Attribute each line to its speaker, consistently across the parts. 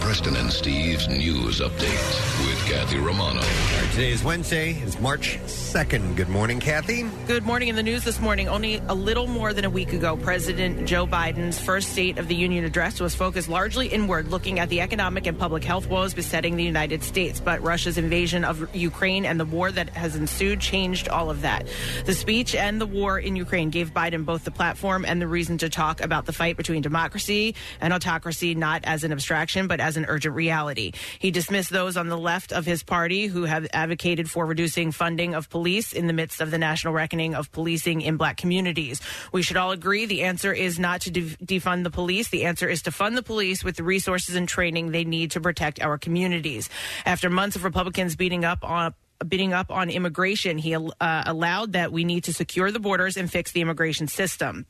Speaker 1: Preston and Steve's news update with Kathy Romano.
Speaker 2: All right, today is Wednesday. It's March 2nd. Good morning, Kathy.
Speaker 3: Good morning. In the news this morning, only a little more than a week ago, President Joe Biden's first State of the Union address was focused largely inward, looking at the economic and public health woes besetting the United States. But Russia's invasion of Ukraine and the war that has ensued changed all of that. The speech and the war in Ukraine gave Biden both the platform and the reason to talk about the fight between democracy and autocracy, not as an abstraction, but as an urgent reality. He dismissed those on the left of his party who have advocated for reducing funding of police in the midst of the national reckoning of policing in black communities. We should all agree the answer is not to def- defund the police. The answer is to fund the police with the resources and training they need to protect our communities. After months of Republicans beating up on beating up on immigration, he uh, allowed that we need to secure the borders and fix the immigration system.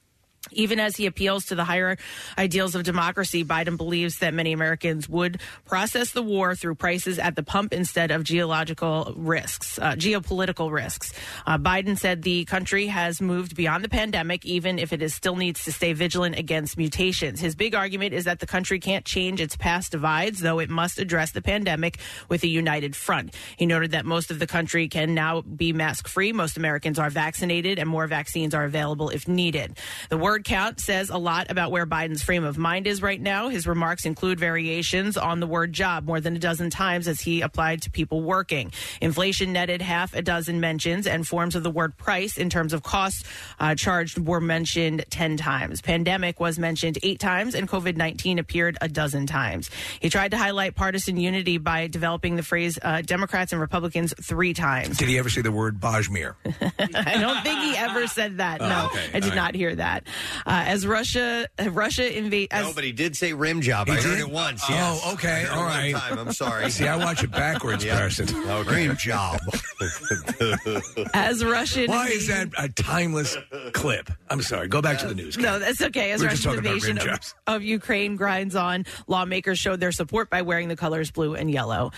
Speaker 3: Even as he appeals to the higher ideals of democracy, Biden believes that many Americans would process the war through prices at the pump instead of geological risks, uh, geopolitical risks. Uh, Biden said the country has moved beyond the pandemic, even if it is still needs to stay vigilant against mutations. His big argument is that the country can't change its past divides, though it must address the pandemic with a united front. He noted that most of the country can now be mask free. Most Americans are vaccinated, and more vaccines are available if needed. The word count says a lot about where Biden's frame of mind is right now. His remarks include variations on the word job more than a dozen times as he applied to people working. Inflation netted half a dozen mentions, and forms of the word price in terms of costs uh, charged were mentioned 10 times. Pandemic was mentioned eight times, and COVID 19 appeared a dozen times. He tried to highlight partisan unity by developing the phrase uh, Democrats and Republicans three times.
Speaker 4: Did he ever say the word Bajmir?
Speaker 3: I don't think he ever said that.
Speaker 4: Oh,
Speaker 3: no,
Speaker 4: okay.
Speaker 3: I did
Speaker 4: All right.
Speaker 3: not hear that. Uh, as Russia, Russia invade. As,
Speaker 2: No, but he did say rim job.
Speaker 4: He
Speaker 2: I heard
Speaker 4: did?
Speaker 2: it once.
Speaker 4: Oh,
Speaker 2: yes.
Speaker 4: okay,
Speaker 2: I heard it
Speaker 4: all
Speaker 2: one
Speaker 4: right.
Speaker 2: time. I'm sorry.
Speaker 4: See, I watch it backwards,
Speaker 2: Yeah.
Speaker 4: Preston.
Speaker 2: Okay. Rim job.
Speaker 3: as Russian.
Speaker 4: Why is that a timeless clip? I'm sorry. Go back to the news.
Speaker 3: No, that's okay. As
Speaker 4: We were just
Speaker 3: Russian
Speaker 4: talking about
Speaker 3: invasion
Speaker 4: rim
Speaker 3: of,
Speaker 4: jobs.
Speaker 3: of Ukraine grinds on, lawmakers showed their support by wearing the colors blue and yellow.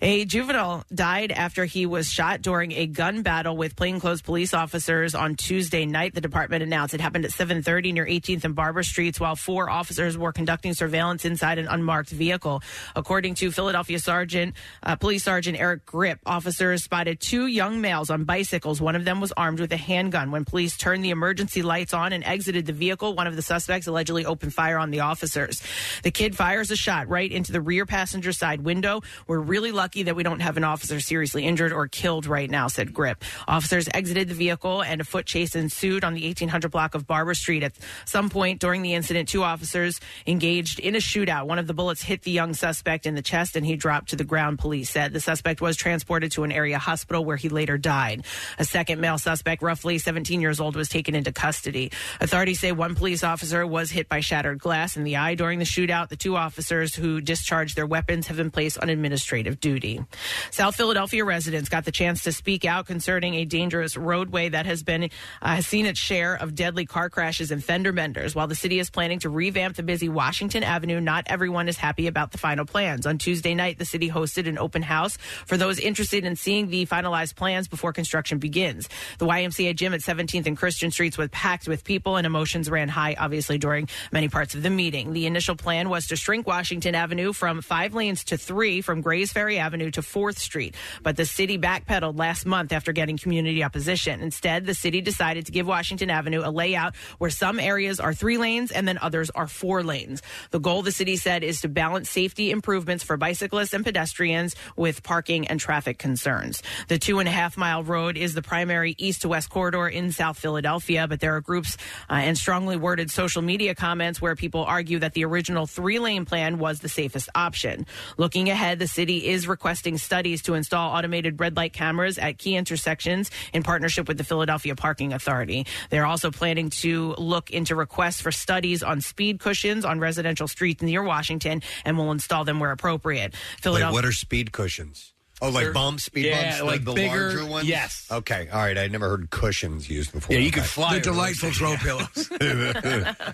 Speaker 3: A juvenile died after he was shot during a gun battle with plainclothes police officers on Tuesday night. The department announced it happened at 7:30 near 18th and Barber Streets while four officers were conducting surveillance inside an unmarked vehicle. According to Philadelphia Sergeant uh, Police Sergeant Eric Grip, officers spotted two young males on bicycles. One of them was armed with a handgun. When police turned the emergency lights on and exited the vehicle, one of the suspects allegedly opened fire on the officers. The kid fires a shot right into the rear passenger side window. We're really lucky that we don't have an officer seriously injured or killed right now, said Grip. Officers exited the vehicle and a foot chase ensued on the 1800 block of Barber Street. At some point during the incident, two officers engaged in a shootout. One of the bullets hit the young suspect in the chest and he dropped to the ground, police said. The suspect was transported to an area hospital where he later died. A second male suspect, roughly 17 years old, was taken into custody. Authorities say one police officer was hit by shattered glass in the eye during the shootout. The two officers who discharged their weapons have been placed on administrative duty. South Philadelphia residents got the chance to speak out concerning a dangerous roadway that has been uh, has seen its share of deadly car crashes and fender benders. While the city is planning to revamp the busy Washington Avenue, not everyone is happy about the final plans. On Tuesday night, the city hosted an open house for those interested in seeing the finalized plans before construction begins. The YMCA gym at 17th and Christian Streets was packed with people, and emotions ran high, obviously, during many parts of the meeting. The initial plan was to shrink Washington Avenue from five lanes to three, from Grays Ferry Avenue to 4th Street, but the city backpedaled last month after getting community opposition. Instead, the city decided to give Washington Avenue a layout where some areas are three lanes and then others are four lanes. The goal, the city said, is to balance safety improvements for bicyclists and pedestrians with parking and traffic concerns. The two and a half mile road is the primary east to west corridor in South Philadelphia, but there are groups uh, and strongly worded social media comments where people argue that the original three lane plan was the safest option. Looking ahead, the city is requesting studies to install automated red light cameras at key intersections in partnership with the Philadelphia Parking Authority. They're also planning to look into requests for studies on speed cushions on residential streets near Washington and will install them where appropriate.
Speaker 2: Wait,
Speaker 3: Philadelphia.
Speaker 2: what are speed cushions?
Speaker 5: Oh, like bumps, speed
Speaker 6: Yeah,
Speaker 5: bumps, the-
Speaker 6: like
Speaker 5: the
Speaker 6: bigger-
Speaker 5: larger ones.
Speaker 6: yes.
Speaker 5: Okay. All right. I never heard cushions used before.
Speaker 6: Yeah, you
Speaker 5: Okay.
Speaker 6: can fly.
Speaker 4: The delightful throw pillows.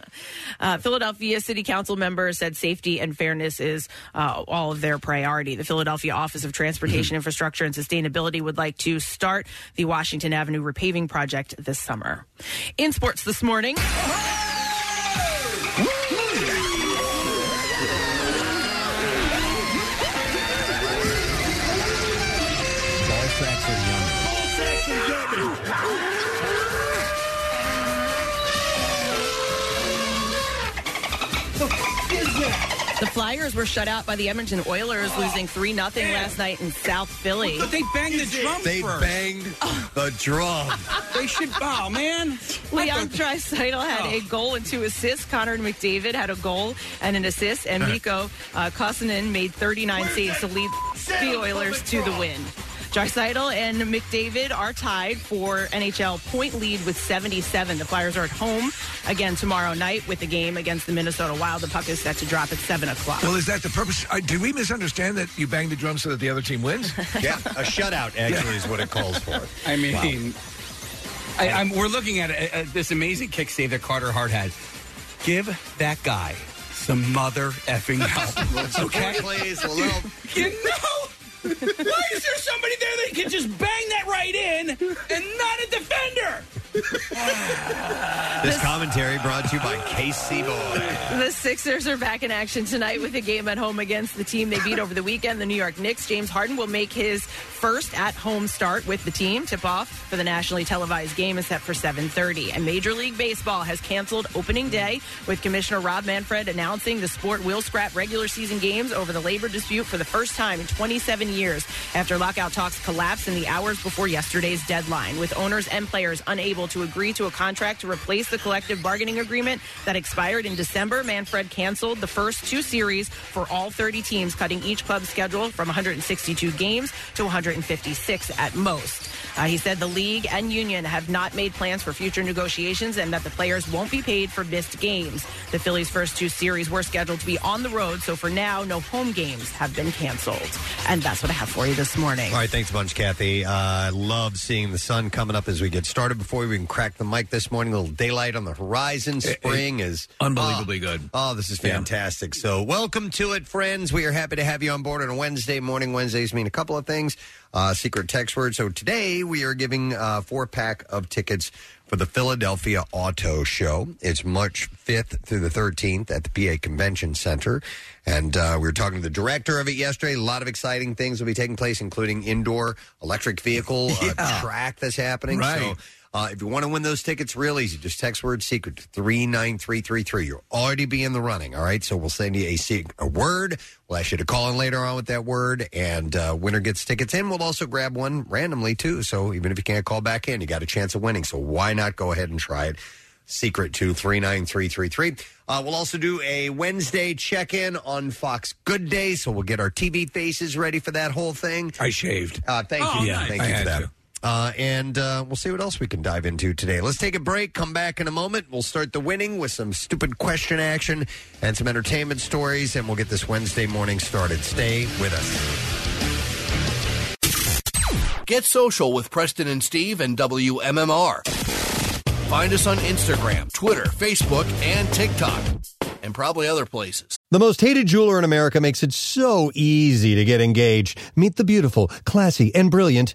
Speaker 3: Uh, Philadelphia City Council member said safety and fairness is uh, all of their priority. The Philadelphia Office of Transportation Infrastructure and Sustainability would like to start the Washington Avenue repaving project this summer. In sports this morning. The Flyers were shut out by the Edmonton Oilers, losing 3 0 last night in South Philly.
Speaker 6: But they banged the drum
Speaker 5: They
Speaker 6: first.
Speaker 5: banged the drum.
Speaker 6: They should bow, man. Oh.
Speaker 3: Leon Dreisaitl had a goal and two assists. Connor McDavid had a goal and an assist, and Miko uh, Koskinen made 39 saves to lead the Oilers to the win. Dreisaitl and McDavid are tied for NHL point lead with 77. The Flyers are at home again tomorrow night with the game against the Minnesota Wild. The puck is set to drop at seven o'clock.
Speaker 4: well, is that the purpose? Uh, did we misunderstand that you bang the drum so that the other team wins?
Speaker 5: Yeah, a shutout actually is what it calls for.
Speaker 6: I mean, I, I'm, we're looking at, uh, uh, this amazing kick save that Carter Hart had. Give that guy some mother effing help, okay?
Speaker 5: Plays a little.
Speaker 6: You know, why is there somebody there that can just bang that right in and not a defender?
Speaker 5: This commentary brought to you by KC Boy.
Speaker 3: The Sixers are back in action tonight with a game at home against the team they beat over the weekend, the New York Knicks. James Harden will make his first at-home start with the team. Tip-off for the nationally televised game is set for 7:30. And Major League Baseball has canceled opening day, with Commissioner Rob Manfred announcing the sport will scrap regular season games over the labor dispute for the first time in 27 years after lockout talks collapsed in the hours before yesterday's deadline, with owners and players unable to agree to a contract to replace the collective bargaining agreement that expired in December. Manfred canceled the first two series for all 30 teams, cutting each club's schedule from 162 games to 156 at most. Uh, he said the league and union have not made plans for future negotiations and that the players won't be paid for missed games. The Phillies' first two series were scheduled to be on the road, so for now, no home games have been canceled. And that's what I have for you this morning.
Speaker 5: All right, thanks a bunch, Kathy. Uh, I love seeing the sun coming up as we get started. Before we even crack the mic this morning, a little daylight on the horizon. Spring is
Speaker 4: Unbelievably good.
Speaker 5: Oh, this is fantastic. So, welcome to it, friends. We are happy to have you on board on a Wednesday morning. Wednesdays mean a couple of things uh, secret text word. So, today we are giving uh, four pack of tickets for the Philadelphia Auto Show. It's March 5th through the 13th at the PA Convention Center. And uh, we were talking to the director of it yesterday. A lot of exciting things will be taking place, including indoor electric vehicle uh, track that's happening.
Speaker 4: Right.
Speaker 5: So, uh, if you want to win those tickets, real easy. Just text word secret to 39333. You'll already be in the running, all right? So we'll send you a, sec- a word. We'll ask you to call in later on with that word, and uh, winner gets tickets. And we'll also grab one randomly, too. So even if you can't call back in, you got a chance of winning. So why not go ahead and try it? Secret to 39333. Uh, we'll also do a Wednesday check in on Fox Good Day. So we'll get our TV faces ready for that whole thing.
Speaker 4: I shaved. Oh,
Speaker 5: Uh, thank you.
Speaker 4: nice.
Speaker 5: Thank
Speaker 4: I
Speaker 5: you for
Speaker 4: had
Speaker 5: that.
Speaker 4: to.
Speaker 5: Uh, and uh, we'll see what else we can dive into today. Let's take a break, come back in a moment. We'll start the winning with some stupid question action and some entertainment stories, and we'll get this Wednesday morning started. Stay with us.
Speaker 2: Get social with Preston and Steve and WMMR. Find us on Instagram, Twitter, Facebook, and TikTok, and probably other places.
Speaker 5: The most hated jeweler in America makes it so easy to get engaged. Meet the beautiful, classy, and brilliant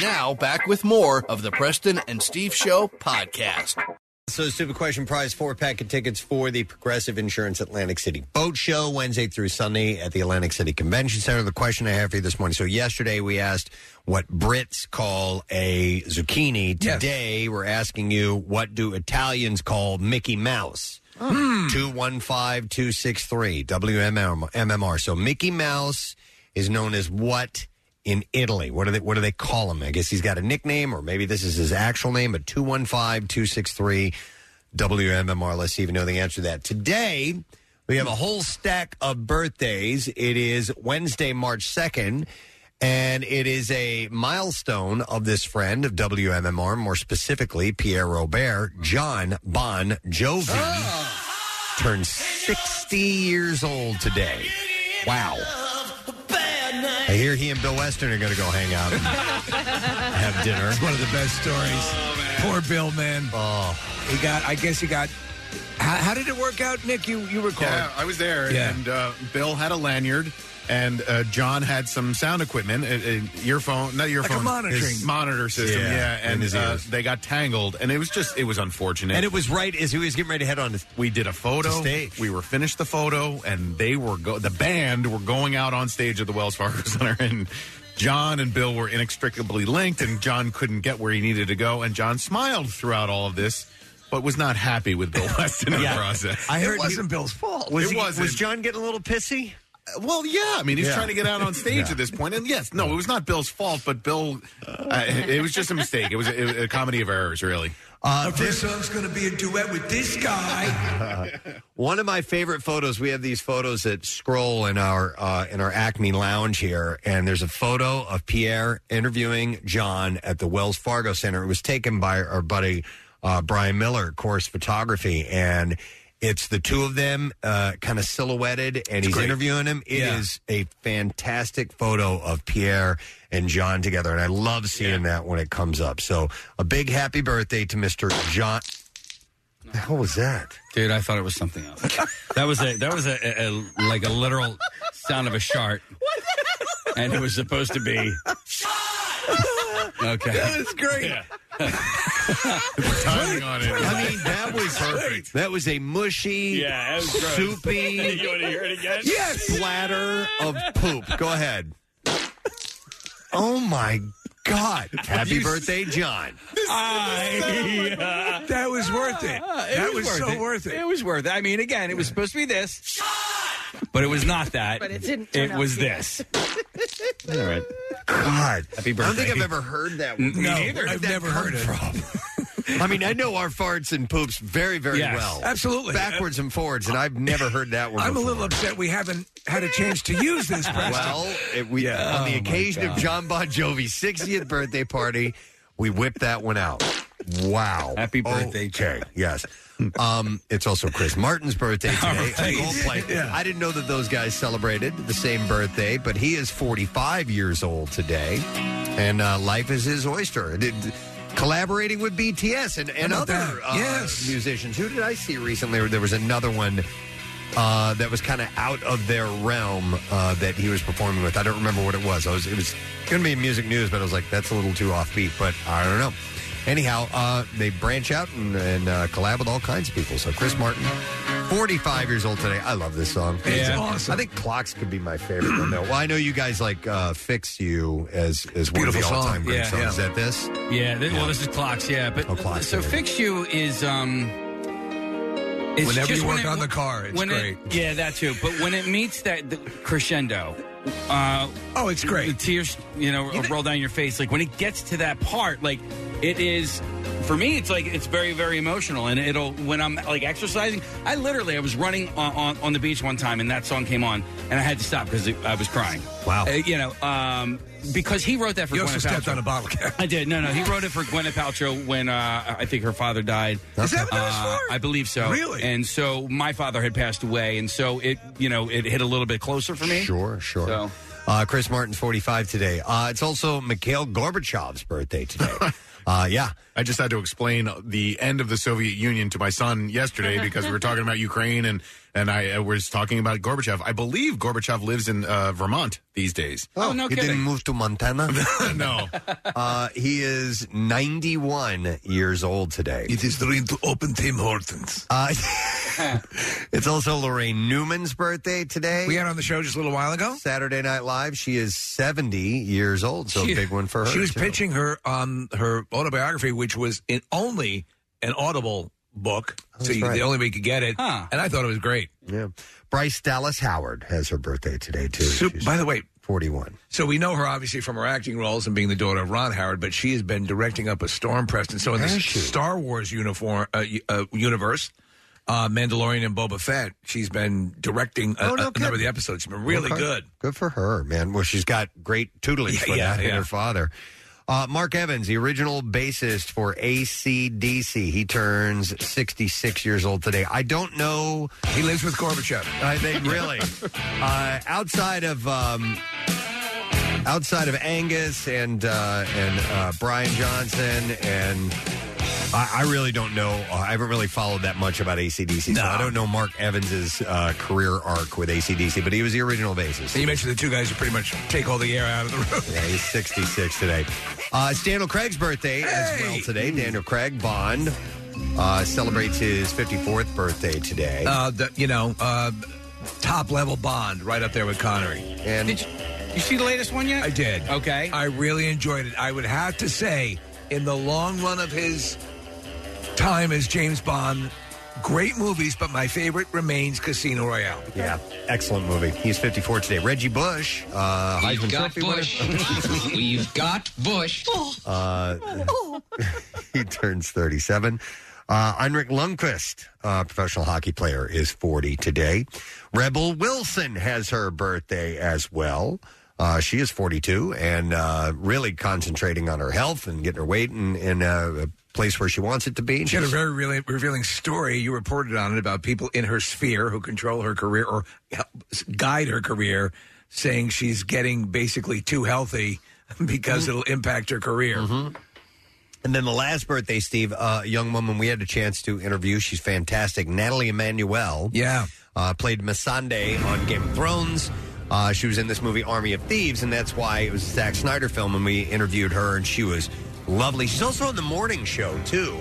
Speaker 2: Now, back with more of the Preston and Steve Show podcast.
Speaker 5: So, stupid question prize four pack of tickets for the Progressive Insurance Atlantic City Boat Show Wednesday through Sunday at the Atlantic City Convention Center. The question I have for you this morning. So, yesterday we asked what Brits call a zucchini.
Speaker 4: Yes.
Speaker 5: Today we're asking you what do Italians call Mickey Mouse? 215 263 WMMR. So, Mickey Mouse is known as what in Italy. What do they what do they call him? I guess he's got a nickname or maybe this is his actual name, but 215-263 WMMR. Let's see if you know the answer to that. Today, we have a whole stack of birthdays. It is Wednesday, March 2nd, and it is a milestone of this friend of WMMR, more specifically Pierre Robert, John Bon Jovi, turns 60 years old today. Wow. I hear he and Bill Weston are going to go hang out and have dinner.
Speaker 4: It's one of the best stories. Poor Bill, man.
Speaker 5: Oh,
Speaker 4: he got. I guess he got. How, how did it work out, Nick? You you recall?
Speaker 7: Yeah, I was there,
Speaker 4: Yeah.
Speaker 7: and uh, Bill had a lanyard, and uh, John had some sound equipment, a, a earphone, not earphone,
Speaker 4: monitoring-
Speaker 7: his monitor system,
Speaker 5: Yeah,
Speaker 7: yeah,
Speaker 5: in
Speaker 7: and
Speaker 5: his
Speaker 7: uh,
Speaker 5: ears.
Speaker 7: they got tangled, and it was just, it was unfortunate.
Speaker 5: and it was right as he was getting ready to head on. To,
Speaker 7: we did a photo.
Speaker 5: stage.
Speaker 7: We were finished the photo, and they were go- the band were going out on stage at the Wells Fargo Center, and John and Bill were inextricably linked, and John couldn't get where he needed to go, and John smiled throughout all of this, but was not happy with Bill Weston in
Speaker 5: Yeah.
Speaker 7: the process.
Speaker 5: I heard
Speaker 4: it wasn't Bill's fault.
Speaker 5: was
Speaker 7: It
Speaker 5: he-
Speaker 7: wasn't.
Speaker 5: was John getting a little pissy?
Speaker 7: Well, yeah. I mean, he's
Speaker 5: Yeah.
Speaker 7: trying to get out on stage at this point, and yes, no, it was not Bill's fault, but Bill, uh, it was just a mistake. It was a, it was a comedy of errors, really.
Speaker 4: Uh, this song's going to be a duet with this guy.
Speaker 5: One of my favorite photos. We have these photos that scroll in our uh, in our Acme Lounge here, and there's a photo of Pierre interviewing John at the Wells Fargo Center. It was taken by our buddy uh, Brian Miller, of course, photography, and it's the two of them uh, kind of silhouetted, and he's
Speaker 4: great.
Speaker 5: interviewing him. It is
Speaker 4: Yeah.
Speaker 5: a fantastic photo of Pierre and John together, and I love seeing that when it comes up. So, a big happy birthday to Mister John. The hell was that?
Speaker 6: Dude, I thought it was something else. That was a that was a, a, a like a literal sound of a shart. And it was supposed to be. Okay.
Speaker 4: That's great.
Speaker 7: Timing on it.
Speaker 5: I mean, that was perfect. That was a mushy,
Speaker 8: Yeah, that was gross.
Speaker 5: soupy
Speaker 8: You want to hear it again?
Speaker 5: splatter of poop. Go ahead. Oh my God! Happy birthday, John.
Speaker 8: I,
Speaker 4: That was worth it. that was, so worth it.
Speaker 6: It Ah, was worth it. I mean, again, it was supposed to be this, but it was not that.
Speaker 9: But it didn't turn
Speaker 6: It
Speaker 9: out
Speaker 6: was
Speaker 9: to be
Speaker 6: this. All right.
Speaker 5: God,
Speaker 6: birthday.
Speaker 5: happy I don't think I've ever heard that. One.
Speaker 6: Me
Speaker 4: No,
Speaker 6: neither.
Speaker 4: I've never heard it.
Speaker 5: I mean, I know our farts and poops very, very
Speaker 6: Yes,
Speaker 5: well,
Speaker 4: absolutely.
Speaker 5: backwards and forwards, and I've never heard that one.
Speaker 4: I'm a
Speaker 5: before.
Speaker 4: little upset we haven't had a chance to use this. Preston. Oh,
Speaker 5: Well, it, we, on the occasion of John Bon Jovi's 60th birthday party, we whipped that one out. Wow.
Speaker 6: Happy birthday,
Speaker 5: Okay, yes. Um, it's also Chris Martin's birthday today.
Speaker 6: right.
Speaker 5: Coldplay. I didn't know that those guys celebrated the same birthday, but he is 45 years old today, and uh, life is his oyster. Did, collaborating with BTS and, and
Speaker 4: How about
Speaker 5: other
Speaker 4: that?
Speaker 5: uh,
Speaker 4: Yes.
Speaker 5: musicians. Who did I see recently? There was another one uh, that was kind of out of their realm uh, that he was performing with. I don't remember what it was. I was it was going to be music news, but I was like, that's a little too offbeat. But I don't know. Anyhow, uh, they branch out and, and uh, collab with all kinds of people. So Chris Martin, 45 years old today. I love this song.
Speaker 4: It's
Speaker 6: Yeah.
Speaker 4: awesome.
Speaker 5: I think Clocks could be my favorite one though. Well, I know you guys like uh, Fix You as as one
Speaker 4: Beautiful
Speaker 5: of the
Speaker 4: song.
Speaker 5: all time great
Speaker 6: Yeah,
Speaker 5: songs.
Speaker 6: yeah.
Speaker 5: Is that this?
Speaker 6: Yeah, th- well, this is clocks. Yeah, but
Speaker 5: Oh, clocks,
Speaker 6: so
Speaker 5: yeah.
Speaker 6: fix you is um. It's
Speaker 4: Whenever
Speaker 6: just
Speaker 4: you
Speaker 6: when
Speaker 4: work
Speaker 6: it-
Speaker 4: on the car, it's
Speaker 6: when it- yeah, that too. But when it meets that the crescendo, uh,
Speaker 4: oh, it's
Speaker 6: the
Speaker 4: great.
Speaker 6: tears you know roll down your face. Like when it gets to that part, like it is. For me, it's like it's very, very emotional, and it'll when I'm like exercising. I literally, I was running on, on, on the beach one time, and that song came on, and I had to stop because I was crying.
Speaker 5: Wow.
Speaker 6: Uh, you know, um, because he wrote that for.
Speaker 4: You also
Speaker 6: Gwyneth
Speaker 4: stepped
Speaker 6: Paltrow.
Speaker 4: on a bottle cap.
Speaker 6: I did. No, no. He wrote it for Gwyneth Paltrow when uh, I think her father died.
Speaker 4: Is that what that was
Speaker 6: Uh,
Speaker 4: for?
Speaker 6: I believe so.
Speaker 4: Really?
Speaker 6: And so my father had passed away, and so it, you know, it hit a little bit closer for me.
Speaker 5: Sure, sure.
Speaker 6: So-
Speaker 5: Uh, Chris Martin's 45 today. Uh, it's also Mikhail Gorbachev's birthday today. uh, yeah.
Speaker 7: I just had to explain the end of the Soviet Union to my son yesterday because we were talking about Ukraine and and I uh, was talking about Gorbachev. I believe Gorbachev lives in uh, Vermont these days.
Speaker 6: Oh, no
Speaker 5: he didn't
Speaker 6: kidding.
Speaker 5: move to Montana.
Speaker 7: no,
Speaker 5: uh, he is 91 years old today.
Speaker 4: It is the ring to open Tim Hortons.
Speaker 5: Uh, it's also Lorraine Newman's birthday today.
Speaker 4: We had on the show just a little while ago.
Speaker 5: Saturday Night Live. She is 70 years old, so a
Speaker 6: She-
Speaker 5: big one for her.
Speaker 4: She was
Speaker 5: too.
Speaker 4: pitching her on her autobiography, which was in only an audible book, so
Speaker 5: Oh, that's
Speaker 4: you,
Speaker 5: right.
Speaker 4: the only way you could get it.
Speaker 6: Huh.
Speaker 4: And I thought it was great.
Speaker 5: Yeah. Bryce Dallas Howard has her birthday today, too.
Speaker 4: Sup-
Speaker 5: She's-
Speaker 4: by the way,
Speaker 5: 41.
Speaker 4: So we know her obviously from her acting roles and being the daughter of Ron Howard, but she has been directing up a storm, Preston. So in the
Speaker 5: Has she?
Speaker 4: Star Wars uniform uh, u- uh, universe, uh, Mandalorian and Boba Fett, she's been directing a,
Speaker 5: Oh, no
Speaker 4: a number of
Speaker 5: kidding.
Speaker 4: the episodes. She's been really
Speaker 5: Okay.
Speaker 4: good.
Speaker 5: Good for her, man. Well, she's got great tutelage
Speaker 4: Yeah,
Speaker 5: for
Speaker 4: yeah,
Speaker 5: that and
Speaker 4: yeah.
Speaker 5: her father. Uh, Mark Evans, the original bassist for ACDC, he turns 66 years old today. I don't know.
Speaker 4: He lives with Gorbachev.
Speaker 5: I think, really. uh, outside of. Um, Outside of Angus and uh, and uh, Brian Johnson and I, I really don't know. Uh, I haven't really followed that much about ACDC, so I don't know Mark Evans's uh, career arc with ACDC, but he was the original bassist.
Speaker 4: And you mentioned the two guys who pretty much take all the air out of the room.
Speaker 5: Yeah, he's 66 today. Uh, it's Daniel Craig's birthday as well today. Daniel Craig Bond uh, celebrates his 54th birthday today.
Speaker 4: Uh, the, you know, uh, top level Bond, right up there with Connery.
Speaker 5: and
Speaker 10: Did you, you see the latest one yet?
Speaker 4: I did.
Speaker 10: Okay.
Speaker 4: I really enjoyed it. I would have to say, in the long run of his time as James Bond, great movies, but my favorite remains Casino Royale.
Speaker 5: yeah, excellent movie. He's 54 today. Reggie Bush, uh, Heisman Trophy winner.
Speaker 8: We've got Bush.
Speaker 5: Uh, he turns 37. Uh, Heinrich Lundqvist, uh, professional hockey player, is 40 today. Rebel Wilson has her birthday as well. Uh, she is 42 and uh, really concentrating on her health and getting her weight in, in a, a place where she wants it to be.
Speaker 4: She had a very really revealing story. You reported on it about people in her sphere who control her career or help guide her career, saying she's getting basically too healthy because
Speaker 10: Mm-hmm.
Speaker 4: it'll impact her career.
Speaker 5: And then the last birthday, Steve, uh, a young woman we had a chance to interview. She's fantastic. Natalie Emanuel.
Speaker 4: Yeah.
Speaker 5: Uh, played Masande on Game of Thrones. Uh, she was in this movie, Army of Thieves, and that's why it was a Zack Snyder film, and we interviewed her, and she was lovely. She's also on the morning show, too,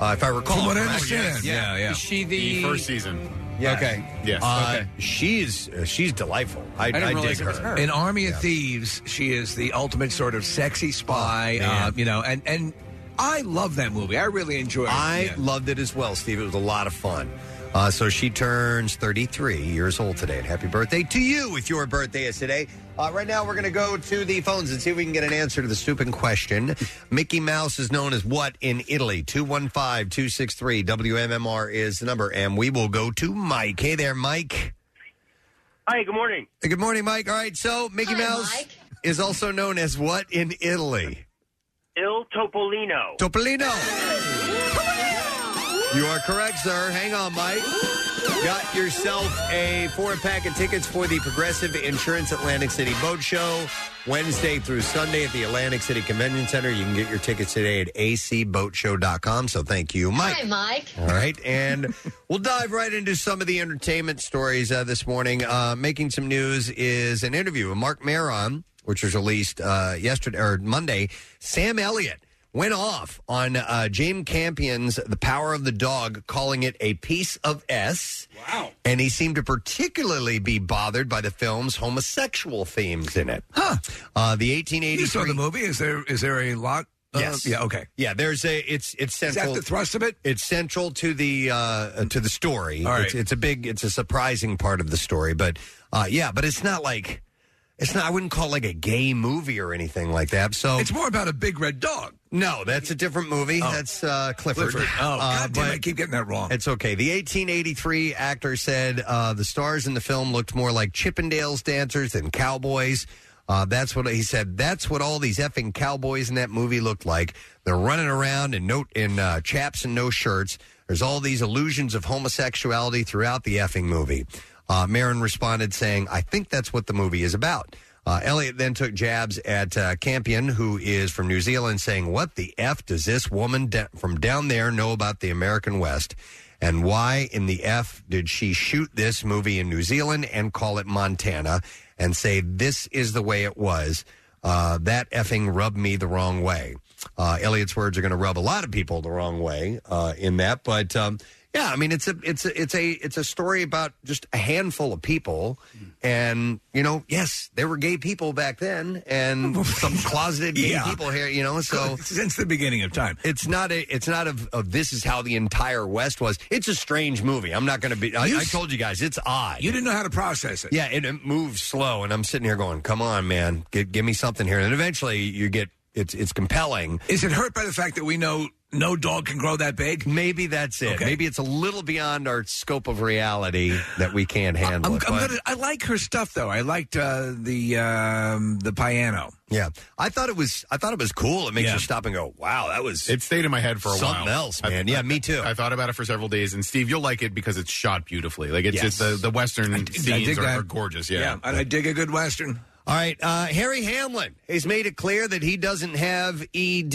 Speaker 5: uh, if I recall.
Speaker 4: From what I
Speaker 5: correctly.
Speaker 4: understand, yeah, yeah.
Speaker 10: Is she the,
Speaker 7: The first season.
Speaker 5: Yes.
Speaker 10: Okay.
Speaker 7: Yes.
Speaker 5: Uh,
Speaker 10: Okay.
Speaker 5: She's uh, she's delightful. I, I,
Speaker 10: didn't
Speaker 5: dig
Speaker 10: realize
Speaker 5: her.
Speaker 10: it was her.
Speaker 4: In Army of Thieves, she is the ultimate sort of sexy spy. uh, you know, and and I love that movie. I really enjoy it.
Speaker 5: I
Speaker 4: Yeah.
Speaker 5: loved it as well, Steve. It was a lot of fun. Uh, so she turns 33 years old today. And happy birthday to you if your birthday is today. Uh, right now, we're going to go to the phones and see if we can get an answer to the stupid question. Mickey Mouse is known as what in Italy? 215 263 WMMR is the number. And we will go to Mike. Hey there, Mike.
Speaker 11: Hi, good morning.
Speaker 5: Hey, Good morning, Mike. All right. So Mickey Mouse is also known as what in Italy?
Speaker 11: Il Topolino.
Speaker 5: Topolino. You are correct, sir. Hang on, Mike. Got yourself a four pack of tickets for the Progressive Insurance Atlantic City Boat Show Wednesday through Sunday at the Atlantic City Convention Center. You can get your tickets today at acboatshow.com. So thank you, Mike.
Speaker 12: Hi, Mike.
Speaker 5: All right, and we'll dive right into some of the entertainment stories uh, this morning. Uh, making some news is an interview with Mark Maron, which was released uh, yesterday or Monday. Sam Elliott went off on uh, James Campion's "The Power of the Dog," calling it a piece of s.
Speaker 10: Wow.
Speaker 5: And he seemed to particularly be bothered by the film's homosexual themes in it. Huh. Uh, the 1883.
Speaker 4: You saw the movie? Is there is there a lot? uh,
Speaker 5: Yes.
Speaker 4: Yeah. Okay.
Speaker 5: Yeah, there's a it's it's
Speaker 4: Is that
Speaker 5: central.
Speaker 4: the thrust of it?
Speaker 5: It's central to the uh, uh, to the story.
Speaker 4: All right.
Speaker 5: it's, it's a big, it's a surprising part of the story, but uh, yeah, but it's not like it's not. I wouldn't call it like a gay movie or anything like that. So
Speaker 4: It's more about a big red dog. Oh.
Speaker 5: no, that's a different movie. That's uh, Clifford.
Speaker 4: Clifford. Oh,
Speaker 5: Uh,
Speaker 4: God damn it,
Speaker 5: but-
Speaker 4: I keep getting that wrong.
Speaker 5: it's okay. The 1883 actor said uh, the stars in the film looked more like Chippendales dancers than cowboys. Uh, that's what he said. That's what all these effing cowboys in that movie looked like. They're running around in no in uh, chaps and no shirts. There's all these illusions of homosexuality throughout the effing movie. Uh, Marin responded saying, "I think that's what the movie is about." Uh, Elliot then took jabs at uh, Campion, who is from New Zealand, saying, What the F does this woman da- from down there know about the American West? And why in the F did she shoot this movie in New Zealand and call it Montana and say, This is the way it was? Uh, that effing rubbed me the wrong way. Uh, Elliot's words are going to rub a lot of people the wrong way uh, in that, but um, Yeah, I mean it's a it's a it's a it's a story about just a handful of people, and you know, yes, there were gay people back then, and some closeted gay
Speaker 4: Yeah.
Speaker 5: people here, you know. So
Speaker 4: since the beginning of time,
Speaker 5: it's not a it's not of, of this is how the entire West was. It's a strange movie. I'm not going to be. I,
Speaker 4: You
Speaker 5: I
Speaker 4: s-
Speaker 5: told you guys, it's odd.
Speaker 4: You didn't know how to process it.
Speaker 5: Yeah, it, it moves slow, and I'm sitting here going, "Come on, man, give, give me something here." And eventually, you get it's it's compelling.
Speaker 4: Is it hurt by the fact that we know no dog can grow that big?
Speaker 5: Maybe that's it. Maybe it's a little beyond our scope of reality that we can't handle.
Speaker 4: I'm,
Speaker 5: it,
Speaker 4: I'm
Speaker 5: but-
Speaker 4: gonna, I like her stuff though. I liked uh, the um, the piano.
Speaker 5: Yeah, I thought it was. I thought it was cool. It makes
Speaker 4: Yeah.
Speaker 5: you stop and go, "Wow, that was."
Speaker 7: It stayed in my head for a while.
Speaker 5: Something else, man. yeah, me too.
Speaker 7: I thought about it for several days, and Steve, you'll like it because it's shot beautifully. Like it's
Speaker 5: Yes.
Speaker 7: just the the western scenes are, are gorgeous. Yeah.
Speaker 4: and I dig a good western.
Speaker 5: All right, uh, Harry Hamlin has made it clear that he doesn't have ED,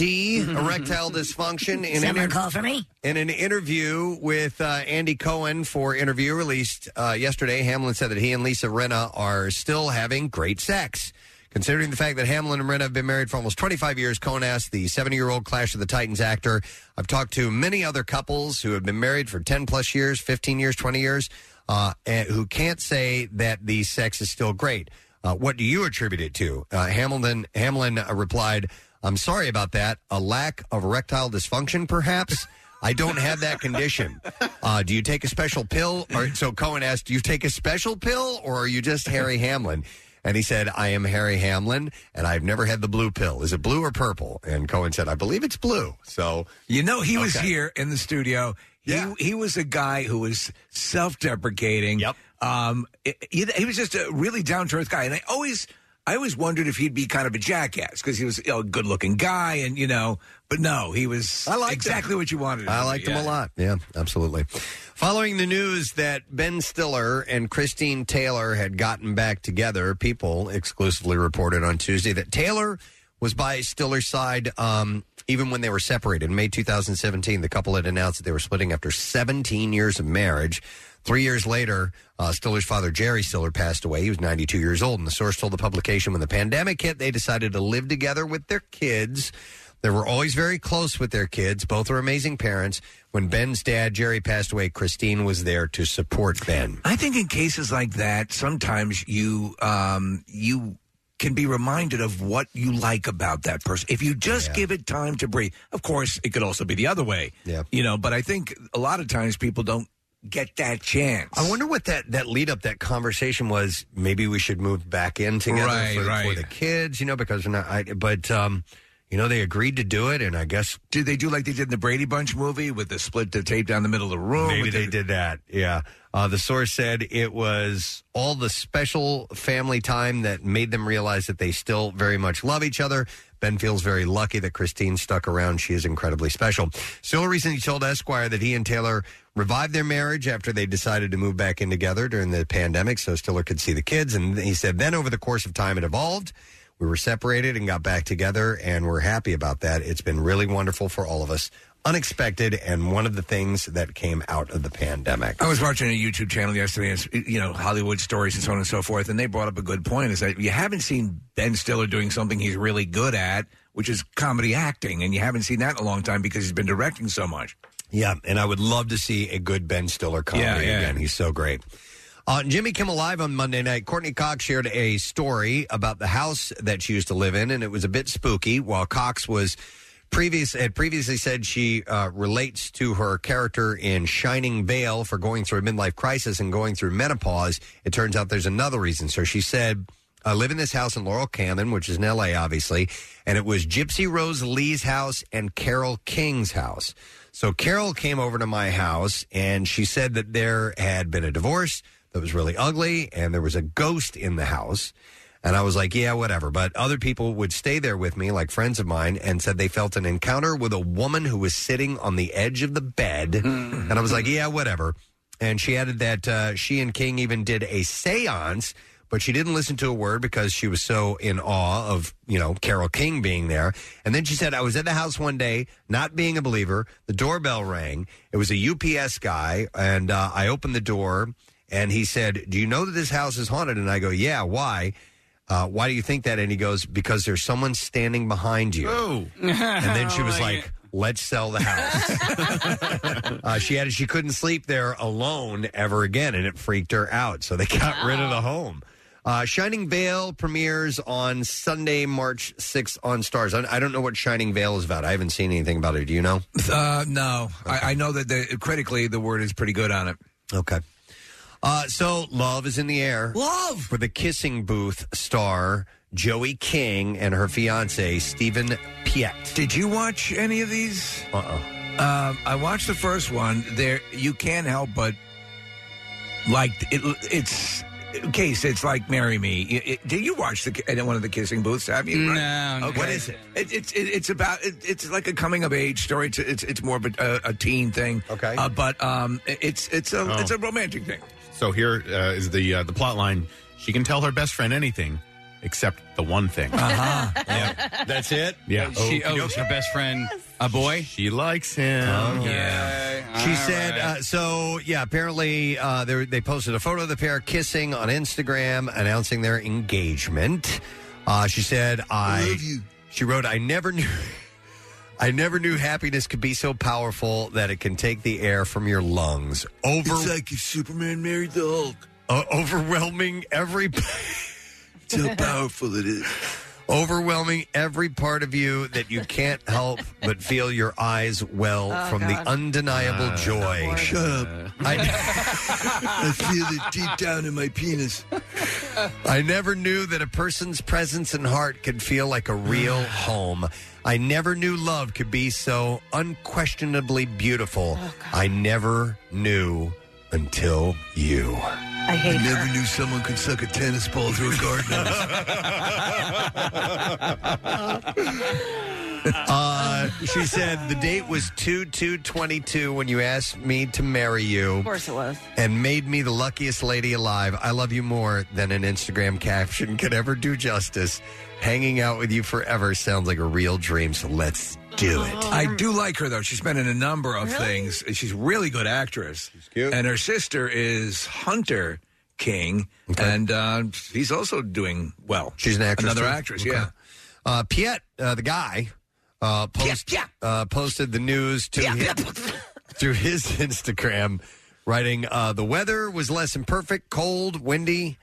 Speaker 5: erectile dysfunction. In an inter-
Speaker 2: for me?
Speaker 5: In an interview with uh, Andy Cohen for interview released uh, yesterday, Hamlin said that he and Lisa Renna are still having great sex. Considering the fact that Hamlin and Renna have been married for almost 25 years, Cohen asked the 70 year old Clash of the Titans actor, I've talked to many other couples who have been married for 10 plus years, 15 years, 20 years, uh, and who can't say that the sex is still great. Uh, what do you attribute it to? Uh, Hamilton Hamlin uh, replied, "I'm sorry about that. A lack of erectile dysfunction, perhaps. I don't have that condition. Uh, do you take a special pill?" Or, so Cohen asked, "Do you take a special pill, or are you just Harry Hamlin?" And he said, "I am Harry Hamlin, and I've never had the blue pill. Is it blue or purple?" And Cohen said, "I believe it's blue." So
Speaker 4: You know, he was
Speaker 5: Okay.
Speaker 4: here in the studio. He, he was a guy who was self-deprecating. Yep. Um, it- he, he was just a really down-to-earth guy, and I always, I always wondered if he'd be kind of a jackass because he was you know, a good-looking guy, and you know, but no, he was. I like exactly what you wanted. him
Speaker 5: I
Speaker 4: to be,
Speaker 5: liked him
Speaker 4: yeah.
Speaker 5: a lot. Ah, Yeah, absolutely. Following the news that Ben Stiller and Christine Taylor had gotten back together, people exclusively reported on Tuesday that Taylor was by Stiller's side um, even when they were separated. In May 2017, the couple had announced that they were splitting after 17 years of marriage. Three years later, uh, Stiller's father, Jerry Stiller, passed away. He was 92 years old, and the source told the publication when the pandemic hit, they decided to live together with their kids. They were always very close with their kids. Both are amazing parents. When Ben's dad, Jerry, passed away, Christine was there to support Ben.
Speaker 4: I think in cases like that, sometimes you um, you can be reminded of what you like about that person if you just give it time to breathe. Of course, it could also be the other way. Yeah, you know. But I think a lot of times people don't get that chance.
Speaker 5: I wonder what that, that lead up, that conversation was. Maybe we should move back in together
Speaker 4: Right,
Speaker 5: for,
Speaker 4: right.
Speaker 5: for the kids, you know, because we're not, I, but, um, you know, they agreed to do it, and I guess
Speaker 4: Did they do like they did in the Brady Bunch movie with the split the tape down the middle of the room?
Speaker 5: Maybe
Speaker 4: with
Speaker 5: they
Speaker 4: the-
Speaker 5: did that. Yeah. Uh, the source said it was all the special family time that made them realize that they still very much love each other. Ben feels very lucky that Christine stuck around. She is incredibly special. Still recently told Esquire that he and Taylor revived their marriage after they decided to move back in together during the pandemic so Stiller could see the kids. And he said, then over the course of time, it evolved. We were separated and got back together, and we're happy about that. It's been really wonderful for all of us. Unexpected, and one of the things that came out of the pandemic.
Speaker 4: I was watching a YouTube channel yesterday, and it's, you know Hollywood stories and so on and so forth, and they brought up a good point: is that you haven't seen Ben Stiller doing something he's really good at, which is comedy acting, and you haven't seen that in a long time because he's been directing so much.
Speaker 5: Yeah, and I would love to see a good Ben Stiller comedy
Speaker 4: Yeah, yeah.
Speaker 5: again. He's so great. Uh, Jimmy Kimmel Live on Monday night, Courtney Cox shared a story about the house that she used to live in, and it was a bit spooky. While Cox was previous had previously said she uh, relates to her character in Shining Vale for going through a midlife crisis and going through menopause, it turns out there's another reason. So she said. I live in this house in Laurel Canyon, which is in LA, obviously, and it was Gypsy Rose Lee's house and Carol King's house. So Carol came over to my house and she said that there had been a divorce that was really ugly and there was a ghost in the house. And I was like, yeah, whatever. But other people would stay there with me, like friends of mine, and said they felt an encounter with a woman who was sitting on the edge of the bed. and I was like, yeah, whatever. And she added that uh, she and King even did a seance, but she didn't listen to a word because she was so in awe of, you know, Carol King being there. And then she said, I was at the house one day, not being a believer. The doorbell rang. It was a UPS guy, and uh, I opened the door, and he said, Do you know that this house is haunted? And I go, Yeah, why? Uh, why do you think that? And he goes, Because there's someone standing behind you.
Speaker 7: Oh.
Speaker 5: And then she was like, let's sell the house. uh, she added she couldn't sleep there alone ever again, and it freaked her out. So they got rid of the home. Uh, Shining Veil premieres on Sunday, March 6th on Stars. I, I don't know what Shining Veil is about. I haven't seen anything about it. Do you know?
Speaker 4: Uh, no, I, I know that the, critically the word is pretty good on it.
Speaker 5: Okay. Uh, so, Love is in the air.
Speaker 4: Love!
Speaker 5: For the Kissing Booth star, Joey King, and her fiance, Stephen Piet.
Speaker 4: Did you watch any of these?
Speaker 5: Uh oh.
Speaker 4: Um, I watched the first one. There, you can't help but like it. It's case. It's like "Marry Me." It, it- did you watch the at one of the kissing booths? Have you?
Speaker 6: No, no.
Speaker 4: Okay. What is it? it it's it, it's about it, it's like a coming of age story. It's it's, it's more of a, a teen thing. Okay, uh, but um, it's it's a
Speaker 7: Oh.
Speaker 4: it's a romantic thing.
Speaker 7: So here uh, is the uh, the plot line. She can tell her best friend anything except the one thing.
Speaker 4: Uh-huh.
Speaker 7: yeah.
Speaker 5: That's it?
Speaker 7: Yeah.
Speaker 6: She, oh, is her best friend a boy?
Speaker 7: She likes him.
Speaker 6: Yeah.
Speaker 5: She said, uh, so yeah, apparently uh, they, they posted a photo of the pair kissing on Instagram, announcing their engagement. Uh, she said, I, she wrote, I never knew. I never knew happiness could be so powerful that it can take the air from your lungs. Over,
Speaker 4: like if Superman married the Hulk.
Speaker 5: uh, overwhelming every
Speaker 4: so powerful it is.
Speaker 5: Overwhelming every part of you that you can't help but feel your eyes well
Speaker 4: Oh,
Speaker 5: from
Speaker 4: God.
Speaker 5: the undeniable
Speaker 4: Uh,
Speaker 5: joy.
Speaker 4: Shut up.
Speaker 5: I
Speaker 4: feel it deep down in my penis.
Speaker 5: I never knew that a person's presence and heart could feel like a real home. I never knew love could be so unquestionably beautiful. I never knew until you.
Speaker 3: I hate
Speaker 4: never knew someone could suck a tennis ball through a
Speaker 5: Uh, she said the date was 2 2 22 when you asked me to marry you.
Speaker 3: Of course it was.
Speaker 5: and made me the luckiest lady alive. I love you more than an Instagram caption could ever do justice. Hanging out with you forever sounds like a real dream, so let's do it.
Speaker 6: Oh,
Speaker 4: I do like her though. She's been in a number of things. She's a really good actress. She's cute. And her sister is Hunter King, and uh, he's also doing well.
Speaker 5: She's an actress.
Speaker 4: Another
Speaker 5: too?
Speaker 4: actress,
Speaker 5: Okay.
Speaker 4: yeah.
Speaker 5: Uh, Piet, uh, the guy, uh, post, Uh, posted the news to his, through his Instagram, writing, uh, "The weather was less than perfect, cold, windy."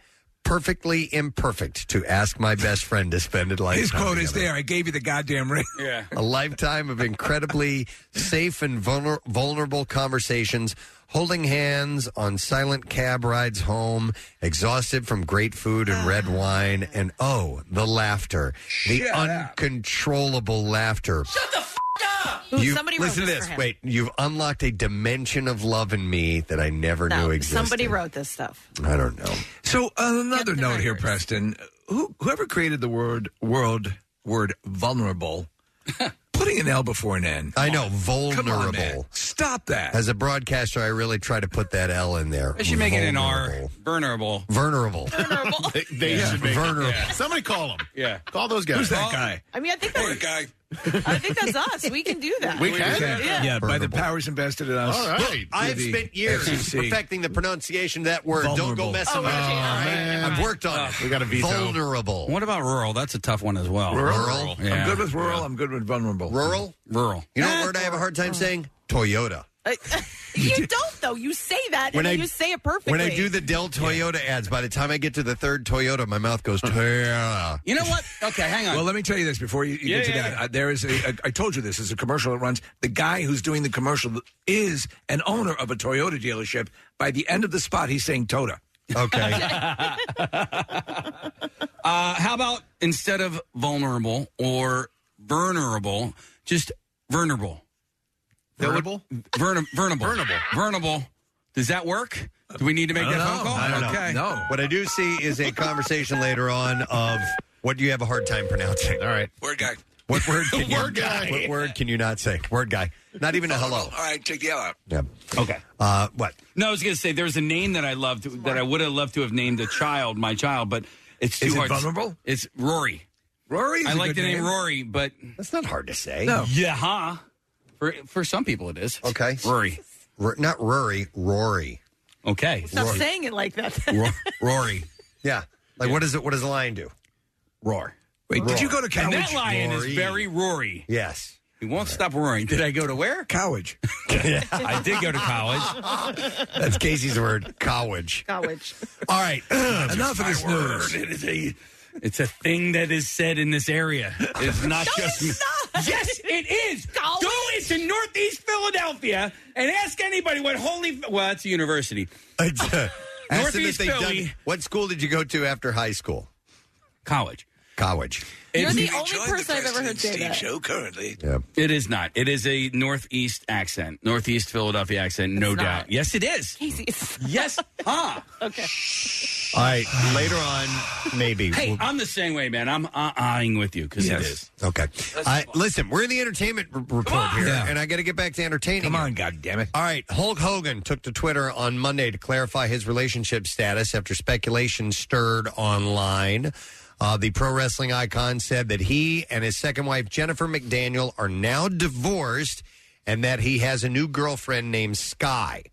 Speaker 5: Perfectly imperfect to ask my best friend to spend it like
Speaker 4: His quote is there. I gave you the goddamn ring.
Speaker 6: Yeah.
Speaker 5: a lifetime of incredibly safe and vulner- vulnerable conversations, holding hands on silent cab rides home, exhausted from great food and red wine, and oh, the laughter, the uncontrollable laughter. Shut the f- up!
Speaker 3: Ooh, somebody wrote
Speaker 5: listen to
Speaker 3: this
Speaker 5: this.
Speaker 3: for him.
Speaker 5: Wait, you've unlocked a dimension of love in me that I never
Speaker 3: No,
Speaker 5: knew existed.
Speaker 3: somebody wrote this stuff.
Speaker 5: I don't know.
Speaker 4: So uh, another note here, Preston. Who, whoever created the word world word vulnerable, putting an L before an N.
Speaker 5: I know
Speaker 4: Come on, man.
Speaker 5: vulnerable.
Speaker 4: Stop that.
Speaker 5: As a broadcaster, I really try to put that L in there.
Speaker 6: They should make it an
Speaker 5: Vulnerable.
Speaker 6: R. Vulnerable.
Speaker 5: Vulnerable.
Speaker 6: they
Speaker 7: They should make
Speaker 5: Vulnerable.
Speaker 7: Yeah. Somebody call him.
Speaker 6: Yeah.
Speaker 7: Call those guys.
Speaker 4: Who's that guy?
Speaker 3: I mean, I think that's
Speaker 4: guy.
Speaker 3: I think that's us. We can do that.
Speaker 7: We can?
Speaker 3: Yeah.
Speaker 4: Yeah, by the powers invested in us.
Speaker 7: All right.
Speaker 4: Through
Speaker 5: I've
Speaker 4: the
Speaker 5: spent years
Speaker 4: FCC.
Speaker 5: perfecting the pronunciation of that word. Don't go
Speaker 4: Vulnerable.
Speaker 5: messing with it. all right? I've worked on it.
Speaker 7: We got a veto.
Speaker 5: Vulnerable.
Speaker 6: What about rural? That's a tough one as well.
Speaker 5: Rural?
Speaker 6: Yeah.
Speaker 4: I'm good with rural. I'm good with vulnerable.
Speaker 5: Rural?
Speaker 6: rural.
Speaker 5: You know what word I have a hard time saying? Toyota.
Speaker 3: you don't though. You say that
Speaker 5: When
Speaker 3: and then
Speaker 5: I-
Speaker 3: you say it perfectly.
Speaker 5: When I do the Dell Toyota ads, by the time I get to the third Toyota, my mouth goes, Toyota.
Speaker 6: You know what? Okay, hang on.
Speaker 4: Well, let me tell you this before you, you
Speaker 6: Yeah,
Speaker 4: get to
Speaker 6: yeah,
Speaker 4: that. Uh, there is a, a, I told you this is a commercial that runs. The guy who's doing the commercial is an owner of a Toyota dealership. By the end of the spot, he's saying Toda.
Speaker 5: Okay.
Speaker 6: Uh, how about instead of vulnerable or vulnerable, just vulnerable?
Speaker 7: Vulnerable?
Speaker 6: Verna- vulnerable.
Speaker 7: Vulnerable.
Speaker 6: Vulnerable. Does that work? Do we need to make
Speaker 4: I
Speaker 6: that
Speaker 4: don't
Speaker 6: phone
Speaker 4: know.
Speaker 6: call?
Speaker 4: I don't know.
Speaker 6: okay.
Speaker 4: No.
Speaker 5: What I do see is a conversation later on of what do you have a hard time pronouncing?
Speaker 7: All right.
Speaker 4: Word guy.
Speaker 5: What word can you
Speaker 7: Word guy.
Speaker 5: What word can you not say? Word guy. Not even a hello.
Speaker 4: All right, take the L out.
Speaker 5: Yeah.
Speaker 6: Okay.
Speaker 5: Uh, what?
Speaker 6: No, I was going to say there's a name that I loved that I would have loved to have named a child, my child, but it's too
Speaker 4: Is it
Speaker 6: hard.
Speaker 4: vulnerable?
Speaker 6: It's Rory.
Speaker 4: Rory. is
Speaker 6: I
Speaker 4: a
Speaker 6: like
Speaker 4: good
Speaker 6: the name, Rory, but
Speaker 5: That's not hard to say.
Speaker 4: No.
Speaker 6: yeah, huh? For for some people it is.
Speaker 5: Okay.
Speaker 6: Rory.
Speaker 5: R- not Rory, Rory.
Speaker 6: Okay.
Speaker 3: Stop saying it like that.
Speaker 6: Ro- Rory.
Speaker 5: Yeah. Like what does it? What does the lion do?
Speaker 6: Roar.
Speaker 4: Wait, did you go to
Speaker 6: And
Speaker 4: college?
Speaker 6: that lion
Speaker 5: Rory.
Speaker 6: is very Rory.
Speaker 5: Yes.
Speaker 6: He won't stop worrying. Did I go to where?
Speaker 4: College.
Speaker 6: I did go to college.
Speaker 5: That's Casey's word, college.
Speaker 3: College.
Speaker 5: All right.
Speaker 6: Enough of this news. It is a, it's a thing that is said in this area. It's not just me. Yes, it is. Go into Northeast Philadelphia and ask anybody what Holy. Well, that's a university.
Speaker 5: uh, Ask them if
Speaker 6: Northeast
Speaker 5: they've done-
Speaker 6: Philly.
Speaker 5: what school did you go to after high school?
Speaker 6: College.
Speaker 5: College.
Speaker 6: You're
Speaker 4: If
Speaker 6: the
Speaker 4: you
Speaker 6: only
Speaker 4: enjoyed
Speaker 6: person I've ever
Speaker 4: Preston
Speaker 6: heard
Speaker 4: and
Speaker 6: say
Speaker 4: Steve
Speaker 6: that.
Speaker 4: Show currently.
Speaker 5: Yeah.
Speaker 6: It is not. It is a Northeast accent, Northeast Philadelphia accent, no
Speaker 4: not.
Speaker 6: doubt. Yes, it is. Yes, huh?
Speaker 3: Okay.
Speaker 5: All right. Later on, maybe.
Speaker 6: Hey, I'm the same way, man. I'm uh ahing with you because it is.
Speaker 5: Okay. I, listen, we're in the entertainment r- report here,
Speaker 6: Yeah.
Speaker 5: and I got to get back to entertaining. Come
Speaker 4: on, God damn it!
Speaker 5: All right, Hulk Hogan took to Twitter on Monday to clarify his relationship status after speculation stirred online. Uh, the pro wrestling icon said that he and his second wife Jennifer McDaniel are now divorced, and that he has a new girlfriend named Sky.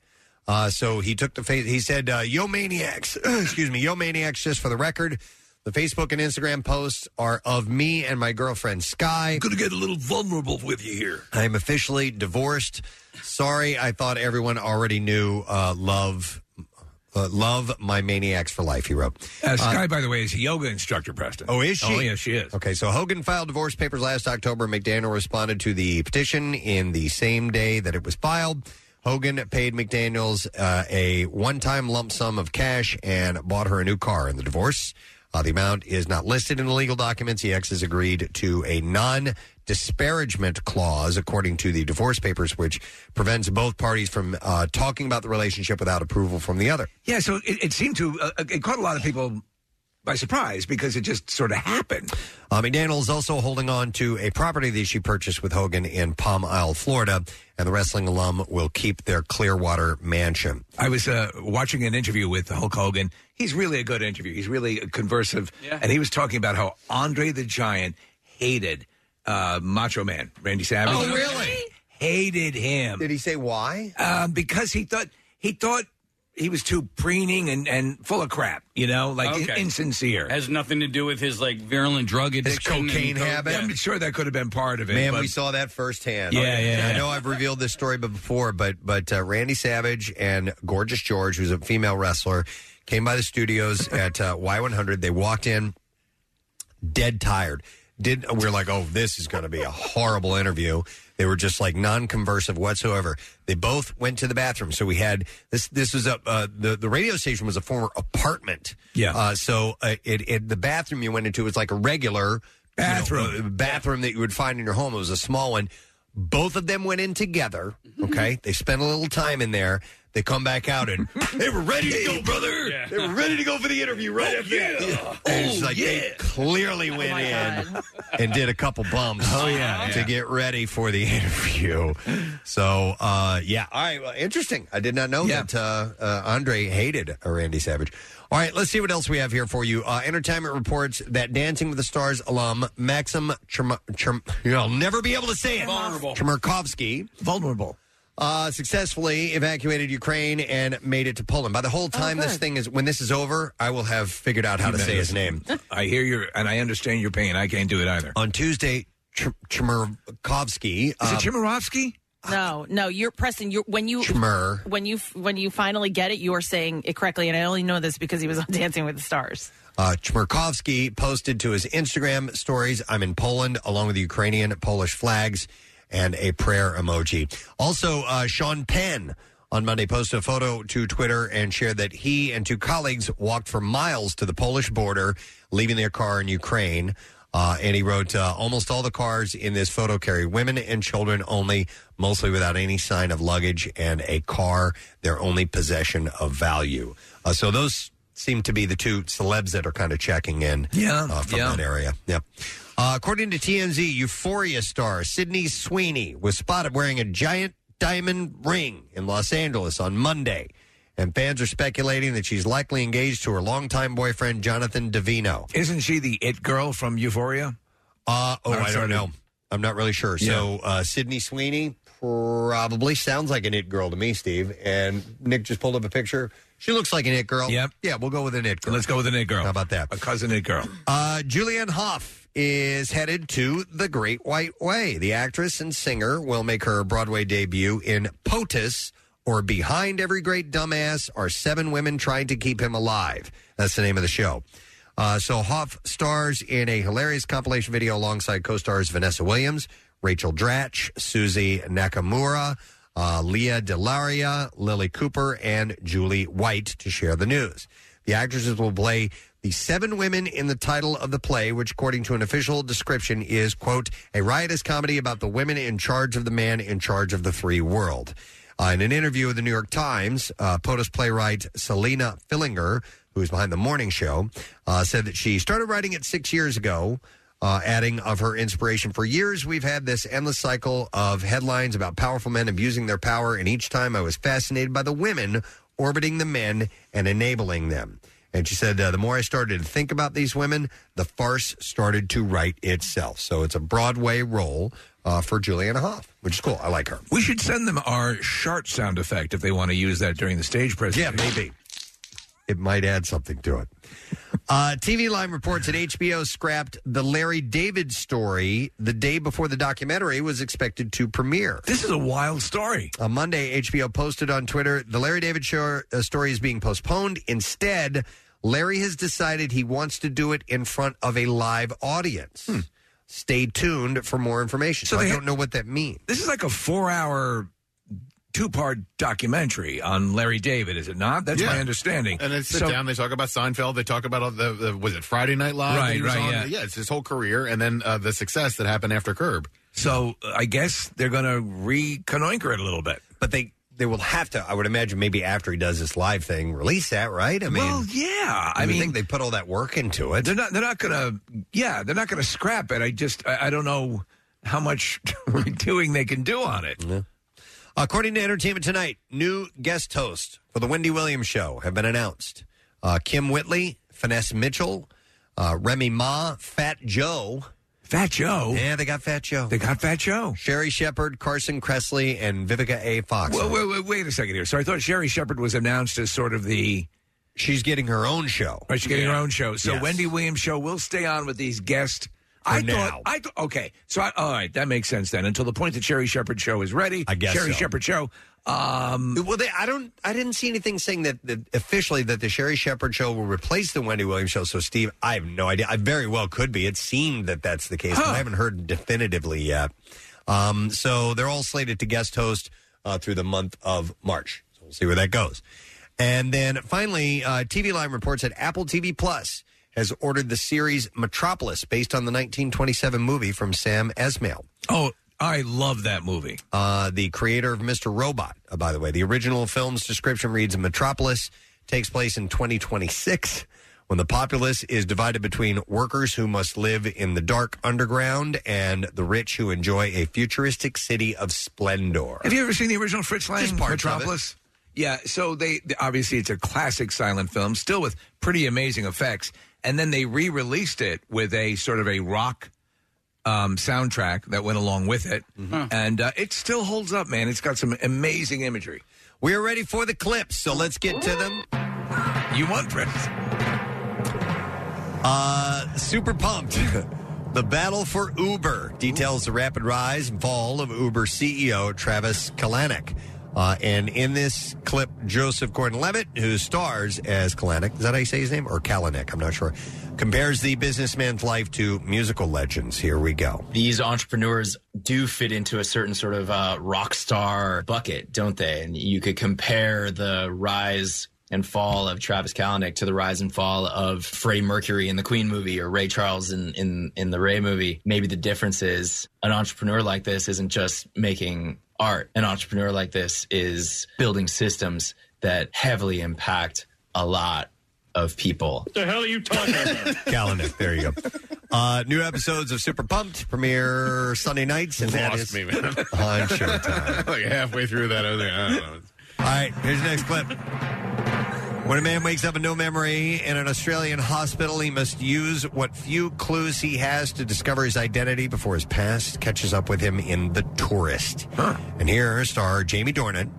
Speaker 5: Uh, so he took the face. He said, uh, "Yo maniacs, excuse me, yo maniacs." Just for the record, the Facebook and Instagram posts are of me and my girlfriend Sky.
Speaker 4: Gonna get a little vulnerable with you here.
Speaker 5: I am officially divorced. Sorry, I thought everyone already knew. Uh, love, uh, love my maniacs for life. He wrote.
Speaker 4: Uh, Sky, by the way, is a yoga instructor, Preston.
Speaker 5: Oh, is she?
Speaker 4: Oh, yeah, she is.
Speaker 5: Okay, so Hogan filed divorce papers last October. McDaniel responded to the petition in the same day that it was filed. Hogan paid McDaniels uh, a one time lump sum of cash and bought her a new car in the divorce. Uh, the amount is not listed in the legal documents. The ex has agreed to a non disparagement clause, according to the divorce papers, which prevents both parties from uh, talking about the relationship without approval from the other.
Speaker 4: Yeah, so it, it seemed to uh, it caught a lot of people by surprise because it just sort of happened.
Speaker 5: Uh, McDaniel is also holding on to a property that she purchased with Hogan in Palm Isle, Florida, and the wrestling alum will keep their Clearwater mansion.
Speaker 4: I was uh, watching an interview with Hulk Hogan. He's really a good interview. He's really conversive, and he was talking about how Andre the Giant hated uh, Macho Man Randy Savage.
Speaker 5: Oh, really?
Speaker 4: Hated him. Did
Speaker 5: he say why?
Speaker 4: Um, because he thought he thought he was too preening and, and full of crap. You know, like in-
Speaker 6: Okay.
Speaker 4: insincere.
Speaker 6: Has nothing to do with his like virulent drug addiction, and coke- Yeah.
Speaker 4: I'm sure that could have been part of it.
Speaker 5: Man,
Speaker 4: but-
Speaker 5: we saw that firsthand.
Speaker 4: Yeah, yeah,
Speaker 5: And I
Speaker 4: yeah.
Speaker 5: know I've revealed this story before, but but uh, Randy Savage and Gorgeous George, who's a female wrestler, came by the studios at uh, Y100. They walked in, dead tired. Did we were like, oh, this is going to be a horrible interview. They were just like non-conversive whatsoever. They both went to the bathroom, so we had this. This was a uh, the the radio station was a former apartment.
Speaker 4: Yeah.
Speaker 5: Uh, so uh, it, it the bathroom you went into was like a regular bathroom bathroom that you would find in your home. It was a small one. Both of them went in together. Okay, they spent a little time in there. They come back out and they were ready to go, brother. They were ready to go for the interview right after. Yeah. And
Speaker 3: Oh,
Speaker 5: it's like they clearly went in and did a couple bumps. Oh yeah, to get ready for the interview. So uh, yeah, all right. Well, interesting. I did not know that uh, uh, Andre hated uh, Randy Savage. All right, let's see what else we have here for you. Uh, entertainment reports that Dancing with the Stars alum Maxim Cherm- Cherm- you'll never be able to say it.
Speaker 6: Vulnerable.
Speaker 5: Chmerkovsky.
Speaker 4: Vulnerable.
Speaker 5: Uh, successfully evacuated Ukraine and made it to Poland. By the whole time this thing is, when this is over, I will have figured out how to say his name.
Speaker 4: I hear your and I understand your pain. I can't do it either.
Speaker 5: On Tuesday, Ch- Chmerkovsky.
Speaker 4: Is
Speaker 5: uh,
Speaker 4: it Chimarovsky?
Speaker 3: No, no, you're Preston. You're when you
Speaker 5: Chmer.
Speaker 3: when you when you finally get it, you are saying it correctly, and I only know this because he was on Dancing with the Stars.
Speaker 5: Uh, Chmerkovsky posted to his Instagram stories, I'm in Poland, along with the Ukrainian Polish flags and a prayer emoji. Also, uh, Sean Penn on Monday posted a photo to Twitter and shared that he and two colleagues walked for miles to the Polish border, leaving their car in Ukraine. Uh, and he wrote, uh, almost all the cars in this photo carry women and children only, mostly without any sign of luggage and a car, their only possession of value. Uh, so those seem to be the two celebs that are kind of checking in
Speaker 4: Yeah,
Speaker 5: uh, from
Speaker 4: yeah.
Speaker 5: that area. Yep. Uh, according to TMZ, Euphoria star Sydney Sweeney was spotted wearing a giant diamond ring in Los Angeles on Monday. And fans are speculating that she's likely engaged to her longtime boyfriend, Jonathan Davino.
Speaker 4: Isn't she the it girl from Euphoria?
Speaker 5: Uh, oh, I
Speaker 4: sorry.
Speaker 5: don't know. I'm not really sure. So, uh, Sydney Sweeney probably sounds like an it girl to me, Steve. And Nick just pulled up a picture. She looks like an it girl.
Speaker 4: Yep.
Speaker 5: Yeah, we'll go with an it girl.
Speaker 4: Let's go with an it girl. How
Speaker 5: about that?
Speaker 4: A cousin it girl.
Speaker 5: Uh, Julianne Hough is headed to the Great White Way. The actress and singer will make her Broadway debut in POTUS or Behind Every Great Dumbass Are Seven Women Trying to Keep Him Alive. That's the name of the show. Uh, so Hoff stars in a hilarious compilation video alongside co-stars Vanessa Williams, Rachel Dratch, Susie Nakamura, uh, Leah Delaria, Lily Cooper, and Julie White to share the news. The actresses will play the seven women in the title of the play, which, according to an official description, is quote a riotous comedy about the women in charge of the man in charge of the free world. Uh, in an interview with the New York Times, uh, POTUS playwright Selena Fillinger, who is behind the morning show, uh, said that she started writing it six years ago, uh, adding of her inspiration. For years, we've had this endless cycle of headlines about powerful men abusing their power, and each time I was fascinated by the women orbiting the men and enabling them. And she said, uh, the more I started to think about these women, the farce started to write itself. So it's a Broadway role uh, for Juliana Hoff, which is cool. I like her.
Speaker 4: We should send them our shark sound effect if they want to use that during the stage presentation.
Speaker 5: Yeah, maybe. It might add something to it. Uh, TV Line reports that HBO scrapped the Larry David story the day before the documentary was expected to premiere.
Speaker 4: This is a wild story.
Speaker 5: On Monday, HBO posted on Twitter the Larry David show, uh, story is being postponed. Instead, Larry has decided he wants to do it in front of a live audience.
Speaker 4: Hmm.
Speaker 5: Stay tuned for more information. So, I don't know what that means.
Speaker 4: This is like a four-hour, two-part documentary on Larry David, is it not? That's my
Speaker 7: Yeah.
Speaker 4: understanding.
Speaker 7: And they sit
Speaker 4: So-
Speaker 7: down. They talk about Seinfeld. They talk about all the, the was it Friday Night Live? that
Speaker 4: Right,
Speaker 7: he was
Speaker 4: right,
Speaker 7: on?
Speaker 4: yeah.
Speaker 7: It's his whole career, and then uh, the success that happened after Curb.
Speaker 4: So uh, I guess they're going to reconnoiter it a little bit.
Speaker 5: But they they will have to. I would imagine maybe after he does this live thing, release that, right? I mean,
Speaker 4: well, yeah. I
Speaker 5: you would
Speaker 4: mean,
Speaker 5: think they put all that work into it.
Speaker 4: They're not. They're not gonna. Yeah, they're not gonna scrap it. I just. I, I don't know how much doing they can do on it.
Speaker 5: According to Entertainment Tonight, new guest hosts for the Wendy Williams show have been announced. Uh, Kim Whitley, Finesse Mitchell, uh, Remy Ma, Fat Joe.
Speaker 4: Fat Joe?
Speaker 5: Yeah, they got Fat Joe.
Speaker 4: They got Fat Joe.
Speaker 5: Sherry Shepard, Carson Kressley, and Vivica A. Fox.
Speaker 4: Well, wait, wait, wait a second here. So I thought Sherry Shepard was announced as sort of the.
Speaker 5: She's getting her own show.
Speaker 4: Right, she's getting her own show. So
Speaker 5: Yes.
Speaker 4: Wendy Williams show will stay on with these guests. I
Speaker 5: now.
Speaker 4: thought. I th- okay. So I, all right, that makes sense then. Until the point that Sherry Shepard show is ready. I
Speaker 5: guess
Speaker 4: Sherry
Speaker 5: so.
Speaker 4: Shepard show. Um,
Speaker 5: well, they, I don't. I didn't see anything saying that, that officially that the Sherry Shepard show will replace the Wendy Williams show. So, Steve, I have no idea. I very well could be. It seemed that that's the case, but I haven't heard definitively yet. Um, so they're all slated to guest host uh, through the month of March. So we'll see where that goes. And then finally, uh, TV Line reports that Apple TV Plus has ordered the series Metropolis, based on the 1927 movie from Sam Esmail.
Speaker 4: Oh, I love that movie.
Speaker 5: Uh, the creator of Mr. Robot, uh, by the way. The original film's description reads Metropolis takes place in 2026 when the populace is divided between workers who must live in the dark underground and the rich who enjoy a futuristic city of splendor.
Speaker 4: Have you ever seen the original Fritz Lang Metropolis? Yeah, so they th- obviously it's a classic silent film, still with pretty amazing effects, and then they re-released it with a sort of a rock um, soundtrack that went along with it, and uh, it still holds up, man. It's got some amazing imagery.
Speaker 5: We are ready for the clips, so let's get to them.
Speaker 4: You want Fritz?
Speaker 5: Uh, super pumped. the battle for Uber details the rapid rise and fall of Uber CEO Travis Kalanick. Uh, and in this clip, Joseph Gordon-Levitt, who stars as Kalanick, is that how you say his name? Or Kalanick, I'm not sure, compares the businessman's life to musical legends. Here we go.
Speaker 13: these entrepreneurs do fit into a certain sort of uh, rock star bucket, don't they? And you could compare the rise and fall of Travis Kalanick to the rise and fall of Freddie Mercury in the Queen movie or Ray Charles in, in, in the Ray movie. Maybe the difference is an entrepreneur like this isn't just making art, an entrepreneur like this is building systems that heavily impact a lot of people.
Speaker 14: the hell are you talking about?
Speaker 5: Kalanick, there you go. Uh, new episodes of Super Pumped premiere Sunday nights. And that is
Speaker 7: Lost me, man.
Speaker 5: on Showtime.
Speaker 7: like halfway through that, I was like, I don't know.
Speaker 5: All right, here's the next clip. When a man wakes up with no memory in an Australian hospital, he must use what few clues he has to discover his identity before his past catches up with him in The Tourist. And here, star Jamie Dornan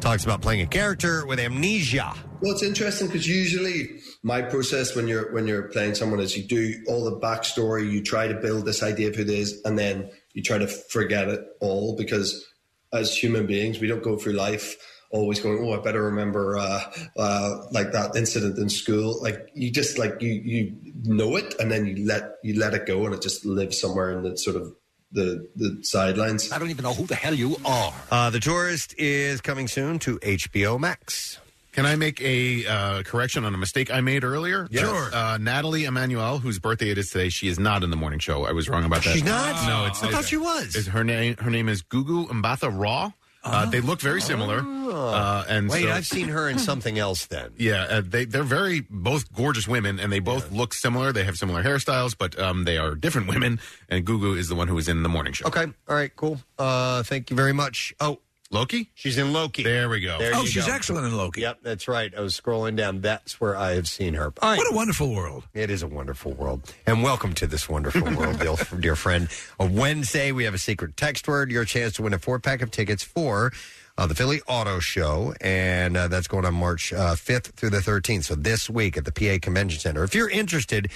Speaker 5: talks about playing a character with amnesia.
Speaker 15: Well, it's interesting because usually my process when you're when you're playing someone is you do all the backstory, you try to build this idea of who they is, and then you try to forget it all because as human beings we don't go through life always going oh i better remember uh, uh, like that incident in school like you just like you you know it and then you let you let it go and it just lives somewhere in the sort of the the sidelines i don't even know who the hell you are
Speaker 5: Uh, the Tourist is coming soon to HBO Max.
Speaker 7: Can I make a uh, correction on a mistake I made earlier?
Speaker 5: Yes. Sure.
Speaker 7: Uh, Natalie Emanuel, whose birthday it is today, she is not in the morning show. I was wrong about that.
Speaker 5: She's not?
Speaker 7: No, it's.
Speaker 5: I thought
Speaker 7: it's-
Speaker 5: she was.
Speaker 7: it's- her name? Her name is Gugu Mbatha Raw. Uh, they look very similar. Uh, and
Speaker 5: Oh. Wait,
Speaker 7: so-
Speaker 5: I've seen her in something else then.
Speaker 7: Yeah, uh, they they're very both gorgeous women, and they both look similar. They have similar hairstyles, but um, they are different women. And Gugu is the one who is in the morning show.
Speaker 5: Okay. All right, cool. Uh, thank you very much. Oh,
Speaker 7: Loki?
Speaker 5: She's in Loki.
Speaker 7: There we go.
Speaker 5: There
Speaker 4: Oh,
Speaker 5: you
Speaker 4: she's
Speaker 5: go.
Speaker 4: excellent in Loki.
Speaker 5: Yep, that's right. I was scrolling down. That's where I have seen her.
Speaker 4: What a wonderful world.
Speaker 5: It is a wonderful world. And welcome to this wonderful world, dear, dear friend. On Wednesday, we have a secret text word. Your chance to win a four pack of tickets for uh, the Philly Auto Show. And uh, that's going on March uh, 5th through the 13th. So this week at the PA Convention Center. If you're interested,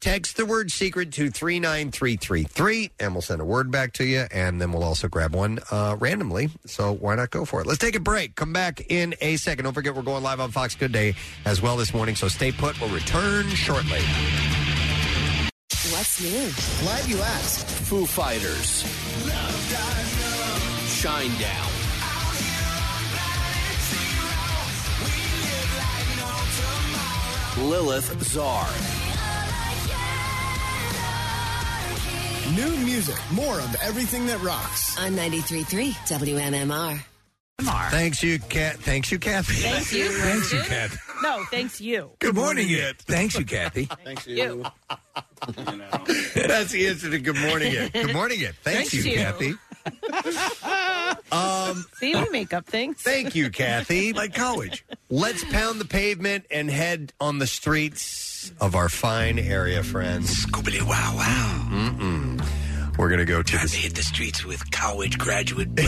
Speaker 5: text the word secret to 39333 and we'll send a word back to you. And then we'll also grab one uh, randomly. So why not go for it? Let's take a break. Come back in a second. Don't forget, we're going live on Fox Good Day as well this morning. So stay put. We'll return shortly.
Speaker 16: What's new? Glad you asked. Foo Fighters. Shine Down. Lilith Czar.
Speaker 17: New music, more of everything that rocks. On 93.3 WMMR.
Speaker 5: Thanks you, Kat. Thanks you, Kathy.
Speaker 3: Thank you.
Speaker 4: Thanks you,
Speaker 3: Brandon.
Speaker 4: Kathy.
Speaker 3: No, thanks you.
Speaker 4: Good morning, it. Thanks you, Kathy.
Speaker 3: Thanks you.
Speaker 5: That's the answer to good morning, it. Good morning, it. Thanks,
Speaker 3: Thanks
Speaker 5: you,
Speaker 3: you.
Speaker 5: Kathy. Um,
Speaker 3: See, we make up things.
Speaker 5: Thank you, Kathy. like
Speaker 4: college.
Speaker 5: Let's pound the pavement and head on the streets of our fine area, friends.
Speaker 4: Scoobily wow wow.
Speaker 5: Mm-mm. We're gonna go to
Speaker 4: Time to hit the streets with college graduate.
Speaker 5: the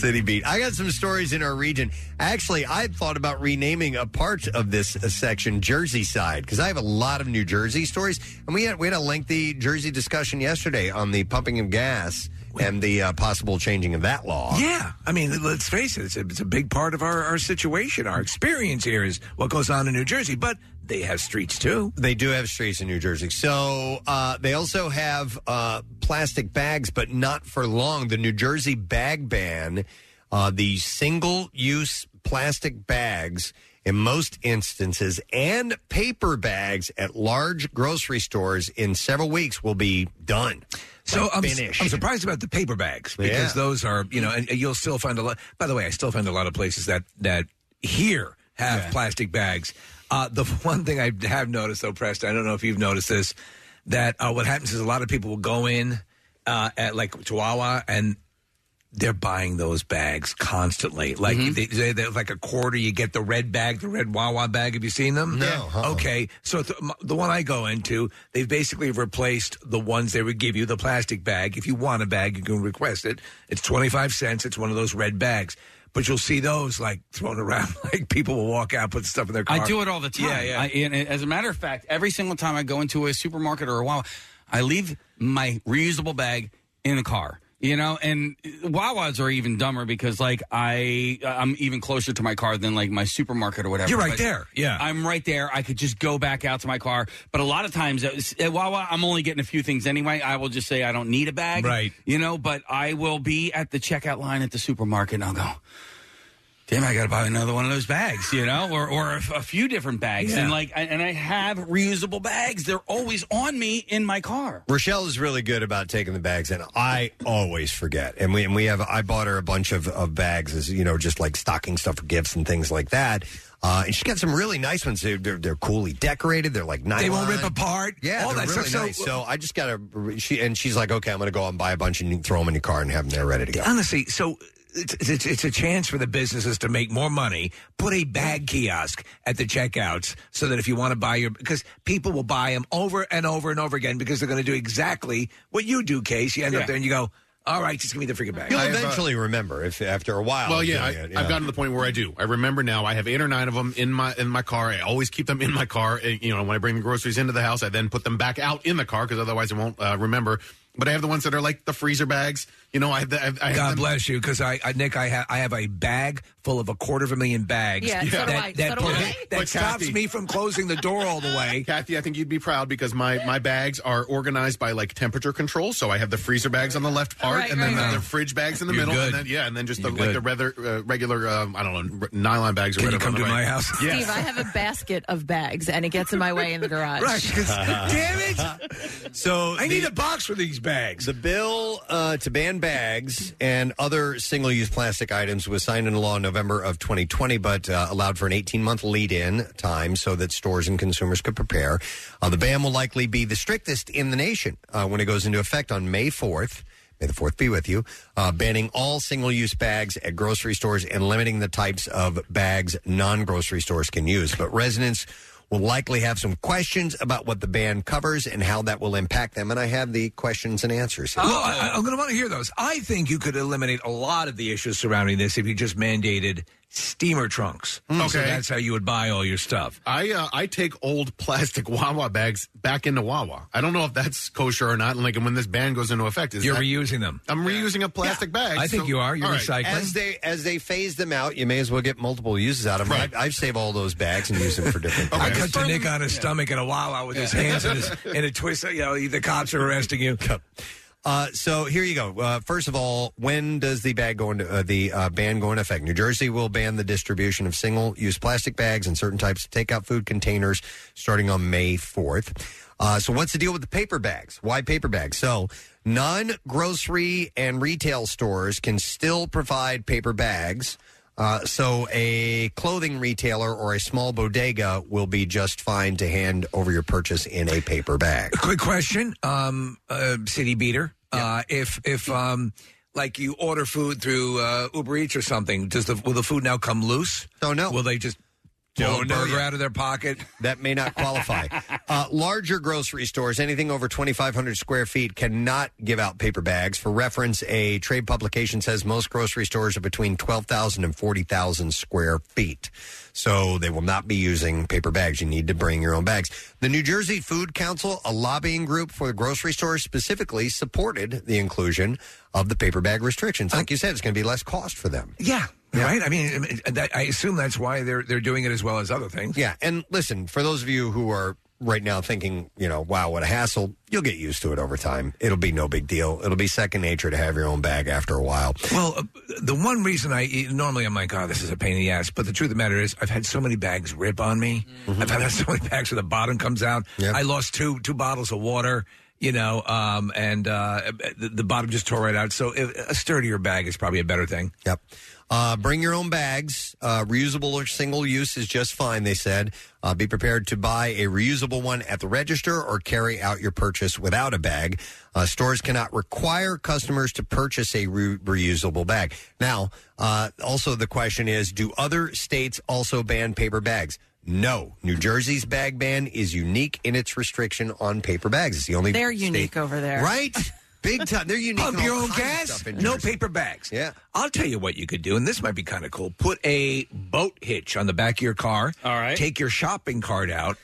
Speaker 5: city beat. I got some stories in our region. Actually, I had thought about renaming a part of this uh, section Jersey side because I have a lot of New Jersey stories, and we had we had a lengthy Jersey discussion yesterday on the pumping of gas and the uh, possible changing of that law.
Speaker 4: Yeah, I mean, let's face it; it's a, it's a big part of our, our situation. Our experience here is what goes on in New Jersey, but they have streets too.
Speaker 5: They do have streets in New Jersey. So uh, they also have uh, plastic bags, but not for long. The New Jersey bag ban, uh, the single use plastic bags in most instances, and paper bags at large grocery stores in several weeks will be done.
Speaker 4: So
Speaker 5: Like,
Speaker 4: I'm,
Speaker 5: finished.
Speaker 4: I'm surprised about the paper bags because
Speaker 5: Yeah.
Speaker 4: those are you know, and and you'll still find a lot. By the way, I still find a lot of places that that here have plastic bags. Uh, the one thing I have noticed, though, Preston, I don't know if you've noticed this, that uh, what happens is a lot of people will go in uh, at like Chihuahua and they're buying those bags constantly. Like they, they, they're like a quarter, you get the red bag, the red Wawa bag. Have you seen them? No. Okay, so th- m- the one I go into, they've basically replaced the ones they would give you, the plastic bag. If you want a bag, you can request it. It's twenty five cents. It's one of those red bags. But you'll see those like thrown around. Like people will walk out, put stuff in their car.
Speaker 6: I do it all the time.
Speaker 4: Yeah, yeah.
Speaker 6: I, and as a matter of fact, every single time I go into a supermarket or a Wawa, I leave my reusable bag in the car. You know, and Wawas are even dumber because like I I'm even closer to my car than like my supermarket or whatever.
Speaker 4: You're right
Speaker 6: But
Speaker 4: there. Yeah.
Speaker 6: I'm right there. I could just go back out to my car. But a lot of times uh, at at Wawa, I'm only getting a few things anyway. I will just say I don't need a bag.
Speaker 4: Right.
Speaker 6: You know, but I will be at the checkout line at the supermarket and I'll go, damn, I got to buy another one of those bags, you know, or, or a, f- a few different bags.
Speaker 5: Yeah.
Speaker 6: And like, I, and I have reusable bags. They're always on me in my car.
Speaker 5: Rochelle is really good about taking the bags, and I always forget. And we and we have I bought her a bunch of, of bags as you know, just like stocking stuff for gifts and things like that. Uh, and she got some really nice ones. They're, they're, they're coolly decorated. They're like nylon.
Speaker 4: They won't rip apart.
Speaker 5: Yeah,
Speaker 4: all
Speaker 5: they're
Speaker 4: that
Speaker 5: really
Speaker 4: stuff. uh,
Speaker 5: nice. So I just got to. She and she's like, okay, I'm going to go out and buy a bunch and throw them in your car and have them there ready to go.
Speaker 4: Honestly, so it's, it's, it's a chance for the businesses to make more money. Put a bag kiosk at the checkouts so that if you want to buy your, because people will buy them over and over and over again because they're going to do exactly what you do, Case. You end
Speaker 6: Yeah.
Speaker 4: up there and you go, All right, just give me the freaking bag.
Speaker 5: You'll eventually remember if after a while.
Speaker 7: Well,
Speaker 5: of
Speaker 7: yeah, I,
Speaker 5: doing it,
Speaker 7: I've gotten to the point where I do. I remember now. I have eight or nine of them in my in my car. I always keep them in my car. And, you know, when I bring the groceries into the house, I then put them back out in the car because otherwise I won't uh, remember. But I have the ones that are like the freezer bags. You know, I have. The, I, have- I have
Speaker 4: God
Speaker 7: them-
Speaker 4: bless you, because I, I, Nick, I have I have a bag full of a quarter of a million bags.
Speaker 7: Yeah, so do
Speaker 4: that,
Speaker 7: I.
Speaker 4: that,
Speaker 7: So do
Speaker 4: prohi-
Speaker 7: I.
Speaker 4: that
Speaker 7: But
Speaker 4: stops
Speaker 7: Kathy-
Speaker 4: me from closing the door all the way.
Speaker 7: Kathy, I think you'd be proud because my, my bags are organized by like temperature control. So I have the freezer bags on the left part,
Speaker 5: Right,
Speaker 7: and then
Speaker 5: right,
Speaker 18: uh,
Speaker 7: the,
Speaker 5: right.
Speaker 7: the fridge bags in the
Speaker 5: You're
Speaker 7: middle,
Speaker 5: good.
Speaker 7: and then yeah, and then just the,
Speaker 5: You're
Speaker 7: like
Speaker 5: good.
Speaker 7: the rather, uh, regular um, I don't know r- nylon bags. Can or
Speaker 4: you
Speaker 7: whatever
Speaker 4: come
Speaker 7: on
Speaker 4: to
Speaker 7: the
Speaker 4: my
Speaker 7: right.
Speaker 4: house?
Speaker 7: Yes.
Speaker 19: Steve, I have a basket of bags, and it gets in my way in the garage.
Speaker 4: Right, 'cause-
Speaker 3: Uh-huh.
Speaker 4: damn
Speaker 5: it! So
Speaker 4: I need a box for these bags.
Speaker 5: The bill uh, to ban bags and other single-use plastic items was signed into law in November of 2020, but uh, allowed for an 18-month lead-in time so that stores and consumers could prepare. Uh, the ban will likely be the strictest in the nation uh, when it goes into effect on May 4th. May the fourth be with you. Uh, banning all single use bags at grocery stores and limiting the types of bags non grocery stores can use. But residents will likely have some questions about what the ban covers and how that will impact them. And I have the questions and answers. here.
Speaker 4: Well, I, I'm going to want to hear those. I think you could eliminate a lot of the issues surrounding this if you just mandated steamer trunks.
Speaker 7: Mm.
Speaker 4: So
Speaker 7: Okay.
Speaker 4: that's how you would buy all your stuff.
Speaker 7: I uh, I take old plastic Wawa bags back into Wawa. I don't know if that's kosher or not. And like when this ban goes into effect, is
Speaker 4: You're
Speaker 7: that-
Speaker 4: reusing them.
Speaker 7: I'm reusing a plastic bag.
Speaker 5: I think you are. You're
Speaker 7: all
Speaker 5: recycling. As they- as they phase them out, you may as well get multiple uses out of them. I, I save all those bags and use them for different things.
Speaker 4: I cut to Nick on his stomach in a Wawa with his hands in, his, in a twist. You know, the cops are arresting you.
Speaker 5: Uh, so here you go. Uh, first of all, when does the bag go into uh, the uh, ban go into effect? New Jersey will ban the distribution of single-use plastic bags and certain types of takeout food containers starting on May fourth. Uh, so what's the deal with the paper bags? Why paper bags? So non-grocery and retail stores can still provide paper bags. Uh, so a clothing retailer or a small bodega will be just fine to hand over your purchase in a paper bag.
Speaker 4: Quick question, um, uh, city beater. Uh, if if um, like you order food through uh, Uber Eats or something, does the will the food now come loose?
Speaker 5: Oh no!
Speaker 4: Will they just pull a
Speaker 5: Don't know
Speaker 4: burger
Speaker 5: yet.
Speaker 4: out of their pocket?
Speaker 5: That may not qualify. uh, larger grocery stores, anything over 2,500 square feet, cannot give out paper bags. For reference, a trade publication says most grocery stores are between 12,000 and 40,000 square feet. So they will not be using paper bags. You need to bring your own bags. The New Jersey Food Council, a lobbying group for the grocery stores specifically, supported the inclusion of the paper bag restrictions. Like you said, it's going to be less cost for them.
Speaker 4: Yeah. Right. I mean, I mean, that, I assume that's why they're they're doing it as well as other things.
Speaker 5: Yeah, and listen, for those of you who are right now thinking, you know, wow, what a hassle, you'll get used to it over time. It'll be no big deal. It'll be second nature to have your own bag after a while.
Speaker 4: Well, uh, the one reason I normally I'm like, oh, this is a pain in the ass. But the truth of the matter is, I've had so many bags rip on me.
Speaker 5: Mm-hmm.
Speaker 4: I've had so many bags where the bottom comes out. I lost two two bottles of water, you know, um, and uh, the, the bottom just tore right out. So if, a sturdier bag is probably a better thing.
Speaker 5: Yep. Uh, bring your own bags. Uh, reusable or single use is just fine, they said. Uh, be prepared to buy a reusable one at the register or carry out your purchase without a bag. Uh, stores cannot require customers to purchase a re- reusable bag. Now, uh, also the question is do other states also ban paper bags? No. New Jersey's bag ban is unique in its restriction on paper bags. It's the only
Speaker 19: They're
Speaker 5: state-
Speaker 19: unique over there.
Speaker 5: Right? Big time. They're unique.
Speaker 4: Pump
Speaker 5: in
Speaker 4: your
Speaker 5: all
Speaker 4: own
Speaker 5: kinds of
Speaker 4: gas,
Speaker 5: stuff in
Speaker 4: no
Speaker 5: Jersey.
Speaker 4: paper bags.
Speaker 5: Yeah.
Speaker 4: I'll tell you what you could do, and this might be kind of cool. Put a boat hitch on the back of your car. All right. Take your shopping cart out.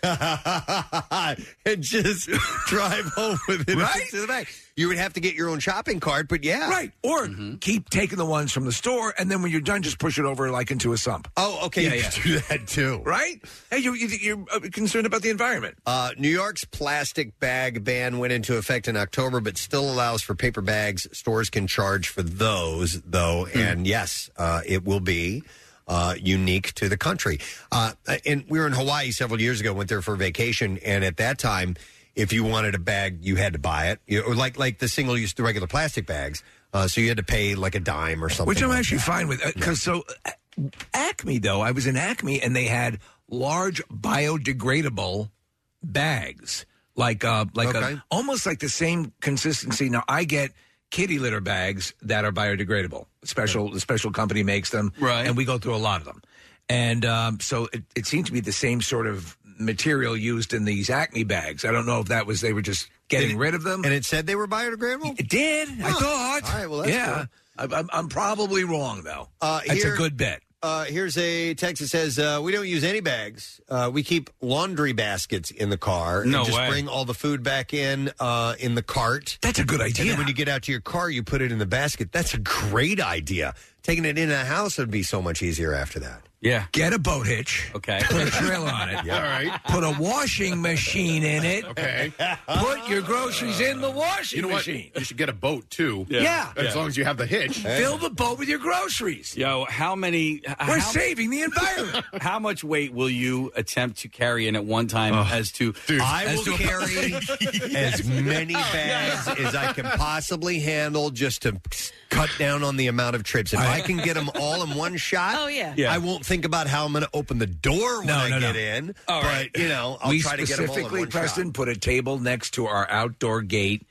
Speaker 5: and just drive home with it
Speaker 4: Right?
Speaker 5: to the back. You would have to get your own shopping cart, but yeah. Mm-hmm.
Speaker 4: Right. Or keep taking the ones from the store, and then when you're done, just push it over like into a sump.
Speaker 5: Oh, okay.
Speaker 4: Yeah,
Speaker 5: You
Speaker 4: yeah.
Speaker 5: could do that too.
Speaker 4: Right? Hey, you, you, you're uh, concerned about the environment.
Speaker 5: Uh, New York's plastic bag ban went into effect in October, but still allows for paper bags. Stores can charge for those, though.
Speaker 4: Hmm.
Speaker 5: And yes, uh, it will be uh, unique to the country. Uh, and we were in Hawaii several years ago, went there for vacation. And at that time, if you wanted a bag, you had to buy it, you, or like, like the single use, the regular plastic bags. Uh, so you had to pay like a dime or something.
Speaker 4: Which I'm
Speaker 5: like
Speaker 4: actually
Speaker 5: that.
Speaker 4: fine with. Because so uh, Acme, though, I was in Acme, and they had large biodegradable bags, like uh, like a-
Speaker 5: Okay.
Speaker 4: almost like the same consistency. Now I get kitty litter bags that are biodegradable. Special the special company makes them, right? And we go through a lot of them, and um, so it, it seemed to be the same sort of material used in these Acme bags. I don't know if that was they were just getting rid of them.
Speaker 5: And it said they were biodegradable.
Speaker 4: It did. I thought.
Speaker 5: All right. Well, that's
Speaker 4: yeah. I'm- I'm, I'm probably wrong though.
Speaker 5: Uh,
Speaker 4: that's
Speaker 5: here-
Speaker 4: a good bet.
Speaker 5: Uh, here's a text that says uh, we don't use any bags. Uh, we keep laundry baskets in the car.
Speaker 4: No
Speaker 5: and just
Speaker 4: way.
Speaker 5: bring all the food back in uh, in the cart.
Speaker 4: That's a good idea.
Speaker 5: And then when you get out to your car, you put it in the basket. That's a great idea. Taking it in the house would be so much easier after that.
Speaker 6: Yeah.
Speaker 4: Get a boat hitch.
Speaker 6: Okay.
Speaker 4: Put a trailer on it.
Speaker 5: Yeah. All right.
Speaker 4: Put a washing machine in it.
Speaker 7: Okay.
Speaker 4: Put your groceries in the washing
Speaker 7: You know what?
Speaker 4: machine.
Speaker 7: You should get a boat too.
Speaker 4: Yeah.
Speaker 7: As long as you have the hitch.
Speaker 4: Fill the boat with your groceries.
Speaker 6: Yo, how many? We're
Speaker 4: We're saving the environment.
Speaker 6: How much weight will you attempt to carry in at one time as to?
Speaker 5: I
Speaker 6: as
Speaker 5: will
Speaker 6: to a-
Speaker 5: carry as many
Speaker 4: Oh,
Speaker 5: bags as I can possibly handle just to cut down on the amount of trips. If I can get them all in one shot,
Speaker 3: Oh, yeah.
Speaker 6: Yeah.
Speaker 5: I won't think about how I'm going to open the door when
Speaker 4: No,
Speaker 5: I
Speaker 4: no,
Speaker 5: get
Speaker 4: no.
Speaker 5: in.
Speaker 4: All
Speaker 5: but
Speaker 4: right.
Speaker 5: you know, I'll
Speaker 4: we
Speaker 5: try to get them all in
Speaker 4: specifically,
Speaker 5: one shot.
Speaker 4: Preston, put a table next to our outdoor gate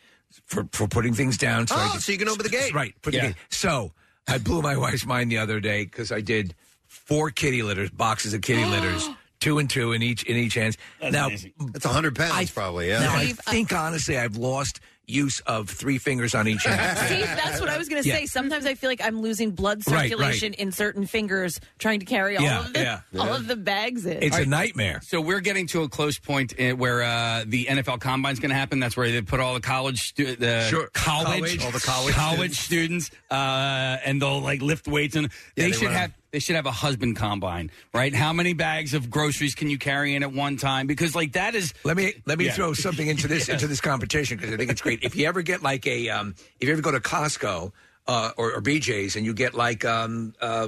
Speaker 4: for, for putting things down. So I
Speaker 5: Oh, so you can open the gate.
Speaker 4: Right. Put
Speaker 5: Yeah.
Speaker 4: the gate. So I blew my wife's mind the other day because I did four kitty litters, boxes of kitty litters, two and two in each in each hand.
Speaker 5: That's
Speaker 4: now
Speaker 5: amazing. That's 100 pounds probably, yeah.
Speaker 4: Now I
Speaker 19: Steve, I-
Speaker 4: think honestly, I've lost use of three fingers on each hand.
Speaker 19: See, that's what I was going to
Speaker 4: Yeah.
Speaker 19: say. Sometimes I feel like I'm losing blood
Speaker 4: Right, right.
Speaker 19: circulation in certain fingers trying to carry all
Speaker 6: Yeah,
Speaker 19: of the
Speaker 6: yeah.
Speaker 19: all
Speaker 6: Yeah.
Speaker 19: of the bags in.
Speaker 6: All right.
Speaker 4: nightmare.
Speaker 6: So we're getting to a close point eh, where uh, the NFL Combine's going to happen. That's where they put all the college, stu- the
Speaker 4: Sure.
Speaker 6: college,
Speaker 4: College. All the college
Speaker 6: students, uh, and they'll like lift weights and they,
Speaker 4: they
Speaker 6: should
Speaker 4: run.
Speaker 6: have. They should have a husband combine, right? How many bags of groceries can you carry in at one time? Because like that is.
Speaker 4: Let me let me
Speaker 6: Yeah.
Speaker 4: throw something into this into this competition because I think it's great. If you ever get like a um, if you ever go to Costco uh, or, or BJ's and you get like um, uh,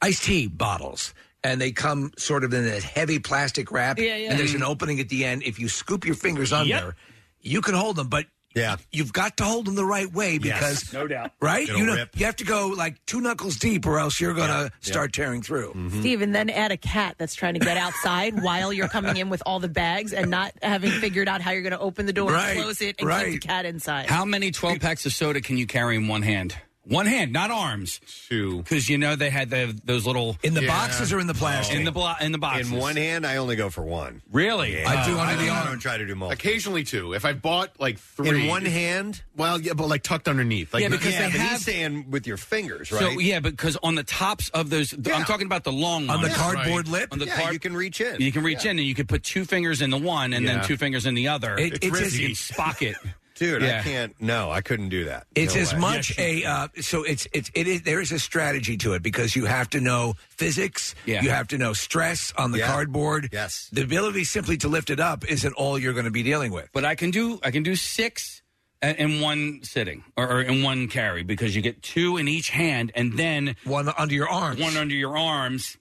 Speaker 4: iced tea bottles and they come sort of in a heavy plastic wrap
Speaker 20: Yeah, yeah.
Speaker 4: and there's an opening at the end. If you scoop your fingers under,
Speaker 20: Yep.
Speaker 4: you can hold them, but yeah, you've got to hold them the right way because
Speaker 20: no doubt.
Speaker 4: right
Speaker 20: It'll
Speaker 4: you know
Speaker 20: rip.
Speaker 4: you have to go like two knuckles deep or else you're gonna start tearing through.
Speaker 20: Mm-hmm.
Speaker 19: Steve, and then add a cat that's trying to get outside while you're coming in with all the bags and not having figured out how you're going to open the door,
Speaker 6: Right,
Speaker 19: close it, and
Speaker 6: right.
Speaker 19: keep the cat inside.
Speaker 6: How many 12 packs of soda can you carry in one hand? One hand, not arms.
Speaker 7: Two.
Speaker 6: Because you know they had the, those little
Speaker 4: In the Yeah. boxes or in the plastic?
Speaker 6: Oh. In the blo- in the boxes.
Speaker 5: In one hand, I only go for one.
Speaker 6: Really?
Speaker 5: I do
Speaker 7: under the
Speaker 5: I
Speaker 7: arm.
Speaker 5: don't try to do multiple.
Speaker 7: Occasionally two. If I bought like three
Speaker 5: In one hand?
Speaker 7: Well, yeah, but like tucked underneath. Like,
Speaker 6: Yeah, because they
Speaker 5: but he's
Speaker 6: have-
Speaker 5: saying with your fingers, right?
Speaker 6: So yeah, because on the tops of those, th- I'm talking about the long
Speaker 5: On the
Speaker 6: ones.
Speaker 5: cardboard lip?
Speaker 6: On the
Speaker 5: Yeah, you can reach in.
Speaker 6: You can reach in, and you could put two fingers in the one, and
Speaker 5: Yeah.
Speaker 6: then two fingers in the other.
Speaker 5: It- It's it's risky.
Speaker 6: you can pocket.
Speaker 5: Dude,
Speaker 6: Yeah.
Speaker 5: I can't. No, I couldn't do that.
Speaker 4: It's
Speaker 5: No
Speaker 4: as
Speaker 5: way.
Speaker 4: much a uh, so it's it's it is there is a strategy to it because you have to know physics,
Speaker 5: Yeah.
Speaker 4: you have to know stress on the
Speaker 6: Yeah.
Speaker 4: cardboard.
Speaker 6: Yes.
Speaker 4: the ability simply to lift it up isn't all you're going to be dealing with.
Speaker 6: But I can do I can do six a- in one sitting or, or in one carry because you get two in each hand, and then
Speaker 4: one under your arms,
Speaker 6: one under your arms.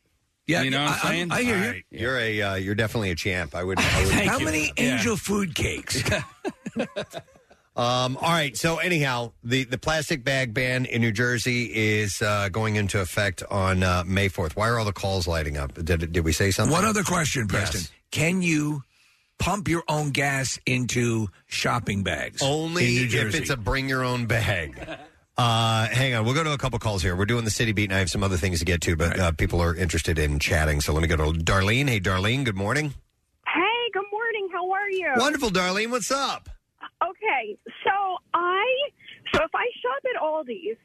Speaker 5: Yeah,
Speaker 6: you know what I'm saying.
Speaker 5: All right. You're a uh, you're definitely a champ. I would. I would
Speaker 4: How many angel food cakes?
Speaker 5: Um, all right. So anyhow, the, the plastic bag ban in New Jersey is uh, going into effect on uh, May fourth. Why are all the calls lighting up? Did did we say something?
Speaker 4: One other question, Preston:
Speaker 5: Yes.
Speaker 4: Can you pump your own gas into shopping bags? in
Speaker 5: Only
Speaker 4: New
Speaker 5: if
Speaker 4: Jersey?
Speaker 5: it's a bring your own bag. Uh, hang on, we'll go to a couple calls here. We're doing the city beat, and I have some other things to get to, but uh, people are interested in chatting. So let me go to Darlene. Hey, Darlene. Good morning.
Speaker 21: Hey, good morning. How are you?
Speaker 5: Wonderful, Darlene. What's up?
Speaker 21: Okay, so I so if I shop at Aldi's,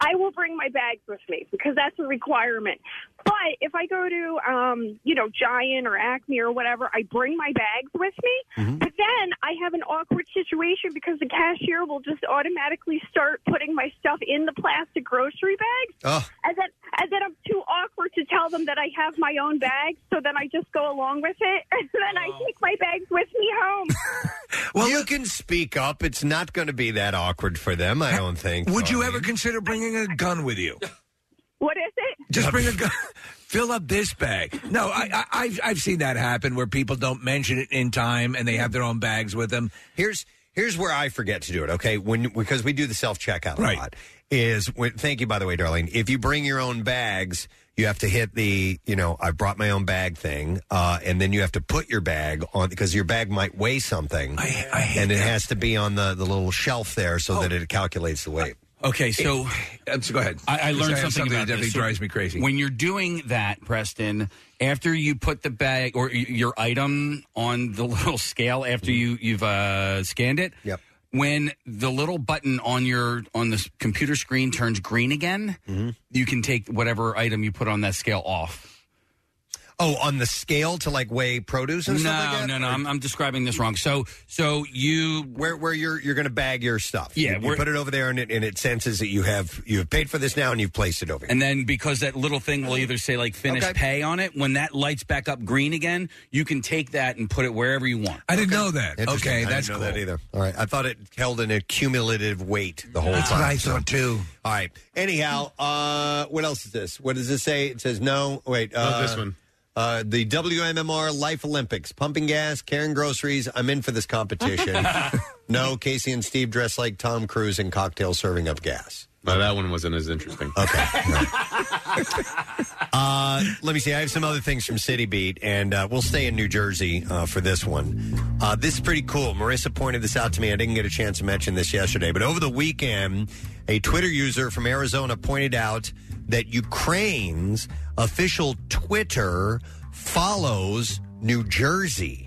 Speaker 21: I will bring my bags with me because that's a requirement. But if I go to um, you know Giant or Acme or whatever, I bring my bags with me. But then I have an awkward situation because the cashier will just automatically start putting my stuff in the plastic grocery bags.
Speaker 5: Oh.
Speaker 21: And then, and then I'm too awkward to tell them that I have my own bag, so then I just go along with it, and then I take my bags with me home.
Speaker 5: Well, you can speak up. It's not going to be that awkward for them, I don't think.
Speaker 4: Would you
Speaker 5: Darlene.
Speaker 4: ever consider bringing a gun with you?
Speaker 21: What is it?
Speaker 4: Just bring a gun. Fill up this bag. No, I, I, I've I've seen that happen where people don't mention it in time and they have their own bags with them.
Speaker 5: Here's here's where I forget to do it. Okay, when because we do the self checkout a lot is when. Thank you, by the way, Darlene. If you bring your own bags, you have to hit the you know I brought my own bag thing, uh, and then you have to put your bag on because your bag might weigh something, and it has to be on the the little shelf there so that it calculates the weight.
Speaker 6: Oh. Okay, so
Speaker 4: I'm so go ahead.
Speaker 6: I, I
Speaker 4: Because
Speaker 6: learned
Speaker 4: have
Speaker 6: something, about
Speaker 4: that definitely
Speaker 6: this. So
Speaker 4: drives me crazy.
Speaker 6: When you're doing that, Preston, after you put the bag or y- your item on the little scale
Speaker 4: Mm-hmm.
Speaker 6: after you you've uh, scanned it, yep. When the little button on your on the s- computer screen turns green again,
Speaker 4: Mm-hmm.
Speaker 6: you can take whatever item you put on that scale off.
Speaker 5: Oh, on the scale to like weigh produce and
Speaker 6: no,
Speaker 5: stuff like that?
Speaker 6: no, no, I'm, I'm describing this wrong. So, so you
Speaker 5: where where you're you're going to bag your stuff?
Speaker 6: Yeah,
Speaker 5: you, you
Speaker 6: we're-
Speaker 5: put it over there, and it, and it senses that you have you have paid for this now, and you've placed it over. here.
Speaker 6: And then because that little thing will either say like finish pay on it, when that lights back up green again, you can take that and put it wherever you want.
Speaker 4: I didn't know that.
Speaker 5: Interesting.
Speaker 4: Okay,
Speaker 5: I
Speaker 4: that's
Speaker 5: didn't know
Speaker 4: cool.
Speaker 5: that either. All right, I thought it held an accumulative weight the whole
Speaker 4: That's
Speaker 5: time.
Speaker 4: what I thought too.
Speaker 5: All right. Anyhow, uh, what else is this? What does this say? It says no. Wait. Uh,
Speaker 7: this one.
Speaker 5: Uh, the WMMR Life Olympics, pumping gas, carrying groceries. I'm in for this competition. no, Casey and Steve dress like Tom Cruise in cocktail serving up gas.
Speaker 7: No, that one wasn't as interesting.
Speaker 5: Okay. Uh, let me see. I have some other things from City Beat, and uh, we'll stay in New Jersey uh, for this one. Uh, this is pretty cool. Marissa pointed this out to me. I didn't get a chance to mention this yesterday, but over the weekend, a Twitter user from Arizona pointed out that Ukraine's official Twitter follows New Jersey.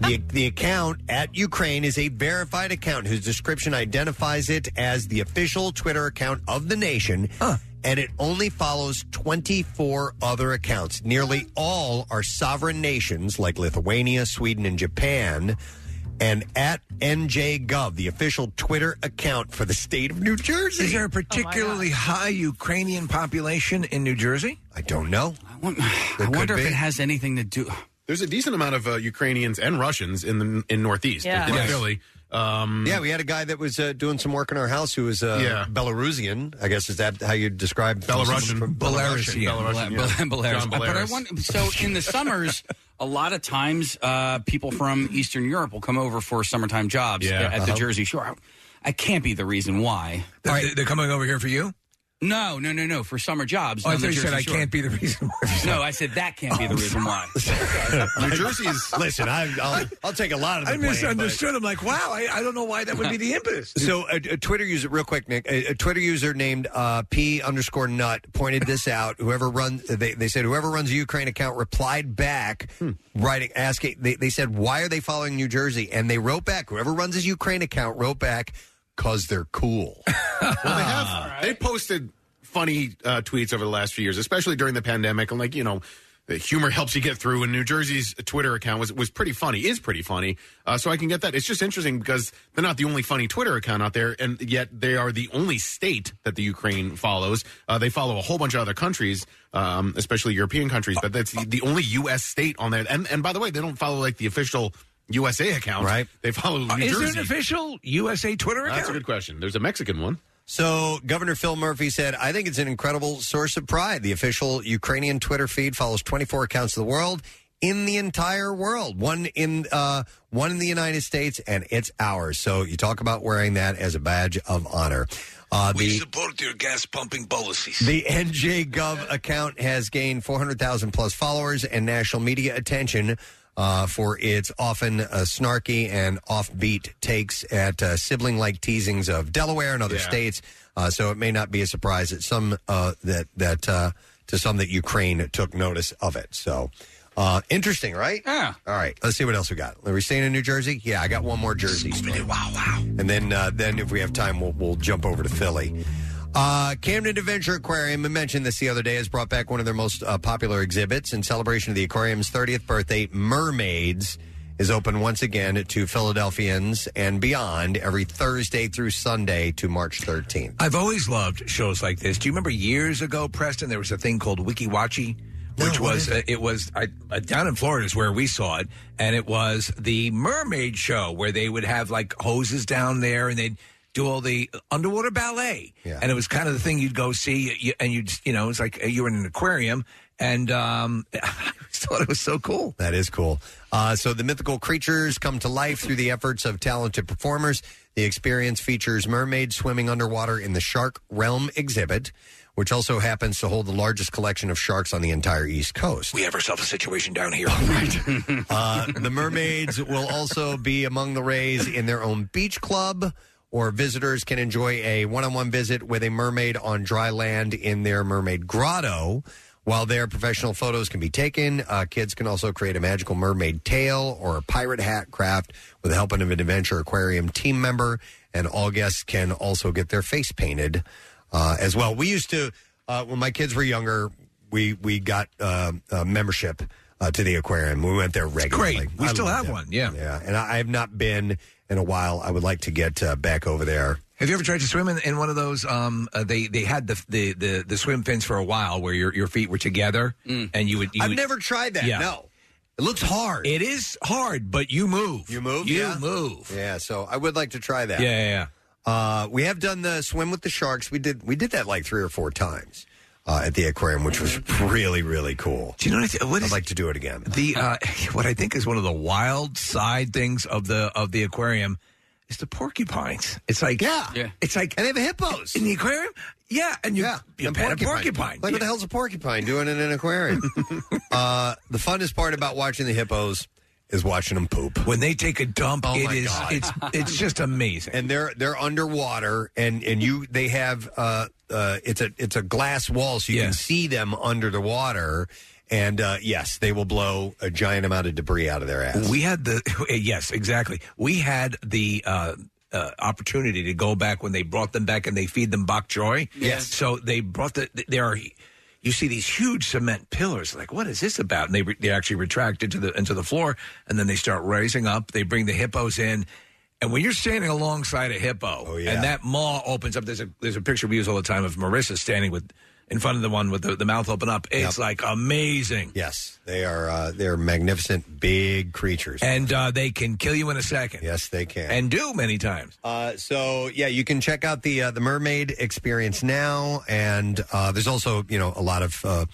Speaker 5: The, the account at Ukraine is a verified account whose description identifies it as the official Twitter account of the nation, and it only follows 24 other accounts. Nearly all are sovereign nations like Lithuania, Sweden, and Japan. And at NJGov, the official Twitter account for the state of New Jersey.
Speaker 4: Is there a
Speaker 6: Oh,
Speaker 4: particularly high Ukrainian population in New Jersey?
Speaker 5: I don't know.
Speaker 6: I, wonder if it has anything to do.
Speaker 7: There's a decent amount of uh, Ukrainians and Russians in the in Northeast,
Speaker 5: Yeah.
Speaker 7: in
Speaker 5: Yes.
Speaker 7: Philly. Um,
Speaker 5: Yeah, we had a guy that was uh, doing some work in our house who was uh,
Speaker 7: Yeah.
Speaker 5: Belarusian. I guess is that how you describe
Speaker 7: Belarusian.
Speaker 5: From
Speaker 7: Belarusian. Belarusian, yeah. John
Speaker 6: But I
Speaker 7: Belarus.
Speaker 6: want so in the summers, a lot of times uh, people from Eastern Europe will come over for summertime jobs
Speaker 4: Yeah.
Speaker 6: at the
Speaker 4: Uh-huh.
Speaker 6: Jersey Shore. I, I can't be the reason why.
Speaker 4: Th- They're coming over here for you.
Speaker 6: No, no, no, no. For summer jobs.
Speaker 4: Oh, I
Speaker 6: on the
Speaker 4: thought you said
Speaker 6: Jersey
Speaker 4: I
Speaker 6: Shore.
Speaker 4: can't be the reason.
Speaker 6: No, I said that can't be the reason why.
Speaker 7: New Jersey's.
Speaker 5: Listen, I, I'll, I'll take a lot of the
Speaker 4: I
Speaker 5: blame,
Speaker 4: misunderstood. I'm like, wow, I, I don't know why that would be the impetus.
Speaker 5: So a, a Twitter user, real quick, Nick, a, a Twitter user named uh, P underscore Nut pointed this out. Whoever runs, they, they said whoever runs a Ukraine account replied back,
Speaker 4: Hmm.
Speaker 5: writing asking. They, they said why are they following New Jersey? And they wrote back. Whoever runs his Ukraine account wrote back because they're cool.
Speaker 7: Well, they have.
Speaker 4: Ah.
Speaker 7: They posted funny uh, tweets over the last few years, especially during the pandemic, and like you know. the Humor helps you get through, and New Jersey's Twitter account was was pretty funny. Is pretty funny, uh, so I can get that. It's just interesting because they're not the only funny Twitter account out there, and yet they are the only state that the Ukraine follows. Uh, they follow a whole bunch of other countries, um, especially European countries, but that's the, the only U.S. state on there. And and by the way, they don't follow like the official USA account, right? They follow New
Speaker 4: Uh, is
Speaker 7: Jersey.
Speaker 4: there an official USA Twitter account?
Speaker 7: That's a good question. There's a Mexican one.
Speaker 5: So, Governor Phil Murphy said, I think it's an incredible source of pride. The official Ukrainian Twitter feed follows 24 accounts of the world in the entire world, one in uh, one in the United States, and it's ours. So, you talk about wearing that as a badge of honor. Uh, the,
Speaker 4: support your gas pumping policies.
Speaker 5: the NJGov account has gained 400,000 plus followers and national media attention uh, for its often uh, snarky and offbeat takes at uh, sibling like teasings of Delaware and other
Speaker 20: Yeah.
Speaker 5: states. Uh, so it may not be a surprise that some uh, that that uh, to some that Ukraine took notice of it. So uh, interesting, right? Yeah. All right. Let's see what else we got. Are we staying in New Jersey? Yeah, I got one more Jersey story. Wow, wow. And then uh, then if we have time, we'll we'll jump over to Philly. Uh, Camden Adventure Aquarium, I mentioned this the other day, has brought back one of their most uh, popular exhibits in celebration of the aquarium's 30th birthday, Mermaids. Is open once again to Philadelphians and beyond every Thursday through Sunday to March 13th.
Speaker 4: I've always loved shows like this. Do you remember years ago, Preston? There was a thing called WikiWatchy, which was uh, it was I, uh, down in Florida is where we saw it, and it was the mermaid show where they would have like hoses down there and they'd do all the underwater ballet, and it was kind of the thing you'd go see, you, and you'd you know it's like uh, you were in an aquarium, and um, I always thought it was so cool.
Speaker 5: That is cool. Uh, so the mythical creatures come to life through the efforts of talented performers. The experience features mermaids swimming underwater in the Shark Realm exhibit, which also happens to hold the largest collection of sharks on the entire East Coast.
Speaker 4: We have ourselves a situation down here.
Speaker 5: Uh, the mermaids will also be among the rays in their own beach club, or visitors can enjoy a one on one visit with a mermaid on dry land in their mermaid grotto. While there, professional photos can be taken. Uh, kids can also create a magical mermaid tail or a pirate hat craft with the help of an adventure aquarium team member. And all guests can also get their face painted uh, as well. We used to, uh, when my kids were younger, we we got uh, a membership uh, to the aquarium. We went there regularly.
Speaker 4: We
Speaker 5: I
Speaker 4: still
Speaker 5: loved
Speaker 4: have
Speaker 5: it.
Speaker 4: one, yeah.
Speaker 5: yeah. And I, I have not been in a while. I would like to get uh, back over there.
Speaker 4: Have you ever tried to swim in, in one of those? Um, uh, they they had the, the the the swim fins for a while where your, your feet were together and you would. You
Speaker 5: Mm. I've
Speaker 4: would-
Speaker 5: never tried that.
Speaker 4: Yeah.
Speaker 5: No, it looks hard.
Speaker 4: It is hard, but you move.
Speaker 5: You move.
Speaker 4: You
Speaker 5: yeah.
Speaker 4: move.
Speaker 5: Yeah. So I would like to try that.
Speaker 4: Yeah, yeah,
Speaker 5: Uh, we have done the swim with the sharks. We did we did that like three or four times uh, at the aquarium, which was really really cool.
Speaker 4: Do you know what? I th- what
Speaker 5: I'd
Speaker 4: is-
Speaker 5: like to do it again.
Speaker 4: The uh, what I think is one of the wild side things of the of the aquarium is the porcupines. It's like yeah, it's like
Speaker 5: and they have hippos
Speaker 4: in the aquarium. Yeah, and you you
Speaker 5: and
Speaker 4: pet a porcupine.
Speaker 5: Like, what the hell's a porcupine doing in an aquarium? uh, the funnest part about watching the hippos is watching them poop.
Speaker 4: When they take a dump,
Speaker 5: oh
Speaker 4: it
Speaker 5: my
Speaker 4: is-
Speaker 5: God.
Speaker 4: it's- it's just amazing.
Speaker 5: And they're they're underwater, and and you they have uh uh it's a it's a glass wall, so you can see them under the water. And uh, yes, they will blow a giant amount of debris out of their ass.
Speaker 4: We had the yes, exactly. We had the uh, uh, opportunity to go back when they brought them back and they feed them bok choy.
Speaker 5: Yes.
Speaker 4: So they brought the there are you see these huge cement pillars. Like what is this about? And they re, they actually retract into the into the floor and then they start rising up. They bring the hippos in. And when you're standing alongside a hippo, and that maw opens up, there's a there's a picture we use all the time of Marissa standing with in front of the one with the, the mouth open up. It's like amazing.
Speaker 5: Yes, they are uh, they are magnificent, big creatures.
Speaker 4: and uh, they can kill you in a second.
Speaker 5: Yes, they can,
Speaker 4: and do many times.
Speaker 5: Uh, so yeah, you can check out the uh, the Mermaid Experience now, and uh, there's also you know a lot of uh,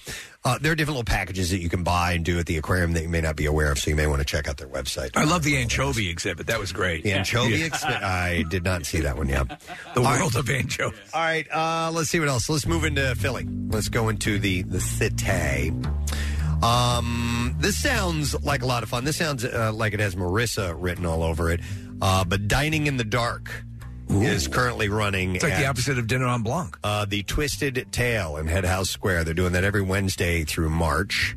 Speaker 5: uh, there are different little packages that you can buy and do at the aquarium that you may not be aware of. So you may want to check out their website.
Speaker 4: I love the anchovy exhibit. That was great.
Speaker 5: The anchovy
Speaker 4: Yeah.
Speaker 5: expi- I did not see that one yet.
Speaker 4: the world of anchovies.
Speaker 5: All right, uh, let's see what else. Let's move into Philly. Let's go into the the city. Um, this sounds like a lot of fun. This sounds uh, like it has Marissa written all over it. Uh, but dining in the dark is currently running.
Speaker 4: It's like the
Speaker 5: at-
Speaker 4: opposite of dinner on Blanc.
Speaker 5: uh, the Twisted Tail in Head House Square. They're doing that every Wednesday through March.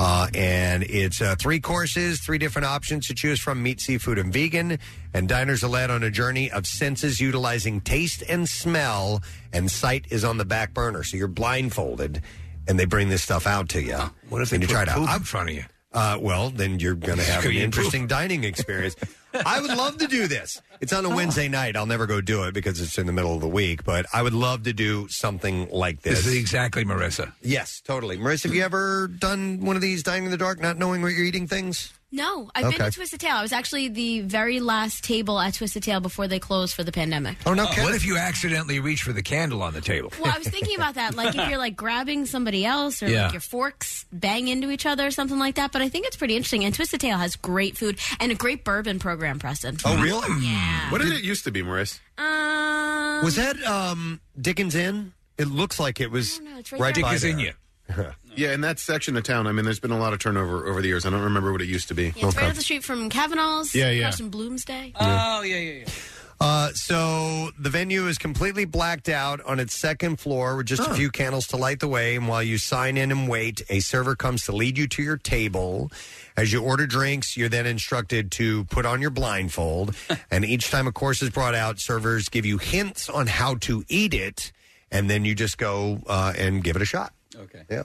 Speaker 5: Uh, and it's uh, three courses, three different options to choose from meat, seafood, and vegan. And diners are led on a journey of senses utilizing taste and smell, and sight is on the back burner. So you're blindfolded, and they bring this stuff out to you.
Speaker 4: What if they
Speaker 5: and you
Speaker 4: put
Speaker 5: try it out.
Speaker 4: poop
Speaker 5: I'm-
Speaker 4: in front of you?
Speaker 5: uh, well, then you're going to have an
Speaker 4: Scream.
Speaker 5: interesting dining experience. I would love to do this. It's
Speaker 4: Oh.
Speaker 5: on a Wednesday night. I'll never go do it because it's in the middle of the week, but I would love to do something like this.
Speaker 4: This, is exactly Marissa.
Speaker 5: yes, totally. Marissa, have you ever done one of these dining in the dark, not knowing what you're eating things?
Speaker 20: No, I've been
Speaker 5: Okay.
Speaker 20: to Twisted Tail. I was actually the very last table at Twisted Tail before they closed for the pandemic.
Speaker 5: Oh no!
Speaker 4: Uh, What if you accidentally reach for the candle on the table?
Speaker 20: Well, I was thinking about that. Like if you're like grabbing somebody else or
Speaker 4: Yeah.
Speaker 20: like your forks bang into each other or something like that. But I think it's pretty interesting. And Twisted Tail has great food and a great bourbon program, Preston.
Speaker 7: Oh, really? Yeah. What did it used to be, Maurice?
Speaker 20: Um,
Speaker 5: Was that um, Dickens Inn? It looks like it was
Speaker 20: know. It's right
Speaker 7: right
Speaker 20: there.
Speaker 7: by
Speaker 20: Dickens
Speaker 7: there.
Speaker 20: Inn,
Speaker 7: yeah, in that section of town. I mean, there's been a lot of turnover over the years. I don't remember what it used to be.
Speaker 20: Yeah, it's right up the street from Kavanaugh's.
Speaker 7: Yeah, yeah.
Speaker 20: Across from Bloomsday.
Speaker 6: Oh, yeah, yeah, yeah.
Speaker 5: Uh, so the venue is completely blacked out on its second floor with just a few candles to light the way. And while you sign in and wait, a server comes to lead you to your table. As you order drinks, you're then instructed to put on your blindfold. and each time a course is brought out, servers give you hints on how to eat it. And then you just go uh, and give it a shot. Okay. Yeah.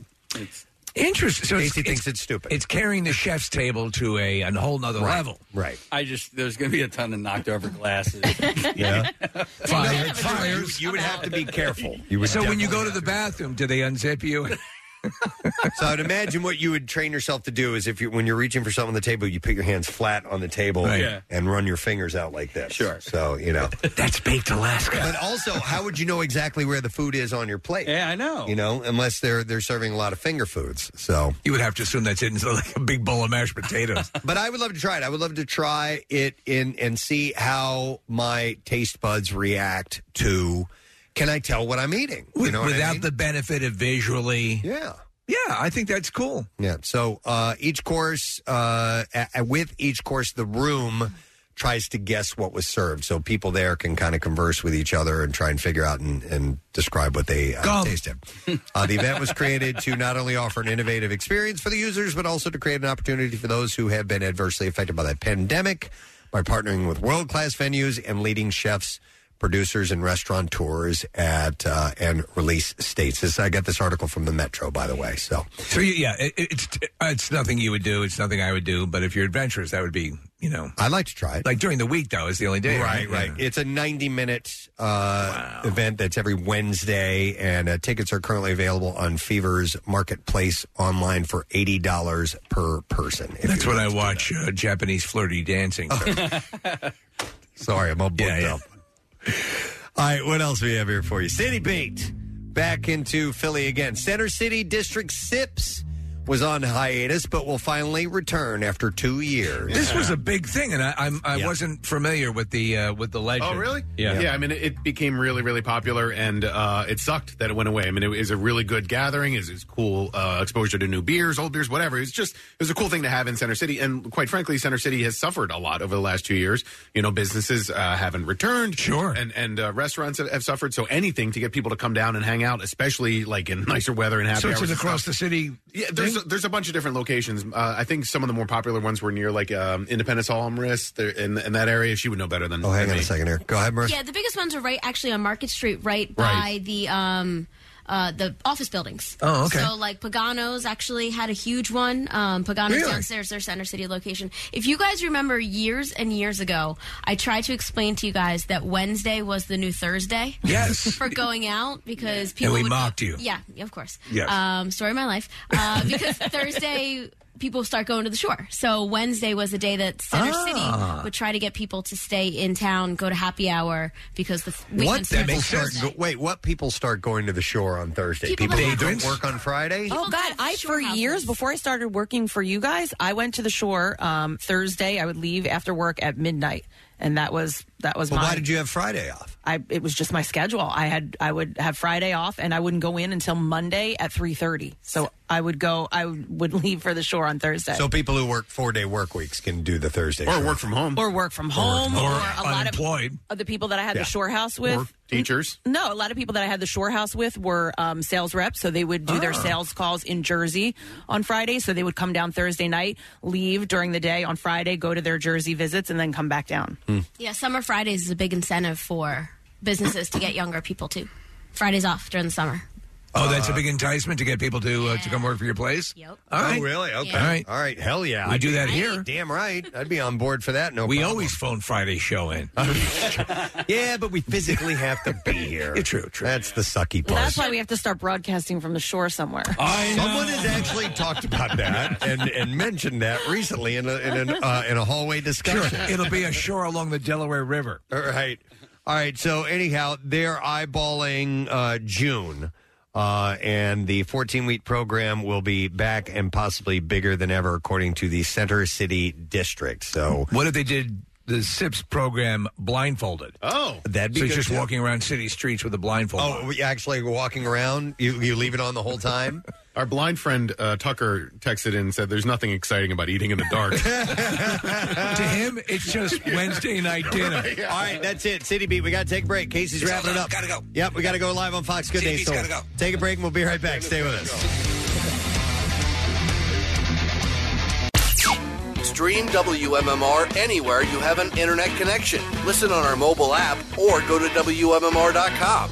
Speaker 4: Interesting. So
Speaker 5: Casey thinks it's stupid.
Speaker 4: It's carrying the chef's table to a, a whole nother
Speaker 6: Right.
Speaker 4: level.
Speaker 5: Right.
Speaker 6: I just there's going to be a ton of knocked over glasses.
Speaker 5: yeah.
Speaker 4: Fire.
Speaker 5: Fires. You would have to be careful.
Speaker 4: so when you go to the bathroom, do they unzip you?
Speaker 5: so I'd imagine what you would train yourself to do is if you when you're reaching for something on the table, you put your hands flat on the table
Speaker 4: Right. Yeah.
Speaker 5: and run your fingers out like this. Sure. So you know
Speaker 4: that's baked Alaska.
Speaker 5: But also, how would you know exactly where the food is on your plate?
Speaker 6: Yeah, I know.
Speaker 5: You know, unless they're they're serving a lot of finger foods. So
Speaker 4: you would have to assume that's it instead of like a big bowl of mashed potatoes.
Speaker 5: But I would love to try it. I would love to try it in and see how my taste buds react to. Can I tell what I'm eating? You know what I
Speaker 4: Without
Speaker 5: mean?
Speaker 4: the benefit of visually.
Speaker 5: Yeah.
Speaker 4: Yeah, I think that's cool.
Speaker 5: Yeah. So uh, each course, uh, a- a- with each course, the room tries to guess what was served. So people there can kind of converse with each other and try and figure out and, and describe what they uh, tasted. Uh, the event was created to not only offer an innovative experience for the users, but also to create an opportunity for those who have been adversely affected by the pandemic by partnering with world class venues and leading chefs. Producers and restaurateurs at uh, and release states. This, I got this article from the Metro, by the way. So
Speaker 4: So you, yeah, it, it's it's nothing you would do. It's nothing I would do. But if you're adventurous, that would be you know.
Speaker 5: I'd like to try it.
Speaker 4: Like during the week though is the only day.
Speaker 5: Right, right. It's a 90 minute uh, event that's every Wednesday, and uh, tickets are currently available on Fever's marketplace online for eighty dollars per person.
Speaker 4: That's what I watch uh, Japanese flirty dancing.
Speaker 5: Oh. Sorry, I'm all booked up. All right, what else we have here for you? City Beat back into Philly again. Center City District Sips was on hiatus, but will finally return after two years.
Speaker 4: This was a big thing, and I I'm, I
Speaker 5: Yeah.
Speaker 4: wasn't familiar with the uh, with the legend.
Speaker 7: Oh, really?
Speaker 4: Yeah.
Speaker 7: Yeah, I mean, it- it became really, really popular, and uh, it sucked that it went away. I mean, it was a really good gathering. It was- it was cool uh, exposure to new beers, old beers, whatever. It was just, it was a cool thing to have in Center City. And quite frankly, Center City has suffered a lot over the last two years. You know, businesses uh, haven't returned. Sure. And, and uh, restaurants have, have suffered. So anything to get people to come down and hang out, especially like in nicer weather and happy
Speaker 4: So
Speaker 7: hours.
Speaker 4: it's
Speaker 7: and stuff.
Speaker 4: across the city.
Speaker 7: Yeah, there's a, there's a bunch of different locations. Uh, I think some of the more popular ones were near like um, Independence Hall and Marist, there- in, in that area. She would know better than. Oh, hang on a
Speaker 5: second here. Go ahead, Marist.
Speaker 20: Yeah, the biggest ones are right actually on Market Street, right by
Speaker 7: Right.
Speaker 20: the um uh the office buildings.
Speaker 7: Oh, okay.
Speaker 20: So like Pagano's actually had a huge one. Um Pagano's
Speaker 8: Really?
Speaker 20: downstairs, their center city location. If you guys remember years and years ago, I tried to explain to you guys that Wednesday was the new Thursday.
Speaker 4: Yes.
Speaker 20: for going out because
Speaker 4: And
Speaker 20: people
Speaker 4: we
Speaker 20: would-
Speaker 4: mocked you.
Speaker 20: Yeah, of course.
Speaker 4: Yes.
Speaker 20: Um story of my life. Uh because Thursday people start going to the shore. So Wednesday was the day that Center
Speaker 5: Ah.
Speaker 20: City would try to get people to stay in town, go to happy hour because the f-
Speaker 5: What
Speaker 20: weekend starts
Speaker 5: people
Speaker 20: on
Speaker 5: start
Speaker 20: Thursday.
Speaker 5: go- wait, what people start going to the shore on Thursday?
Speaker 20: People
Speaker 5: People,
Speaker 20: that
Speaker 5: who
Speaker 20: have-
Speaker 5: don't work on Friday?
Speaker 3: Oh God! I for years before I started working for you guys, I went to the shore um, Thursday. I would leave after work at midnight, and that was that was
Speaker 5: Well,
Speaker 3: my.
Speaker 5: why did you have Friday off?
Speaker 3: I it was just my schedule. I had I would have Friday off, and I wouldn't go in until Monday at three thirty. So I would go. I would leave for the shore on Thursday.
Speaker 5: So people who work four day work weeks can do the Thursday
Speaker 7: or work from home
Speaker 3: or work from home, or, a lot of of the people that I had
Speaker 5: Yeah.
Speaker 3: the shore house with.
Speaker 7: Or teachers.
Speaker 3: No, a lot of people that I had the shore house with were um, sales reps, so they would do their sales calls in Jersey on Friday. So they would come down Thursday night, leave during the day on Friday, go to their Jersey visits, and then come back down.
Speaker 20: Yeah, Summer Fridays is a big incentive for businesses to get younger people too. Fridays off during the summer.
Speaker 4: Oh, that's
Speaker 5: Uh,
Speaker 4: a big enticement to get people to uh, to come work for your place. Yep. All right.
Speaker 5: Oh, really? Okay.
Speaker 4: All right.
Speaker 5: All right. Hell yeah.
Speaker 4: We
Speaker 5: I'd
Speaker 4: do
Speaker 5: be-
Speaker 4: that here.
Speaker 5: Damn right. I'd be on board for that. No
Speaker 4: we
Speaker 5: problem.
Speaker 4: always phone Friday show in.
Speaker 5: yeah, but we physically have to be here.
Speaker 4: true, true.
Speaker 5: That's the sucky part.
Speaker 3: That's why we have to start broadcasting from the shore somewhere.
Speaker 5: Oh, Someone has actually talked about that and, and mentioned that recently in a, in, an, uh, in a hallway discussion.
Speaker 4: It'll be a shore along the Delaware River.
Speaker 5: All right. All right. So, anyhow, they're eyeballing uh, June. Uh, and the 14 week program will be back and possibly bigger than ever, according to the Center City District. So,
Speaker 4: What if they did the SIPS program blindfolded?
Speaker 7: Oh,
Speaker 5: That'd be
Speaker 4: so it's
Speaker 5: good,
Speaker 4: just
Speaker 5: too.
Speaker 4: walking around city streets with a blindfold. on.
Speaker 5: oh, we actually walking around, you, you leave it on the whole time?
Speaker 7: Our blind friend uh, Tucker texted in and said, "There's nothing exciting about eating in the dark." Uh-huh,
Speaker 4: to him, it's just Wednesday night dinner.
Speaker 5: All right, that's it. City Beat, we got to take a break. Casey's wrapping it up. Gotta go. Yep, we got to go live on Fox Good
Speaker 4: City
Speaker 5: Day
Speaker 4: Beat's
Speaker 5: Soul.
Speaker 4: gotta go.
Speaker 5: Take a break and we'll be right back. Stay with us.
Speaker 2: Stream WMMR anywhere you have an internet connection. Listen on our mobile app or go to WMMR.com.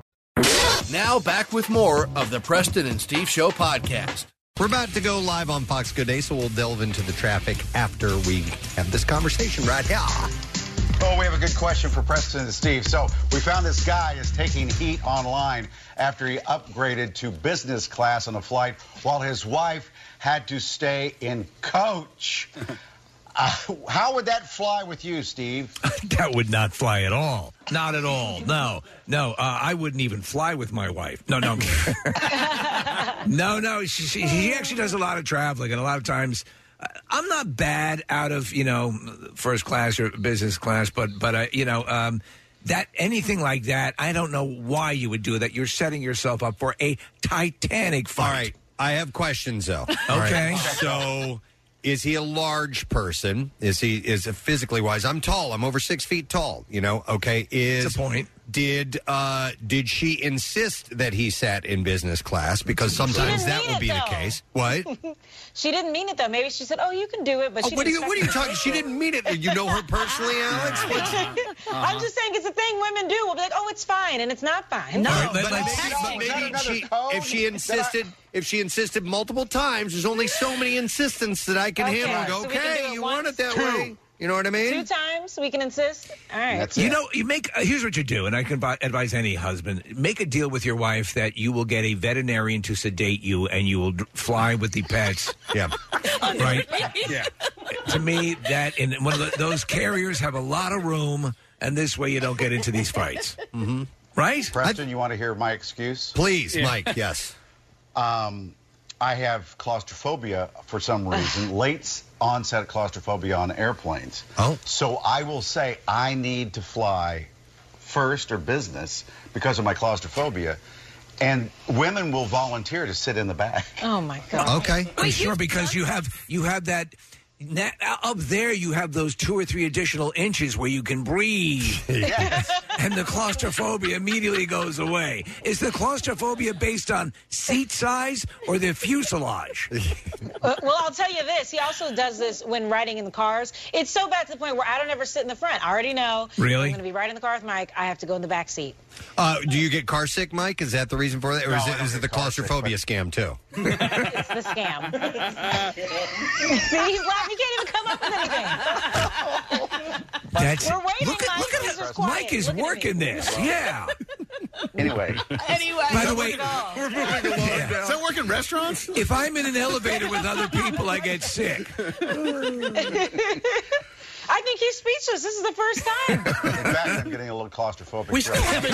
Speaker 2: Now back with more of the Preston and Steve Show podcast.
Speaker 5: We're about to go live on Fox Good Day, so we'll delve into the traffic after we have this conversation right here.
Speaker 12: Oh, we have a good question for Preston and Steve. So we found this guy is taking heat online after he upgraded to business class on a flight while his wife had to stay in coach. Uh, how would that fly with you, Steve?
Speaker 4: that would not fly at all. Not at all. No, no. Uh, I wouldn't even fly with my wife. No, no. I'm kidding. no, no. She, she, she actually does a lot of traveling, and a lot of times uh, I'm not bad out of you know first class or business class, but but uh, you know. Um, that anything like that, I don't know why you would do that. You're setting yourself up for a Titanic fight. All right,
Speaker 5: I have questions though. All right.
Speaker 4: Okay,
Speaker 5: So is he a large person? Is he is physically wise? I'm tall. I'm over six feet tall. You know. Okay. Is
Speaker 4: It's a point.
Speaker 5: Did uh did she insist that he sat in business class? Because sometimes
Speaker 22: She didn't
Speaker 5: that
Speaker 22: need
Speaker 5: would
Speaker 22: it,
Speaker 5: be the
Speaker 22: though.
Speaker 5: case. What?
Speaker 22: she didn't mean it though. Maybe she said, "Oh, you can do it," but
Speaker 5: Oh,
Speaker 22: she
Speaker 5: what are
Speaker 22: didn't
Speaker 5: you What are you talking? She didn't mean it. You know her personally, Alex. What's-
Speaker 22: I'm
Speaker 5: Uh-huh.
Speaker 22: just saying it's a thing women do. We'll be like, "Oh, it's fine," and it's not fine.
Speaker 5: All right, but, like, but maybe she, if she insisted, if she insisted multiple times, there's only so many insistents that I can
Speaker 22: Okay,
Speaker 5: handle. and
Speaker 22: so
Speaker 5: Go,
Speaker 22: we can
Speaker 5: okay,
Speaker 22: do it
Speaker 5: you
Speaker 22: once,
Speaker 5: want it that
Speaker 22: two.
Speaker 5: way. You know what I
Speaker 22: Two
Speaker 5: mean?
Speaker 22: times we can insist. All right.
Speaker 4: you know, you make uh, here's what you do, and I can bu- advise any husband: make a deal with your wife that you will get a veterinarian to sedate you, and you will d- fly with the pets.
Speaker 5: yeah,
Speaker 4: right.
Speaker 6: Yeah.
Speaker 4: to me, that and one of the, those carriers have a lot of room, and this way you don't get into these fights. Mm-hmm. Right,
Speaker 12: Preston. you want to hear my excuse?
Speaker 5: Please, Mike. Yes.
Speaker 12: Um, I have claustrophobia for some reason. late onset claustrophobia on airplanes.
Speaker 5: Oh.
Speaker 12: So I will say I need to fly first or business because of my claustrophobia. And women will volunteer to sit in the back.
Speaker 22: Oh my
Speaker 5: Okay.
Speaker 4: sure, because you have you have that. na- Up there, you have those two or three additional inches where you can breathe, and the claustrophobia immediately goes away. Is the claustrophobia based on seat size or the fuselage?
Speaker 22: Uh, well, I'll tell you this. He also does this when riding in the cars. It's so bad to the point where I don't ever sit in the front. I already know.
Speaker 5: Really?
Speaker 22: I'm going to be riding in the car with Mike. I have to go in the back seat.
Speaker 5: Uh, do you get car sick, Mike? Is that the reason for that, or
Speaker 22: No,
Speaker 5: is
Speaker 22: I
Speaker 5: it,
Speaker 22: don't
Speaker 5: is it the claustrophobia scam too?
Speaker 22: It's the scam. See, he's laughing. He can't even come up with anything.
Speaker 4: That's
Speaker 22: We're waiting,
Speaker 4: look at,
Speaker 22: Mike.
Speaker 4: look
Speaker 22: He's
Speaker 4: at
Speaker 22: just
Speaker 4: how-
Speaker 22: quiet.
Speaker 4: Mike is
Speaker 22: Look at
Speaker 4: working
Speaker 22: me.
Speaker 4: this. Yeah.
Speaker 12: Anyway.
Speaker 22: Anyway.
Speaker 4: By the way,
Speaker 22: we're
Speaker 4: moving along. Does
Speaker 23: that work in restaurants?
Speaker 4: If I'm in an elevator with other people, I get sick.
Speaker 22: I think he's speechless. This is the first time.
Speaker 12: In fact, I'm getting a little claustrophobic.
Speaker 6: We still
Speaker 12: right
Speaker 6: haven't.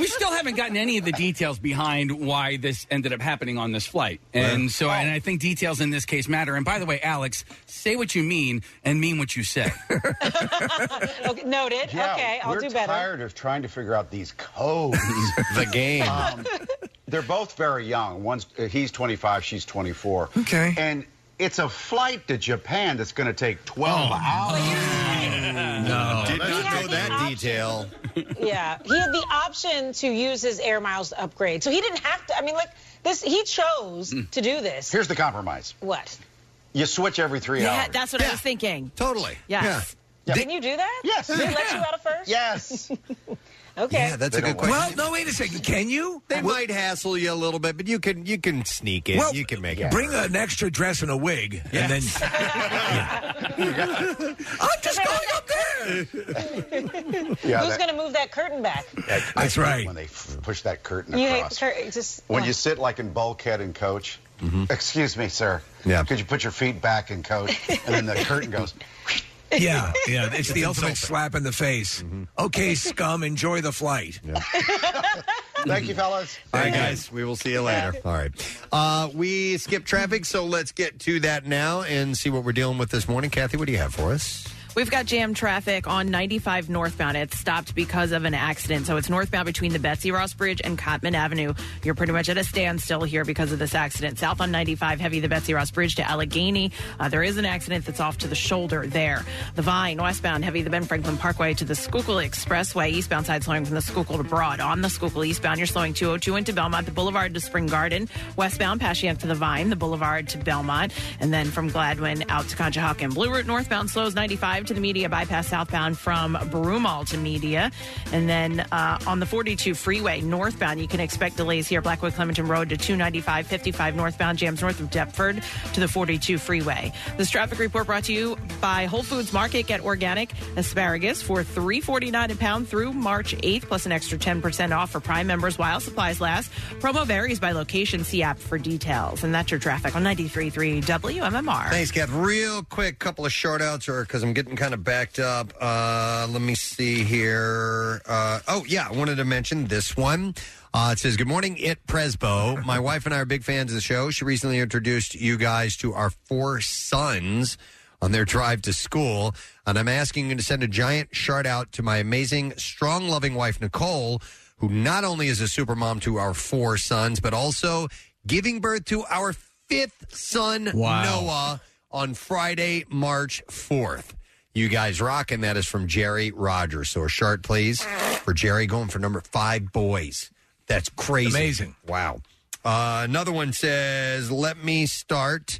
Speaker 6: we still haven't gotten any of the details behind why this ended up happening on this flight, and
Speaker 4: Oh.
Speaker 6: so and I think details in this case matter. And by the way, Alex, say what you mean and mean what you say.
Speaker 22: okay, noted.
Speaker 12: Yeah,
Speaker 22: okay, I'll
Speaker 12: we're
Speaker 22: do better.
Speaker 12: tired of trying to figure out these codes. Um,
Speaker 5: the game.
Speaker 12: they're both very young. One's uh, he's 25, she's 24.
Speaker 4: Okay.
Speaker 12: And it's a flight to Japan that's going to take 12 hours.
Speaker 5: Oh, No, did not know that detail.
Speaker 22: Yeah, he had the option to use his air miles to upgrade, so he didn't have to. I mean, like this, he chose to do this.
Speaker 12: Here's the compromise.
Speaker 22: What?
Speaker 12: You switch every three
Speaker 3: Yeah,
Speaker 12: hours.
Speaker 3: that's what I was thinking.
Speaker 5: Totally.
Speaker 3: Yes.
Speaker 22: Can you do that?
Speaker 12: Yes.
Speaker 22: Did he let you out of first?
Speaker 12: Yes.
Speaker 22: okay.
Speaker 5: Yeah, that's a good question.
Speaker 4: Well, no, wait a second. Can you?
Speaker 5: They might hassle you a little bit, but you can you can sneak it.
Speaker 4: Well,
Speaker 5: you can make it.
Speaker 4: Bring
Speaker 5: work.
Speaker 4: an extra dress and a wig, and then I'm just going up there.
Speaker 12: Yeah,
Speaker 22: Who's
Speaker 12: that-
Speaker 22: going to move that curtain back?
Speaker 12: That-
Speaker 4: That's right.
Speaker 12: When they f- push that curtain
Speaker 22: You hate
Speaker 12: across.
Speaker 22: cur- just
Speaker 12: when
Speaker 22: oh.
Speaker 12: you sit like in bulkhead and coach, excuse me, sir.
Speaker 5: Mm-hmm. Yeah.
Speaker 12: Could you put your feet back and coach? And then the curtain goes.
Speaker 4: Yeah, yeah. It's the ultimate slap in the face.
Speaker 5: Mm-hmm.
Speaker 4: Okay, scum, enjoy the flight.
Speaker 12: Thank you, fellas.
Speaker 5: All right, guys. We will see you later. All right. Uh, we skipped traffic, so let's get to that now and see what we're dealing with this morning. Kathy, what do you have for us?
Speaker 3: We've got jam traffic on 95 northbound. It's stopped because of an accident. So it's northbound between the Betsy Ross Bridge and Cotman Avenue. You're pretty much at a standstill here because of this accident. South on 95, heavy the Betsy Ross Bridge to Allegheny. Uh, there is an accident that's off to the shoulder there. The Vine, westbound, heavy the Ben Franklin Parkway to the Schuylkill Expressway. Eastbound side slowing from the Schuylkill to Broad. On the Schuylkill eastbound, you're slowing 202 into Belmont, the Boulevard to Spring Garden. Westbound, Passyunk to the Vine, the Boulevard to Belmont. And then from Gladwin out to Conshohocken. Blue Route northbound slows 95 drive to the media bypass southbound from Broomall to media. And then uh, on the 42 freeway northbound, you can expect delays here. Blackwood Clementon Road to 295, 55 northbound, jams north of Deptford to the 42 freeway. This traffic report brought to you by Whole Foods Market. Get organic asparagus for 349 a pound through March 8th, plus an extra 10% off for Prime members while supplies last. Promo varies by location. See app for details. And that's your traffic on 93.3 WMMR.
Speaker 5: Thanks, Kath. Real quick, couple of short outs, or because I'm getting kind of backed up. Uh, let me see here. Uh, oh, yeah, I wanted to mention this one. Uh, it says, Good morning, it Presbo. My wife and I are big fans of the show. She recently introduced you guys to our four sons on their drive to school. And I'm asking you to send a giant shout out to my amazing, strong, loving wife, Nicole, who not only is a super mom to our four sons, but also giving birth to our fifth son,
Speaker 2: Wow.
Speaker 5: Noah, on Friday, March 4th. You guys rock, and that is from Jerry Rogers. So a shirt, please, for Jerry going for number five boys. That's crazy.
Speaker 4: Amazing.
Speaker 5: Wow. Uh, another one says, Let me start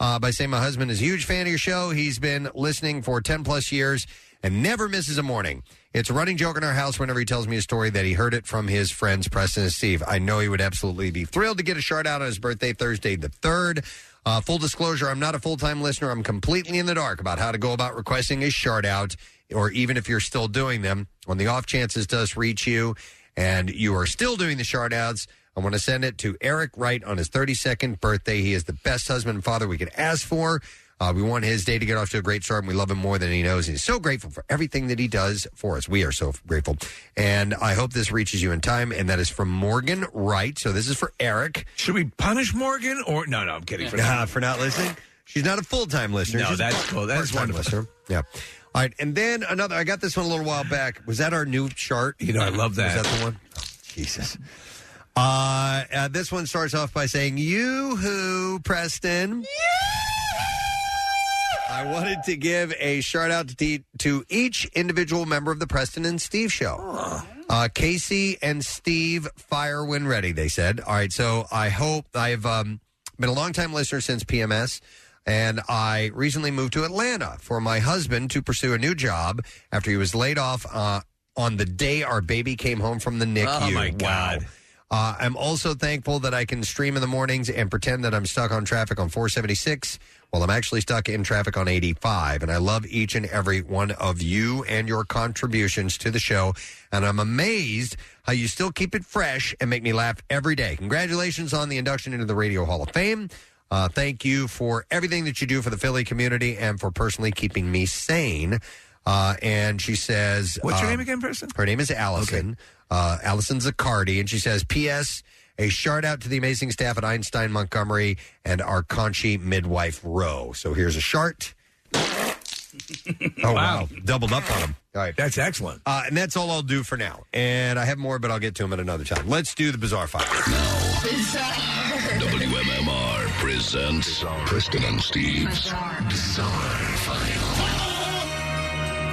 Speaker 5: uh, by saying my husband is a huge fan of your show. He's been listening for 10 plus years and never misses a morning. It's a running joke in our house whenever he tells me a story that he heard it from his friends, Preston and Steve. I know he would absolutely be thrilled to get a shout out on his birthday, Thursday the 3rd. Uh, full disclosure, I'm not a full time listener. I'm completely in the dark about how to go about requesting a shout out, or even if you're still doing them. On the off chance this does reach you and you are still doing the shout outs, I want to send it to Eric Wright on his 32nd birthday. He is the best husband and father we could ask for. Uh, we want his day to get off to a great start, and we love him more than he knows. He's so grateful for everything that he does for us. We are so grateful. And I hope this reaches you in time. And that is from Morgan Wright. So this is for Eric.
Speaker 4: Should we punish Morgan or no? No, I'm kidding. For,
Speaker 5: uh, for not listening, she's not a full time listener.
Speaker 4: No,
Speaker 5: She's a
Speaker 4: that's cool. That's
Speaker 5: part-time
Speaker 4: wonderful.
Speaker 5: listener. Yeah. All right, and then another. I got this one a little while back. Was that our new chart?
Speaker 4: You know, I love that.
Speaker 5: Was that the one? Oh, Jesus. Uh, uh, this one starts off by saying, "You who, Preston." I wanted to give a shout out to, te- to each individual member of the Preston and Steve show. Uh, Casey and Steve fire when ready, they said. All right, so I hope I've um, been a longtime listener since PMS, and I recently moved to Atlanta for my husband to pursue a new job after he was laid off uh, on the day our baby came home from the NICU.
Speaker 4: Oh, my
Speaker 5: Wow.
Speaker 4: God.
Speaker 5: Uh, I'm also thankful that I can stream in the mornings and pretend that I'm stuck on traffic on 476 while I'm actually stuck in traffic on 85. And I love each and every one of you and your contributions to the show. And I'm amazed how you still keep it fresh and make me laugh every day. Congratulations on the induction into the Radio Hall of Fame. Uh, thank you for everything that you do for the Philly community and for personally keeping me sane. Uh, and she says,
Speaker 4: What's your
Speaker 5: uh,
Speaker 4: name again, person?
Speaker 5: her name is Allison. Uh, Allison Zaccardi, and she says, "P.S. A shout out to the amazing staff at Einstein Montgomery and our Conchi midwife Row. So here's a shart. oh wow. doubled up on them. All right,
Speaker 4: that's excellent.
Speaker 5: Uh, and that's all I'll do for now. And I have more, but I'll get to them at another time. Let's do the bizarre file.
Speaker 1: WMMR presents Preston and Steve's Bizarre, File.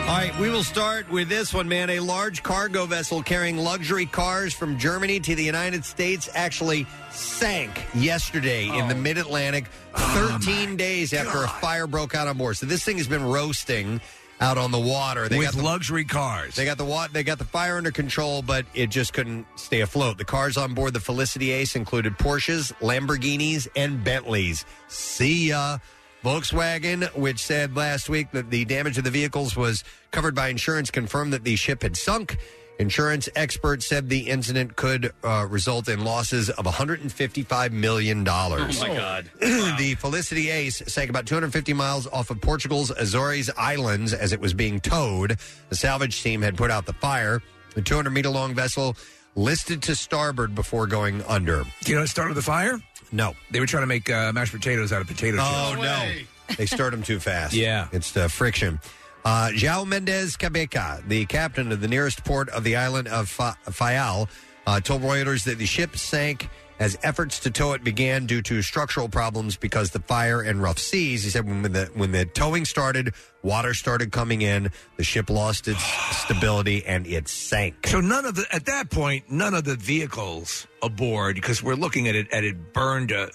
Speaker 5: All right, we will start with this one, man. A large cargo vessel carrying luxury cars from Germany to the United States actually sank yesterday in
Speaker 4: Oh.
Speaker 5: the mid Atlantic 13 days after a fire broke out on board. So this thing has been roasting out on the water.
Speaker 4: With
Speaker 5: the,
Speaker 4: luxury cars.
Speaker 5: They got the wa- they got the fire under control, but it just couldn't stay afloat. The cars on board the Felicity Ace included Porsches, Lamborghinis, and Bentleys. See ya. Volkswagen, which said last week that the damage of the vehicles was covered by insurance, confirmed that the ship had sunk. Insurance experts said the incident could uh, result in losses of $155 million.
Speaker 6: Oh, my God.
Speaker 5: the Felicity Ace sank about 250 miles off of Portugal's Azores Islands as it was being towed. The salvage team had put out the fire. The 200 meter long vessel listed to starboard before going under.
Speaker 4: Do you know what started the fire?
Speaker 5: No.
Speaker 4: They were trying to make uh, mashed potatoes out of potato chips.
Speaker 5: Oh, no. They stirred them too fast.
Speaker 4: Yeah.
Speaker 5: It's the friction. Uh, João Mendes Cabeca, the captain of the nearest port of the island of Fa- Fayal, uh, told Reuters that the ship sank as efforts to tow it began due to structural problems because the fire and rough seas. He said when the when the towing started, water started coming in, the ship lost its stability and it sank.
Speaker 4: So none of the at that point, none of the vehicles aboard because we're looking at it at it burned. Uh,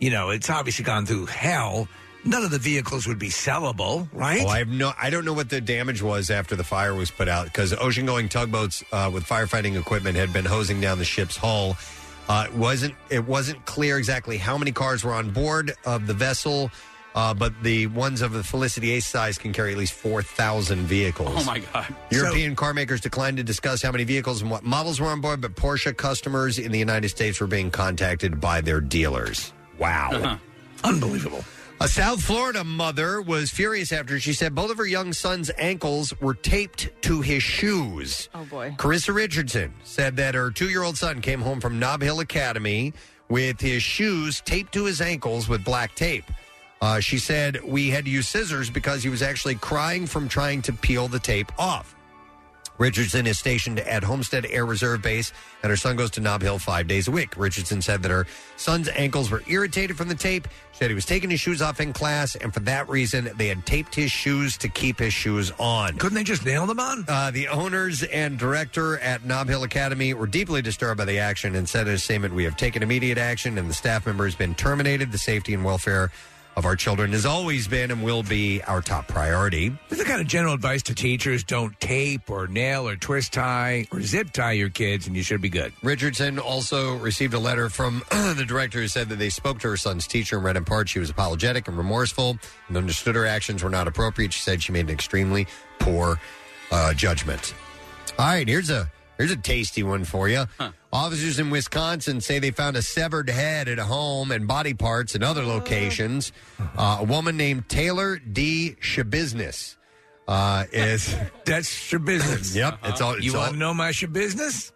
Speaker 4: you know, it's obviously gone through hell. None of the vehicles would be sellable, right?
Speaker 5: Oh, I have no. I don't know what the damage was after the fire was put out because ocean-going tugboats uh, with firefighting equipment had been hosing down the ship's hull. Uh, it wasn't It wasn't clear exactly how many cars were on board of the vessel, uh, but the ones of the Felicity Ace size can carry at least four thousand vehicles.
Speaker 6: Oh my God!
Speaker 5: European car makers declined to discuss how many vehicles and what models were on board, but Porsche customers in the United States were being contacted by their dealers. Wow.
Speaker 4: Unbelievable.
Speaker 5: A South Florida mother was furious after she said both of her young son's ankles were taped to his shoes.
Speaker 19: Oh boy.
Speaker 5: Carissa Richardson said that her two year old son came home from Knob Hill Academy with his shoes taped to his ankles with black tape. Uh, she said, We had to use scissors because he was actually crying from trying to peel the tape off. Richardson is stationed at Homestead Air Reserve Base, and her son goes to Knob Hill five days a week. Richardson said that her son's ankles were irritated from the tape. She said he was taking his shoes off in class, and for that reason, they had taped his shoes to keep his shoes on.
Speaker 4: Couldn't they just nail them on?
Speaker 5: Uh, the owners and director at Knob Hill Academy were deeply disturbed by the action and said in a statement, We have taken immediate action, and the staff member has been terminated. The safety and welfare of our children has always been and will be our top priority.
Speaker 4: This is the kind of general advice to teachers don't tape or nail or twist tie or zip tie your kids, and you should be good.
Speaker 5: Richardson also received a letter from the director who said that they spoke to her son's teacher and read in part she was apologetic and remorseful and understood her actions were not appropriate. She said she made an extremely poor uh, judgment. All right, here's a here's a tasty one for you. Officers in Wisconsin say they found a severed head at a home and body parts in other locations. Uh, a woman named Taylor D. Shabusiness uh, is
Speaker 4: that's your business.
Speaker 5: yep, it's all. It's
Speaker 4: you
Speaker 5: all
Speaker 4: want to know my business?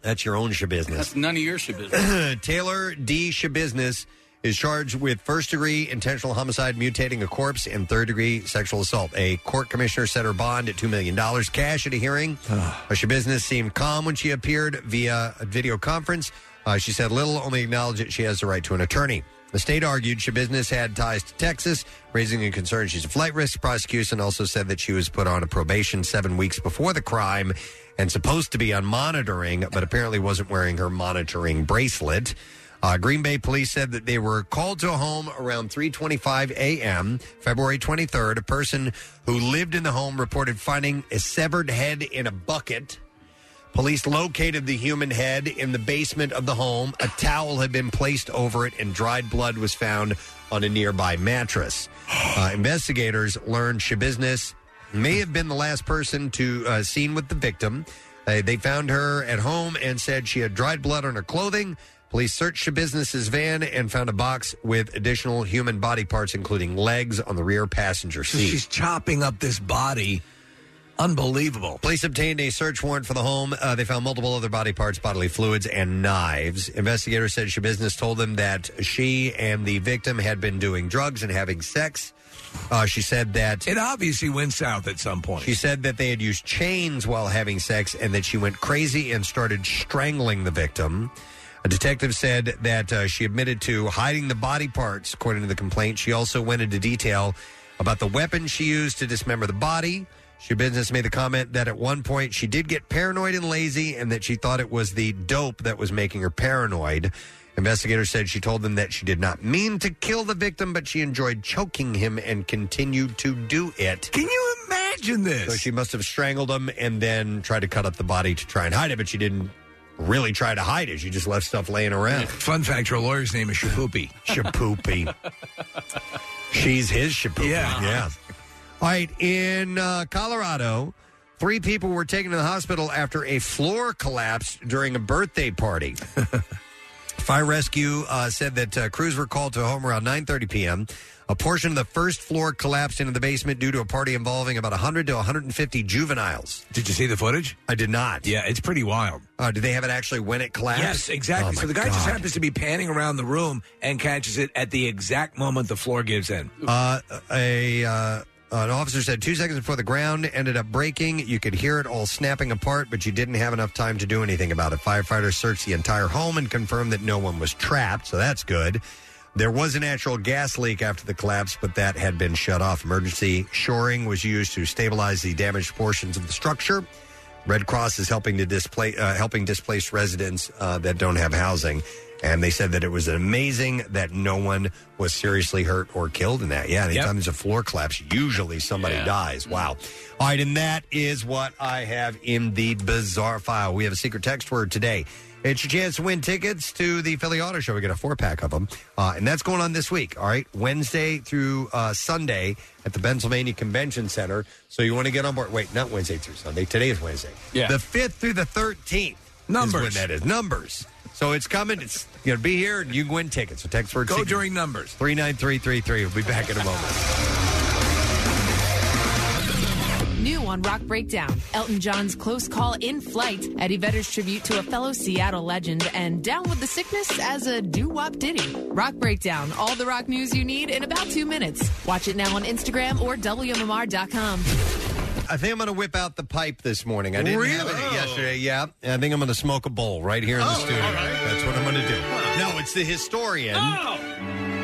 Speaker 5: That's your own shabusiness.
Speaker 6: That's none of your shit business.
Speaker 5: Taylor D. Shabusiness is charged with first degree intentional homicide, mutating a corpse, and third degree sexual assault. A court commissioner set her bond at $2 million cash at a hearing. Uh, Shabusiness seemed calm when she appeared via a video conference. Uh, she said little, only acknowledged that she has the right to an attorney. The state argued Shabusiness had ties to Texas, raising a concern she's a flight risk. Prosecution also said that she was put on a probation seven weeks before the crime and supposed to be on monitoring, but apparently wasn't wearing her monitoring bracelet. Uh, Green Bay police said that they were called to a home around 3:25 a.m. February 23rd. A person who lived in the home reported finding a severed head in a bucket. Police located the human head in the basement of the home. A towel had been placed over it, and dried blood was found on a nearby mattress. Uh, investigators learned Shabusiness may have been the last person to uh, seen with the victim. Uh, they found her at home and said she had dried blood on her clothing. Police searched Shabusiness's van and found a box with additional human body parts, including legs, on the rear passenger
Speaker 4: So
Speaker 5: seat.
Speaker 4: she's chopping up this body. Unbelievable.
Speaker 5: Police obtained a search warrant for the home. Uh, they found multiple other body parts, bodily fluids, and knives. Investigators said Shabusiness told them that she and the victim had been doing drugs and having sex. Uh, she said that
Speaker 4: it obviously went south at some point.
Speaker 5: She said that they had used chains while having sex and that she went crazy and started strangling the victim. A detective said that uh, she admitted to hiding the body parts, according to the complaint. She also went into detail about the weapon she used to dismember the body. She business made the comment that at one point she did get paranoid and lazy and that she thought it was the dope that was making her paranoid. Investigators said she told them that she did not mean to kill the victim, but she enjoyed choking him and continued to do it.
Speaker 4: Can you imagine this?
Speaker 5: So she must have strangled him and then tried to cut up the body to try and hide it, but she didn't really try to hide it. She just left stuff laying around.
Speaker 4: Fun fact: her lawyer's name is Shapoopy.
Speaker 5: Shapoopy. She's his Shapoopy.
Speaker 4: Yeah.
Speaker 5: yeah. All right, in uh, Colorado, three people were taken to the hospital after a floor collapsed during a birthday party. Fire rescue uh, said that uh, crews were called to a home around 9:30 p.m. A portion of the first floor collapsed into the basement due to a party involving about 100 to 150 juveniles.
Speaker 4: Did you see the footage?
Speaker 5: I did not.
Speaker 4: Yeah, it's pretty wild.
Speaker 5: Uh, did they have it actually when it collapsed?
Speaker 4: Yes, exactly.
Speaker 5: Oh, my
Speaker 4: so the guy just
Speaker 5: God.
Speaker 4: happens to be panning around the room and catches it at the exact moment the floor gives in.
Speaker 5: Uh, a uh, an officer said two seconds before the ground ended up breaking. You could hear it all snapping apart, but you didn't have enough time to do anything about it. Firefighters searched the entire home and confirmed that no one was trapped, so that's good. There was a natural gas leak after the collapse, but that had been shut off. Emergency shoring was used to stabilize the damaged portions of the structure. Red Cross is helping to display uh, helping displaced residents uh, that don't have housing. And they said that it was amazing that no one was seriously hurt or killed in that. Yeah, anytime
Speaker 2: Yep.
Speaker 5: there's a floor collapse, usually somebody dies. Wow. All right, and that is what I have in the bizarre file. We have a secret text word today. It's your chance to win tickets to the Philly Auto Show. We got a four pack of them, uh, and that's going on this week. All right, Wednesday through uh, Sunday at the Pennsylvania Convention Center. So you want to get on board? Wait, not Wednesday through Sunday. Today is Wednesday.
Speaker 2: Yeah.
Speaker 5: The fifth through the thirteenth.
Speaker 2: Numbers.
Speaker 5: Is when that is numbers. So it's coming. It's going to be here, and you can win tickets. So text word
Speaker 4: Go
Speaker 5: secret-
Speaker 4: during numbers.
Speaker 5: Three nine three three three. We'll be back in a moment.
Speaker 24: New on Rock Breakdown, Elton John's close call in flight, Eddie Vedder's tribute to a fellow Seattle legend, and Down with the Sickness as a doo wop ditty. Rock Breakdown, all the rock news you need in about two minutes. Watch it now on Instagram or WMMR.com.
Speaker 5: I think I'm going to whip out the pipe this morning. I didn't have
Speaker 24: Really?
Speaker 5: it yesterday. Yeah, And I think I'm going to smoke a bowl right here in
Speaker 4: Oh,
Speaker 5: the studio. That's what I'm going to do. No, it's the historian.
Speaker 4: Oh.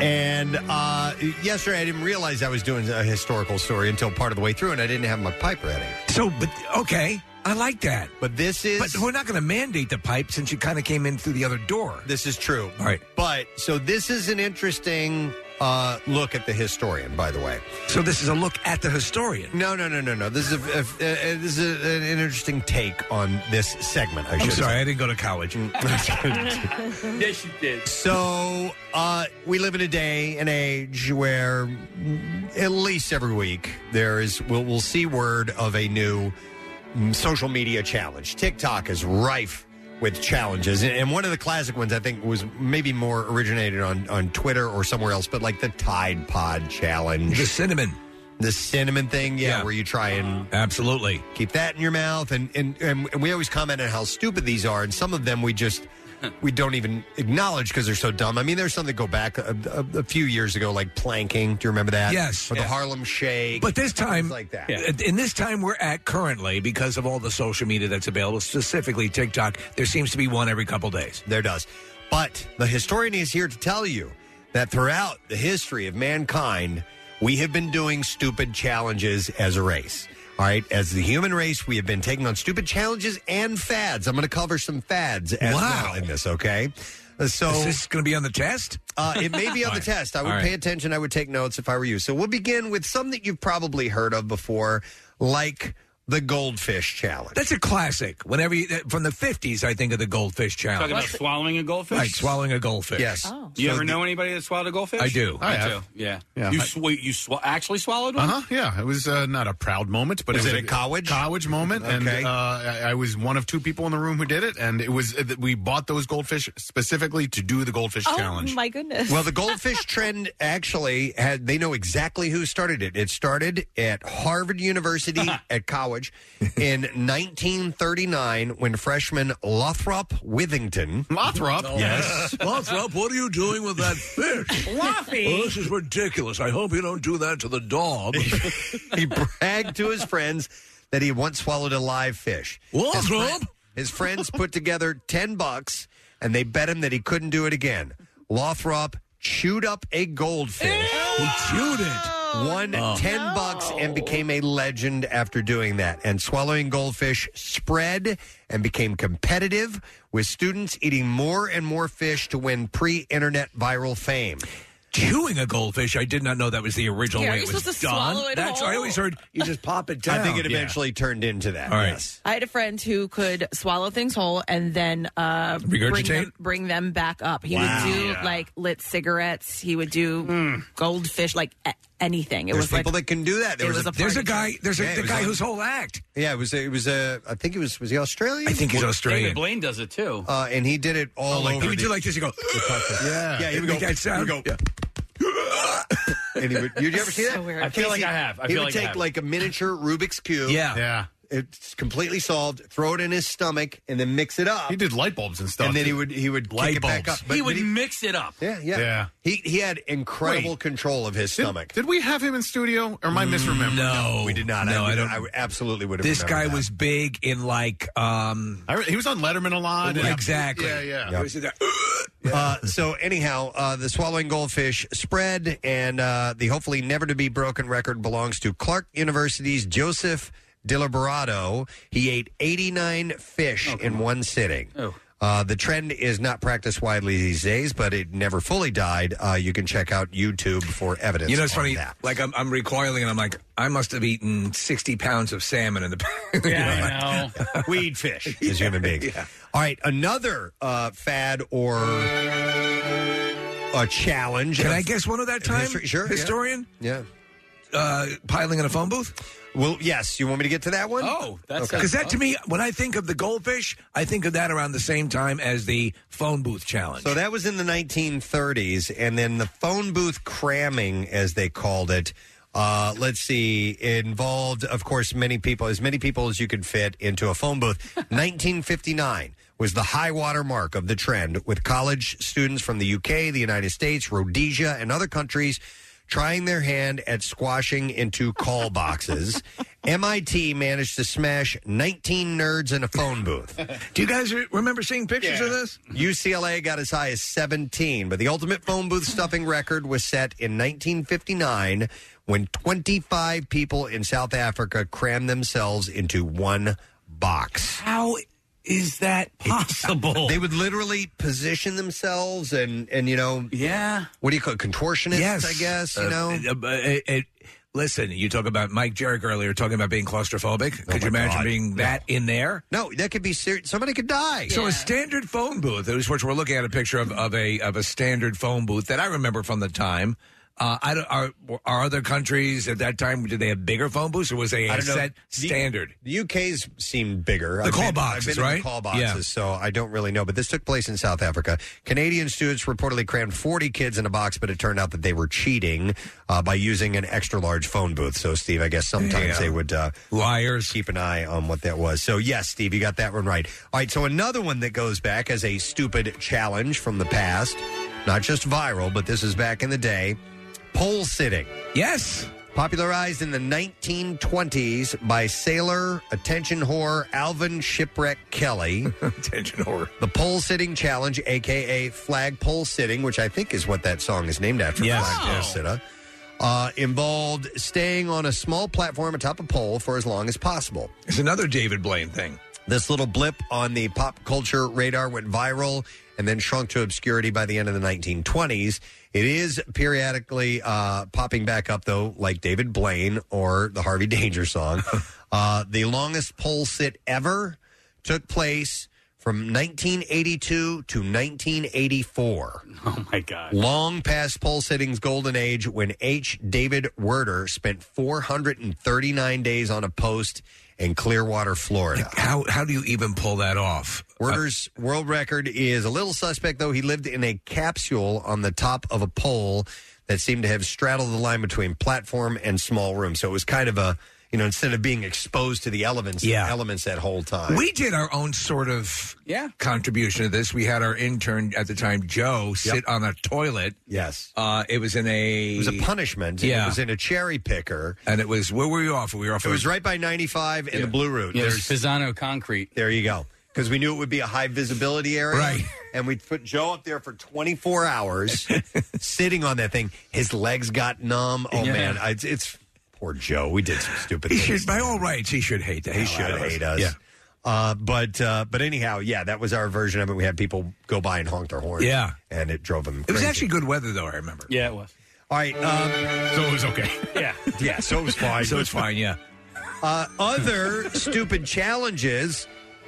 Speaker 5: And uh, yesterday, I didn't realize I was doing a historical story until part of the way through, and I didn't have my pipe ready.
Speaker 4: So, but okay, I like that.
Speaker 5: But this is.
Speaker 4: But we're not going to mandate the pipe since you kind of came in through the other door.
Speaker 5: This is true.
Speaker 4: All right.
Speaker 5: But so this is an interesting uh, look at the historian, by the way.
Speaker 4: So this is a look at the historian.
Speaker 5: No, no, no, no, no. This is a, a, a- this is a- an interesting take on this segment. I
Speaker 4: I'm
Speaker 5: should
Speaker 4: sorry,
Speaker 5: say.
Speaker 4: I didn't go to college.
Speaker 6: yes, you did.
Speaker 5: So uh, we live in a day and age where mm, at least every week there is we'll, we'll see word of a new mm, social media challenge. TikTok is rife with challenges, and, and one of the classic ones I think was maybe more originated on on Twitter or somewhere else, but like the Tide Pod challenge,
Speaker 4: the cinnamon.
Speaker 5: The cinnamon thing, yeah, where you try and
Speaker 4: absolutely
Speaker 5: keep that in your mouth, and and and we always comment on how stupid these are, and some of them we just we don't even acknowledge because they're so dumb. I mean, there's some that go back a, a, a few years ago, like planking. Do you remember that?
Speaker 4: Yes.
Speaker 5: Or the
Speaker 4: Yeah.
Speaker 5: Harlem Shake.
Speaker 4: But this time,
Speaker 5: Things like that.
Speaker 4: in this time we're at currently, because of all the social media that's available, specifically TikTok, there seems to be one every couple days.
Speaker 5: There does. But the historian is here to tell you that throughout the history of mankind, we have been doing stupid challenges as a race. All right, as the human race, we have been taking on stupid challenges and fads. I'm going to cover some fads as
Speaker 4: Wow.
Speaker 5: well in this, okay? Uh, So
Speaker 4: is this going to be on the test?
Speaker 5: Uh, it may be on the test. I would pay attention. I would take notes if I were you. So we'll begin with some that you've probably heard of before, like the goldfish challenge.
Speaker 4: That's a classic. Whenever you, that- from the fifties, I think of the goldfish challenge.
Speaker 6: Talking about swallowing a goldfish.
Speaker 4: Right, swallowing a goldfish.
Speaker 6: Yes. You ever know anybody that swallowed a goldfish?
Speaker 4: I do.
Speaker 6: I,
Speaker 4: I
Speaker 6: do.
Speaker 4: have. Uh-huh.
Speaker 6: Yeah.
Speaker 7: Yeah.
Speaker 6: You
Speaker 7: I-
Speaker 6: sw- wait, you sw- actually swallowed one?
Speaker 7: Uh huh. Yeah, it was uh, not a proud moment, but
Speaker 6: Was
Speaker 7: it was
Speaker 6: it a
Speaker 7: college college moment, and
Speaker 6: Okay.
Speaker 7: uh, I, I was one of two people in the room who did it, and it was uh, that we bought those goldfish specifically to do the goldfish
Speaker 19: oh
Speaker 7: challenge.
Speaker 19: my goodness!
Speaker 5: Well, the goldfish trend actually had, they know exactly who started it. It started at Harvard University at college in 1939 when freshman Lothrop Withington.
Speaker 7: Lothrop?
Speaker 5: Yes.
Speaker 4: Lothrop, what are you doing with that fish? Oh,
Speaker 6: Fluffy.
Speaker 4: this is ridiculous. I hope you don't do that to the dog.
Speaker 5: he bragged to his friends that he once swallowed a live fish.
Speaker 4: What,
Speaker 5: His,
Speaker 4: Rob?
Speaker 5: his friends put together 10 bucks and they bet him that he couldn't do it again. Lothrop chewed up a goldfish.
Speaker 4: He chewed it. Oh.
Speaker 5: Won 10 bucks and became a legend after doing that. And swallowing goldfish spread and became competitive with students eating more and more fish to win pre-internet viral fame.
Speaker 4: Chewing a goldfish, I did not know that was the original
Speaker 5: Yeah,
Speaker 4: way
Speaker 5: are
Speaker 4: it
Speaker 5: you
Speaker 4: was
Speaker 5: supposed to
Speaker 4: done.
Speaker 5: swallow it
Speaker 4: That's I
Speaker 5: whole?
Speaker 4: always heard you just pop it down.
Speaker 5: I think it
Speaker 4: Yeah.
Speaker 5: eventually turned into that.
Speaker 4: All right.
Speaker 5: Yes.
Speaker 19: I had a friend who could swallow things whole and then uh, bring
Speaker 5: Regurgitate?
Speaker 19: them, bring them back up. He
Speaker 5: Wow.
Speaker 19: would do
Speaker 5: Yeah. Hmm.
Speaker 19: like lit cigarettes. He would do goldfish, like a- anything. It
Speaker 5: There's
Speaker 19: was like
Speaker 5: people that can do that. There
Speaker 19: it
Speaker 5: was a-
Speaker 19: part
Speaker 4: There's a
Speaker 19: of-
Speaker 4: guy. There's
Speaker 5: Yeah,
Speaker 4: a
Speaker 5: it
Speaker 4: the
Speaker 5: was
Speaker 4: guy
Speaker 5: on-
Speaker 4: whose whole act.
Speaker 5: Yeah, it was a, it was a I think it was was he Australian?
Speaker 4: I think he's Australian.
Speaker 6: David Blaine does it too. Oh,
Speaker 5: Uh, and he did it all
Speaker 4: like
Speaker 5: over.
Speaker 4: he would
Speaker 5: the-
Speaker 4: do like this. You go.
Speaker 5: yeah, yeah. He would
Speaker 4: Make
Speaker 5: go.
Speaker 4: that sound.
Speaker 5: He would go. and he would, you ever see that?
Speaker 6: So weird. I feel like I have. I
Speaker 5: he
Speaker 6: feel
Speaker 5: would
Speaker 6: like I
Speaker 5: take
Speaker 6: have.
Speaker 5: like a miniature Rubik's cube.
Speaker 6: Yeah. Yeah.
Speaker 5: It's completely solved. Throw it in his stomach and then mix it up. He
Speaker 7: did light bulbs and stuff,
Speaker 5: And then he
Speaker 7: too.
Speaker 5: would he would
Speaker 7: Light
Speaker 5: kick it back up.
Speaker 7: bulbs.
Speaker 5: But-
Speaker 6: he
Speaker 5: but
Speaker 6: would mix it up.
Speaker 5: Yeah, yeah.
Speaker 7: Yeah.
Speaker 5: He he had incredible control of his stomach. Mm.
Speaker 7: Did we have him in studio, or am I misremembering?
Speaker 4: No,
Speaker 5: we did not. I
Speaker 4: No,
Speaker 5: would-
Speaker 4: I, don't.
Speaker 5: I would- absolutely would have
Speaker 4: This
Speaker 5: remembered
Speaker 4: guy
Speaker 5: that.
Speaker 4: was big in like. um
Speaker 7: He was on Letterman a lot. and-
Speaker 4: Exactly.
Speaker 7: Yeah, yeah.
Speaker 4: He was in that-
Speaker 5: Uh, so anyhow, uh, the swallowing goldfish spread, and uh, the hopefully never to be broken record belongs to Clark University's
Speaker 4: Oh.
Speaker 5: Joseph Deliberado. He ate 89 fish in one sitting. Uh, the trend is not practiced widely these days, but it never fully died. Uh, you can check out YouTube for evidence.
Speaker 4: You know, it's
Speaker 5: on
Speaker 4: funny.
Speaker 5: that.
Speaker 4: Like I'm, I'm recoiling, and I'm like, I must have eten 60 pounds of salmon in the past.
Speaker 5: Yeah, I know. Weed fish as human beings.
Speaker 4: Yeah.
Speaker 5: All right, another uh, fad or a challenge.
Speaker 4: Can
Speaker 5: of-
Speaker 4: I guess one of that time?
Speaker 5: history- Sure, yeah.
Speaker 4: historian.
Speaker 5: Yeah.
Speaker 4: Uh, piling in a phone booth.
Speaker 5: Well, yes. You want me to get to that one?
Speaker 4: Oh, that's
Speaker 5: Okay.
Speaker 4: because that to me, when I think of the goldfish, I think of that around the same time as the phone booth challenge.
Speaker 5: So that was in the 1930s, and then the phone booth cramming, as they called it. Uh, let's see, involved, of course, many people, as many people as you could fit into a phone booth. 1959 was the high water mark of the trend, with college students from the UK, the United States, Rhodesia, and other countries trying their hand at squashing into call boxes. MIT managed to smash 19 nerds in a phone booth.
Speaker 4: Do you guys re- remember seeing pictures of this?
Speaker 5: UCLA got as high as 17, but the ultimate phone booth stuffing record was set in 1959 when 25 people in South Africa crammed themselves into one box.
Speaker 4: How is that possible?
Speaker 5: They would literally position themselves and and you know
Speaker 6: yeah
Speaker 5: what do you call it contortionists
Speaker 4: yes,
Speaker 5: I guess you
Speaker 4: Uh,
Speaker 5: know
Speaker 4: uh, uh, uh, uh, listen, you talk about Mike Jarek earlier talking about being claustrophobic. Could you imagine
Speaker 5: Oh God.
Speaker 4: being that in there?
Speaker 5: No, that could be serious. Somebody could die.
Speaker 4: So a standard phone booth, is which we're looking at a picture of, of a of a standard phone booth that I remember from the time. Uh, I don't, are are other countries at that time? Did they have bigger phone booths, or was they
Speaker 5: I
Speaker 4: a
Speaker 5: don't know.
Speaker 4: set
Speaker 5: The-
Speaker 4: standard?
Speaker 5: The UK's seem bigger.
Speaker 4: The call
Speaker 5: been-
Speaker 4: boxes,
Speaker 5: I've been in the
Speaker 4: right?
Speaker 5: call boxes,
Speaker 4: Yeah.
Speaker 5: so I don't really know. But this took place in South Africa. Canadian students reportedly crammed 40 kids in a box, but it turned out that they were cheating uh, by using an extra large phone booth. So, Steve, I guess sometimes
Speaker 4: Yeah.
Speaker 5: they would uh,
Speaker 4: liars
Speaker 5: keep an eye on what that was. So, yes, Steve, you got that one right. All right, so another one that goes back as a stupid challenge from the past, not just viral, but this is back in the day pole sitting.
Speaker 4: Yes.
Speaker 5: Popularized in the 1920s by sailor, attention whore, Alvin Shipwreck Kelly.
Speaker 4: attention whore.
Speaker 5: The pole sitting challenge, a.k.a. flag pole sitting, which I think is what that song is named after.
Speaker 4: Yes.
Speaker 5: Flag Pole Sitta, uh, involved staying on a small platform atop a pole for as long as possible.
Speaker 4: It's another David Blaine thing.
Speaker 5: This little blip on the pop culture radar went viral and then shrunk to obscurity by the end of the 1920s. It is periodically uh, popping back up, though, like David Blaine or the Harvey Danger song. uh, the longest pole sit ever took place from 1982 to 1984.
Speaker 6: Oh, my God.
Speaker 5: Long past pole sitting's golden age when H. David Werder spent 439 days on a post in Clearwater, Florida.
Speaker 4: How how do you even pull that off?
Speaker 5: Werder's world record is a little suspect, though. He lived in a capsule on the top of a pole that seemed to have straddled the line between platform and small room. So it was kind of a, you know, instead of being exposed to the elements,
Speaker 4: Yeah.
Speaker 5: elements that whole time.
Speaker 4: We did our own sort of
Speaker 6: yeah.
Speaker 4: contribution to this. We had our intern at the time, Joe, sit on a toilet.
Speaker 5: Yes.
Speaker 4: Uh, it was in a
Speaker 5: It was a punishment. and
Speaker 4: Yeah.
Speaker 5: It was in a cherry picker.
Speaker 4: And it was where were you off? We were off.
Speaker 5: It was right by 95 in the Blue Route.
Speaker 6: Yes, Pisano concrete.
Speaker 5: There you go. Because we knew it would be a high visibility area. Right. And we put Joe up there for 24 hours sitting on that thing. His legs got numb. Oh,
Speaker 4: Yeah.
Speaker 5: man. I, it's, it's poor Joe. We did some stupid
Speaker 4: He
Speaker 5: things.
Speaker 4: should, by all rights, he should hate that.
Speaker 5: He should Oh, hate us.
Speaker 4: Yeah.
Speaker 5: Uh, but uh, but anyhow, yeah, that was our version of it. We had people go by and honk their horns.
Speaker 4: Yeah.
Speaker 5: And it drove them
Speaker 4: It was
Speaker 5: crazy.
Speaker 4: actually good weather, though. I remember.
Speaker 6: Yeah, it was.
Speaker 5: All right. Um,
Speaker 7: so it was okay.
Speaker 6: Yeah.
Speaker 5: Yeah, so it was fine.
Speaker 4: so it's fine. Yeah.
Speaker 5: uh, other stupid challenges,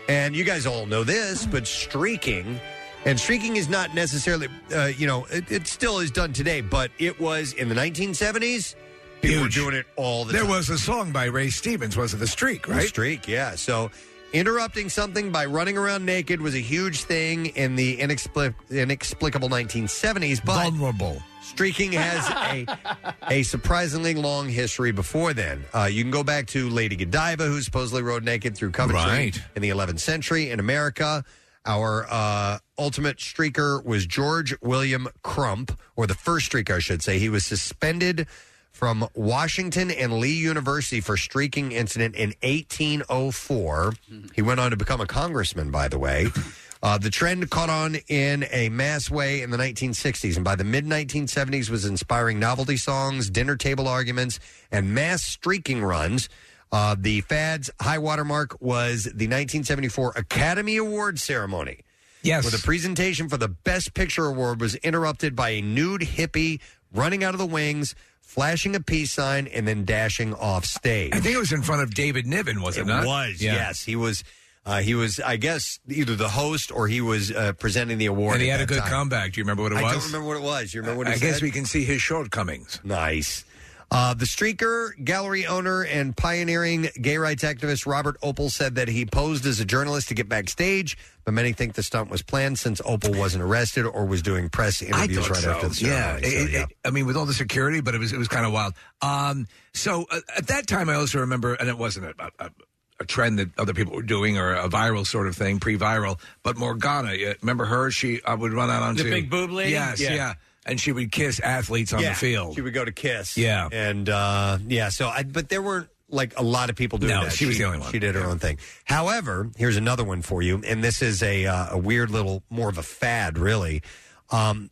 Speaker 5: and you guys all know this, but streaking. And streaking is not necessarily, uh, you know, it, it still is done today, but it was in the 1970s. People were doing it all the
Speaker 4: There
Speaker 5: time.
Speaker 4: was a song by Ray Stevens. Was it the streak? Right.
Speaker 5: The streak, yeah. So interrupting something by running around naked was a huge thing in the inexplic- inexplicable 1970s, but
Speaker 4: vulnerable.
Speaker 5: Streaking has a a surprisingly long history before then. Uh, you can go back to Lady Godiva, who supposedly rode naked through Coventry
Speaker 4: Right.
Speaker 5: in the 11th century in America. Our uh, ultimate streaker was George William Crump, or the first streaker, I should say. He was suspended from Washington and Lee University for streaking incident in 1804. He went on to become a congressman, by the way. Uh, the trend caught on in a mass way in the 1960s, and by the mid 1970s, was inspiring novelty songs, dinner table arguments, and mass streaking runs. Uh, the fad's high watermark was the 1974 Academy Award ceremony.
Speaker 4: Yes.
Speaker 5: Where the presentation for the Best Picture Award was interrupted by a nude hippie running out of the wings, flashing a peace sign, and then dashing off stage.
Speaker 4: I think it was in front of David Niven, was it, not?
Speaker 5: was,
Speaker 4: Yeah.
Speaker 5: yes. He was. Uh, he was, I guess, either the host or he was uh, presenting the award.
Speaker 4: And he had
Speaker 5: at
Speaker 4: a
Speaker 5: that
Speaker 4: good
Speaker 5: time.
Speaker 4: comeback. Do you remember what it
Speaker 5: I
Speaker 4: was?
Speaker 5: don't remember what it was. You remember what
Speaker 4: I
Speaker 5: he
Speaker 4: guess
Speaker 5: said?
Speaker 4: we can see his shortcomings.
Speaker 5: Nice. Uh, the streaker, gallery owner, and pioneering gay rights activist Robert Opel said that he posed as a journalist to get backstage, but many think the stunt was planned since Opel wasn't arrested or was doing press interviews
Speaker 4: thought
Speaker 5: right
Speaker 4: so.
Speaker 5: after the
Speaker 4: yeah.
Speaker 5: ceremony. So,
Speaker 4: It- it- it- I mean, with all the security, but it was it was kind of wild. Um, so uh, at that time, I also remember, and it wasn't a, a, a trend that other people were doing or a viral sort of thing, pre-viral. But Morgana, you remember her? She I would run out onto
Speaker 6: The big boob lady?
Speaker 4: Yes,
Speaker 6: Yeah.
Speaker 4: yeah. and she would kiss athletes on
Speaker 5: Yeah.
Speaker 4: the field.
Speaker 5: She would go to kiss.
Speaker 4: Yeah.
Speaker 5: and uh, yeah, so I, but there weren't like a lot of people doing
Speaker 4: No,
Speaker 5: that.
Speaker 4: she was the only one.
Speaker 5: She did her own thing. However, here's another one for you, and this is a uh, a weird little more of a fad, really. Um,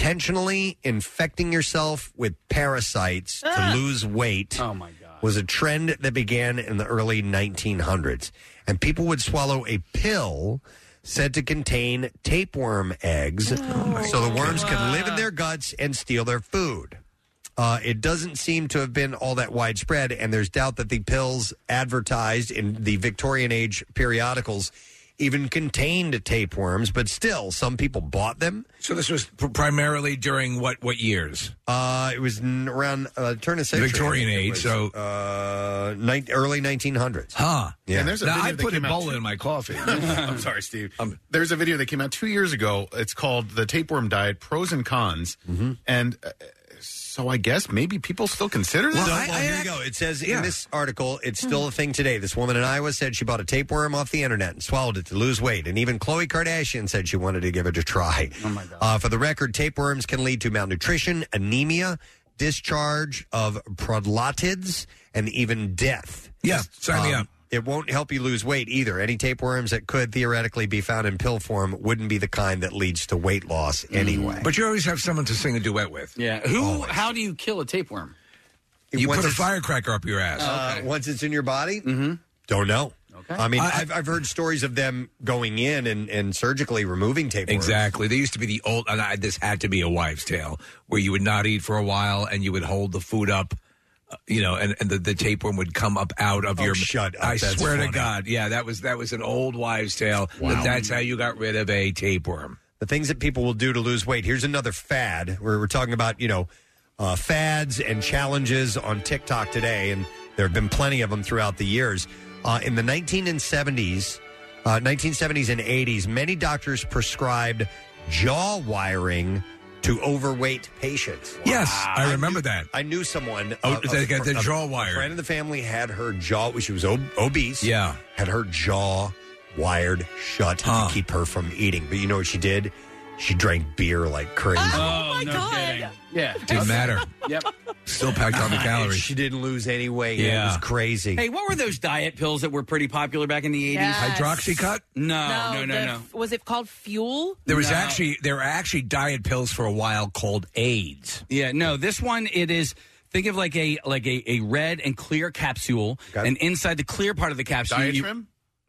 Speaker 5: intentionally infecting yourself with parasites
Speaker 6: Ah.
Speaker 5: to lose weight. Oh my god. Was a trend that began in the early 1900s, and people would swallow a pill said to contain tapeworm eggs, so the worms could live in their guts and steal their food. Uh, it doesn't seem to have been all that widespread, and there's doubt that the pills advertised in the Victorian age periodicals even contained tapeworms, but still, some people bought them.
Speaker 4: So this was pr- primarily during what what years?
Speaker 5: Uh, it was n- around uh, turn of
Speaker 4: The
Speaker 5: century.
Speaker 4: Victorian
Speaker 5: I think it
Speaker 4: age,
Speaker 5: was,
Speaker 4: so-
Speaker 5: uh, nine- early 1900s.
Speaker 4: Huh?
Speaker 5: Yeah.
Speaker 7: And there's a
Speaker 5: Now,
Speaker 7: video
Speaker 5: I
Speaker 7: that
Speaker 5: put
Speaker 7: came out
Speaker 5: Ebola
Speaker 7: two-
Speaker 5: in
Speaker 4: my coffee.
Speaker 7: I'm sorry, Steve.
Speaker 5: Um,
Speaker 7: there's a video that came out two years ago. It's called "The Tapeworm Diet: Pros and Cons,"
Speaker 5: Mm-hmm.
Speaker 7: and uh, so I guess maybe people still consider that.
Speaker 5: Well, I- Hmm. well, here you go. It says in this article, it's still a thing today. This woman in Iowa said she bought a tapeworm off the internet and swallowed it to lose weight. And even Khloe Kardashian said she wanted to give it a try. Oh, my God. Uh, for the record, tapeworms can lead to malnutrition, anemia, discharge of prolatids, and even death. um,
Speaker 4: Yeah, sign me up.
Speaker 5: It won't help you lose weight either. Any tapeworms that could theoretically be found in pill form wouldn't be the kind that leads to weight loss anyway.
Speaker 4: Hmm. But you always have someone to sing a duet with.
Speaker 6: Yeah. Who? How do you kill a tapeworm?
Speaker 4: You
Speaker 5: Once
Speaker 4: put a
Speaker 5: it's-
Speaker 4: firecracker up your ass.
Speaker 5: Uh, Once it's in your body, mm-hmm. don't know. Okay. I mean, I, have I've heard stories of them going in and, and surgically removing tapeworms.
Speaker 4: Exactly. They used to be the old, and I, this had to be a wives' tale where you would not eat for a while and you would hold the food up, uh, you know, and, and the, the tapeworm would come up out of
Speaker 5: Oh,
Speaker 4: your.
Speaker 5: shut up.
Speaker 4: I
Speaker 5: That's
Speaker 4: swear
Speaker 5: funny.
Speaker 4: to God, yeah, that was that was an old wives' tale. that
Speaker 5: Wow.
Speaker 4: that's how you got rid of a tapeworm.
Speaker 5: The things that people will do to lose weight. Here's another fad where we're talking about, you know, uh, fads and challenges on TikTok today, and there have been plenty of them throughout the years. Uh, in the 1970s, uh, 1970s and 80s, many doctors prescribed jaw wiring to overweight patients.
Speaker 4: Yes, I remember that.
Speaker 5: I knew someone.
Speaker 4: Oh,
Speaker 5: a- a
Speaker 4: they got the
Speaker 5: fr- a-
Speaker 4: jaw
Speaker 5: a
Speaker 4: wired.
Speaker 5: friend of the family had her jaw. She was ob- obese.
Speaker 4: Yeah.
Speaker 5: had her jaw wired shut to keep her from eating. But you know what she did? She drank beer like crazy.
Speaker 6: Oh, my god. Yeah.
Speaker 4: Didn't matter.
Speaker 6: Yep.
Speaker 4: Still packed on the calories.
Speaker 5: She didn't lose any weight. It
Speaker 6: Yeah.
Speaker 5: was crazy.
Speaker 6: Hey, what were those diet pills that were pretty popular back in the 80s?
Speaker 19: Yes.
Speaker 4: Hydroxycut?
Speaker 5: Oh,
Speaker 6: No, no, no,
Speaker 19: the-
Speaker 6: no.
Speaker 19: Was it called Fuel?
Speaker 4: There was actually there were actually diet pills for a while called AIDS.
Speaker 6: Yeah, no, this one it is think of like a like a, a red and clear capsule and inside the clear part of the capsule you-
Speaker 7: Diatrim?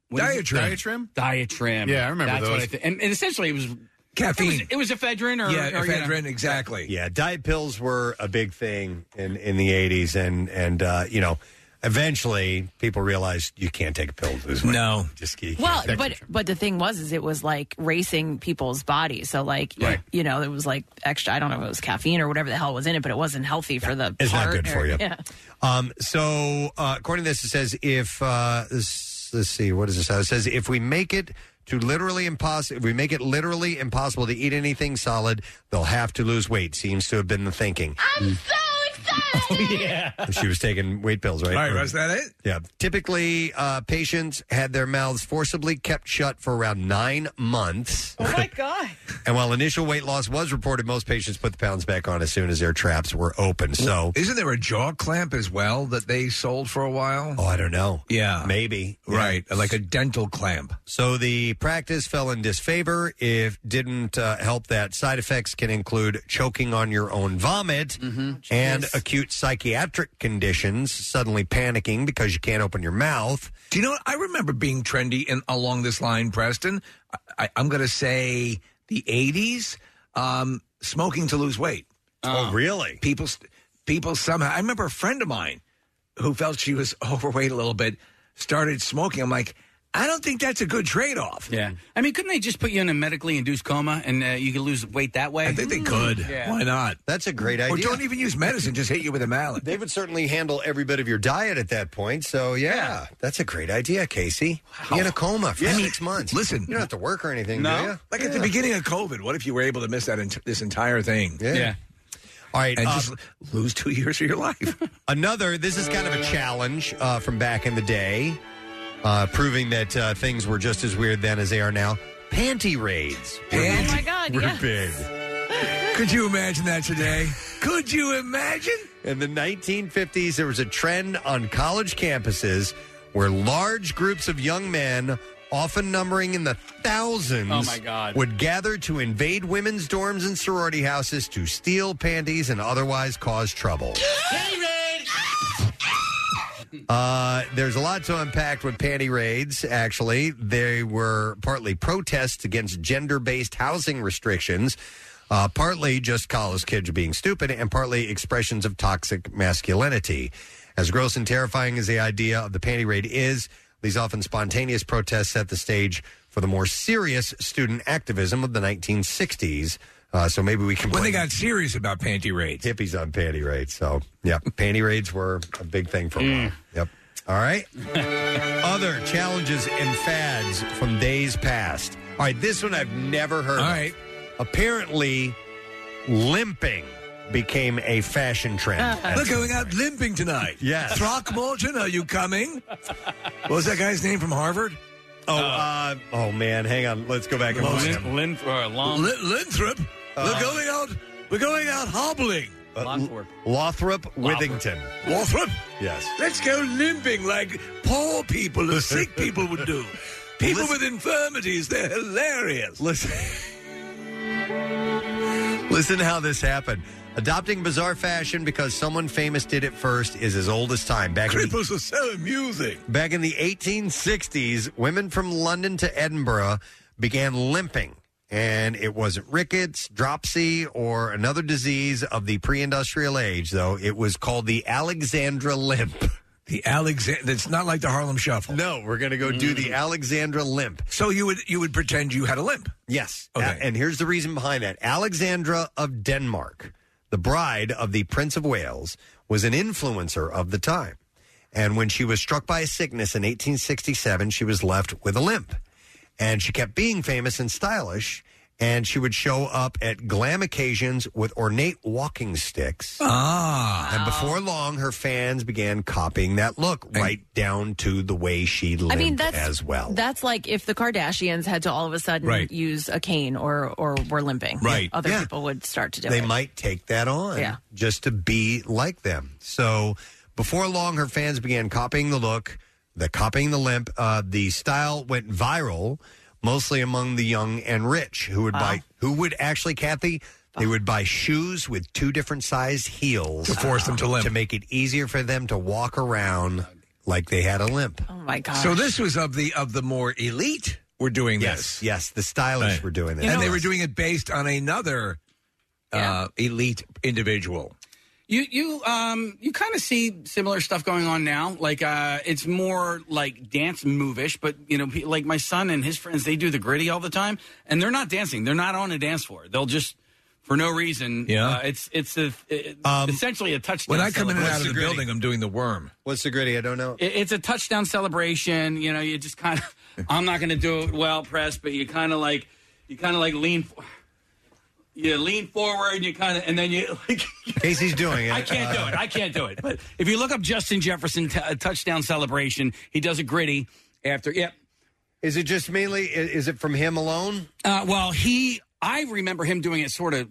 Speaker 6: What is it?
Speaker 7: Diatrim.
Speaker 6: Diatrim? Diatrim.
Speaker 7: Yeah, I remember
Speaker 6: That's What
Speaker 7: those.
Speaker 6: I thi- and, and essentially it was
Speaker 4: Caffeine.
Speaker 6: It was, it was ephedrine or
Speaker 5: Yeah,
Speaker 6: or, you know-
Speaker 4: ephedrine, exactly.
Speaker 5: Yeah, diet pills were a big thing in, in the 80s. And, and uh, you know, eventually people realized you can't take a pill to lose weight.
Speaker 4: No.
Speaker 5: Just, you can't.
Speaker 19: Well, but but the thing was, is it was like racing people's bodies. So like,
Speaker 5: Right.
Speaker 19: you know, it was like extra. I don't know if it was caffeine or whatever the hell was in it, but it wasn't healthy for the.
Speaker 5: It's not
Speaker 19: heart
Speaker 5: good
Speaker 19: or-
Speaker 5: for you.
Speaker 19: Yeah.
Speaker 5: Um, so, uh, according to this, it says if uh, this, let's see, what does it say? It says if we make it to literally impossible, if we make it literally impossible to eat anything solid, they'll have to lose weight. Seems to have been the thinking. I'm so excited. Mm. Oh, yeah, she was taking weight pills, right?
Speaker 4: All right,
Speaker 5: Or-
Speaker 4: was that it?
Speaker 5: Yeah. Typically, uh, patients had their mouths forcibly kept shut for around nine months.
Speaker 19: Oh my god.
Speaker 5: And while initial weight loss was reported, most patients put the pounds back on as soon as their traps were open. So,
Speaker 4: Isn't there a jaw clamp as well that they sold for a while?
Speaker 5: oh, I don't know.
Speaker 4: Yeah.
Speaker 5: Maybe.
Speaker 4: Right, like a dental clamp.
Speaker 5: So the practice fell in disfavor. If didn't uh, help that, side effects can include choking on your own vomit and acute psychiatric conditions, suddenly panicking because you can't open your mouth.
Speaker 4: Do you know what? I remember being trendy in along this line, Preston. I, I, I'm going to say the 80s, um, smoking to lose weight.
Speaker 5: Oh, really?
Speaker 4: People, st- people somehow. I remember a friend of mine who felt she was overweight a little bit started smoking. I'm like, I don't think that's a good trade off.
Speaker 6: Yeah. I mean, couldn't they just put you in a medically induced coma and uh, you could lose weight that way? I
Speaker 4: think they could. Why not?
Speaker 5: That's a great
Speaker 4: Or
Speaker 5: idea.
Speaker 4: don't even use medicine, just hit you with a mallet.
Speaker 5: They would certainly handle every bit of your diet at that point. So, yeah, that's a great idea, Casey. Be in a coma for
Speaker 4: Yeah.
Speaker 5: six months.
Speaker 4: Listen.
Speaker 5: you don't have to work or anything, do you?
Speaker 4: Like at
Speaker 5: Yeah.
Speaker 4: the beginning of COVID, what if you were able to miss that ent- this entire thing?
Speaker 5: Yeah. Yeah. All right.
Speaker 4: And
Speaker 5: uh,
Speaker 4: just lose two years of your life.
Speaker 5: Another, this is kind of a challenge uh, from back in the day, uh, proving that uh, things were just as weird then as they are now. Panty raids.
Speaker 4: Oh
Speaker 19: my God,
Speaker 5: We're
Speaker 19: yes.
Speaker 5: big.
Speaker 4: Could you imagine that today? Could you imagine?
Speaker 5: In the 1950s, there was a trend on college campuses where large groups of young men, often numbering in the thousands,
Speaker 6: Oh, my God.
Speaker 5: would gather to invade women's dorms and sorority houses to steal panties and otherwise cause trouble. Uh, there's a lot to unpack with panty raids, actually. They were partly protests against gender based housing restrictions, uh, partly just college kids being stupid, and partly expressions of toxic masculinity. As gross and terrifying as the idea of the panty raid is, these often spontaneous protests set the stage for the more serious student activism of the 1960s. Uh, so maybe we can.
Speaker 4: When they
Speaker 5: blame-
Speaker 4: got serious about panty raids.
Speaker 5: hippies on panty raids. So, yeah, panty raids were a big thing for a while. Yep. All right. Other challenges and fads from days past. All right, this one I've never heard. All right. Apparently, limping became a fashion trend.
Speaker 4: We're going out limping tonight.
Speaker 5: Yes.
Speaker 4: Throckmorton, are you coming? What was that guy's name from Harvard?
Speaker 5: Oh, uh, oh man, hang on. Let's go back and find him.
Speaker 6: Lin, Lin, or uh, Lom,
Speaker 4: Lin- Linthrop. we're going out. We're going out hobbling.
Speaker 5: Uh, Lothrop Withington.
Speaker 4: Lothrop.
Speaker 5: Yes.
Speaker 4: Let's go limping like poor people or sick people would do. People with infirmities, they're hilarious.
Speaker 5: Listen. Listen to how this happened. Adopting bizarre fashion because someone famous did it first is as old as time. Back in the-
Speaker 4: Cripples are so amusing.
Speaker 5: Back in the 1860s, women from London to Edinburgh began limping, and it wasn't rickets, dropsy, or another disease of the pre industrial age, though. It was called the Alexandra limp.
Speaker 4: The Alexander. It's not like the Harlem Shuffle.
Speaker 5: No, we're going to go do the Alexandra limp.
Speaker 4: So you would you would pretend you had a limp.
Speaker 5: Yes. A- and here's the reason behind that Alexandra of Denmark, the bride of the Prince of Wales, was an influencer of the time. And when she was struck by a sickness in 1867, she was left with a limp. And she kept being famous and stylish. And she would show up at glam occasions with ornate walking sticks.
Speaker 4: Ah.
Speaker 5: And before long, her fans began copying that look right down to the way she lived
Speaker 19: I mean, that's
Speaker 5: as well.
Speaker 19: That's like if the Kardashians had to all of a sudden
Speaker 5: Right.
Speaker 19: use a cane or or were limping.
Speaker 5: Right.
Speaker 19: Other
Speaker 5: Yeah.
Speaker 19: people would start to do
Speaker 5: they
Speaker 19: it.
Speaker 5: might take that on
Speaker 19: Yeah.
Speaker 5: just to be like them. So before long, her fans began copying the look, the copying the limp. Uh, the style went viral, mostly among the young and rich who would buy, who would actually, Kathy, they would buy shoes with two different sized heels
Speaker 4: To force them to limp.
Speaker 5: to make it easier for them to walk around like they had a limp.
Speaker 19: Oh my god.
Speaker 4: So this was of the of the more elite were doing
Speaker 5: Yes,
Speaker 4: this.
Speaker 5: yes, the stylish were doing this.
Speaker 4: and they were doing it based on another uh, elite individual.
Speaker 6: You you um you kind of see similar stuff going on now. Like uh, it's more like dance movish, but you know, pe- like my son and his friends, they do the gritty all the time, and they're not dancing. They're not on a dance floor. They'll just for no reason.
Speaker 4: Yeah. Um,
Speaker 6: uh, it's it's a, it- essentially a touchdown.
Speaker 4: When I come in and
Speaker 6: celebration.
Speaker 4: out of the building, I'm doing the worm.
Speaker 5: What's the gritty? I don't know.
Speaker 6: It- it's a touchdown celebration. You know, you just kind of. I'm not going to do it well, press, but you kind of like, you kind of like lean. for- You lean forward, and you kind of, and then you like.
Speaker 5: Casey's doing it.
Speaker 6: I can't do
Speaker 5: Uh,
Speaker 6: it. I can't do it. But if you look up Justin Jefferson t- uh, touchdown celebration, he does a gritty after. Yep.
Speaker 5: Is it just mainly? i- Is it from him alone?
Speaker 6: Uh, well, he. I remember him doing it sort of.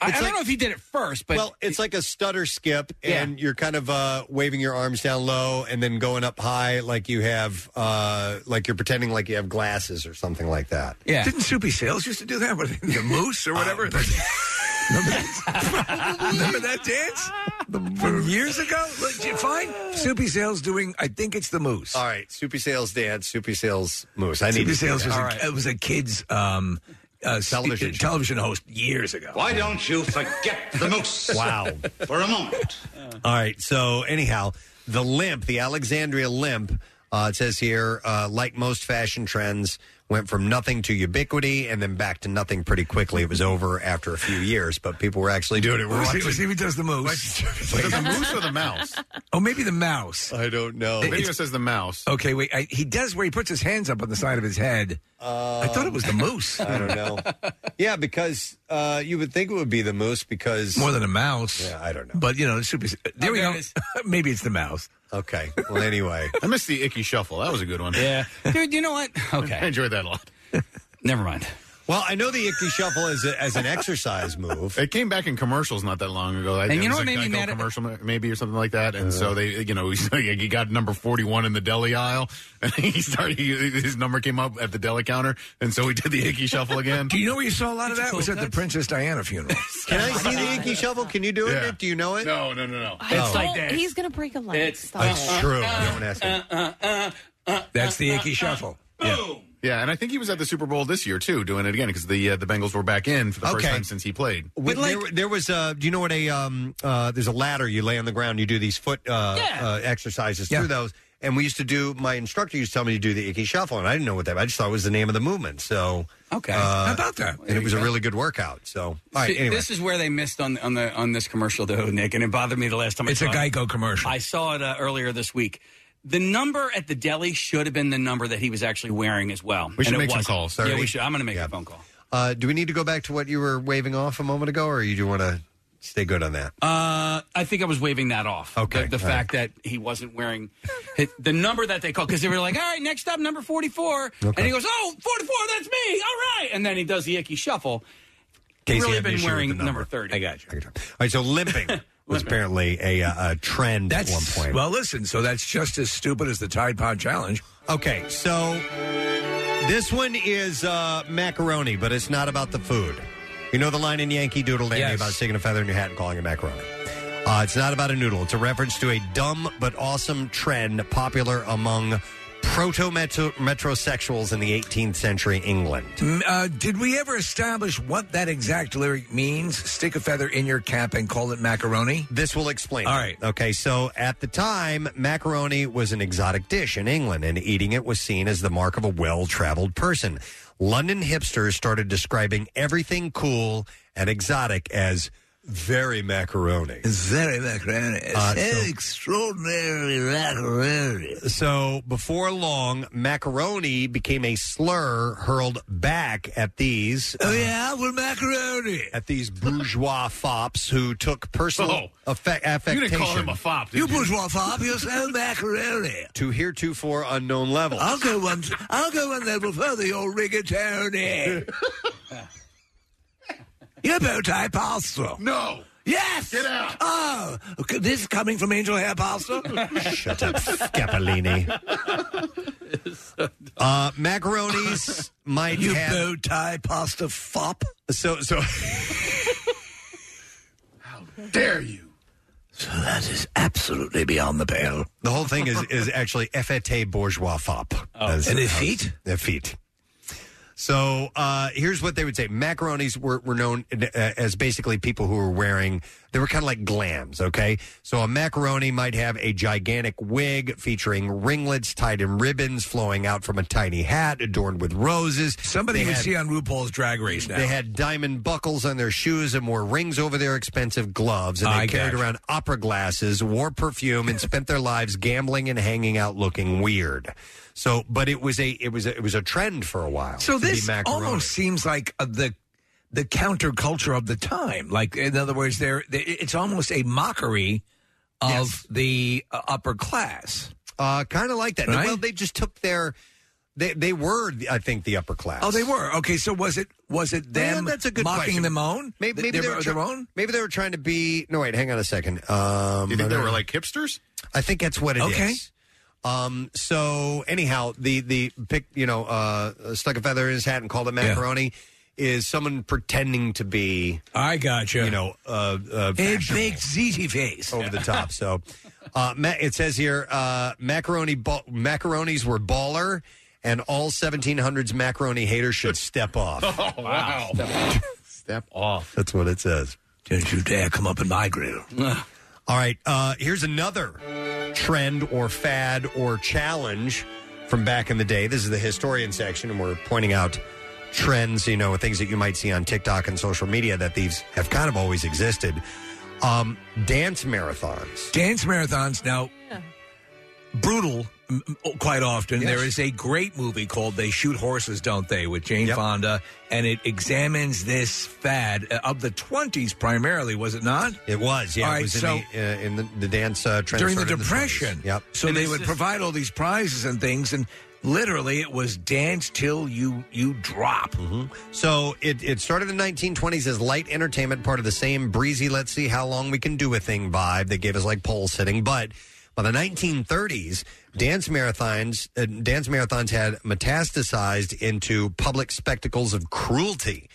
Speaker 6: I, I don't know if he did it first, but
Speaker 5: well, it's like a stutter skip,
Speaker 6: Yeah.
Speaker 5: and you're kind of uh, waving your arms down low and then going up high, like you have, uh, like you're pretending like you have glasses or something like that.
Speaker 6: Yeah.
Speaker 4: Didn't Soupy Sales used to do that with the moose or whatever? Remember that dance? The- From years ago? Look, you find Soupy Sales doing, I think it's the Moose.
Speaker 5: All right, Soupy Sales dance, Soupy Sales Moose. I need
Speaker 4: Soupy
Speaker 5: to see
Speaker 4: Sales
Speaker 5: that.
Speaker 4: was,
Speaker 5: All
Speaker 4: a,
Speaker 5: right.
Speaker 4: it was a kid's um, uh, st-
Speaker 5: Television show.
Speaker 4: television host years ago.
Speaker 5: Why
Speaker 8: don't you forget the moose?
Speaker 5: Wow.
Speaker 8: For a moment.
Speaker 5: All right. So anyhow, the limp, the Alexandria limp, uh, it says here, uh, like most fashion trends, went from nothing to ubiquity and then back to nothing pretty quickly. It was over after a few years, but people were actually doing it. We're
Speaker 4: Let's see,
Speaker 5: watching-
Speaker 4: let's see if he does the moose.
Speaker 7: Does the moose or the mouse?
Speaker 4: Oh, maybe the mouse.
Speaker 5: I don't know.
Speaker 7: The video says the mouse.
Speaker 4: Okay, wait. I, he does where he puts his hands up on the side of his head. I thought it was the moose.
Speaker 5: Um, I don't know. Yeah, because uh, you would think it would be the moose because
Speaker 4: More than a mouse.
Speaker 5: Yeah, I don't know.
Speaker 4: But you know, it should be. Oh, There we go. Maybe it's the mouse.
Speaker 5: Okay. Well, anyway,
Speaker 7: I missed the icky shuffle. That was a good one.
Speaker 6: Yeah, dude. You know what? Okay,
Speaker 7: I enjoyed that a lot.
Speaker 6: Never mind.
Speaker 5: Well, I know the icky shuffle as a, as an exercise move.
Speaker 7: It came back in commercials not that long ago. I-
Speaker 6: And
Speaker 7: it
Speaker 6: you know
Speaker 7: was
Speaker 6: what
Speaker 7: a
Speaker 6: made me
Speaker 7: Geico
Speaker 6: mad at-
Speaker 7: commercial maybe or something like that. And
Speaker 5: Uh-huh.
Speaker 7: so they, you know, he got number forty one in the deli aisle, and he started he, his number came up at the deli counter, and so we did the icky shuffle again.
Speaker 4: Do you know where you saw a lot of that? It was at the Princess Diana funeral.
Speaker 5: Can I see the icky shuffle? Can you do it? Nick? Do you know it?
Speaker 7: No, no, no, no.
Speaker 5: Oh.
Speaker 19: He's going to break a leg.
Speaker 7: It's-
Speaker 19: Stop
Speaker 7: it's
Speaker 19: it.
Speaker 7: true.
Speaker 5: Don't ask me.
Speaker 4: That's the icky shuffle.
Speaker 7: Yeah. Yeah, and I think he was at the Super Bowl this year too, doing it again because the uh, the Bengals were back in for the first
Speaker 5: Okay.
Speaker 7: time since he played.
Speaker 5: When there, there was a. Do you know what a? Um, uh, there's a ladder you lay on the ground. You do these foot uh, uh, exercises through those. And we used to do. My instructor used to tell me to do the icky shuffle, and I didn't know what that. I just thought it was the name of the movement. So
Speaker 6: Okay.
Speaker 5: uh,
Speaker 6: How about that?
Speaker 5: And it was a really good workout. So all right.
Speaker 6: See,
Speaker 5: anyway,
Speaker 6: This is where they missed on on the on this commercial though, Nick, and it bothered me the last time.
Speaker 4: It's
Speaker 6: I
Speaker 4: a
Speaker 6: saw it.
Speaker 4: Geico commercial.
Speaker 6: I saw it uh, earlier this week. The number at the deli should have been the number that he was actually wearing as well.
Speaker 5: We should
Speaker 6: and it
Speaker 5: make some
Speaker 6: wasn't.
Speaker 5: calls. Sorry.
Speaker 6: Yeah, we should. I'm going to make a phone call.
Speaker 5: uh, do we need to go back to what you were waving off a moment ago, or you do want to stay good on that?
Speaker 6: Uh, I think I was waving that off.
Speaker 5: Okay,
Speaker 6: The, the
Speaker 5: all
Speaker 6: fact that he wasn't wearing hit- the number that they called because they were like, all right, next up, number 44.
Speaker 5: Okay.
Speaker 6: And he goes, oh, 44, that's me. All right. And then he does the icky shuffle.
Speaker 5: Casey
Speaker 6: really
Speaker 5: had an
Speaker 6: been
Speaker 5: issue with
Speaker 6: wearing
Speaker 5: the
Speaker 6: number.
Speaker 5: number.
Speaker 6: 30. I got you.
Speaker 5: All right. So limping was apparently a, uh, a trend at one point.
Speaker 4: Well, listen. So that's just as stupid as the Tide Pod challenge.
Speaker 5: Okay, so this one is uh, macaroni, but it's not about the food. You know the line in Yankee Doodle Dandy about sticking a feather in your hat and calling it macaroni. Uh, it's not about a noodle. It's a reference to a dumb but awesome trend popular among proto metrosexuals in the 18th century England.
Speaker 4: Mm, Uh, did we ever establish what that exact lyric means? Stick a feather in your cap and call it macaroni.
Speaker 5: This will explain.
Speaker 4: All right.
Speaker 5: Okay, so at the time, macaroni was an exotic dish in England, and eating it was seen as the mark of a well traveled person. London hipsters started describing everything cool and exotic as very macaroni. Uh,
Speaker 4: Very macaroni. extraordinary macaroni.
Speaker 5: So before long, macaroni became a slur hurled back at these. uh,
Speaker 4: Oh yeah, we're macaroni.
Speaker 5: At these bourgeois fops who took personal
Speaker 4: Oh.
Speaker 5: affe- affectation.
Speaker 4: You bourgeois fop. You're so macaroni.
Speaker 5: to heretofore unknown levels.
Speaker 4: I'll go one. I'll go one level further. You're rigatoni. you're bow tie pasta.
Speaker 7: No.
Speaker 4: Yes. Get out. Oh, okay, this is coming from Angel Hair Pasta.
Speaker 5: Shut up, Scapolini. Uh, macaronis might
Speaker 4: You
Speaker 5: have
Speaker 4: bow tie pasta fop.
Speaker 5: so so.
Speaker 7: Dare you?
Speaker 4: So that is absolutely beyond the pale.
Speaker 5: The whole thing is is actually effete bourgeois fop. Oh.
Speaker 4: An effete?
Speaker 5: Effete. So uh, here's what they would say: macaronis were, were known uh, as basically people who were wearing. They were kind of like glams, okay? So a macaroni might have a gigantic wig featuring ringlets tied in ribbons flowing out from a tiny hat adorned with roses.
Speaker 4: Somebody
Speaker 5: They
Speaker 4: you
Speaker 5: had-
Speaker 4: see on RuPaul's Drag Race now.
Speaker 5: They had diamond buckles on their shoes and wore rings over their expensive gloves, and they
Speaker 4: I
Speaker 5: carried
Speaker 4: gotcha.
Speaker 5: around opera glasses, wore perfume, and spent their lives gambling and hanging out looking weird. So, but it was a it was a, it was a trend for a while.
Speaker 4: so
Speaker 5: to be
Speaker 4: this
Speaker 5: macaroni.
Speaker 4: almost seems like uh, the the counterculture of the time. Like in other words, there they- it's almost a mockery of the uh, upper class.
Speaker 5: uh, kind of like that.
Speaker 4: Right?
Speaker 5: Well, they just took their they they were I think the upper class.
Speaker 4: Oh, they were okay. So was it was it
Speaker 5: Well,
Speaker 4: them?
Speaker 5: that's a good
Speaker 4: mocking
Speaker 5: question.
Speaker 4: them own.
Speaker 5: Maybe, maybe
Speaker 4: their,
Speaker 5: they were
Speaker 4: their
Speaker 5: try-
Speaker 4: own.
Speaker 5: Maybe they were trying to be. No, wait, hang on a second. Um,
Speaker 7: Do you think they
Speaker 5: I don't
Speaker 7: were
Speaker 5: know.
Speaker 7: like hipsters?
Speaker 5: I think that's what it is.
Speaker 7: Okay.
Speaker 5: Um, so anyhow, the the pick you know uh, stuck a feather in his hat and called it macaroni is someone pretending to be
Speaker 4: I gotcha.
Speaker 5: You know, uh, uh,
Speaker 4: Hey,
Speaker 5: fashionable
Speaker 4: big ZT face
Speaker 5: over the top. So uh, ma- it says here uh, macaroni ba- macaronis were baller, and all 1700s macaroni haters should step off.
Speaker 7: Oh, wow.
Speaker 5: Step off. That's what it says.
Speaker 4: Don't you dare come up in my grill.
Speaker 5: All right. Uh, here's another trend or fad or challenge from back in the day. This is the historian section, and we're pointing out trends, you know, things that you might see on TikTok and social media that these have kind of always existed. Um, dance marathons.
Speaker 4: Dance marathons now brutal m- m- quite often. There is a great movie called They Shoot Horses, Don't They, with Jane Fonda, and it examines this fad uh, of the 20s primarily, was it not?
Speaker 5: It was, yeah.
Speaker 4: All right,
Speaker 5: it was
Speaker 4: so
Speaker 5: in, the, uh, in the, the dance uh, trend
Speaker 4: during the
Speaker 5: started in
Speaker 4: Depression.
Speaker 5: 20s. yep.
Speaker 4: So they would provide all these prizes and things, and literally it was dance till you you drop.
Speaker 5: So it, it started in the 1920s as light entertainment, part of the same breezy, let's see how long we can do a thing vibe that gave us like pole sitting. But by the 1930s, dance marathons, uh, dance marathons had metastasized into public spectacles of cruelty.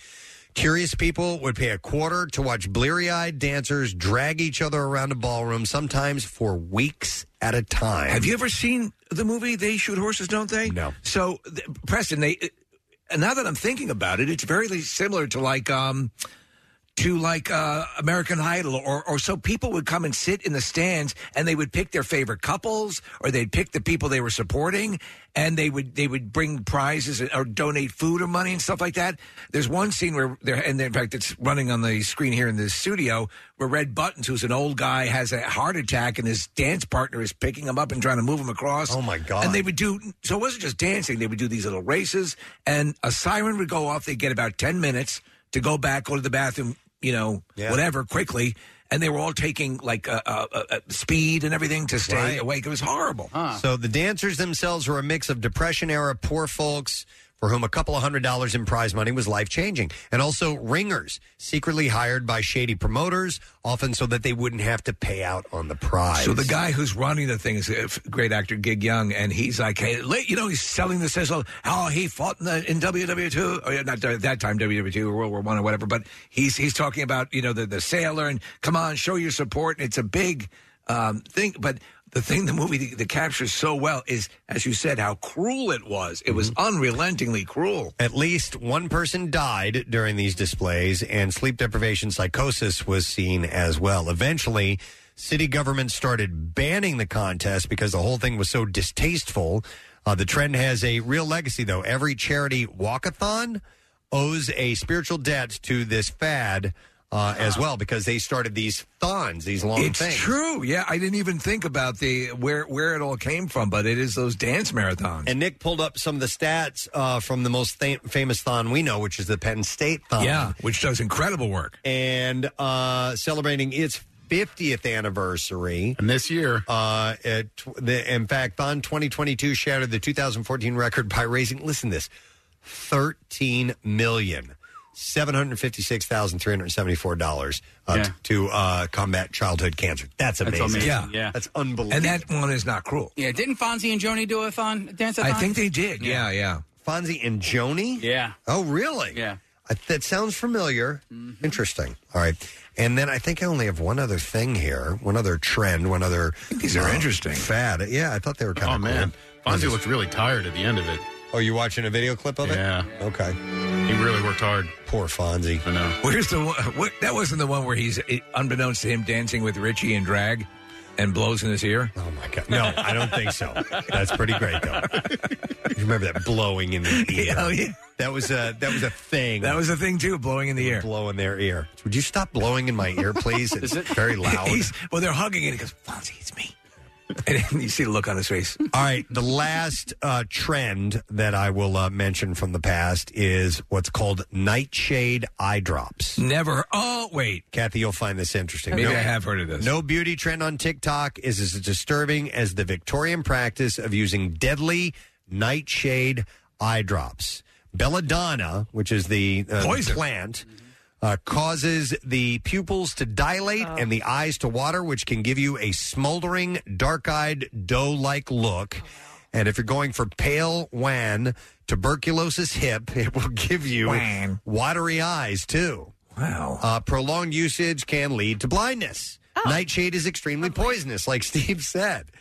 Speaker 5: Curious people would pay a quarter to watch bleary eyed dancers drag each other around a ballroom, sometimes for weeks at a time.
Speaker 4: Have you ever seen the movie They Shoot Horses, Don't They? No. So, th- Preston, they. uh, Now that I'm thinking about it, it's very similar to like um, to like uh, American Idol, or or so people would come and sit in the stands, and they would pick their favorite couples, or they'd pick the people they were supporting, and they would they would bring prizes or donate food or money and stuff like that. There's one scene where there, and in fact, it's running on the screen here in the studio, where Red Buttons, who's an old guy, has a heart attack, and his dance partner is picking him up and trying to move him across. Oh my god! And they would do so. It wasn't just dancing; they would do these little races, and a siren would go off. They get about ten minutes to go back, go to the bathroom, you know, whatever, quickly. And they were all taking like uh, uh, uh, speed and everything to stay
Speaker 5: Right.
Speaker 4: awake. It was horrible.
Speaker 5: So the dancers themselves were a mix of Depression era poor folks for whom a couple of hundred dollars in prize money was life changing, and also ringers secretly hired by shady promoters, often so that they wouldn't have to pay out on the prize.
Speaker 4: So the guy who's running the thing is a f- great actor, Gig Young, and he's like, hey, la- you know, he's selling the sizzle. How he fought in, the, in WW two, or yeah, not dur- that time WW two or World War One or whatever. But he's he's talking about you know the the sailor and come on, show your support. And it's a big um, thing, but. The thing the movie that, that captures so well is, as you said, how cruel it was. It was
Speaker 5: Mm-hmm.
Speaker 4: unrelentingly cruel.
Speaker 5: At least one person died during these displays, and sleep deprivation psychosis was seen as well. Eventually, city governments started banning the contest because the whole thing was so distasteful. Uh, the trend has a real legacy, though. Every charity walkathon owes a spiritual debt to this fad uh, as well because they started these thons, these long
Speaker 4: It's
Speaker 5: things.
Speaker 4: true. Yeah, I didn't even think about the where where it all came from, but it is those dance marathons.
Speaker 5: And Nick pulled up some of the stats uh, from the most th- famous thon we know, which is the Penn State thon.
Speaker 4: Yeah, which does incredible work.
Speaker 5: And uh, celebrating its 50th anniversary.
Speaker 7: And this year.
Speaker 5: Uh, at tw- the, in fact, Thon 2022 shattered the 2014 record by raising, listen to this, thirteen million seven hundred fifty-six thousand three hundred seventy-four dollars uh,
Speaker 4: Yeah.
Speaker 5: t- to uh, combat childhood cancer. That's
Speaker 4: That's
Speaker 5: amazing.
Speaker 4: amazing, Yeah.
Speaker 6: yeah.
Speaker 5: that's unbelievable.
Speaker 4: And that one is not cruel.
Speaker 6: Yeah, didn't Fonzie and Joni do a thon dance?
Speaker 4: I think they did. Yeah, yeah.
Speaker 5: Fonzie and Joni.
Speaker 6: Yeah.
Speaker 5: Oh, really? Yeah. I, that sounds familiar. Interesting. All right. And then I think I only have one other thing here, one other trend, one other.
Speaker 7: these are
Speaker 5: interesting. Fad. Yeah, I thought they were kind
Speaker 7: Oh,
Speaker 5: of.
Speaker 7: man.
Speaker 5: Cool.
Speaker 7: Fonzie looked really tired at the end of it.
Speaker 5: Oh, you watching a video clip of it?
Speaker 7: Yeah.
Speaker 5: Okay.
Speaker 7: He really worked hard.
Speaker 5: Poor Fonzie.
Speaker 7: I know.
Speaker 4: Where's the one? What, that wasn't the one where he's it- unbeknownst to him dancing with Richie in drag and blows in his ear.
Speaker 5: Oh my god! No, I don't think so. That's pretty great though. You remember that blowing in the ear?
Speaker 4: Oh, yeah.
Speaker 5: That was a that was a thing.
Speaker 4: That was a thing too, blowing in the ear.
Speaker 5: Blow in their ear. Would you stop blowing in my ear, please? It's very loud.
Speaker 4: He's, well, they're hugging and he goes, Fonzie, it's me. And you see the look on his face.
Speaker 5: All right, the last uh, trend that I will uh, mention from the past is what's called nightshade eye drops.
Speaker 4: Never. Oh, wait.
Speaker 5: Kathy, you'll find this interesting.
Speaker 4: Maybe I have heard of this.
Speaker 5: No beauty trend on TikTok is as disturbing as the Victorian practice of using deadly nightshade eye drops. Belladonna, which is the, uh, the
Speaker 4: Poison.
Speaker 5: plant, uh, causes the pupils to dilate and the eyes to water, which can give you a smoldering, dark eyed, dough like look. And if you're going for pale wan tuberculosis hip, it will give you watery eyes too.
Speaker 4: Wow.
Speaker 5: Uh, prolonged usage can lead to blindness. Nightshade is extremely poisonous, like Steve said.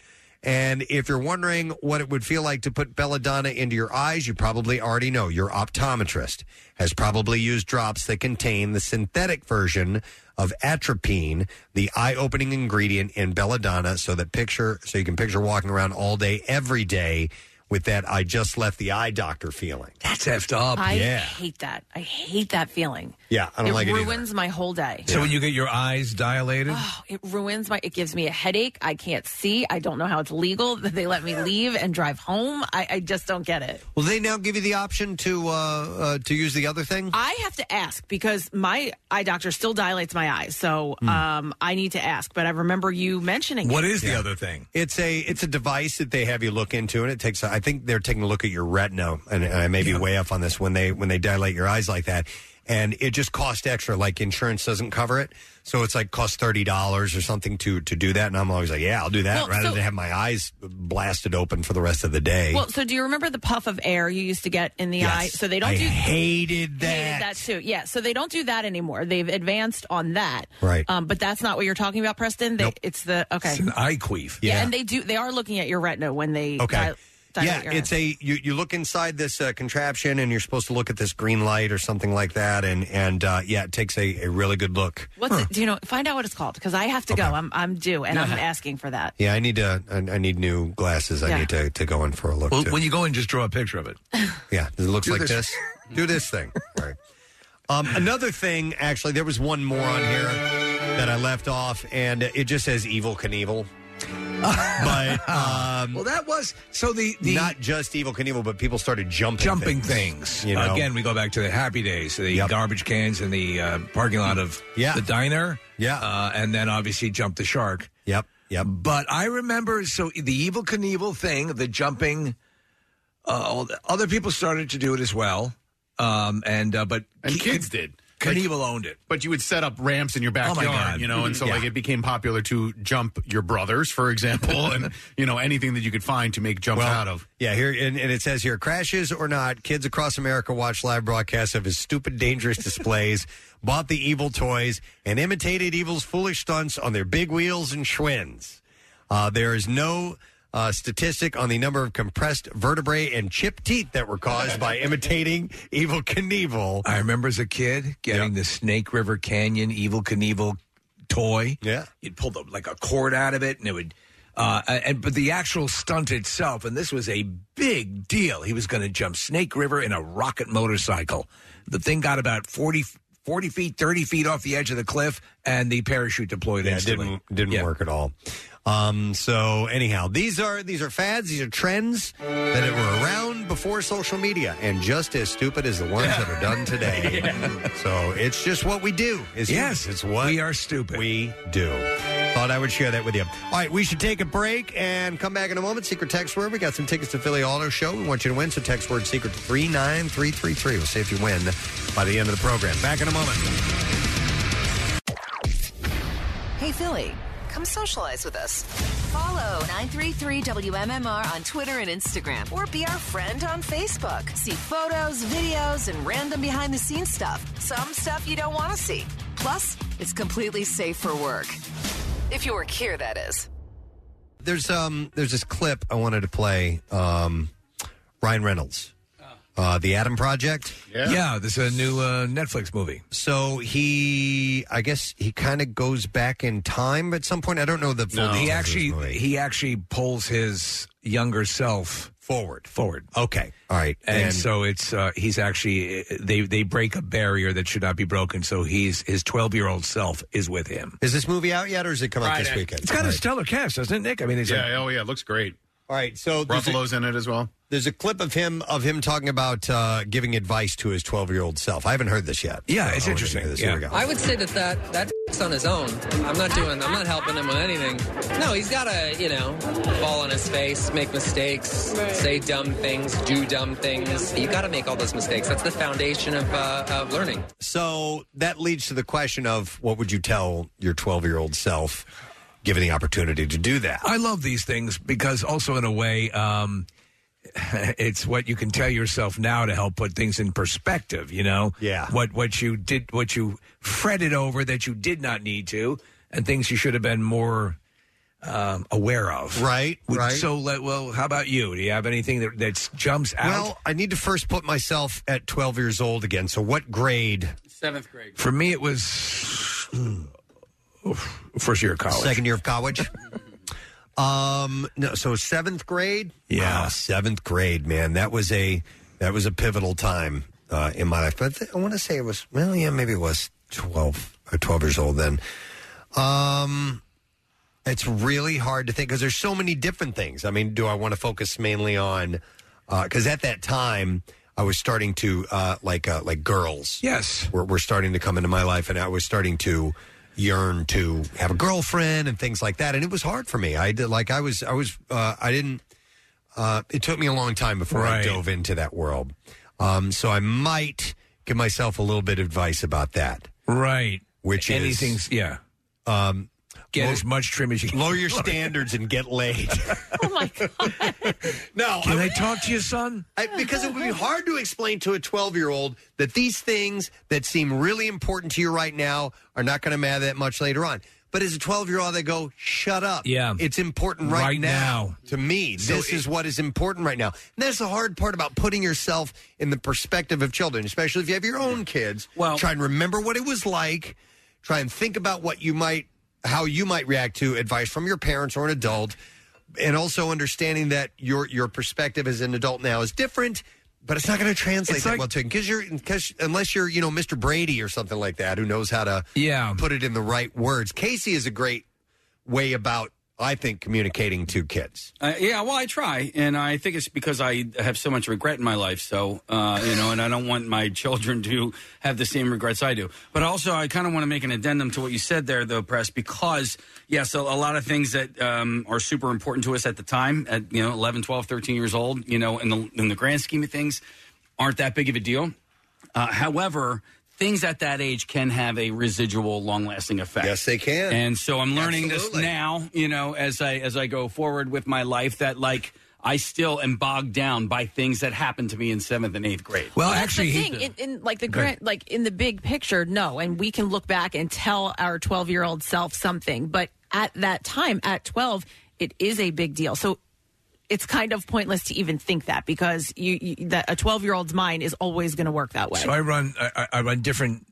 Speaker 5: And if you're wondering what it would feel like to put belladonna into your eyes, you probably already know. Your optometrist has probably used drops that contain the synthetic version of atropine, the eye-opening ingredient in belladonna, so that picture so you can picture walking around all day, every day with that "I just left the eye doctor" feeling.
Speaker 4: That's effed up.
Speaker 19: I
Speaker 5: yeah,
Speaker 19: hate that. I hate that feeling.
Speaker 5: yeah. I don't
Speaker 19: it
Speaker 5: like it. either.
Speaker 19: ruins my whole day.
Speaker 4: So when you get your eyes dilated,
Speaker 3: Oh.
Speaker 19: it ruins my. It gives me a headache. I can't see. I don't know how it's legal that they let me leave and drive home. I, I just don't get it.
Speaker 5: Will they now give you the option to uh, uh, to use the other thing?
Speaker 19: I have to ask because my eye doctor still dilates my eyes, so
Speaker 5: Hmm.
Speaker 19: um, I need to ask. But I remember you mentioning it.
Speaker 5: Yeah. It's a it's a device that they have you look into, and it takes. I think they're taking a look at your retina, and I may be way off on this when they when they dilate your eyes like that, and it just costs extra. Like insurance doesn't cover it, so it's like costs thirty dollars or something to to do that. And I'm always like, yeah, I'll do that
Speaker 19: Well,
Speaker 5: rather
Speaker 19: so-
Speaker 5: than have my eyes blasted open for the rest of the day.
Speaker 19: Well, so do you remember the puff of air you used to get in the
Speaker 5: Yes.
Speaker 19: eye? So they don't
Speaker 5: I
Speaker 19: do
Speaker 5: hated that.
Speaker 19: Hated that too. Yeah. So they don't do that anymore. They've advanced on that.
Speaker 5: Right.
Speaker 19: Um, but that's not what you're talking about, Preston. They, It's the okay.
Speaker 4: it's an eye queef.
Speaker 19: yeah. and they do. They are looking at your retina when they.
Speaker 5: Okay.
Speaker 19: Di- dilate
Speaker 5: yeah,
Speaker 19: your
Speaker 5: it's
Speaker 19: eye.
Speaker 5: a you, you look inside this uh, contraption and you're supposed to look at this green light or something like that, and and uh, yeah, it takes a, a really good look.
Speaker 19: What's it? Do you know? Find out what it's called because I have to go. I'm I'm due and
Speaker 5: Uh-huh.
Speaker 19: I'm asking for that.
Speaker 5: Yeah, I need to. I, I need new glasses. I
Speaker 19: Yeah.
Speaker 5: need to, to go in for a look.
Speaker 4: Well,
Speaker 5: too.
Speaker 4: when you go in, just draw a picture of it.
Speaker 5: yeah, it looks
Speaker 4: do
Speaker 5: like
Speaker 4: this.
Speaker 5: this. Do this thing. All right. Um, another thing, actually, there was one more on here that I left off, and it just says "Evil Knievel." but um,
Speaker 4: well, that was so the, the
Speaker 5: not just "Evil Knievel," but people started jumping
Speaker 4: Jumping
Speaker 5: things.
Speaker 4: things.
Speaker 5: You know?
Speaker 4: Again, we go back to the happy days, the
Speaker 5: Yep.
Speaker 4: garbage cans in the uh, parking lot of
Speaker 5: Yeah.
Speaker 4: the diner.
Speaker 5: Yeah.
Speaker 4: Uh, and then obviously jump the shark.
Speaker 5: Yep. Yep.
Speaker 4: But I remember so the evil Knievel thing, the jumping. Uh, all the- other people started to do it as well, um, and uh, but
Speaker 7: And
Speaker 4: Ke-
Speaker 7: kids did.
Speaker 4: Knievel owned it.
Speaker 7: But you would set up ramps in your
Speaker 4: Oh, my
Speaker 7: backyard,
Speaker 4: God.
Speaker 7: you know, and so
Speaker 4: Yeah.
Speaker 7: like it became popular to jump your brothers, for example, and you know anything that you could find to make jumps
Speaker 5: Well,
Speaker 7: out of.
Speaker 5: Yeah, here and, and it says here, crashes or not, kids across America watch live broadcasts of his stupid, dangerous displays, bought the evil toys, and imitated evil's foolish stunts on their big wheels and Schwinn's. Uh, there is no uh, statistic on the number of compressed vertebrae and chipped teeth that were caused by imitating evil Knievel.
Speaker 4: I remember as a kid getting the Snake River Canyon Evil Knievel toy.
Speaker 5: Yeah,
Speaker 4: you'd pull the, like a cord out of it, and it would. Uh, and but the actual stunt itself, and this was a big deal. He was going to jump Snake River in a rocket motorcycle. The thing got about 40, 40 feet, thirty feet off the edge of the cliff, and the parachute deployed
Speaker 5: Yeah, it
Speaker 4: instantly.
Speaker 5: didn't didn't work at all. Um, so anyhow, these are these are fads, these are trends that were around before social media, and just as stupid as the ones that are done today. So it's just what we do. Is
Speaker 4: Yes,
Speaker 5: it's what we are stupid. We do. Thought I would share that with you. All right, we should take a break and come back in a moment. Secret text word. We got some tickets to Philly Auto Show. We want you to win. So text word secret to three nine three three three. We'll see if you win by the end of the program. Back in a moment.
Speaker 25: Hey, Philly, come socialize with us. Follow 933 WMMR on Twitter and Instagram, or be our friend on Facebook. See photos, videos, and random behind the scenes stuff. Some stuff you don't want to see. Plus, it's completely safe for work. If you work here, that is.
Speaker 5: There's um there's this clip I wanted to play. Um, Ryan Reynolds,
Speaker 7: Oh.
Speaker 5: uh, the Adam Project.
Speaker 4: Yeah, this is a new uh, Netflix movie.
Speaker 5: So he, I guess he kind of goes back in time at some point. I don't know the full.
Speaker 4: he
Speaker 5: details of this
Speaker 4: actually
Speaker 5: movie.
Speaker 4: he actually pulls his younger self
Speaker 5: forward,
Speaker 4: forward.
Speaker 5: Okay, all right,
Speaker 4: and,
Speaker 5: And-
Speaker 4: so it's uh, he's actually they they break a barrier that should not be broken. So he's his twelve year old self is with him.
Speaker 5: Is this movie out yet, or is it come out this
Speaker 7: Friday.
Speaker 5: weekend?
Speaker 4: It's got a stellar cast, doesn't it, Nick? I mean, it's
Speaker 7: yeah, oh yeah, it looks great.
Speaker 5: All right, so there's a-
Speaker 7: Ruffalo's in it as well.
Speaker 5: There's a clip of him of him talking about uh, giving advice to his 12 year old self. I haven't heard this yet.
Speaker 4: Yeah, it's
Speaker 5: I wanna
Speaker 4: interesting.
Speaker 5: hear This. Here we go.
Speaker 26: I would say that that that f***s on his own. I'm not doing. I'm not helping him with anything. No, he's got to you know fall on his face, make mistakes, say dumb things, do dumb things. You got to make all those mistakes. That's the foundation of uh, of learning.
Speaker 5: So that leads to the question of what would you tell your 12 year old self given the opportunity to do that?
Speaker 4: I love these things because also in a way, um, it's what you can tell yourself now to help put things in perspective. You know, yeah, what what you did, what you fretted over that you did not need to, and things you should have been more um, aware of.
Speaker 5: Right,
Speaker 4: Would-
Speaker 5: right.
Speaker 4: So, let, well, how about you? Do you have anything that that jumps out?
Speaker 5: Well, I need to first put myself at 12 years old again. So, what grade?
Speaker 6: Seventh grade.
Speaker 4: For me, it was mm, first year of college.
Speaker 5: Second year of college. um, no, so seventh grade. Yeah, seventh grade, man. That was a that was a pivotal time uh, in my life. But I, th- I want to say it was well, yeah, maybe it was twelve or twelve years old then. Um, it's really hard to think because there's so many different things. I mean, do I want to focus mainly on? Because at that time, I was starting to uh, like uh, like girls.
Speaker 4: Yes,
Speaker 5: were, were starting to come into my life, and I was starting to yearn to have a girlfriend and things like that. And it was hard for me. I did like I was I was uh, I didn't. Uh, it took me a long time before I
Speaker 4: Right.
Speaker 5: dove into that world. Um, so I might give myself a little bit of advice about that.
Speaker 4: Right.
Speaker 5: Which
Speaker 4: Anything's-
Speaker 5: is
Speaker 4: yeah.
Speaker 5: Um,
Speaker 4: Get as much trim as you
Speaker 5: Lower your standards and get laid. No,
Speaker 4: can I, talk to you, son?
Speaker 5: I, because it would be hard to explain to a 12 year old that these things that seem really important to you right now are not going to matter that much later on. But as a 12 year old, they go, shut up.
Speaker 4: Yeah.
Speaker 5: It's important right,
Speaker 4: Right now.
Speaker 5: To me,
Speaker 4: So
Speaker 5: this
Speaker 4: it-
Speaker 5: is what is important right now. And that's the hard part about putting yourself in the perspective of children, especially if you have your own kids. Well, try and remember what it was like. Try and think about what you might, how you might react to advice from your parents or an adult and also understanding that your your perspective as an adult now is different, but it's not going to translate
Speaker 4: It's
Speaker 5: that
Speaker 4: like-
Speaker 5: well to because you're because unless you're you know Mr. Brady or something like that who knows how to
Speaker 4: yeah
Speaker 5: put it in the right words. Casey is a great way about I think communicating to kids.
Speaker 6: Uh, yeah, well, I try, and I think it's because I have so much regret in my life. So, uh, you know, and I don't want my children to have the same regrets I do. But also, I kind of want to make an addendum to what you said there, though, Press, because, yes, a, a lot of things that um, are super important to us at the time, at, you know, 11, 12, 13 years old, you know, in the, in the grand scheme of things, aren't that big of a deal. Uh, however, things at that age can have a residual, long-lasting effect.
Speaker 5: Yes, they can.
Speaker 6: And so I'm learning
Speaker 5: Absolutely.
Speaker 6: this now, you know, as I as I go forward with my life that like I still am bogged down by things that happened to me in 7th and 8th grade.
Speaker 4: Well,
Speaker 19: That's the thing in, in like the
Speaker 6: Go ahead.
Speaker 19: grand, like in the big picture, no, and we can look back and tell our twelve-year-old self something, but at that time, at twelve, it is a big deal. So it's kind of pointless to even think that because you, you that a twelve-year-old's mind is always going to work that way.
Speaker 4: So I run I, I I run different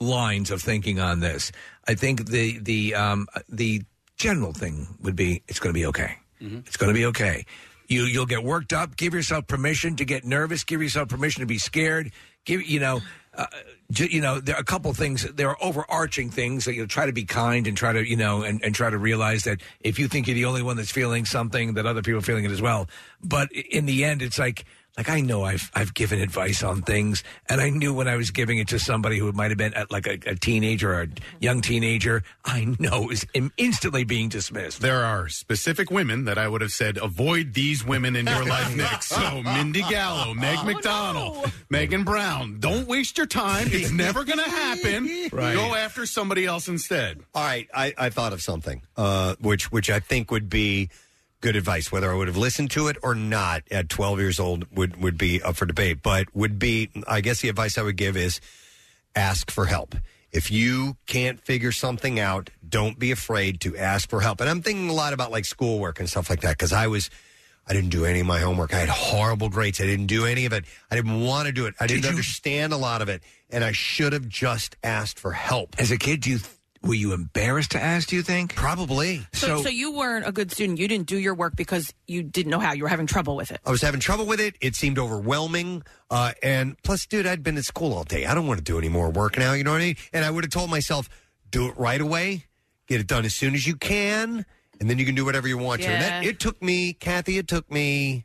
Speaker 4: lines of thinking on this. I think the the um, the general thing would be it's going to be okay. It's going to be okay. You you'll get worked up. Give yourself permission to get nervous. Give yourself permission to be scared. Give you know. Uh, ju- you know, there are a couple things. There are overarching things that you try to be kind and try to, you know, and, and try to realize that if you think you're the only one that's feeling something, that other people are feeling it as well. But i- in the end, it's like, like I know I've I've given advice on things, and I knew when I was giving it to somebody who might have been at like a, a teenager or a young teenager, I know is im- instantly being dismissed.
Speaker 7: There are specific women that I would have said avoid these women in your life next. So Mindy Gallo, Meg
Speaker 3: Oh,
Speaker 7: McDonald, Megan Brown. Don't waste your time. It's never going to happen.
Speaker 5: Right.
Speaker 7: Go after somebody else instead.
Speaker 5: All right, I, I thought of something, uh, which which I think would be good advice. Whether I would have listened to it or not at 12 years old would would be up for debate. But would be, I guess, the advice I would give is ask for help. If you can't figure something out, don't be afraid to ask for help. And I'm thinking a lot about like schoolwork and stuff like that because I was. I didn't do any of my homework. I had horrible grades. I didn't do any of it. I didn't want to do it. I didn't understand a lot of it. And I should have just asked for help.
Speaker 4: As a kid, do you were you embarrassed to ask? Do you think?
Speaker 5: Probably.
Speaker 19: So, so, you weren't a good student. You didn't do your work because you didn't know how. You were having trouble with it.
Speaker 5: I was having trouble with it. It seemed overwhelming. Uh, and plus, dude, I'd been at school all day. I don't want to do any more work now. You know what I mean? And I would have told myself, do it right away, get it done as soon as you can, and then you can do whatever you want to. And that,
Speaker 19: Yeah.
Speaker 5: it took me, Kathy, it took me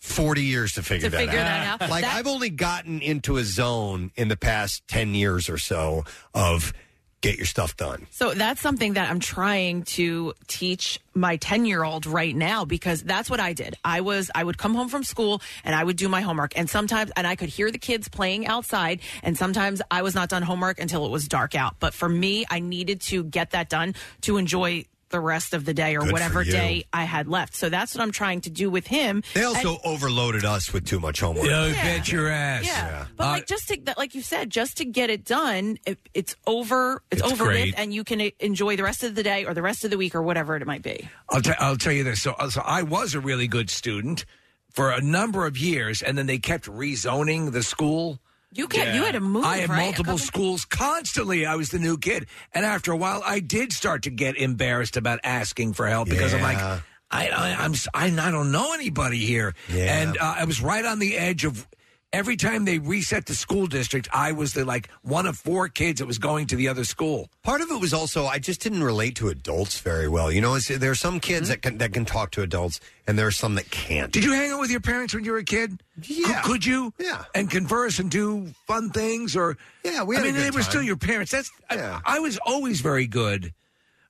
Speaker 5: 40 years to figure,
Speaker 19: To
Speaker 5: that,
Speaker 19: figure
Speaker 5: out.
Speaker 19: that out.
Speaker 5: Like,
Speaker 19: That-
Speaker 5: I've only gotten into a zone in the past 10 years or so of get your stuff done.
Speaker 19: So that's something that I'm trying to teach my 10 year old right now because that's what I did. I was, I would come home from school and I would do my homework and sometimes, and I could hear the kids playing outside and sometimes I was not done homework until it was dark out. But for me, I needed to get that done to enjoy
Speaker 3: the rest of the day or
Speaker 5: Good for
Speaker 3: whatever
Speaker 5: you.
Speaker 3: day I had left. So that's what I'm trying to do with him.
Speaker 5: They also
Speaker 3: And-
Speaker 5: overloaded us with too much homework.
Speaker 4: Yeah, I bet your ass.
Speaker 3: Yeah. But
Speaker 5: Uh,
Speaker 3: like just to that, like you said, just to get it done, it, it's over. It's,
Speaker 4: It's
Speaker 3: over
Speaker 4: great.
Speaker 3: with, and you can uh, enjoy the rest of the day or the rest of the week or whatever it might be.
Speaker 4: I'll, i I'll tell you this. So, so I was a really good student for a number of years, and then they kept rezoning the school.
Speaker 3: You kept- you had to move,
Speaker 4: I had
Speaker 3: right? A
Speaker 4: multiple
Speaker 3: couple-
Speaker 4: schools constantly. I was the new kid, and after a while, I did start to get embarrassed about asking for help because I'm like, I, I I'm s- I, I don't know anybody here,
Speaker 5: Yeah.
Speaker 4: and uh, I was right on the edge of. Every time they reset the school district, I was the like one of four kids that was going to the other school.
Speaker 5: Part of it was also I just didn't relate to adults very well. You know, it's, there are some kids that can that can talk to adults, and there are some that can't.
Speaker 4: Did you hang out with your parents when you were a kid? Yeah. Could, you? Yeah. And converse and do fun things or Yeah,
Speaker 5: we had
Speaker 4: I
Speaker 5: a
Speaker 4: mean,
Speaker 5: good
Speaker 4: they were still
Speaker 5: time.
Speaker 4: your parents. That's I, I was always very good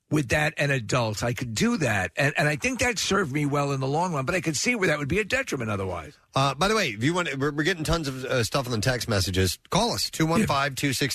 Speaker 4: with that and adults. I could do that. And and I think that served me well in the long run, but I could see where that would be a detriment otherwise.
Speaker 5: Uh, by the way, if you want, we're, we're getting tons of uh, stuff on the text messages. Call us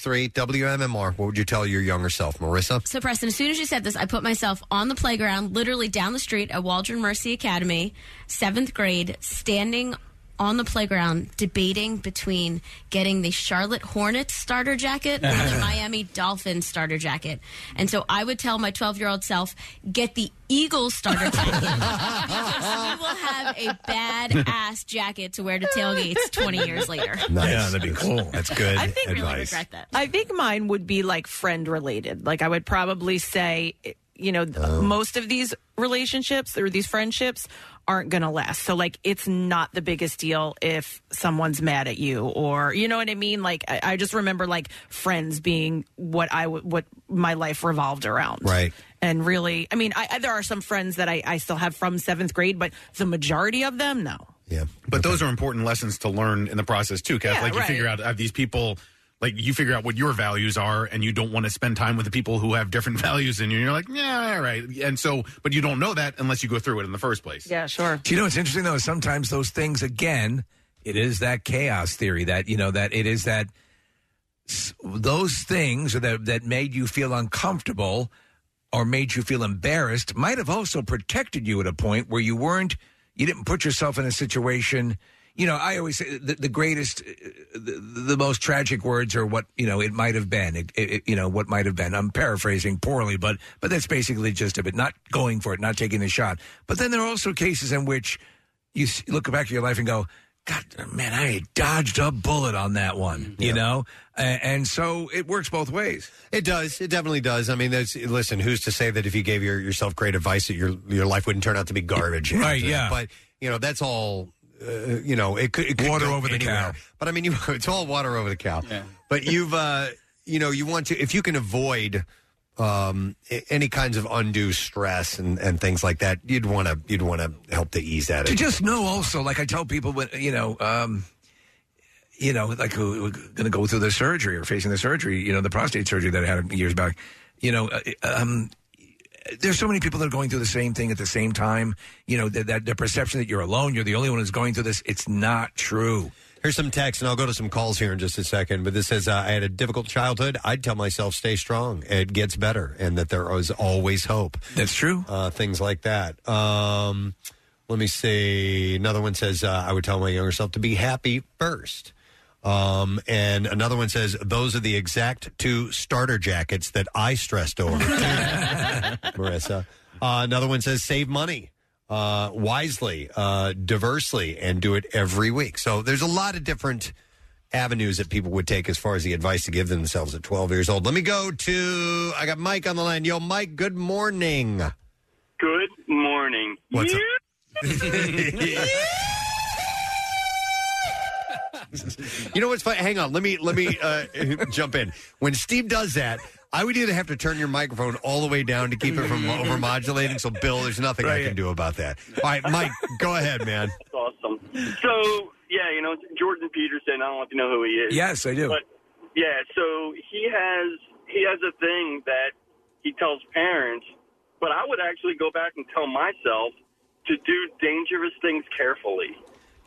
Speaker 5: 215-263-WMMR. What would you tell your younger self, Marissa?
Speaker 20: So, Preston, as soon as you said this, I put myself on the playground, literally down the street at Waldron Mercy Academy, seventh grade, standing on the playground, debating between getting the Charlotte Hornets starter jacket or the Miami Dolphins starter jacket. And so I would tell my 12 year old self, get the Eagles starter jacket. because you will have a bad ass jacket to wear to tailgates 20 years later.
Speaker 5: Nice.
Speaker 4: Yeah, that'd be cool.
Speaker 5: That's good
Speaker 3: I think
Speaker 5: advice.
Speaker 3: I think mine would be like friend related. Like I would probably say, eh, you know, th-
Speaker 5: Oh.
Speaker 3: most of these relationships or these friendships aren't going to last. So like it's not the biggest deal if someone's mad at you or you know what I mean? Like I, I just remember like friends being what I w- what my life revolved around.
Speaker 5: Right.
Speaker 3: And really, I mean, I, I- there are some friends that I, I still have from seventh grade, but the majority of them, no.
Speaker 5: Yeah.
Speaker 7: But those are important lessons to learn in the process too, Kath.
Speaker 3: Yeah,
Speaker 7: like you
Speaker 3: right.
Speaker 7: figure out have these people like you figure out what your values are and you don't want to spend time with the people who have different values than you. And you're like, yeah, all right. And so but you don't know that unless you go through it in the first place.
Speaker 3: Yeah, sure.
Speaker 4: Do you know what's interesting though? is Sometimes those things again, it is that chaos theory that you know that it is that s- those things that that made you feel uncomfortable or made you feel embarrassed might have also protected you at a point where you weren't you didn't put yourself in a situation you know i always say the, the greatest uh, the, the most tragic words are what you know it might have been it, it, it- you know what might have been i'm paraphrasing poorly but but that's basically the gist of it not going for it not taking the shot but then there are also cases in which you s- look back at your life and go god man i dodged a bullet on that one you know A- and so it works both ways
Speaker 5: It does. It definitely does. I mean, there's, listen, who's to say that if you gave your, yourself great advice that your your life wouldn't turn out to be garbage?
Speaker 4: Right,
Speaker 5: after that?
Speaker 4: yeah.
Speaker 5: But you know, that's all. Uh, you know, it could, it could
Speaker 4: Water
Speaker 5: go
Speaker 4: over the
Speaker 5: anywhere.
Speaker 4: cow.
Speaker 5: But I mean, you, it's all water over the cow. But you've, uh, you know, you want to if you can avoid um a- any kinds of undue stress and and things like that you'd want to you'd want to help to ease that
Speaker 4: To just know also, like I tell people when you know, um, you know, like who going to go through the surgery or facing the surgery, you know, the prostate surgery that I had years back. You know, uh, um, there's so many people that are going through the same thing at the same time. You know, that, that the perception that you're alone, you're the only one who's going through this. It's not true.
Speaker 5: Here's some text, and I'll go to some calls here in just a second. But this says, uh, I had a difficult childhood. I'd tell myself, stay strong. It gets better, and that there is always hope.
Speaker 4: That's true.
Speaker 5: Uh, things like that. Um, let me see. Another one says, uh, I would tell my younger self to be happy first. Um, and another one says, those are the exact two starter jackets that I stressed over, Marissa. Uh, another one says, save money uh, wisely, uh, diversely, and do it every week. So there's a lot of different avenues that people would take as far as the advice to give themselves at 12 years old. Let me go to, I got Mike on the line. Yo, Mike, good morning.
Speaker 14: Good morning.
Speaker 5: What's up? You know what's funny? Hang on. Let me let me uh, jump in. When Steve does that, I would either have to turn your microphone all the way down to keep it from overmodulating. So, Bill, there's nothing I can do about that. All right, Mike, go ahead, man.
Speaker 14: That's awesome. So, yeah, you know, Jordan Peterson, I don't know if you know who he is.
Speaker 4: Yes, I do.
Speaker 14: But, yeah, so he has he has a thing that he tells parents, but I would actually go back and tell myself to do dangerous things carefully.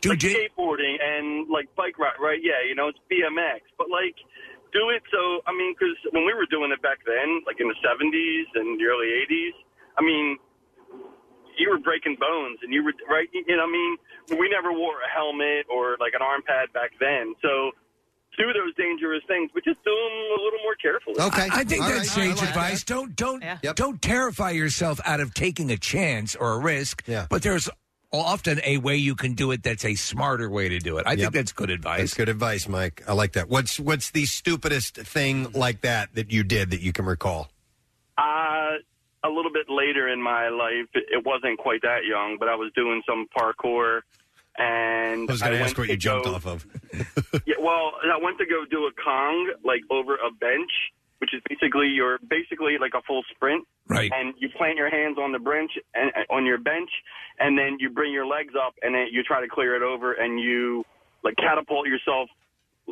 Speaker 4: Do
Speaker 14: like skateboarding and like bike ride, right? Yeah, you know, it's BMX, but like do it so I mean, because when we were doing it back then, like in the '70s and the early '80s, I mean, you were breaking bones, and you were right. You know, I mean, we never wore a helmet or like an arm pad back then, so. Do those dangerous things, but just do them a little more carefully.
Speaker 4: I, I think that's sage advice. Don't don't don't terrify yourself out of taking a chance or a risk. But there's often a way you can do it that's a smarter way to do it. I
Speaker 5: Yep.
Speaker 4: think that's good advice.
Speaker 5: That's good advice, Mike. I like that. What's what's the stupidest thing like that that you did that you can recall?
Speaker 14: Uh, a little bit later in my life, it- it wasn't quite that young, but I was doing some parkour, and
Speaker 5: I was going to
Speaker 14: went
Speaker 5: ask what you jumped off of.
Speaker 14: yeah, well, and I went to go do a Kong, like over a bench, which is basically your basically like a full sprint.
Speaker 4: Right.
Speaker 14: And you plant your hands on the bench and on your bench, and then you bring your legs up, and then you try to clear it over, and you like catapult yourself.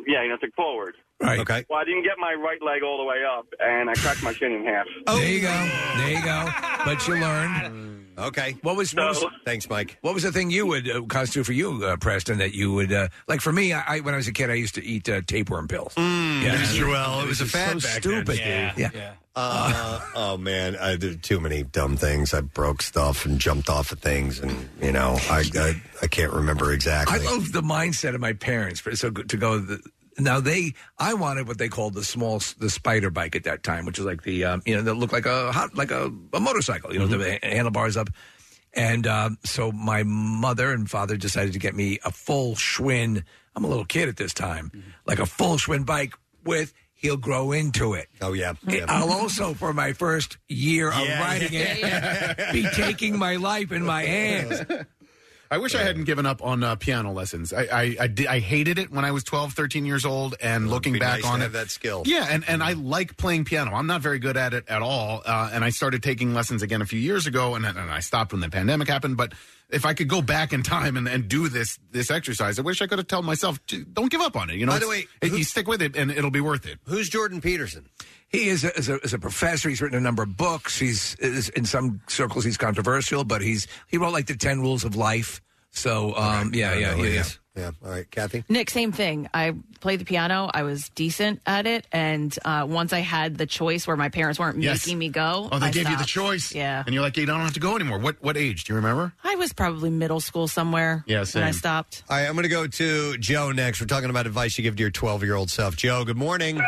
Speaker 14: Yeah, you know, to forward.
Speaker 4: Right.
Speaker 5: Okay.
Speaker 14: Well, I didn't get my right leg all the way up, and I cracked my shin in half.
Speaker 5: Oh.
Speaker 4: There you go. There you go. But you learned.
Speaker 5: Okay.
Speaker 4: What was, what was-
Speaker 5: Thanks, Mike.
Speaker 4: What was the thing you would uh, constitute for you, uh, Preston? That you would uh, like for me? I, I when I was a kid, I used to eat uh, tapeworm pills.
Speaker 5: Mm, Mr. Hmm, Well, it was a
Speaker 4: just
Speaker 5: fad
Speaker 4: so
Speaker 5: back then.
Speaker 4: stupid, dude.
Speaker 5: Yeah.
Speaker 4: Yeah.
Speaker 5: Uh, oh man, I did too many dumb things. I broke stuff and jumped off of things, and you know, I I, I can't remember exactly.
Speaker 4: I love the mindset of my parents. For so good to go. The, now they, I wanted what they called the small, s- the spider bike at that time, which is like the, um, you know, that looked like a hot, like a, a motorcycle. You know, the
Speaker 5: Mm-hmm.
Speaker 4: ha- handlebars up. And um, so my mother and father decided to get me a full Schwinn. I'm a little kid at this time,
Speaker 5: Mm-hmm.
Speaker 4: like a full Schwinn bike with. He'll grow into it.
Speaker 5: Oh yeah.
Speaker 4: I'll also, for my first year of
Speaker 7: Yeah.
Speaker 4: riding
Speaker 7: Yeah.
Speaker 4: it, be taking my life in my hands.
Speaker 7: I wish I hadn't given up on uh, piano lessons. I I, I, did, I hated it when I was 12, 13 years old, and looking
Speaker 5: be
Speaker 7: back
Speaker 5: nice to
Speaker 7: on
Speaker 5: have
Speaker 7: it,
Speaker 5: that skill.
Speaker 7: Yeah, and, and I like playing piano. I'm not very good at it at all, uh, and I started taking lessons again a few years ago, and, and I stopped when the pandemic happened. But if I could go back in time and, and do this this exercise, I wish I could have told myself, "J- don't give up on it. You know,
Speaker 5: By the
Speaker 7: It's-
Speaker 5: way,
Speaker 7: it- you stick with it, and it'll be worth it.
Speaker 5: Who's Jordan Peterson?
Speaker 4: He is a, is, a, is a professor. He's written a number of books. He's is, in some circles he's controversial, but he's he wrote like the Ten Rules of Life. So um, yeah, yeah, yeah, yeah.
Speaker 5: Yeah. All right, Kathy.
Speaker 19: Nick, same thing. I played the piano. I was decent at it, and uh, once I had the choice where my parents weren't
Speaker 7: Yes.
Speaker 19: making me go,
Speaker 7: Oh, they
Speaker 19: I
Speaker 7: gave you the
Speaker 19: stopped.
Speaker 7: choice.
Speaker 19: Yeah,
Speaker 7: And you're like, you don't have to go anymore. What what age? Do you remember?
Speaker 19: I was probably middle school somewhere.
Speaker 5: Yeah,
Speaker 19: when
Speaker 5: same.
Speaker 19: I stopped.
Speaker 5: All right, I'm going to go to Joe next. We're talking about advice you give to your 12 year old self. Joe, good morning.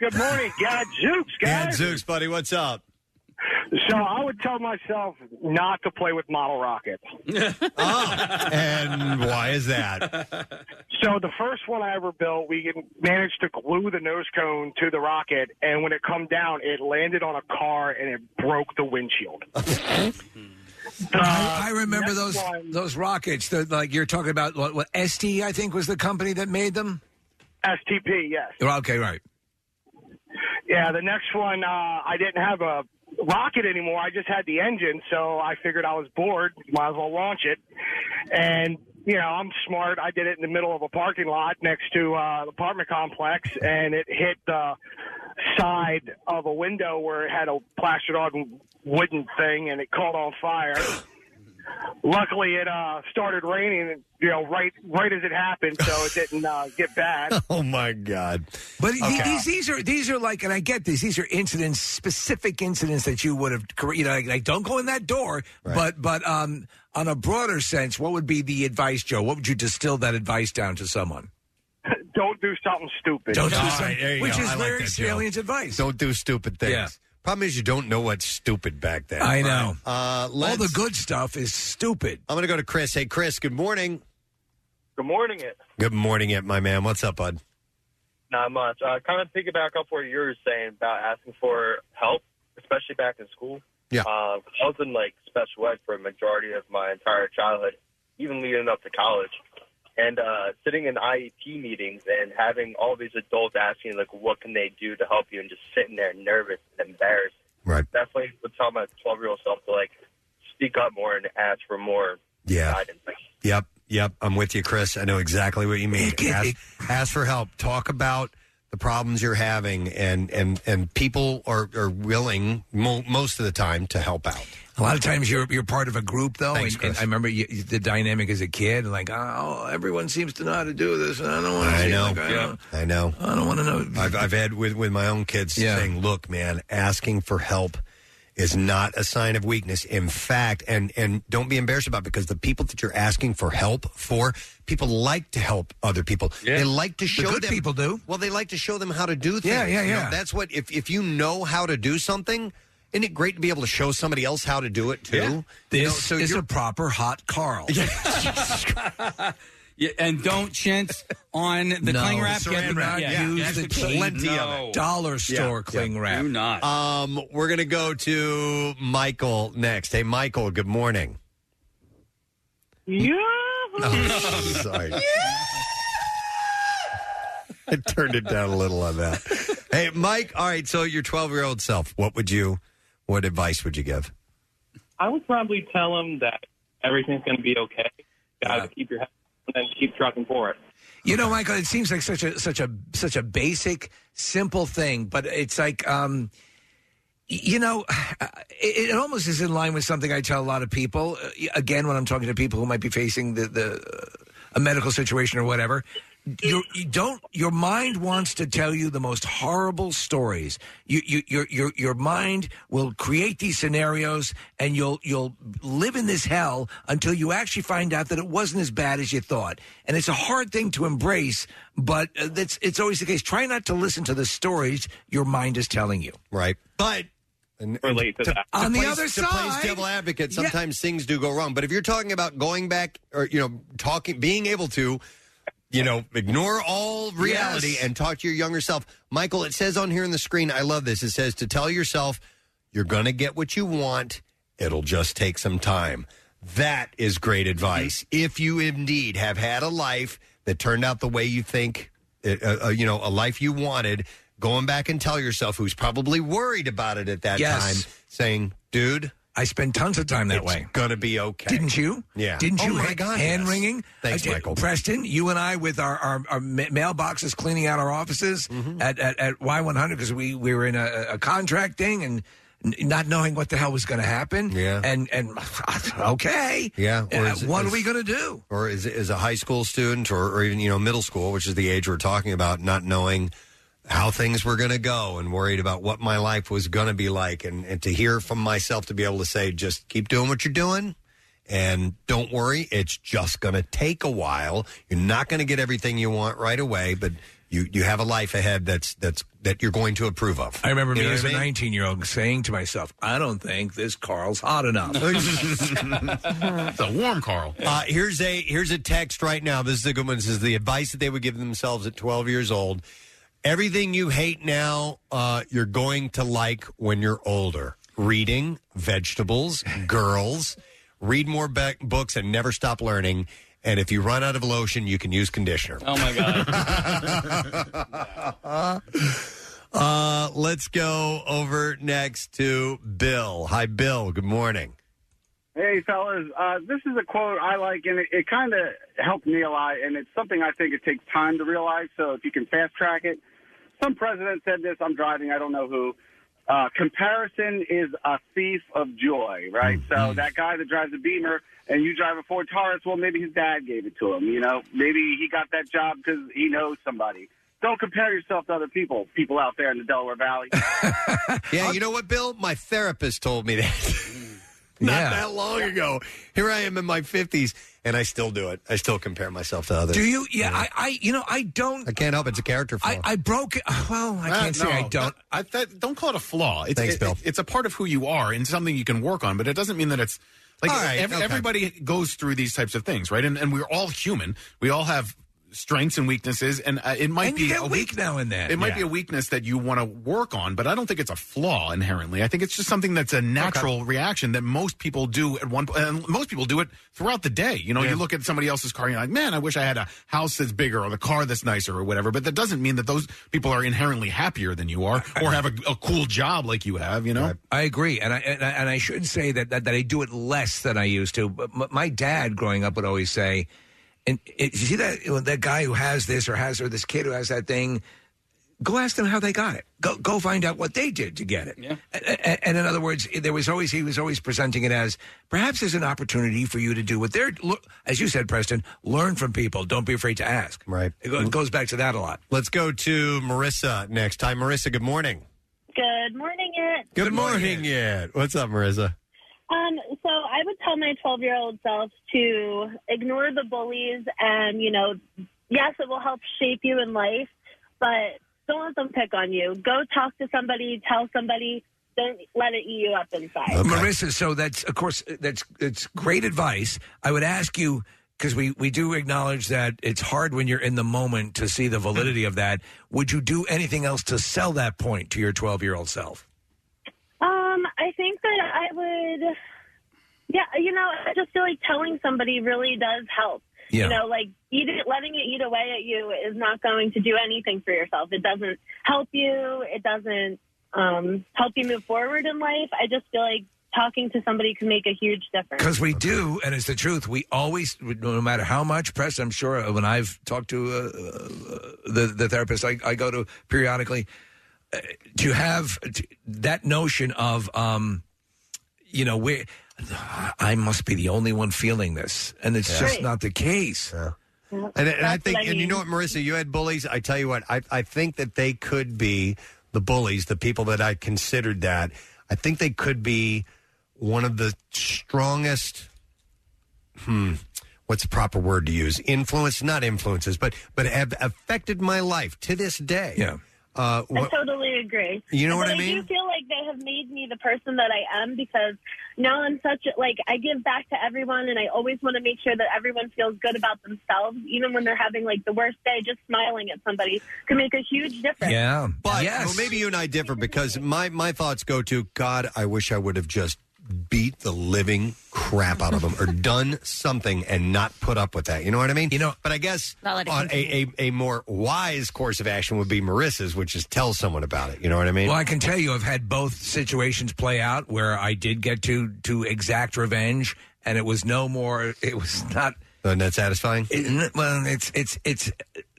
Speaker 13: Good morning, Gadzooks,
Speaker 5: guys. Gadzooks, buddy, what's up?
Speaker 13: So I would tell myself not to play with model rockets.
Speaker 5: And why is that?
Speaker 13: So the first one I ever built, we managed to glue the nose cone to the rocket, and when it come down, it landed on a car and it broke the windshield.
Speaker 4: I, I remember those those rockets. That, like you're talking about what, what ST I think was the company that made them.
Speaker 13: STP, yes.
Speaker 4: Well, Okay, right.
Speaker 13: Yeah, the next one, uh, I didn't have a rocket anymore. I just had the engine, so I figured I was bored. Might as well launch it. And, you know, I'm smart. I did it in the middle of a parking lot next to uh, an apartment complex, and it hit the side of a window where it had a plastered on wooden thing, and it caught on fire. Luckily, it uh, started raining, you know, right right as it happened, so it didn't uh, get bad.
Speaker 5: Oh my God!
Speaker 4: But the-
Speaker 13: Okay.
Speaker 4: these these are these are like, and I get these. These are incidents, specific incidents that you would have, you know, like, like, don't go in that door. But but um, on a broader sense, what would be the advice, Joe? What would you distill that advice down to someone?
Speaker 13: Don't do something stupid.
Speaker 4: Don't do
Speaker 5: All
Speaker 4: something,
Speaker 5: right, there you
Speaker 4: which
Speaker 5: go.
Speaker 4: is
Speaker 5: I like
Speaker 4: very
Speaker 5: that, Joe.
Speaker 4: salient advice.
Speaker 5: Don't do stupid things.
Speaker 4: Yeah.
Speaker 5: Problem is, you don't know what's stupid back then.
Speaker 4: I know.
Speaker 5: Uh,
Speaker 4: All the good stuff is stupid.
Speaker 5: I'm going to go to Chris. Hey, Chris, good morning.
Speaker 15: Good morning, it.
Speaker 5: Good morning, it, my man. What's up, bud?
Speaker 15: Not much. Uh, kind of piggyback off what you were saying about asking for help, especially back in school.
Speaker 5: Yeah.
Speaker 15: Um, I was in like special ed for a majority of my entire childhood, even leading up to college. And uh, sitting in IEP meetings and having all these adults asking like, what can they do to help you, and just sitting there nervous and embarrassed.
Speaker 5: Right.
Speaker 15: Definitely would tell my twelve-year-old self to like speak up more and ask for more
Speaker 5: Yeah.
Speaker 15: guidance.
Speaker 5: Yep, yep. I'm with you, Chris. I know exactly what you mean. ask, ask for help. Talk about the problems you're having, and and and people are are willing mo- most of the time to help out.
Speaker 4: A lot of times you're you're part of a group though,
Speaker 5: Thanks,
Speaker 4: and, and
Speaker 5: Chris.
Speaker 4: I remember you, the dynamic as a kid, like oh, everyone seems to know how to do this, and I don't want to.
Speaker 5: I
Speaker 4: seem
Speaker 5: know.
Speaker 4: like I don't-
Speaker 5: I know.
Speaker 4: I don't want to know.
Speaker 5: I've, I've had with, with my own kids saying, look, man, asking for help is not a sign of weakness. In fact, and and don't be embarrassed about it because the people that you're asking for help for, people like to help other people. They like to
Speaker 4: The
Speaker 5: show
Speaker 4: good
Speaker 5: them
Speaker 4: people do.
Speaker 5: Well, they like to show them how to do things.
Speaker 4: Yeah, yeah,
Speaker 5: You know,
Speaker 4: yeah.
Speaker 5: that's what if if you know how to do something, isn't it great to be able to show somebody else how to do it too? You
Speaker 4: This
Speaker 5: know, so
Speaker 4: is
Speaker 5: you're-
Speaker 4: a proper hot Carl.
Speaker 6: Yeah, and don't chintz on the
Speaker 4: No,
Speaker 6: cling wrap.
Speaker 4: the saran
Speaker 6: Get
Speaker 4: wrap. Use
Speaker 6: yes,
Speaker 4: the
Speaker 6: please,
Speaker 4: plenty of
Speaker 6: no.
Speaker 4: it. Dollar store cling wrap.
Speaker 6: Do not.
Speaker 5: Um, we're gonna go to Michael next. Hey, Michael. Good morning.
Speaker 17: Yeah.
Speaker 5: Oh, sorry. I turned it down a little on that. Hey, Mike. All right. So your 12 year old self. What would you? What advice would you give?
Speaker 17: I would probably tell him that everything's going to be okay. You got to keep your head down and keep trucking for it.
Speaker 4: You know, Michael, it seems like such a such a such a basic, simple thing, but it's like, um, y- you know, it, it almost is in line with something I tell a lot of people. Uh, again, when I'm talking to people who might be facing the the uh, a medical situation or whatever, your you don't your mind wants to tell you the most horrible stories. You, you your your your mind will create these scenarios, and you'll you'll live in this hell until you actually find out that it wasn't as bad as you thought. And it's a hard thing to embrace, but uh, that's it's always the case. Try not to listen to the stories your mind is telling you.
Speaker 5: Right, but and,
Speaker 17: relate to, that.
Speaker 5: To
Speaker 4: On the
Speaker 5: play-
Speaker 4: other
Speaker 5: to play
Speaker 4: side-
Speaker 5: devil advocate, sometimes things do go wrong. But if you're talking about going back, or you know, talking, being able to, you know, ignore all reality and talk to your younger self, Michael. It says on here on the screen, I love this. It says to tell yourself you're going to get what you want. It'll just take some time. That is great advice.
Speaker 4: Mm-hmm.
Speaker 5: If you indeed have had a life that turned out the way you think, uh, uh, you know, a life you wanted, going back and tell yourself who's probably worried about it at that
Speaker 4: Yes.
Speaker 5: time, saying, "Dude,
Speaker 4: I spend tons of time that
Speaker 5: it's
Speaker 4: way.
Speaker 5: Gonna be okay."
Speaker 4: Didn't you?
Speaker 5: Yeah.
Speaker 4: Didn't
Speaker 5: Oh
Speaker 4: you?
Speaker 5: my
Speaker 4: ha-
Speaker 5: God,
Speaker 4: Hand
Speaker 5: yes.
Speaker 4: wringing. I
Speaker 5: Thanks,
Speaker 4: did-
Speaker 5: Michael.
Speaker 4: Preston, you and I with our our, our ma- mailboxes cleaning out our offices
Speaker 5: Mm-hmm.
Speaker 4: at, at at Y100 because we we were in a, a contract thing and n- not knowing what the hell was going to happen. Yeah. And and okay.
Speaker 5: Yeah.
Speaker 4: Uh,
Speaker 5: is-
Speaker 4: what are
Speaker 5: is-
Speaker 4: we going to do?
Speaker 5: Or is is a high school student, or, or even you know middle school, which is the age we're talking about, not knowing how things were going to go and worried about what my life was going to be like, and, and to hear from myself to be able to say, just keep doing what you're doing. And don't worry, it's just going to take a while. You're not going to get everything you want right away, but you, you have a life ahead that's that's that you're going to approve of.
Speaker 4: I remember
Speaker 5: You
Speaker 4: me
Speaker 5: know
Speaker 4: as
Speaker 5: what
Speaker 4: a
Speaker 5: I mean?
Speaker 4: 19 year old saying to myself, I don't think this Carl's hot enough.
Speaker 7: it's a warm Carl.
Speaker 5: Uh, here's a here's a text right now. This is a good one. This is the advice that they would give themselves at 12 years old. Everything you hate now, uh, you're going to like when you're older. Reading, vegetables, girls. Read more be- books and never stop learning. And if you run out of lotion, you can use conditioner.
Speaker 6: Oh my
Speaker 5: god. uh, let's go over next to Bill. Hi, Bill. Good morning.
Speaker 21: Hey, fellas, uh, this is a quote I like, and it, it kind of helped me a lot, and it's something I think it takes time to realize, so if you can fast track it. Some president said this, I'm driving, I don't know who. Uh, comparison is a thief of joy, right? So that guy that drives a Beamer and you drive a Ford Taurus, well, maybe his dad gave it to him, you know? Maybe he got that job because he knows somebody. Don't compare yourself to other people, people out there in the Delaware Valley.
Speaker 5: Yeah, you know what, Bill? My therapist told me that. Not
Speaker 21: Yeah.
Speaker 5: that long ago. Here I am in my 50s, and I still do it. I still compare myself to others.
Speaker 4: Do you? Yeah, I, I, you know, I don't.
Speaker 5: I can't help it. It's a character flaw.
Speaker 4: I, I broke it. Well, I
Speaker 7: Uh,
Speaker 4: can't say
Speaker 7: no,
Speaker 4: I don't.
Speaker 7: I, that, don't call it a flaw. It's,
Speaker 5: Thanks,
Speaker 7: it-
Speaker 5: Bill.
Speaker 7: it- it's a part of who you are and something you can work on, but it doesn't mean that it's like
Speaker 5: All right,
Speaker 7: ev-
Speaker 5: okay.
Speaker 7: everybody goes through these types of things, right? And, and we're all human. We all have strengths and weaknesses, and uh, it might
Speaker 4: And
Speaker 7: be
Speaker 4: you get
Speaker 7: a
Speaker 4: weak now and then.
Speaker 7: It might
Speaker 4: Yeah.
Speaker 7: be a weakness that you want to work on, but I don't think it's a flaw inherently. I think it's just something that's a natural reaction that most people do at one point, and most people do it throughout the day. You know, you look at somebody else's car, and you're like, man, I wish I had a house that's bigger or the car that's nicer or whatever. But that doesn't mean that those people are inherently happier than you are or have a, a cool job like you have. You know,
Speaker 4: I agree, and I and I, and I should say that, that that I do it less than I used to. But m- my dad, growing up, would always say, "And it, you see that that guy who has this or has or this kid who has that thing, go ask them how they got it. Go go find out what they did to get it." Yeah. And, and in other words, there was always he was always presenting it as perhaps there's an opportunity for you to do what they're look as you said, Preston. Learn from people. Don't be afraid to ask.
Speaker 5: Right.
Speaker 4: It go- it goes back to that a lot.
Speaker 5: Let's go to Marissa next. Hi, Marissa. Good morning.
Speaker 27: Good
Speaker 16: Good morning, it.
Speaker 5: Good, morning, yet. What's up, Marissa?
Speaker 16: Um, so I would tell my 12 year old self to ignore the bullies and, you know, yes, it will help shape you in life, but don't let them pick on you. Go talk to somebody, tell somebody, don't let it eat you up inside.
Speaker 4: Marissa, so that's of course that's it's great advice. I would ask you because we we do acknowledge that it's hard when you're in the moment to see the validity of that. Would you do anything else to sell that point to your 12 year old self?
Speaker 16: Um, I think that I would. Yeah, you know, I just feel like telling somebody really does help.
Speaker 4: Yeah.
Speaker 16: You know, like eat it, letting it eat away at you is not going to do anything for yourself. It doesn't help you. It doesn't um, help you move forward in life. I just feel like talking to somebody can make a huge difference.
Speaker 4: Because we do, and it's the truth. We always, no matter how much press, I'm sure when I've talked to uh, uh, the the therapist I, I go to periodically, uh, to have t- that notion of, um, you know, we, I must be the only one feeling this, and it's
Speaker 5: Yeah.
Speaker 4: just
Speaker 5: Right.
Speaker 4: not the case.
Speaker 5: And, and I
Speaker 4: That's
Speaker 5: think,
Speaker 4: what I
Speaker 5: and you know what,
Speaker 4: mean.
Speaker 5: Marissa, you had bullies. I tell you what, I, I think that they could be the bullies, the people that I considered that. I think they could be one of the strongest. Hmm. What's the proper word to use? Influence, not influences, but but have affected my life to this day. Yeah. Uh,
Speaker 16: I
Speaker 5: what,
Speaker 16: totally agree.
Speaker 5: You know what
Speaker 16: But
Speaker 5: I mean?
Speaker 16: I do feel like they have made me the person that I am because now I'm such a, like I give back to everyone, and I always want to make sure that everyone feels good about themselves, even when they're having like the worst day. Just smiling at somebody can make a huge difference.
Speaker 5: But well, maybe you and I differ because my, my thoughts go to God, I wish I would have just beat the living crap out of them or done something and not put up with that. You know what I mean? You know, but I guess
Speaker 19: Not let it
Speaker 7: Uh,
Speaker 5: on a, a, a more wise course of action would be Marissa's, which is tell someone about it. You know what I mean?
Speaker 4: Well, I can tell you, I've had both situations play out where I did get to to exact revenge, and it was no more. It was not.
Speaker 5: Uh, not satisfying.
Speaker 4: well, it's it's it's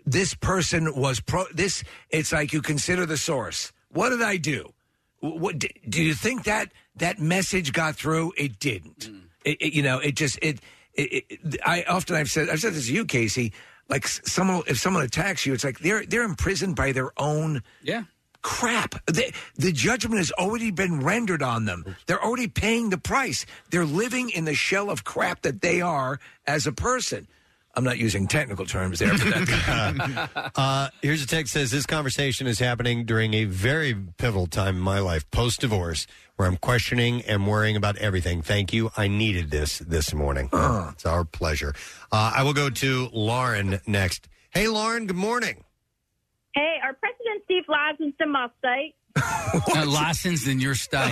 Speaker 4: this person was pro. This it's like you consider the source. What did I do? Wh- What d- do you think that that message got through? It didn't. It, it- you know, it just it, it, it. I often I've said I've said this to you, Casey. Like s- someone, if someone attacks you, it's like they're they're imprisoned by their own
Speaker 6: Yeah.
Speaker 4: crap. The, the judgment has already been rendered on them. They're already paying the price. They're living in the shell of crap that they are as a person. I'm not using technical terms there, but that,
Speaker 5: Uh, here's a text that says this conversation is happening during a very pivotal time in my life, post divorce, where I'm questioning and worrying about everything. Thank you. I needed this this morning. It's our pleasure. Uh, I will go to Lauren next. Hey, Lauren. Good morning.
Speaker 18: Hey, our president Steve licensed in my state.
Speaker 6: Uh, licensed in your state.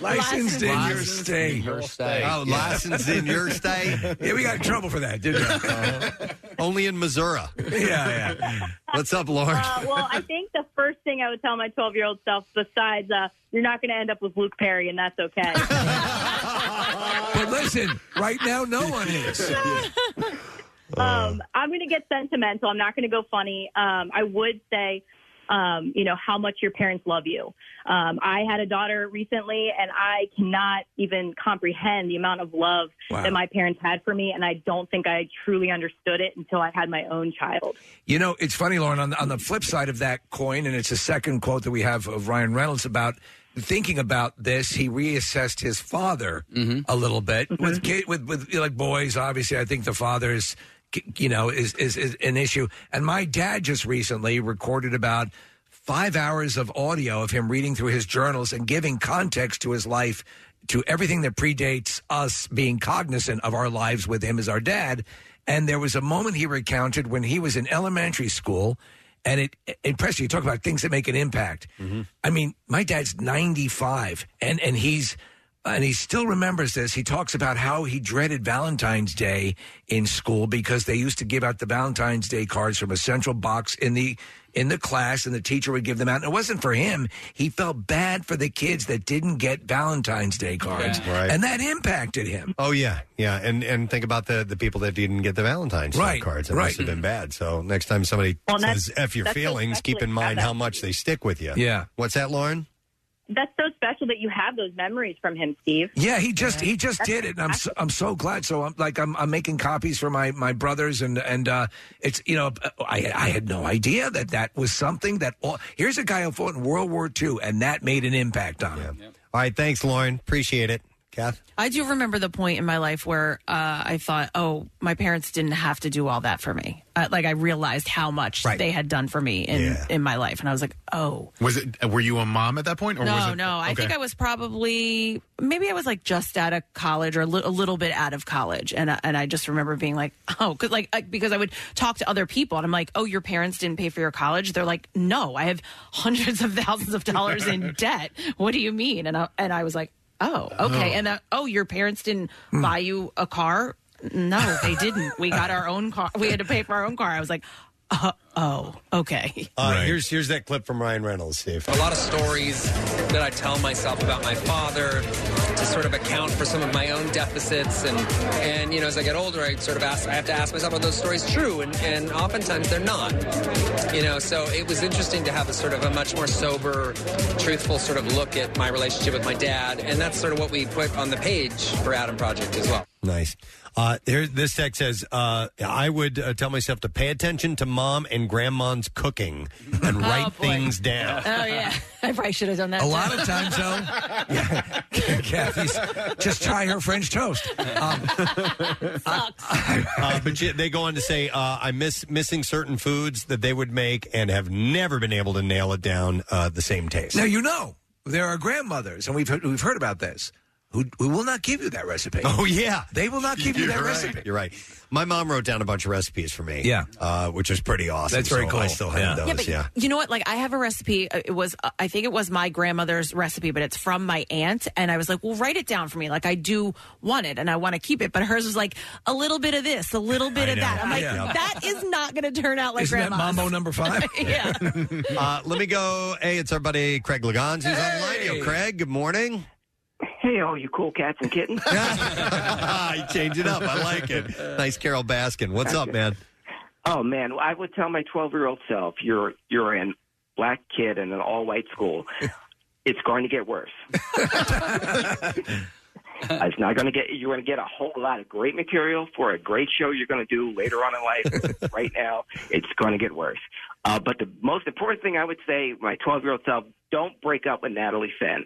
Speaker 4: licensed in your
Speaker 6: Licensed
Speaker 4: state.
Speaker 6: in your state.
Speaker 5: Oh,
Speaker 6: Yeah.
Speaker 5: licensed in your state.
Speaker 4: yeah, we got in trouble for that, didn't we?
Speaker 5: Uh, Only in Missouri.
Speaker 4: yeah, yeah.
Speaker 5: What's up, Lauren?
Speaker 18: Uh, well, I think the first thing I would tell my 12 year old self, besides, uh, you're not going to end up with Luke Perry, and that's okay. Um,
Speaker 4: but listen, right now, no one is.
Speaker 18: um, I'm going to get sentimental. I'm not going to go funny. Um, I would say, um, you know, how much your parents love you. Um, I had a daughter recently, and I cannot even comprehend the amount of love
Speaker 4: Wow.
Speaker 18: that my parents had for me, and I don't think I truly understood it until I had my own child.
Speaker 4: You know, it's funny, Lauren, on the, on the flip side of that coin, and it's a second quote that we have of Ryan Reynolds about thinking about this. He reassessed his father a little bit with kid, with with you know, like boys. Obviously, I think the father is, you know, is, is is an issue. And my dad just recently recorded about five hours of audio of him reading through his journals and giving context to his life to everything that predates us being cognizant of our lives with him as our dad and there was a moment he recounted when he was in elementary school and it it impressed you talk about things that make an impact i mean my dad's 95 and and he's and he still remembers this. He talks about how he dreaded Valentine's Day in school because they used to give out the Valentine's Day cards from a central box in the in the class and the teacher would give them out. And it wasn't for him. He felt bad for the kids that didn't get Valentine's Day cards.
Speaker 5: Yeah. Right.
Speaker 4: And that impacted him.
Speaker 5: Oh yeah, yeah, and and think about the the people that didn't get the Valentine's Day
Speaker 4: Right,
Speaker 5: cards. That
Speaker 4: right.
Speaker 5: must have been bad. So next time somebody
Speaker 18: Well, that's-
Speaker 5: says "f your
Speaker 18: that's
Speaker 5: feelings," keep
Speaker 18: exactly
Speaker 5: in mind
Speaker 18: how
Speaker 5: how much they stick with you.
Speaker 4: Yeah.
Speaker 5: What's that, Lauren?
Speaker 19: that's so special that you have those memories from him, Steve.
Speaker 4: Yeah, he just he just
Speaker 19: That's
Speaker 4: did it, and I'm so, I'm so glad. So I'm like I'm I'm making copies for my my brothers, and and uh, it's you know I I had no idea that that was something that all, here's a guy who fought in World War II, and that made an impact on him.
Speaker 5: All right, thanks, Lauren. Appreciate it, Kath.
Speaker 3: I do remember the point in my life where uh, I thought, oh, my parents didn't have to do all that for me. Uh, like I realized how much they had done for me in, in my life, and I was like, oh.
Speaker 7: Was it? Were you a mom at that point? Or
Speaker 3: no,
Speaker 7: was it,
Speaker 3: no. I think
Speaker 7: okay.
Speaker 3: I was probably maybe I was like just out of college or a li- a little bit out of college, and I, and I just remember being like, oh, 'cause, like I, because I would talk to other people, and I'm like, oh, your parents didn't pay for your college. They're like, no, I have hundreds of thousands of dollars in debt. What do you mean? And I, and I was like, oh, okay,
Speaker 28: Oh.
Speaker 3: and uh, oh, your parents didn't
Speaker 7: Hmm.
Speaker 3: buy you a car. No, they didn't. We got our own car. We had to pay for our own car. I was like, uh, oh, okay.
Speaker 5: Uh, Here's here's that clip from Ryan Reynolds, Steve.
Speaker 26: A lot of stories that I tell myself about my father to sort of account for some of my own deficits. And, and you know, as I get older, I sort of ask, I have to ask myself, are those stories true? And, and oftentimes they're not. You know, so it was interesting to have a sort of a much more sober, truthful sort of look at my relationship with my dad. And that's sort of what we put on the page for Adam Project as well.
Speaker 5: Nice. Uh, here, this text says, uh, "I would uh, tell myself to pay attention to mom and grandma's cooking and write things down."
Speaker 3: Oh yeah, I probably should have done that.
Speaker 5: A
Speaker 3: too.
Speaker 5: lot of times, though,
Speaker 4: Kathy's just try her French toast. Um,
Speaker 5: uh, but you, they go on to say, uh, "I miss missing certain foods that they would make and have never been able to nail it down uh, the same taste."
Speaker 4: now you know there are grandmothers, and we've heard, we've heard about this. Who, who will not give you that recipe?
Speaker 5: Oh yeah,
Speaker 4: they will not give you
Speaker 5: You're
Speaker 4: that
Speaker 5: right.
Speaker 4: recipe.
Speaker 5: You're right. My mom wrote down a bunch of recipes for me.
Speaker 4: Yeah.
Speaker 5: uh, which is pretty awesome.
Speaker 4: That's very
Speaker 5: so I
Speaker 4: cool.
Speaker 5: still have
Speaker 4: Yeah.
Speaker 5: those.
Speaker 3: Yeah, but
Speaker 5: yeah.
Speaker 3: you know what? Like, I have a recipe. uh, It was, uh, I think it was my grandmother's recipe, but it's from my aunt. And I was like, well, write it down for me. Like, I do want it and I want to keep it. But hers was like, a little bit of this, a little bit
Speaker 5: I
Speaker 3: of
Speaker 5: know.
Speaker 3: that. I'm like,
Speaker 5: Yeah.
Speaker 3: that is not going to turn out like
Speaker 5: Isn't that
Speaker 3: grandma's.
Speaker 5: Mambo number five?
Speaker 3: yeah.
Speaker 5: uh, let me go. Hey, it's our buddy Craig Lagans who's online. Yo, Craig, good morning.
Speaker 29: Hey, all you cool cats and kittens.
Speaker 5: I change it up. I like it. Nice Carol Baskin. What's up, man?
Speaker 29: Oh man, I would tell my twelve-year-old self, "You're you're a black kid in an all-white school. It's going to get worse. it's not going to get. You're going to get a whole lot of great material for a great show you're going to do later on in life. right now, it's going to get worse. Uh, but the most important thing I would say, my twelve-year-old self, don't break up with Natalie Finn.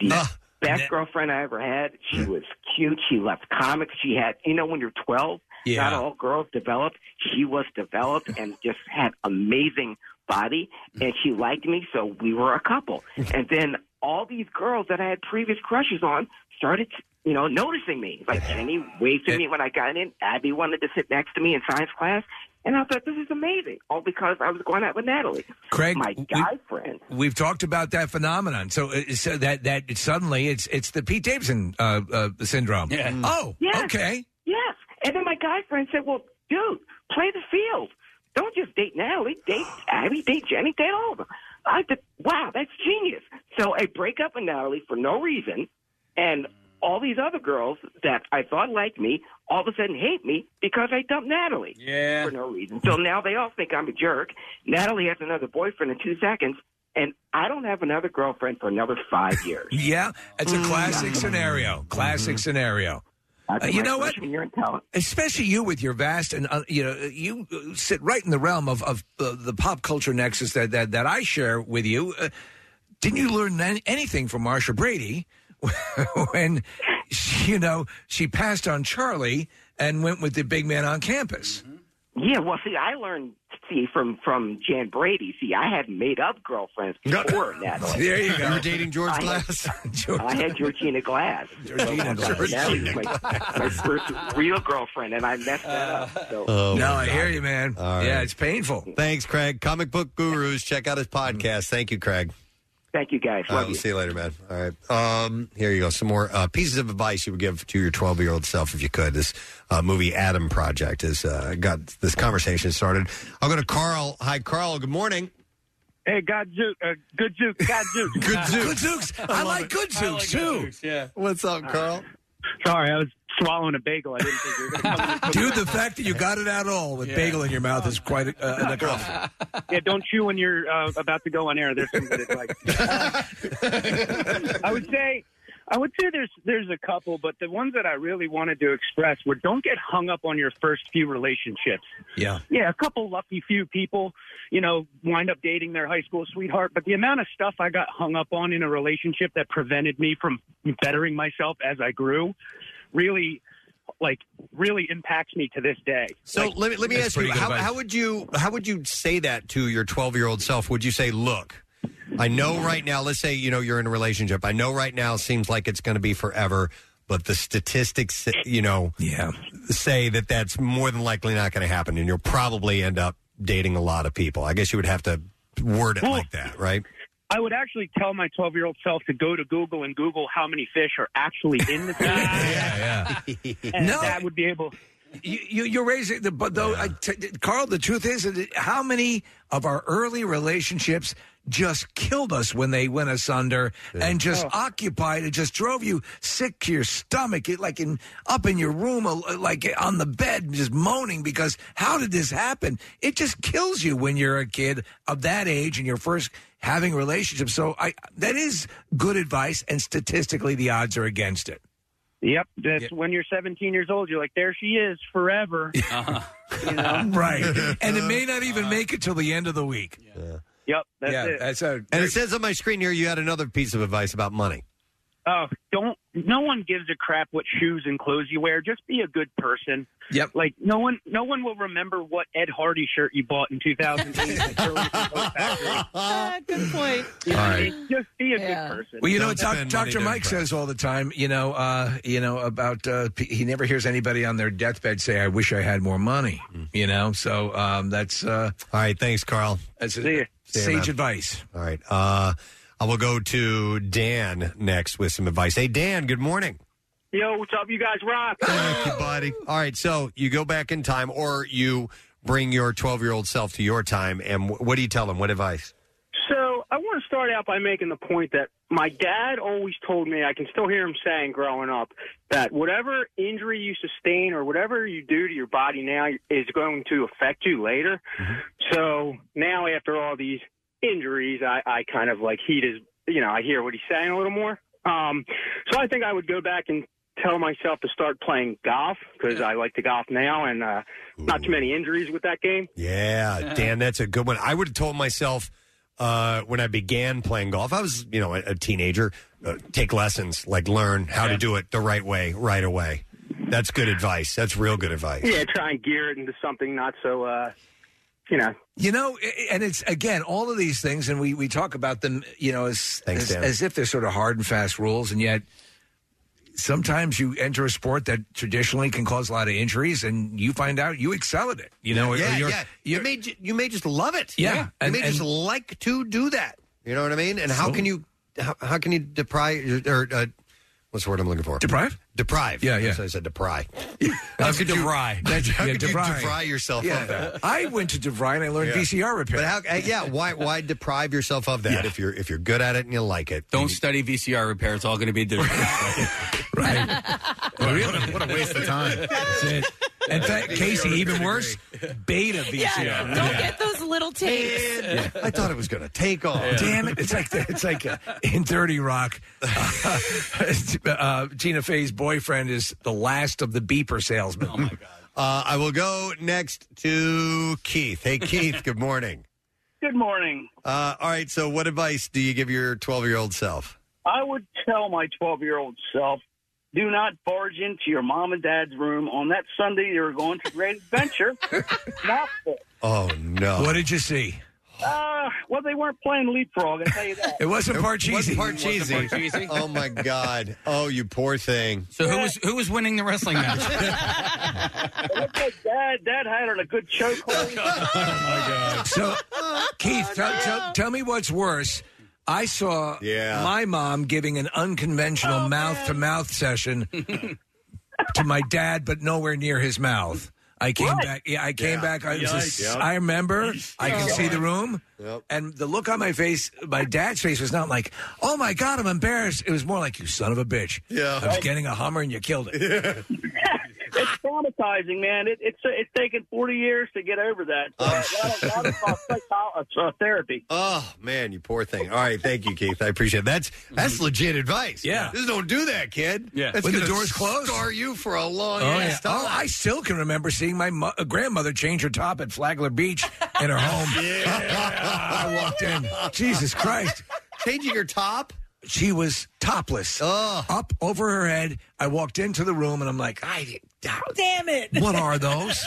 Speaker 29: The best girlfriend I ever had. She was cute. She loved comics. She had, you know, when you're 12,
Speaker 8: Yeah.
Speaker 29: not all girls develop. She was developed and just had amazing body, and she liked me, so we were a couple. And then all these girls that I had previous crushes on started, you know, noticing me. Like Jenny waved to me when I got in. Abby wanted to sit next to me in science class. And I thought, this is amazing, all because I was going out with Natalie.
Speaker 4: Craig,
Speaker 29: my
Speaker 4: we-
Speaker 29: guy friend.
Speaker 4: We've talked about that phenomenon. So, uh, so that that suddenly it's it's the Pete Davidson uh, uh, syndrome. Oh,
Speaker 29: Mm. Yes.
Speaker 4: okay.
Speaker 29: Yes. And then my guy friend said, Well, dude, play the field. Don't just date Natalie. Date Abby, date Jenny, date all of them. I said, Wow, that's genius. So I break up with Natalie for no reason. And all these other girls that I thought liked me all of a sudden hate me because I dumped Natalie
Speaker 30: yeah.
Speaker 29: for no reason. So now they all think I'm a jerk. Natalie has another boyfriend in two seconds. And I don't have another girlfriend for another five years.
Speaker 4: Yeah, it's a classic scenario. Classic scenario. Uh, you know what? Especially you with your vast and uh, you know you uh, sit right in the realm of of uh, the pop culture nexus that that, that I share with you. Uh, didn't you learn an- anything from Marsha Brady when she, you know she passed on Charlie and went with the big man on campus?
Speaker 29: Yeah, well, see, I learned see from from Jan Brady. See, I had made up girlfriends before Natalie.
Speaker 4: There you go. You were
Speaker 29: dating
Speaker 5: George
Speaker 29: Glass. I had Georgina Glass.
Speaker 4: Georgina
Speaker 29: Glass.
Speaker 4: Georgina
Speaker 29: my, my first real girlfriend, and I messed that up. So.
Speaker 5: Oh,
Speaker 4: no, I hear you, man. Yeah, it's painful.
Speaker 5: Thanks, Craig. Comic book gurus. Check out his podcast. Thank you, Craig.
Speaker 29: Thank you, guys.
Speaker 5: Love We'll see you later, man. All right. Um, here you go. Some more uh, pieces of advice you would give to your 12 year old self if you could. This uh, movie Adam Project has uh, got this conversation started. I'll go to Carl. Hi, Carl. Good morning.
Speaker 11: Hey, God Juke. Uh, good Juke. God Juke.
Speaker 5: Good Zooks. Good Zooks. I I love like it. Good I like Zooks, Good too. Zooks,
Speaker 11: yeah.
Speaker 5: What's up, Carl?
Speaker 11: Sorry, I was swallowing a bagel. I didn't think you were going to come.
Speaker 4: Dude, the fact that you got it at all with bagel in your mouth is quite a, uh, an accomplishment.
Speaker 11: Yeah, don't chew when you're uh, about to go on air. There's some that it's like. I would say, I would say there's there's a couple, but the ones that I really wanted to express were don't get hung up on your first few relationships.
Speaker 4: Yeah.
Speaker 11: Yeah, a couple lucky few people, you know, wind up dating their high school sweetheart. But the amount of stuff I got hung up on in a relationship that prevented me from bettering myself as I grew, really, like, really impacts me to this day.
Speaker 5: So
Speaker 11: Like-
Speaker 5: let me let me ask you how, how would you how would you say that to your 12 year old self? Would you say, look, I know right now. Let's say you know you're in a relationship. I know right now seems like it's going to be forever, but the statistics, you know,
Speaker 4: yeah,
Speaker 5: say that that's more than likely not going to happen, and you'll probably end up dating a lot of people. I guess you would have to word it like that, right?
Speaker 11: I would actually tell my 12 year old self to go to Google and Google how many fish are actually in the sea.
Speaker 4: yeah,
Speaker 11: yeah.
Speaker 4: No.
Speaker 11: that would be able.
Speaker 4: You, you, you're raising the, but though, I t- t- Carl, the truth is, that it- how many of our early relationships just killed us when they went asunder and just
Speaker 2: Oh.
Speaker 4: occupied and just drove you sick to your stomach, it, like in up in your room, uh, like on the bed, just moaning because how did this happen? It just kills you when you're a kid of that age and you're first having relationships. So I, that is good advice, and statistically, the odds are against it.
Speaker 11: Yep, that's when you're 17 years old. You're like, there she is forever.
Speaker 4: right. And it may not even make it till the end of the week.
Speaker 11: Yep, that's
Speaker 4: Yeah,
Speaker 11: it.
Speaker 4: that's how-
Speaker 5: And it says on my screen here you had another piece of advice about money.
Speaker 11: Oh, don't. No one gives a crap what shoes and clothes you wear. Just be a good person.
Speaker 4: Yep.
Speaker 11: Like no one, no one will remember what Ed Hardy shirt you bought in 2008.
Speaker 3: good point.
Speaker 11: You know,
Speaker 4: All right.
Speaker 11: Just be a good person.
Speaker 4: Well, you know, doc, Dr. Mike says all the time, you know, uh, you know about uh, p- he never hears anybody on their deathbed say, "I wish I had more money." You know, so um, that's uh,
Speaker 5: all right. Thanks, Carl.
Speaker 4: That's
Speaker 5: See ya. See ya,
Speaker 4: sage
Speaker 5: man.
Speaker 4: advice.
Speaker 5: All right. Uh, I will go to Dan next with some advice. Hey, Dan, good morning.
Speaker 11: Yo, what's up? You guys rock.
Speaker 5: Thank you, buddy. All right. So you go back in time or you bring your 12 year old self to your time. And wh- what do you tell them? What advice?
Speaker 11: So I want to start out by making the point that my dad always told me, I can still hear him saying growing up, that whatever injury you sustain or whatever you do to your body now is going to affect you later. So now after all these injuries, I, I kind of like heat his, you know, I hear what he's saying a little more. Um, so I think I would go back and tell myself to start playing golf because I like to golf now and uh, not too many injuries with that game.
Speaker 5: Yeah, Dan, that's a good one. I would have told myself uh, when I began playing golf, I was, you know, a, a teenager, uh, take lessons, like learn how to do it the right way right away. That's good advice. That's real good advice.
Speaker 11: Yeah, try and gear it into something not so, uh, you know.
Speaker 4: You know, i- i- and it's again all of these things, and we, we talk about them, you know, as
Speaker 5: Thanks,
Speaker 4: as,
Speaker 5: Dan.
Speaker 4: as if they're sort of hard and fast rules, and yet sometimes you enter a sport that traditionally can cause a lot of injuries, and you find out you excel at it. You know, or
Speaker 5: yeah,
Speaker 4: you're-
Speaker 5: yeah. You may ju- you may just love it.
Speaker 4: Yeah. And-
Speaker 5: you may just
Speaker 4: and-
Speaker 5: like to do that. You know what I mean? And how
Speaker 4: So-
Speaker 5: can you how, how can you deprive or uh, what's the word I'm looking for?
Speaker 4: Deprive?
Speaker 5: Deprive.
Speaker 4: Yeah, yeah.
Speaker 5: That's what I said deprive.
Speaker 4: How
Speaker 5: could you- that- how could you deprive yourself of
Speaker 4: Yeah.
Speaker 5: that?
Speaker 4: I went to DeVry and I learned
Speaker 5: Yeah.
Speaker 4: VCR repair.
Speaker 5: But how, uh, yeah, why why deprive yourself of that if you're if you're good at it and you like it?
Speaker 6: Don't study VCR repair. It's all going to be different.
Speaker 4: Really?
Speaker 7: What a waste of time.
Speaker 4: That's it. And fa- Casey, even worse, beta VCR.
Speaker 3: Yeah, don't get those little tapes.
Speaker 5: I thought it was going to take off.
Speaker 4: Damn it! It's like the, it's like uh, in Thirty Rock, uh, uh, Tina Fey's boyfriend is the last of the beeper salesmen. Oh my god!
Speaker 5: Uh, I will go next to Keith. Hey Keith, good morning.
Speaker 1: Good morning.
Speaker 5: Uh, all right, so what advice do you give your 12 year old self?
Speaker 1: I would tell my 12 year old self do not barge into your mom and dad's room on that Sunday you're going to Great Adventure. Not there.
Speaker 5: Oh no!
Speaker 4: What did you see?
Speaker 1: Uh, well, they weren't playing leapfrog, I tell you that.
Speaker 4: It wasn't
Speaker 5: It wasn't
Speaker 4: Parcheesi.
Speaker 5: Parcheesi. oh my God! Oh, you poor thing.
Speaker 6: So who was who was winning the wrestling match?
Speaker 1: It looked like Dad, Dad had her in a good
Speaker 4: Oh,
Speaker 1: chokehold.
Speaker 4: So, Keith, tell, tell, tell me what's worse. I saw
Speaker 5: Yeah.
Speaker 4: my mom giving an unconventional mouth to mouth session to my dad, but nowhere near his mouth. I came
Speaker 1: Right.
Speaker 4: back. Yeah, I came
Speaker 1: Yeah.
Speaker 4: back. I, was
Speaker 1: Yikes.
Speaker 4: a-
Speaker 1: Yep.
Speaker 4: I remember. I can see the room,
Speaker 1: Yep.
Speaker 4: and the look on my face, my dad's face, was not like, "Oh my god, I'm embarrassed." It was more like, "You son of a bitch."
Speaker 1: Yeah.
Speaker 4: I was getting a Hummer, and you killed it.
Speaker 1: it's traumatizing, man. It, it's it's taken forty years to get over that.
Speaker 4: Oh,
Speaker 1: So a lot of- a lot of, uh, psycho- uh, therapy.
Speaker 5: Oh man, you poor thing. All right, thank you, Keith. I appreciate it. that's that's legit advice.
Speaker 4: Yeah.
Speaker 5: just don't do that, kid.
Speaker 4: Yeah.
Speaker 5: That's
Speaker 4: When the
Speaker 5: gonna
Speaker 4: door's closed?
Speaker 5: Scar you for a long
Speaker 4: Oh, yeah.
Speaker 5: ass time.
Speaker 4: Oh, I still can remember seeing my mo- uh, grandmother change her top at Flagler Beach in her home. I walked in. Jesus Christ.
Speaker 5: Changing her top?
Speaker 4: She was topless. Up over her head. I walked into the room and I'm like, I, damn it. What are those?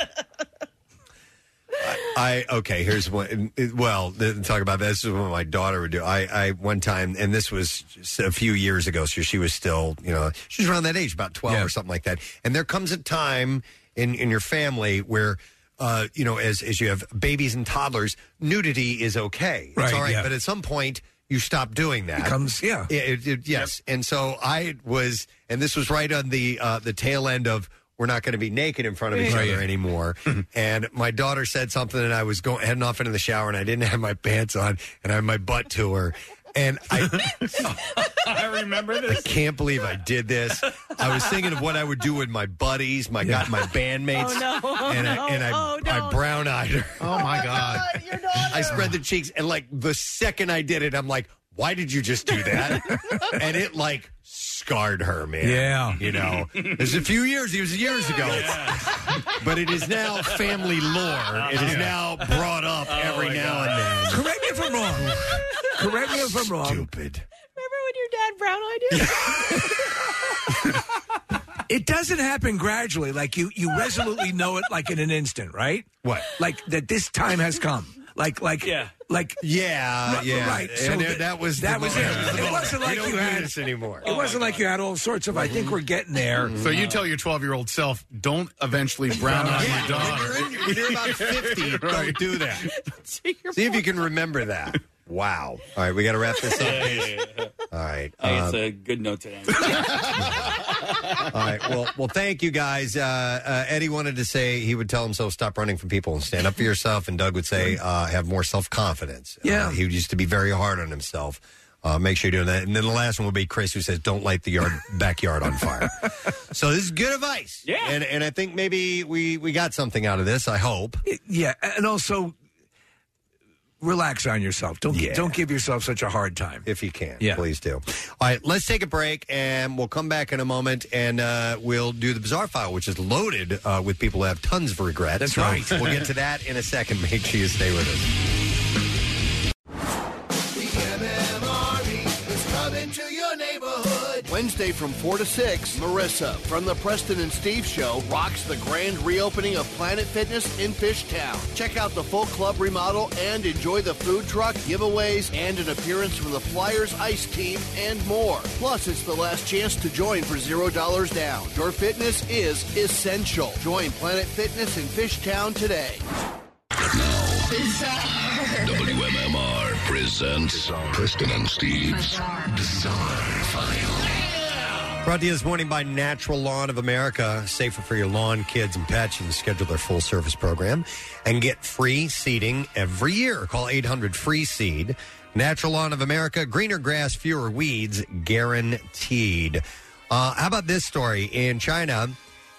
Speaker 5: I okay. Here's what. Well, th- talk about this. This is what my daughter would do. I, I one time, and this was just a few years ago, so she was still, you know, she's around that age, about twelve or something like that. And there comes a time in in your family where. Uh, you know, as as you have babies and toddlers, nudity is okay.
Speaker 4: Right,
Speaker 5: it's all right,
Speaker 4: yeah.
Speaker 5: but at some point you stop doing that.
Speaker 4: Becomes- yeah.
Speaker 5: It- it- yes. And so I was, and this was right on the uh, the tail end of we're not going to be naked in front of each
Speaker 4: Right. Mm-hmm.
Speaker 5: other anymore. and my daughter said something, and I was going heading off into the shower, and I didn't have my pants on, and I had my butt to her, and I
Speaker 1: I remember
Speaker 5: I can't believe I did this. I was thinking of what I would do with my buddies, my got my bandmates,
Speaker 1: Oh, no.
Speaker 5: and
Speaker 1: No.
Speaker 5: I, and I,
Speaker 1: Oh, no.
Speaker 5: I brown eyed her.
Speaker 1: Oh, my God.
Speaker 5: I spread the cheeks, and like the second I did it, I'm like, why did you just do that? and it like scarred her, man.
Speaker 4: Yeah.
Speaker 5: you know, it was a few years. It was years ago, but it is now family
Speaker 4: Uh-huh.
Speaker 5: lore. It is
Speaker 1: Yeah.
Speaker 5: now brought up every now and then.
Speaker 4: Oh, Correct me if I'm wrong. Correct me if I'm wrong.
Speaker 5: Stupid.
Speaker 3: Remember when your dad brown eyed you?
Speaker 4: It doesn't happen gradually. Like you, you resolutely know it like in an instant, right?
Speaker 5: What?
Speaker 4: Like that this time has come. Like, like, yeah, like,
Speaker 5: Uh, yeah,
Speaker 1: yeah.
Speaker 4: Right.
Speaker 1: And
Speaker 4: th-
Speaker 1: that was the
Speaker 4: that was it.
Speaker 1: moment. That was the
Speaker 4: It wasn't
Speaker 1: moment.
Speaker 4: like
Speaker 1: We
Speaker 4: you
Speaker 1: don't do
Speaker 4: had
Speaker 1: this anymore.
Speaker 4: It wasn't like you had all sorts of. I think we're getting there.
Speaker 7: So you tell your 12 year old self, don't eventually brown eye
Speaker 5: Yeah,
Speaker 7: your daughter.
Speaker 5: When you're, in, when you're about 50, don't do that. See if you can remember that. Wow. All right, we got to wrap this up. All right.
Speaker 6: Hey,
Speaker 5: uh,
Speaker 6: it's a good note today.
Speaker 5: all right. Well, well, thank you guys. Uh, uh, Eddie wanted to say he would tell himself stop running from people and stand up for yourself, and Doug would say uh, have more self confidence. Yeah, he used to be very hard on himself. Uh, make sure you're doing that. And then the last one will be Chris, who says don't light the yard backyard on fire. so this is good advice. Yeah, and and I think maybe we we got something out of this. I hope.
Speaker 4: Yeah, and also relax on yourself. Don't
Speaker 5: Yeah.
Speaker 4: don't give yourself such a hard time
Speaker 5: if you can. please do. All right, let's take a break, and we'll come back in a moment, and uh, we'll do the bizarre file, which is loaded uh, with people who have tons of regrets.
Speaker 4: That's
Speaker 5: So
Speaker 4: right.
Speaker 5: we'll get to that in a second. Make sure you stay with us.
Speaker 2: Wednesday from 4 to 6, Marissa from the Preston and Steve Show rocks the grand reopening of Planet Fitness in Fishtown. Check out the full club remodel and enjoy the food truck, giveaways, and an appearance from the Flyers ice team and more. Plus, it's the last chance to join for $0 down. Your fitness is essential. Join Planet Fitness in Fishtown today.
Speaker 22: WMMR presents Preston and Steve's Bizarre File.
Speaker 5: Brought to you this morning by Natural Lawn of America. Safer for your lawn, kids, and pets. You can schedule their full service program and get free seeding every year. Call 800 Free Seed. Natural Lawn of America. Greener grass, fewer weeds, guaranteed. Uh, how about this story? In China,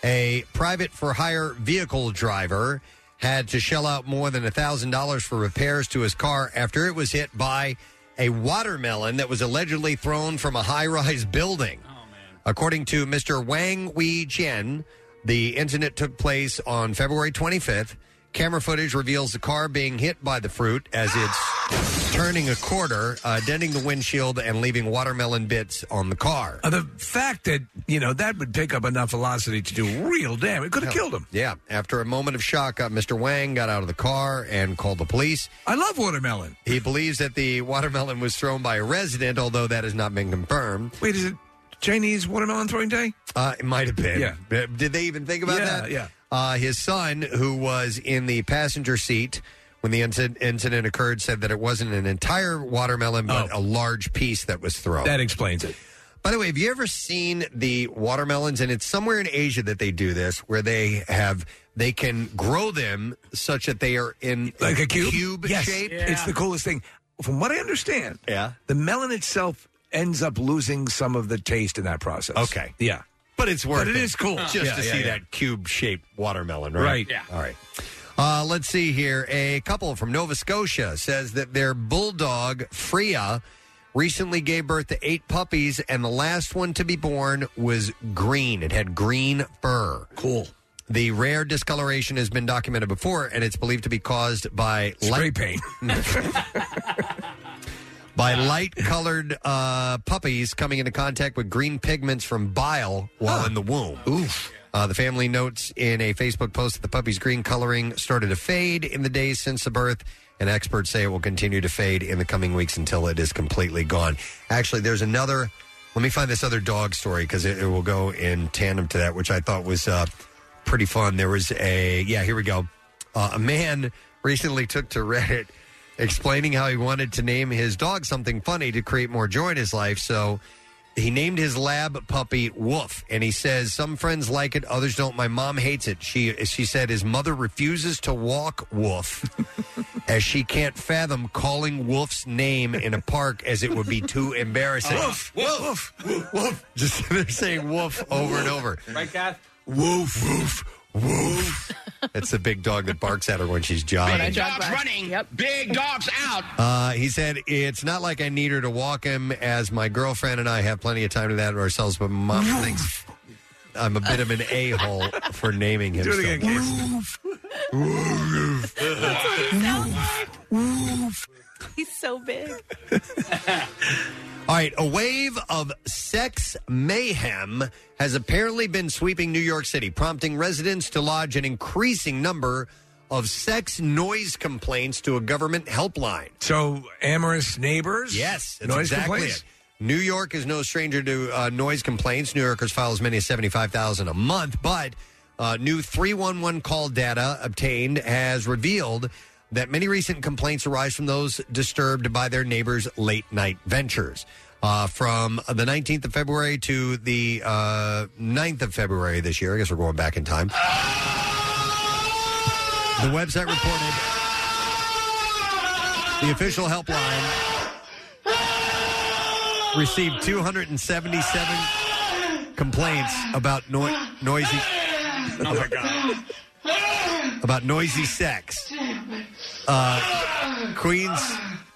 Speaker 5: a private for hire vehicle driver had to shell out more than $1,000 for repairs to his car after it was hit by a watermelon that was allegedly thrown from a high rise building. According to Mr. Wang Wei Chen, the incident took place on February 25th. Camera footage reveals the car being hit by the fruit as it's turning a quarter, uh, denting the windshield and leaving watermelon bits on the car.
Speaker 4: Uh, the fact that you know that would pick up enough velocity to do real damage. It could have killed him.
Speaker 5: Yeah. After a moment of shock, uh, Mr. Wang got out of the car and called the police.
Speaker 4: I love watermelon.
Speaker 5: He believes that the watermelon was thrown by a resident, although that has not been confirmed.
Speaker 4: Wait, is it Chinese watermelon throwing day?
Speaker 5: Uh, it might have been.
Speaker 4: Yeah.
Speaker 5: Uh, Did they even think about
Speaker 4: Yeah,
Speaker 5: that?
Speaker 4: yeah.
Speaker 5: Uh, his son, who was in the passenger seat when the incident, incident occurred, said that it wasn't an entire watermelon, but a large piece that was thrown.
Speaker 4: That Oh. explains it.
Speaker 5: By the way, have you ever seen the watermelons? And it's somewhere in Asia that they do this, where they have they can grow them such that they are in
Speaker 4: like a cube, yes.
Speaker 5: shape.
Speaker 4: It's the coolest thing. From what I understand,
Speaker 5: yeah,
Speaker 4: the melon itself ends up losing some of the taste in that process.
Speaker 5: Okay.
Speaker 4: yeah,
Speaker 5: but it's worth.
Speaker 4: But it is cool
Speaker 5: just
Speaker 4: Yeah,
Speaker 5: to
Speaker 4: yeah,
Speaker 5: see
Speaker 4: yeah.
Speaker 5: that cube shaped watermelon, right?
Speaker 4: Right. Yeah.
Speaker 5: All right. Uh, let's see here. A couple from Nova Scotia says that their bulldog Freya recently gave birth to eight puppies, and the last one to be born was green. It had green fur.
Speaker 4: Cool.
Speaker 5: The rare discoloration has been documented before, and it's believed to be caused by
Speaker 4: Spray
Speaker 5: light
Speaker 4: paint.
Speaker 5: by light colored uh, puppies coming into contact with green pigments from bile while in the womb. Oof. Uh, the family notes in a Facebook post that the puppy's green coloring started to fade in the days since the birth, and experts say it will continue to fade in the coming weeks until it is completely gone. Actually, there's another. Let me find this other dog story because it, it will go in tandem to that, which I thought was uh, pretty fun. There was a yeah, here we go. Uh, a man recently took to Reddit explaining how he wanted to name his dog something funny to create more joy in his life. So he named his lab puppy Woof, and he says some friends like it, others don't. My mom hates it. She she said his mother refuses to walk Woof, as she can't fathom calling Woof's name in a park, as it would be too embarrassing.
Speaker 22: Oh, Woof,
Speaker 5: woof, woof, woof. Just they're saying woof over and over.
Speaker 22: Right, Kath?
Speaker 5: Woof, woof, woof. That's the big dog that barks at her when she's jogging.
Speaker 22: running. Big dog's out.
Speaker 5: Uh, he said, It's not like I need her to walk him, as my girlfriend and I have plenty of time to that ourselves, but mom thinks I'm a bit of an a hole for naming him.
Speaker 22: Do it again,
Speaker 5: something."
Speaker 3: He's so big.
Speaker 5: All right, a wave of sex mayhem has apparently been sweeping New York City, prompting residents to lodge an increasing number of sex noise complaints to a government helpline.
Speaker 4: So, amorous neighbors?
Speaker 5: Yes, that's
Speaker 4: Noise
Speaker 5: exactly
Speaker 4: complaints?
Speaker 5: it. New York is no stranger to uh, noise complaints. New Yorkers file as many as 75,000 a month, but uh, new 311 call data obtained has revealed that many recent complaints arise from those disturbed by their neighbors' late night ventures. Uh, from the 19th of February to the uh, 9th of February this year, I guess we're going back in time. The website reported the official helpline received 277 complaints about noi- noisy
Speaker 22: Oh, my God.
Speaker 5: about noisy sex. Uh, Queens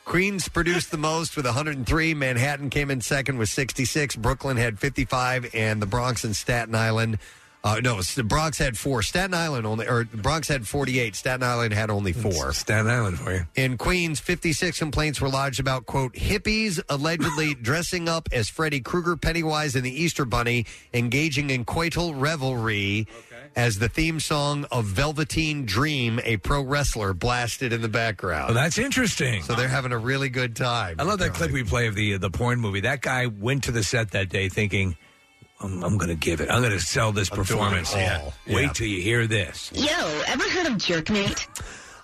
Speaker 5: Queens produced the most with 103. Manhattan came in second with 66. Brooklyn had 55, and the Bronx and Staten Island. Uh, no, the Bronx had four. Staten Island only, or the Bronx had 48. Staten Island had only four.
Speaker 4: Staten Island for you.
Speaker 5: In Queens, 56 complaints were lodged about, quote, hippies allegedly dressing up as Freddy Krueger, Pennywise, and the Easter Bunny, engaging in coital revelry as the theme song of Velveteen Dream, a pro wrestler, blasted in the background.
Speaker 4: Well, Oh, that's interesting.
Speaker 5: So they're having a really good time.
Speaker 4: I love that clip we play of the uh, the porn movie. That guy went to the set that day thinking, "I'm, I'm going to give it. I'm going to sell this
Speaker 5: I'm doing it
Speaker 4: performance.
Speaker 5: all.
Speaker 4: Wait
Speaker 5: Yeah.
Speaker 4: till you hear this."
Speaker 5: Yo, ever heard of Jerkmate?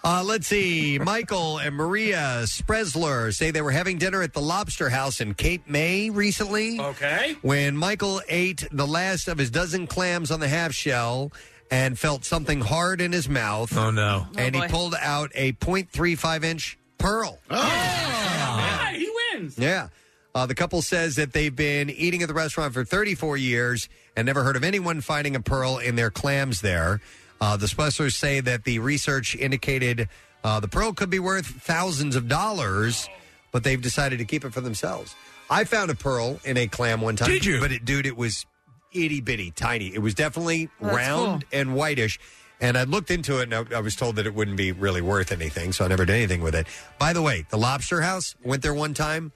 Speaker 5: Uh, let's see. Michael and Maria Spresler say they were having dinner at the Lobster House in Cape May recently.
Speaker 22: Okay.
Speaker 5: When Michael ate the last of his dozen clams on the half shell and felt something hard in his mouth.
Speaker 4: Oh, no.
Speaker 5: And
Speaker 6: Oh,
Speaker 5: he
Speaker 6: boy.
Speaker 5: pulled out a 0.35 inch pearl.
Speaker 6: Yeah, he wins.
Speaker 5: Yeah. Uh, the couple says that they've been eating at the restaurant for 34 years and never heard of anyone finding a pearl in their clams there. Uh, the Splessers say that the research indicated uh, the pearl could be worth thousands of dollars, but they've decided to keep it for themselves. I found a pearl in a clam one time.
Speaker 4: Did you?
Speaker 5: But it, dude, it was itty bitty, tiny. It was definitely
Speaker 4: Well, Oh, that's
Speaker 5: round and whitish. And I looked into it, and I, I was told that it wouldn't be really worth anything, so I never did anything with it. By the way, the Lobster House went there one time.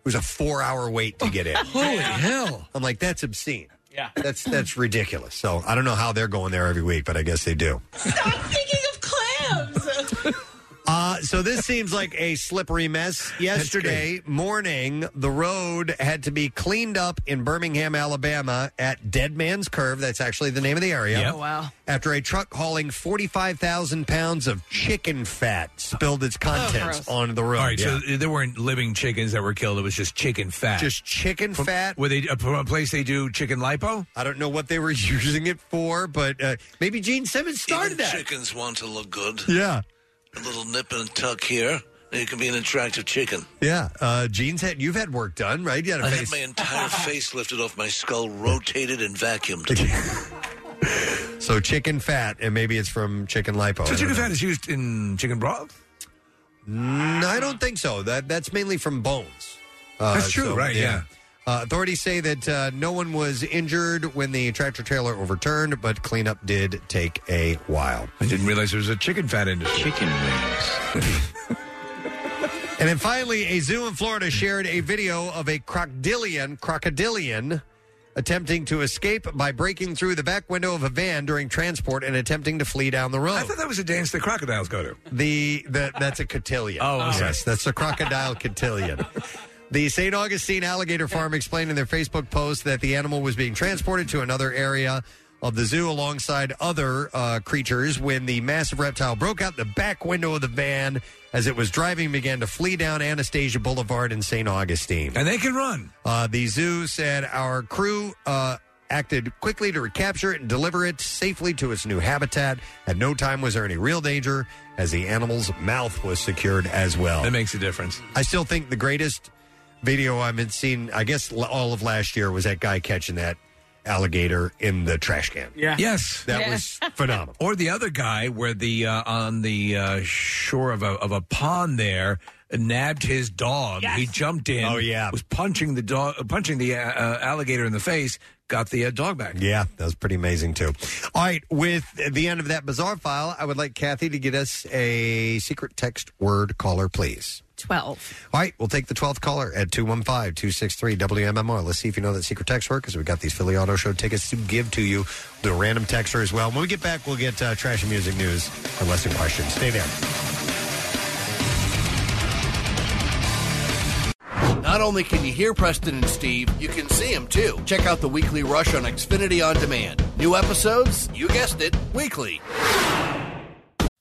Speaker 5: It was a four-hour wait to get in.
Speaker 4: Holy hell!
Speaker 5: I'm like, that's obscene.
Speaker 6: Yeah,
Speaker 5: that's that's ridiculous. So I don't know how they're going there every week, but I guess they do.
Speaker 22: Stop thinking of clams.
Speaker 5: Uh, so this seems like a slippery mess. Yesterday morning, the road had to be cleaned up in Birmingham, Alabama, at Dead Man's Curve. That's actually the name of the area.
Speaker 3: Yep. Oh, wow.
Speaker 5: After a truck hauling forty-five thousand pounds of chicken fat spilled
Speaker 3: Oh,
Speaker 5: its contents
Speaker 4: gross.
Speaker 5: onto the road.
Speaker 4: All right,
Speaker 5: Yeah.
Speaker 4: so there weren't living chickens that were killed. It was just chicken fat.
Speaker 5: Just chicken
Speaker 4: From-
Speaker 5: fat.
Speaker 4: Were they uh, from a place they do chicken lipo?
Speaker 5: I don't know what they were using it for, but uh, maybe Gene Simmons started that.
Speaker 8: Chickens want to look good.
Speaker 5: Yeah.
Speaker 8: A little nip and tuck here, and you can be an attractive chicken.
Speaker 5: Yeah, uh, Gene's had you've had work done, right? You had a
Speaker 8: I had
Speaker 5: face.
Speaker 8: my entire face lifted off my skull, rotated and vacuumed.
Speaker 5: so chicken fat, and maybe it's from chicken lipo.
Speaker 4: so
Speaker 5: I don't
Speaker 4: chicken
Speaker 5: know.
Speaker 4: fat is used in chicken broth.
Speaker 5: Mm, I don't think so. That that's mainly from bones.
Speaker 4: That's true, right, yeah.
Speaker 5: Uh, authorities say that uh, no one was injured when the tractor trailer overturned, but cleanup did take a while.
Speaker 4: I didn't realize there was a chicken fat industry. Chicken wings.
Speaker 5: And then finally, a zoo in Florida shared a video of a crocodilian, crocodilian attempting to escape by breaking through the back window of a van during transport and attempting to flee down the road. I thought
Speaker 4: that was a dance the crocodiles go to.
Speaker 5: The, the that's a cotillion.
Speaker 4: Oh, okay.
Speaker 5: yes, that's a crocodile cotillion. The St. Augustine Alligator Farm explained in their Facebook post that the animal was being transported to another area of the zoo alongside other uh, creatures when the massive reptile broke out the back window of the van as it was driving began to flee down Anastasia Boulevard in St. Augustine.
Speaker 4: And they can run.
Speaker 5: Uh, the zoo said our crew uh, acted quickly to recapture it and deliver it safely to its new habitat. At no time was there any real danger as the animal's mouth was secured as well.
Speaker 4: That makes a difference.
Speaker 5: I still think the greatest video I've been seeing, I guess l- all of last year, was that guy catching that alligator in the trash can.
Speaker 4: Yeah. Yes.
Speaker 5: That was phenomenal.
Speaker 4: Or the other guy where the uh, on the uh, shore of a of a pond there nabbed his dog. He jumped in. Oh yeah. Was punching the dog, uh, punching the uh, uh, alligator in the face. Got the uh, dog back.
Speaker 5: Yeah, that was pretty amazing too. All right, with the end of that bizarre file, I would like Kathy to get us a secret text word caller, please.
Speaker 19: 12.
Speaker 5: All right, we'll take the 12th caller at 215 263 WMMR. Let's see if you know that secret text word because we got these Philly Auto Show tickets to give to you. We'll do a random texter as well. When we get back, we'll get uh, trash and music news and lesson questions. Stay there.
Speaker 2: Not only can you hear Preston and Steve, you can see them too. Check out the weekly rush on Xfinity On Demand. New episodes, you guessed it, weekly.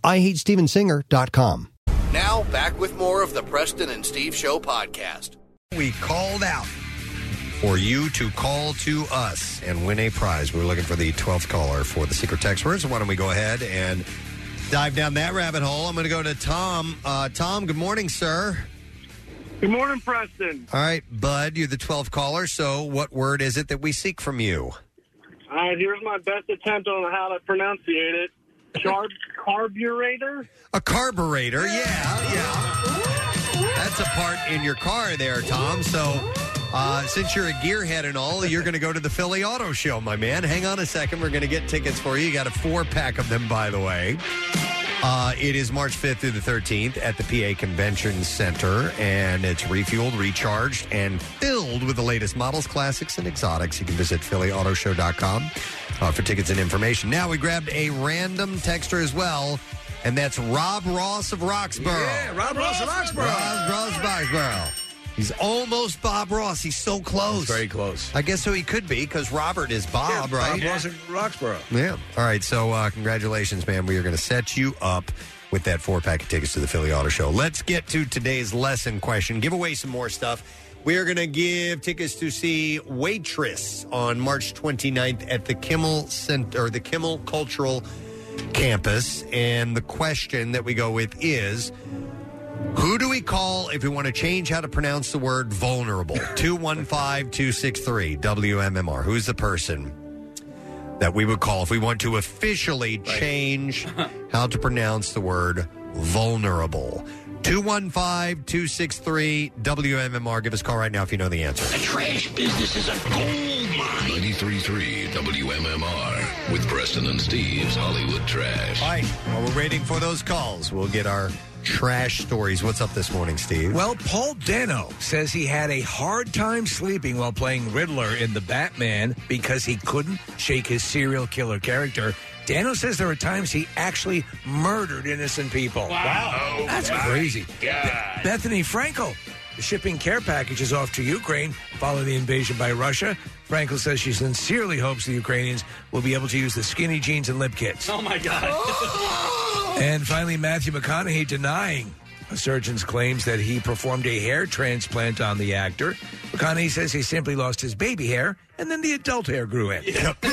Speaker 5: IHateStevensinger.com.
Speaker 2: Now, back with more of the Preston and Steve Show podcast.
Speaker 5: We called out for you to call to us and win a prize. We're looking for the 12th caller for the secret text words. Why don't we go ahead and dive down that rabbit hole? I'm going to go to Tom. Uh, Tom, good morning, sir.
Speaker 24: Good morning, Preston.
Speaker 5: All right, bud, you're the 12th caller. So, what word is it that we seek from you?
Speaker 24: All right, here's my best attempt on how to pronunciate it. Carb- carburetor?
Speaker 5: A carburetor, yeah, yeah. That's a part in your car there, Tom. So, uh, since you're a gearhead and all, you're going to go to the Philly Auto Show, my man. Hang on a second. We're going to get tickets for you. You got a four pack of them, by the way. Uh, it is March 5th through the 13th at the PA Convention Center, and it's refueled, recharged, and filled with the latest models, classics, and exotics. You can visit phillyautoshow.com uh, for tickets and information. Now, we grabbed a random texter as well, and that's Rob Ross of Roxborough.
Speaker 4: Yeah, Rob Ross of Roxborough.
Speaker 5: Rob Ross of Roxborough. He's almost Bob Ross. He's so close. very
Speaker 4: close.
Speaker 5: I guess who he could be because Robert is Bob, right?
Speaker 4: Bob Ross in Roxborough.
Speaker 5: Yeah. All right. So, uh, congratulations, man. We are going to set you up with that four pack of tickets to the Philly Auto Show. Let's get to today's lesson question. Give away some more stuff. We are going to give tickets to see Waitress on March 29th at the Kimmel Center, or the Kimmel Cultural Campus. And the question that we go with is. Who do we call if we want to change how to pronounce the word vulnerable? 215 263 WMMR. Who's the person that we would call if we want to officially change how to pronounce the word vulnerable. 215 263 WMMR. Give us a call right now if you know the answer.
Speaker 22: The trash business is a gold mine.
Speaker 14: 93.3 WMMR with Preston and Steve's Hollywood Trash.
Speaker 5: All right, while we're waiting for those calls, we'll get our trash stories. What's up this morning, Steve?
Speaker 4: Well, Paul Dano says he had a hard time sleeping while playing Riddler in the Batman because he couldn't shake his serial killer character. Dano says there are times he actually murdered innocent people.
Speaker 22: Wow.
Speaker 4: That's
Speaker 22: Oh, My
Speaker 4: crazy.
Speaker 22: God.
Speaker 4: Be- Bethany Frankel. The shipping care package is off to Ukraine following the invasion by Russia. Frankel says she sincerely hopes the Ukrainians will be able to use the skinny jeans and lip kits.
Speaker 6: Oh my god.
Speaker 4: And finally, Matthew McConaughey denying a surgeon's claims that he performed a hair transplant on the actor. McConaughey says he simply lost his baby hair and then the adult hair grew in. That's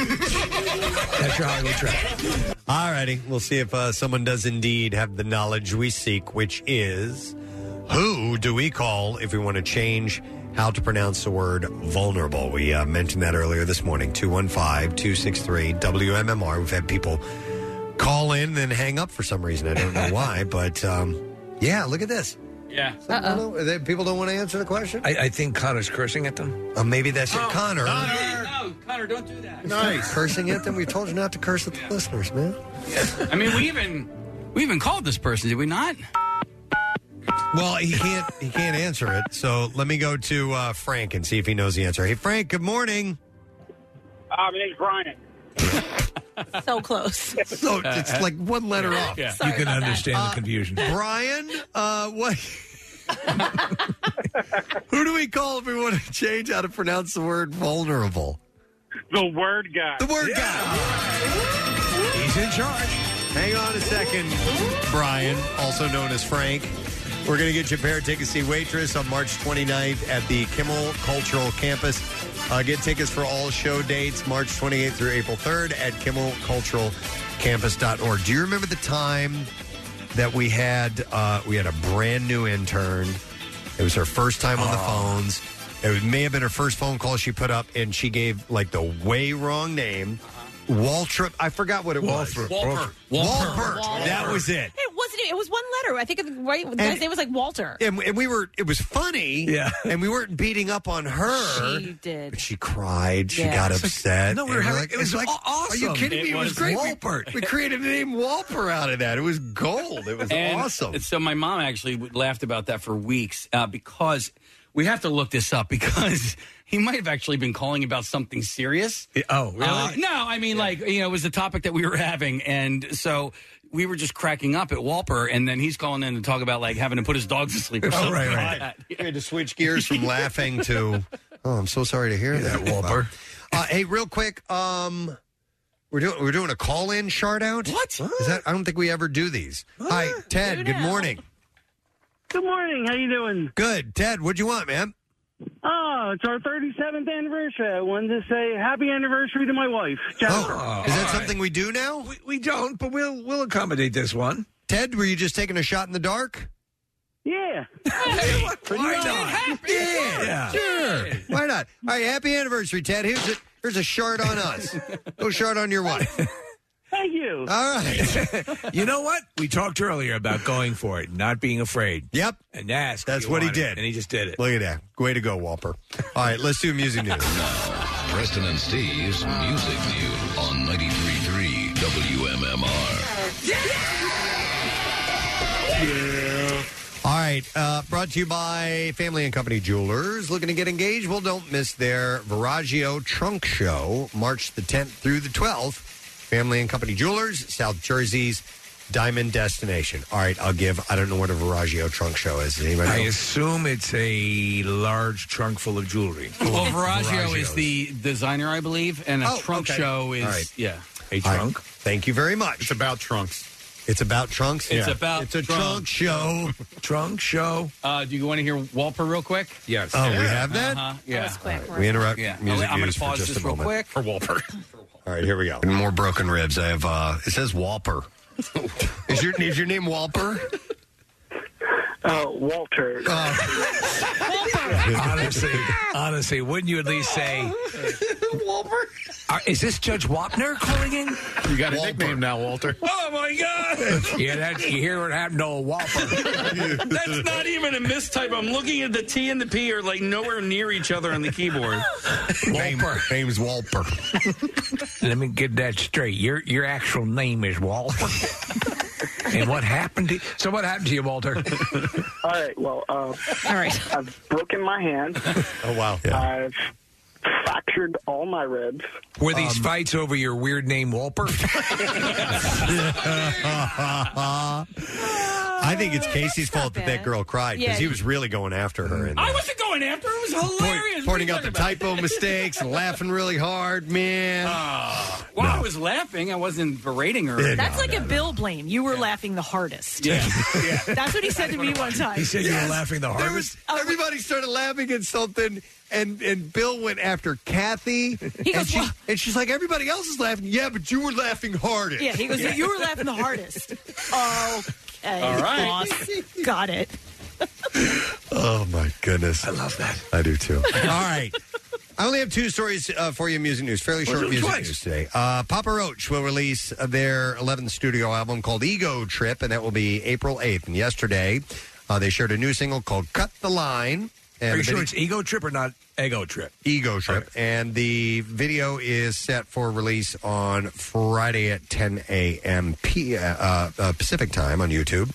Speaker 4: your Hollywood track.
Speaker 5: All righty. We'll see if uh, someone does indeed have the knowledge we seek, which is who do we call if we want to change how to pronounce the word vulnerable? We uh, mentioned that earlier this morning 215 263 WMMR. We've had people call in and then hang up for some reason. I don't know why, but um, yeah, look at this.
Speaker 6: Yeah.
Speaker 5: Uh-oh. people don't want to answer the question?
Speaker 4: I, I think Connor's cursing at them.
Speaker 5: Uh, maybe that's
Speaker 6: Oh,
Speaker 5: it. Connor.
Speaker 6: No, Connor, don't do that.
Speaker 5: Cursing at them. We told you not to curse at the listeners, man.
Speaker 6: I mean, we even we even called this person, did we not?
Speaker 5: Well, he can't he can't answer it. So let me go to uh, Frank and see if he knows the answer. Hey, Frank. Good morning.
Speaker 24: Uh, my name's Brian.
Speaker 19: so close.
Speaker 5: So
Speaker 22: Uh,
Speaker 5: it's like one letter off.
Speaker 4: you can understand
Speaker 3: Uh,
Speaker 6: Uh,
Speaker 4: the confusion.
Speaker 5: Brian, uh, what? Who do we call if we want to change how to pronounce the word vulnerable?
Speaker 24: The word guy.
Speaker 5: The word guy. He's in charge. Hang on a second, Brian, also known as Frank. We're going to get you a pair of tickets to see Waitress on March 29th at the Kimmel Cultural Campus. Uh, get tickets for all show dates March 28th through April 3rd at kimmelculturalcampus.org. Do you remember the time that we had uh, we had a brand new intern? It was her first time on the phones. It may have been her first phone call she put up, and she gave like the way wrong name. Waltrip. I forgot what it
Speaker 4: Waltrip.
Speaker 5: was.
Speaker 4: Walpert.
Speaker 5: Walpert.
Speaker 19: Walpert.
Speaker 5: That was it.
Speaker 19: It wasn't. It was one letter. I think it, right. The guy's name was like Walter.
Speaker 5: And, and we were, it was funny. Yeah. And we weren't beating up on her.
Speaker 19: She did.
Speaker 5: But she cried. She
Speaker 19: Yeah.
Speaker 5: got
Speaker 19: It's like,
Speaker 5: upset.
Speaker 19: no, we
Speaker 5: And
Speaker 19: were
Speaker 5: we're
Speaker 19: having-
Speaker 5: like,
Speaker 19: it was
Speaker 5: it's like,
Speaker 19: aw-
Speaker 5: Are you
Speaker 19: awesome.
Speaker 5: kidding me?
Speaker 6: It
Speaker 5: It was,
Speaker 6: was
Speaker 5: great.
Speaker 6: Walpert.
Speaker 5: We, we created the name Walper out of that. It was gold. It was
Speaker 6: And
Speaker 5: awesome.
Speaker 6: So my mom actually laughed about that for weeks uh, because we have to look this up because he might have actually been calling about something serious.
Speaker 4: Oh, really?
Speaker 6: Uh, no, I mean, like, you know, it was the topic that we were having. And so we were just cracking up at Walper. And then he's calling in to talk about, like, having to put his dogs to
Speaker 5: Oh,
Speaker 6: sleep or something. like that.
Speaker 5: We had to switch gears from laughing to, oh, I'm so sorry to hear that, Walper. Uh, hey, real quick, um, we're doing we're doing a call in shard out. What? Is that? I don't think we ever do these. Hi, Ted. Good morning.
Speaker 24: Good morning. How you doing?
Speaker 5: Good, Ted. What'd you want, man?
Speaker 24: Oh, it's our 37th anniversary. I wanted to say happy anniversary to my wife, Jennifer.
Speaker 4: Is that
Speaker 5: something we do now?
Speaker 4: We, we don't, but we'll we'll accommodate this one.
Speaker 5: Ted, were you just taking a shot in the dark?
Speaker 24: Yeah.
Speaker 5: Why not? Yeah, sure. Why not? All right, happy anniversary, Ted. Here's a here's a shard on us. Go shard on your wife.
Speaker 24: Thank you.
Speaker 5: All right.
Speaker 4: You know what? We talked earlier about going for it, not being afraid.
Speaker 5: Yep.
Speaker 4: And ask.
Speaker 5: That's
Speaker 4: if you
Speaker 5: what he
Speaker 4: want it,
Speaker 5: did.
Speaker 4: and he just did it.
Speaker 5: Look at that. Way to go, Walper. All right, let's do music news.
Speaker 14: Preston and Steve's Music News on 93.3 WMMR.
Speaker 5: All right, uh, brought to you by Family and Company Jewelers. Looking to get engaged? Well, don't miss their Viraggio Trunk Show, March the 10th through the 12th. Family and Company Jewelers, South Jersey's diamond destination. All right, I'll give. I don't know what a Viraggio Trunk Show is. Does anybody
Speaker 4: I
Speaker 5: know?
Speaker 4: assume it's a large trunk full of jewelry.
Speaker 6: Well, Viraggio is the designer, I believe, and a
Speaker 4: Oh,
Speaker 6: trunk
Speaker 4: okay.
Speaker 6: show is
Speaker 4: All right.
Speaker 6: yeah.
Speaker 4: A trunk.
Speaker 5: Thank you very much. It's
Speaker 7: about trunks.
Speaker 5: It's about trunks.
Speaker 6: It's about
Speaker 5: It's a
Speaker 6: trunks.
Speaker 5: trunk show.
Speaker 4: trunk show.
Speaker 6: Uh, do you want to hear Walper real quick?
Speaker 4: Yes.
Speaker 5: Oh, we have that?
Speaker 6: Uh-huh. Yeah.
Speaker 5: We interrupt
Speaker 6: Yeah.
Speaker 5: music
Speaker 6: I'm gonna
Speaker 5: news for
Speaker 6: pause
Speaker 5: just
Speaker 6: this
Speaker 5: a
Speaker 6: real quick.
Speaker 5: moment.
Speaker 7: For Walper.
Speaker 5: All right, here we go. more broken ribs. I have. uh It says Walper. is your is your name Walper?
Speaker 24: Uh, Walter.
Speaker 5: Uh,
Speaker 4: honestly, honestly, wouldn't you at least say,
Speaker 22: Wilbur.
Speaker 4: are, is this Judge Wapner calling in?
Speaker 7: You got a nickname now, Walter.
Speaker 6: Oh my God!
Speaker 4: yeah, that, you hear what happened to a Whopper.
Speaker 6: That's not even a mistype. I'm looking at the T and the P are like nowhere near each other on the keyboard.
Speaker 4: Walper.
Speaker 5: Name's Walper.
Speaker 4: Let me get that straight. Your your actual name is Walter. and what happened to so what happened to you, Walter?
Speaker 24: All right. Well, uh, all
Speaker 3: right.
Speaker 24: I've broken my hand.
Speaker 4: Oh wow.
Speaker 24: I've fractured all my ribs.
Speaker 4: Were these fights over your weird name Walper?
Speaker 5: I think it's Casey's fault that that girl cried because
Speaker 6: Yeah.
Speaker 5: he was really going after her. And
Speaker 6: I wasn't going after. It was hilarious.
Speaker 5: pointing
Speaker 6: What
Speaker 5: out
Speaker 6: are you
Speaker 5: the
Speaker 6: talking
Speaker 5: typo
Speaker 6: about?
Speaker 5: mistakes and laughing really hard, man.
Speaker 6: Ah. Well, I was laughing. I wasn't berating her.
Speaker 3: That's like a Bill blame. You were laughing the hardest.
Speaker 6: Yeah.
Speaker 3: That's what he said to me one time.
Speaker 5: Yes. There was- everybody started laughing at something, and, and Bill went after Kathy.
Speaker 3: He
Speaker 5: and,
Speaker 3: goes,
Speaker 5: she-
Speaker 3: "Wha-"
Speaker 5: and she's like, everybody else is laughing. Yeah, but you were laughing hardest.
Speaker 3: Yeah, he goes, You were laughing the hardest. okay.
Speaker 5: All right.
Speaker 3: boss. Got it.
Speaker 5: Oh, my goodness. I
Speaker 4: love that.
Speaker 5: I do too. All right. I only have two stories uh, for you in music news. Fairly
Speaker 4: Well,
Speaker 5: short
Speaker 4: do it
Speaker 5: music
Speaker 4: twice.
Speaker 5: news today. Uh, Papa Roach will release uh, their 11th studio album called Ego Trip, and that will be April 8th. And yesterday, uh, they shared a new single called Cut the Line. And
Speaker 4: Are you
Speaker 5: the
Speaker 4: sure
Speaker 5: video-
Speaker 4: it's ego trip or not ego trip?
Speaker 5: Ego Trip. And the video is set for release on Friday at 10 a.m. P, uh, uh, uh, Pacific time on YouTube.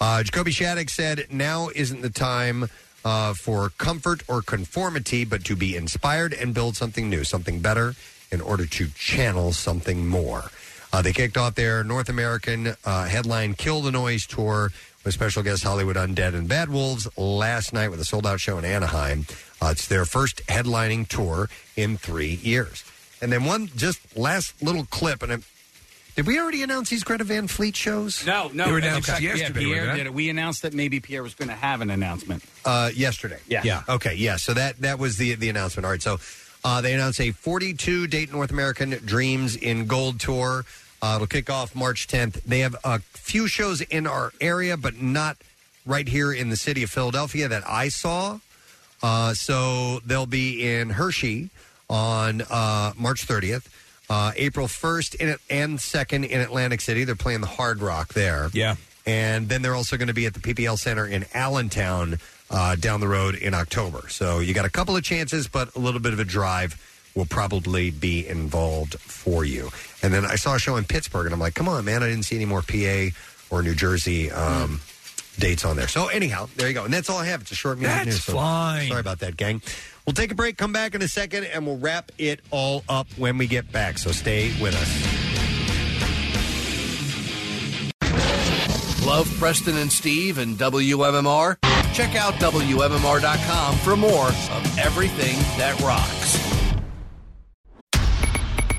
Speaker 5: Uh, Jacoby Shattuck said, Now isn't the time. Uh, for comfort or conformity, but to be inspired and build something new, something better, in order to channel something more. Uh, they kicked off their North American uh, headline Kill the Noise tour with special guests Hollywood Undead and Bad Wolves last night with a sold out show in Anaheim. Uh, it's their first headlining tour in three years. And then one just last little clip. And it, did we already announce these Greta Van Fleet shows?
Speaker 6: No, Oh, no.
Speaker 5: They were
Speaker 6: in
Speaker 5: announced
Speaker 6: fact,
Speaker 5: yesterday,
Speaker 6: Yeah, Pierre
Speaker 5: weren't they?
Speaker 6: did it. We announced that maybe Pierre was going to have an announcement.
Speaker 5: Uh, yesterday.
Speaker 6: Yeah.
Speaker 5: Yeah. Okay. Yeah. So that that was the the announcement. All right. So uh, they announced a 42 date North American Dreams in Gold tour. Uh, it'll kick off March 10th. They have a few shows in our area, but not right here in the city of Philadelphia that I saw. Uh, so they'll be in Hershey on uh, March 30th. Uh, April 1st in, and 2nd in Atlantic City. They're playing the Hard Rock there. Yeah. And then they're also going to be at the PPL Center in Allentown uh, down the road in October. So you got a couple of chances, but a little bit of a drive will probably be involved for you. And then I saw a show in Pittsburgh, and I'm like, come on, man, I didn't see any more PA or New Jersey um, dates on there. So anyhow, there you go. And that's all I have. It's a short music
Speaker 4: That's
Speaker 5: news. so
Speaker 4: fine.
Speaker 5: Sorry about that, gang. We'll take a break, come back in a second, and we'll wrap it all up when we get back. So stay with us.
Speaker 2: Love Preston and Steve and WMMR? Check out WMMR.com for more of everything that rocks.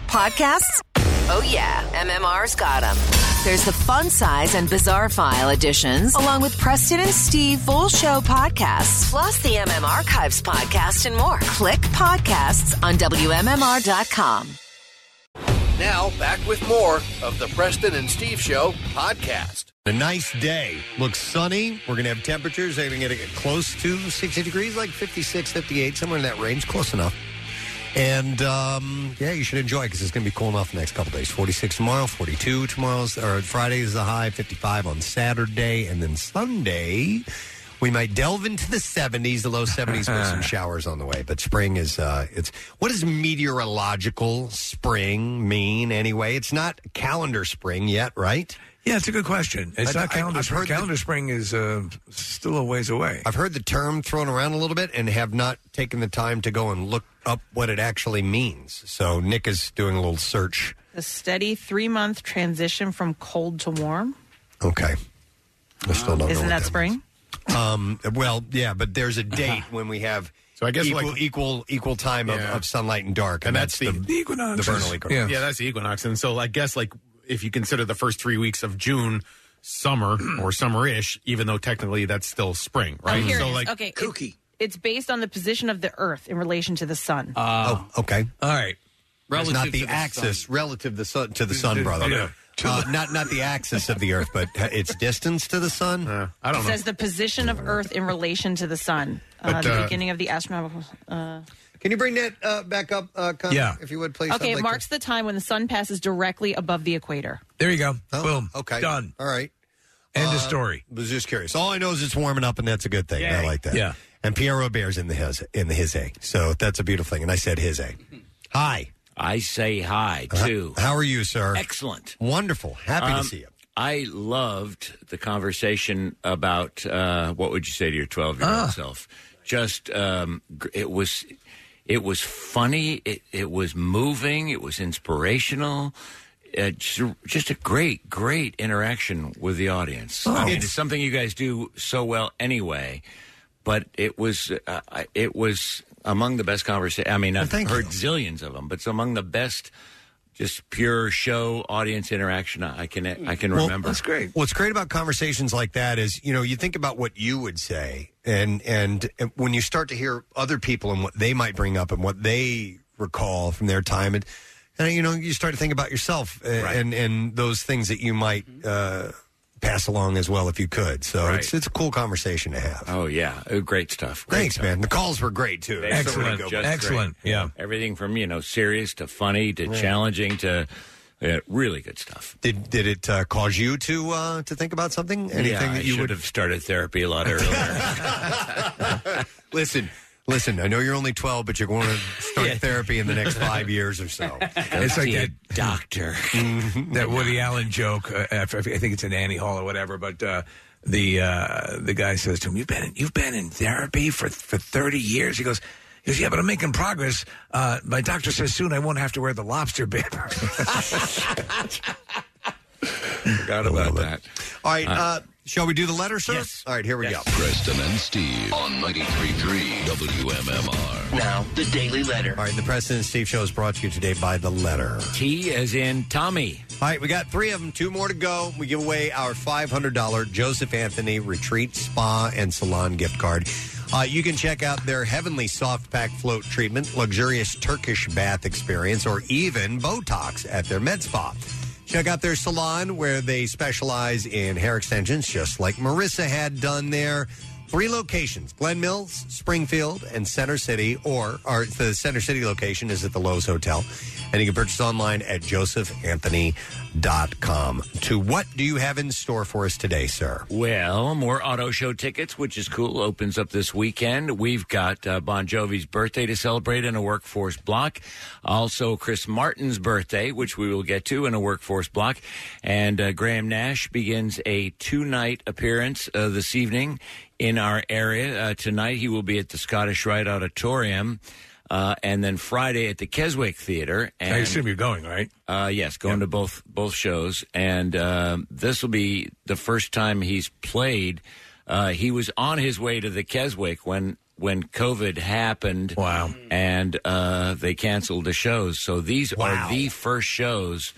Speaker 13: Podcasts? Oh, yeah. MMR's got them. There's the fun size and bizarre file editions, along with Preston and Steve full show podcasts, plus the MM Archives podcast and more. Click podcasts on WMMR.com.
Speaker 2: Now, back with more of the Preston and Steve Show podcast.
Speaker 5: A nice day. Looks sunny. We're going to have temperatures. They're going to get close to 60 degrees, like 56, 58, somewhere in that range. Close enough. And um, yeah, you should enjoy because it's going to be cool enough the next couple days. 46 tomorrow, 42 tomorrow's, or Friday is the high, 55 on Saturday. And then Sunday, we might delve into the 70s, the low 70s with some showers on the way. But spring is, uh, it's, what does meteorological spring mean anyway? It's not calendar spring yet, right?
Speaker 4: Yeah, it's a good question. It's
Speaker 5: I-
Speaker 4: not
Speaker 5: I-
Speaker 4: calendar
Speaker 5: I've
Speaker 4: spring.
Speaker 5: heard the-
Speaker 4: Calendar spring is uh, still a ways away.
Speaker 5: I've heard the term thrown around a little bit and have not taken the time to go and look up what it actually means. So Nick is doing a little search.
Speaker 3: The steady three month transition from cold to warm.
Speaker 5: Okay. I still don't know.
Speaker 3: Isn't
Speaker 5: what
Speaker 3: that spring?
Speaker 5: Um, well, yeah, but there's a date when we have so
Speaker 7: I guess,
Speaker 5: equal,
Speaker 7: like-
Speaker 5: equal equal time
Speaker 7: Yeah.
Speaker 5: of, of sunlight and dark, and, that's, the,
Speaker 4: equinox.
Speaker 5: the vernal equinox.
Speaker 7: Yeah. that's the equinox. And so I guess like if you consider the first three weeks of June summer or summer-ish, even though technically that's still spring, right?
Speaker 3: Oh, here
Speaker 7: so
Speaker 3: it is.
Speaker 7: like
Speaker 3: okay, kooky. It's, based on the position of the Earth in relation to the sun.
Speaker 5: oh, okay.
Speaker 4: Uh, All right.
Speaker 5: That's
Speaker 4: Relative
Speaker 5: not
Speaker 4: to
Speaker 5: the,
Speaker 4: the
Speaker 5: axis, relative the sun to the sun,
Speaker 4: Yeah.
Speaker 5: brother.
Speaker 4: Yeah.
Speaker 5: Uh, not not the axis of the Earth, but its distance to the sun.
Speaker 7: I
Speaker 3: it says the position of Earth in relation to the sun. uh,
Speaker 5: But,
Speaker 3: the
Speaker 5: uh,
Speaker 3: beginning of the astronomical. Uh,
Speaker 5: Can you bring that uh, back up, uh, Connor, if you would, please?
Speaker 3: okay,
Speaker 5: I'd
Speaker 3: it
Speaker 5: like to-
Speaker 3: marks the time when the sun passes directly above the equator.
Speaker 4: There you go. Boom.
Speaker 5: Okay.
Speaker 4: Done.
Speaker 5: All right.
Speaker 4: End
Speaker 5: Uh,
Speaker 4: of story.
Speaker 5: Was just curious. All I know is it's warming up, and that's a good thing. I like that.
Speaker 4: Yeah.
Speaker 5: And Pierre Robert's in the his in the his A, so that's a beautiful thing. And I said his A. Hi. Uh,
Speaker 15: I say hi too.
Speaker 5: How are you, sir?
Speaker 15: Excellent.
Speaker 5: Wonderful. Happy
Speaker 15: Um,
Speaker 5: to see you.
Speaker 15: I loved the conversation about uh, what would you say to your twelve-year-old
Speaker 5: Ah.
Speaker 15: self. Just um, gr- it was, it was funny. It, it was moving. It was inspirational. Uh, just, just a great, great interaction with the audience. I
Speaker 5: Oh.
Speaker 15: mean, it's something you guys do so well anyway. But it was, uh, I- it was among the best conversations. I mean, I've heard zillions of them, but it's among the best just pure show audience interaction I I can I can
Speaker 5: Well,
Speaker 15: remember.
Speaker 5: that's great. What's great about conversations like that is, you know, you think about what you would say, and and and when you start to hear other people and what they might bring up and what they recall from their time, and, and you know, you start to think about yourself uh, and and those things that you might uh, pass along as well if you could. So
Speaker 15: Mm-hmm. Right.
Speaker 5: it's it's a cool conversation to have.
Speaker 15: Oh yeah, Uh, great stuff. Great
Speaker 5: Thanks,
Speaker 15: stuff.
Speaker 5: man. The calls were great too.
Speaker 15: They
Speaker 5: Excellent.
Speaker 15: were just great.
Speaker 5: Excellent. Yeah.
Speaker 15: everything from you know serious to funny to
Speaker 5: Right.
Speaker 15: challenging to uh, really good stuff.
Speaker 5: Did did it uh, cause you to uh, to think about something? Anything
Speaker 15: yeah, I
Speaker 5: that you
Speaker 15: should
Speaker 5: would
Speaker 15: have started therapy a lot earlier.
Speaker 5: listen? Listen, I know you're only 12, but you're going to start therapy in the next five years or so.
Speaker 4: It's like that
Speaker 15: doctor,
Speaker 4: that Woody Allen joke. Uh, after, I think it's in Annie Hall or whatever. But uh, the uh, the guy says to him, "You've been in, you've been in therapy for for thirty years." He goes. He goes, yeah, but I'm making progress. Uh, my doctor says soon I won't have to wear the lobster bib.
Speaker 15: Forgot about that.
Speaker 5: All right,
Speaker 15: Uh-huh.
Speaker 5: uh, shall we do the letter, sir? All right, here we go.
Speaker 14: Preston and Steve on 93.3 WMMR.
Speaker 15: Now,
Speaker 14: the Daily Letter.
Speaker 5: All right, the President Steve Show is brought to you today by The Letter.
Speaker 15: T as in Tommy.
Speaker 5: All right, we got three of them, two more to go. We give away our $500 Joseph Anthony Retreat Spa and Salon gift card. Uh, you can check out their heavenly soft pack float treatment, luxurious Turkish bath experience, or even Botox at their med spa. Check out their salon where they specialize in hair extensions, just like Marissa had done there. Three locations: Glen Mills, Springfield, and Center City. Or, or the Center City location is at the Lowe's Hotel, and you can purchase online at josephanthony.com. To what do you have in store for us today, sir?
Speaker 15: Well, more auto show tickets, which is cool, opens up this weekend. We've got uh, Bon Jovi's birthday to celebrate in a workforce block. Also, Chris Martin's birthday, which we will get to in a workforce block. And uh, Graham Nash begins a two night appearance uh, this evening in our area. Uh, tonight, he will be at the Scottish Rite Auditorium. Uh, and then Friday at the Keswick Theater. And
Speaker 4: I assume you're going, right?
Speaker 15: uh, yes, going to both both shows, and um this will be the first time he's played. Uh, he was on his way to the Keswick when when COVID happened. Wow! And uh, they canceled the shows, so these are the first shows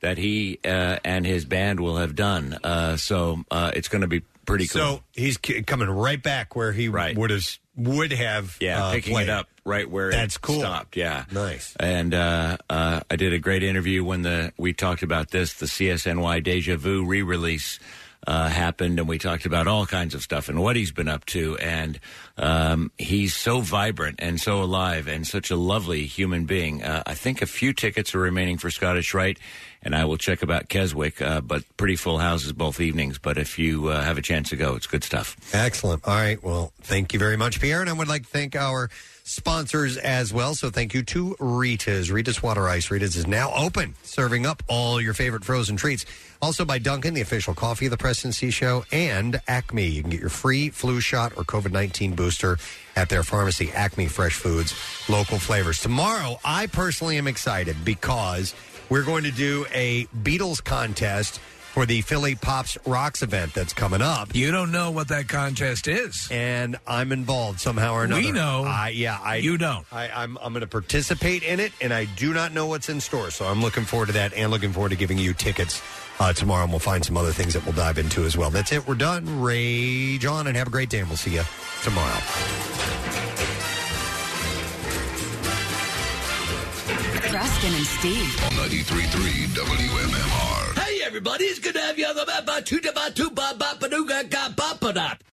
Speaker 15: that he uh, and his band will have done. Uh, so uh, it's going to be pretty cool.
Speaker 5: So he's c- coming right back where he would have would have
Speaker 15: yeah,
Speaker 5: uh,
Speaker 15: picking
Speaker 5: played.
Speaker 15: it up right where
Speaker 5: That's
Speaker 15: it
Speaker 5: cool.
Speaker 15: stopped. Yeah,
Speaker 5: Nice.
Speaker 15: And uh, uh, I did a great interview when the we talked about this. The CSNY Deja Vu re-release uh, happened, and we talked about all kinds of stuff and what he's been up to. And um, he's so vibrant and so alive and such a lovely human being. Uh, I think a few tickets are remaining for Scottish Rite. And I will check about Keswick, uh, but pretty full houses both evenings. But if you uh, have a chance to go, it's good stuff.
Speaker 5: Excellent. All right. Well, thank you very much, Pierre. And I would like to thank our sponsors as well. So thank you to Rita's. Rita's Water Ice. Rita's is now open, serving up all your favorite frozen treats. Also by Duncan, the official coffee of the Presidency Show, and Acme. You can get your free flu shot or COVID 19 booster at their pharmacy, Acme Fresh Foods, local flavors. Tomorrow, I personally am excited because we're going to do a Beatles contest for the Philly Pops Rocks event that's coming up.
Speaker 4: You don't know what that contest is,
Speaker 5: and I'm involved somehow or another.
Speaker 4: We know.
Speaker 5: I, yeah, I
Speaker 4: You don't.
Speaker 5: I, I'm I'm going to participate in it, and I do not know what's in store. So I'm looking forward to that, and looking forward to giving you tickets uh, tomorrow. And we'll find some other things that we'll dive into as well. That's it. We're done. Rage on, and have a great day. And we'll see you tomorrow.
Speaker 13: Preston and Steve.
Speaker 14: 93.3 WMMR.
Speaker 15: Hey, everybody, it's good to have you on the map. Ba- Two da- ba- two ba- ba- ba- doo- ga- ga- ba- ba- da.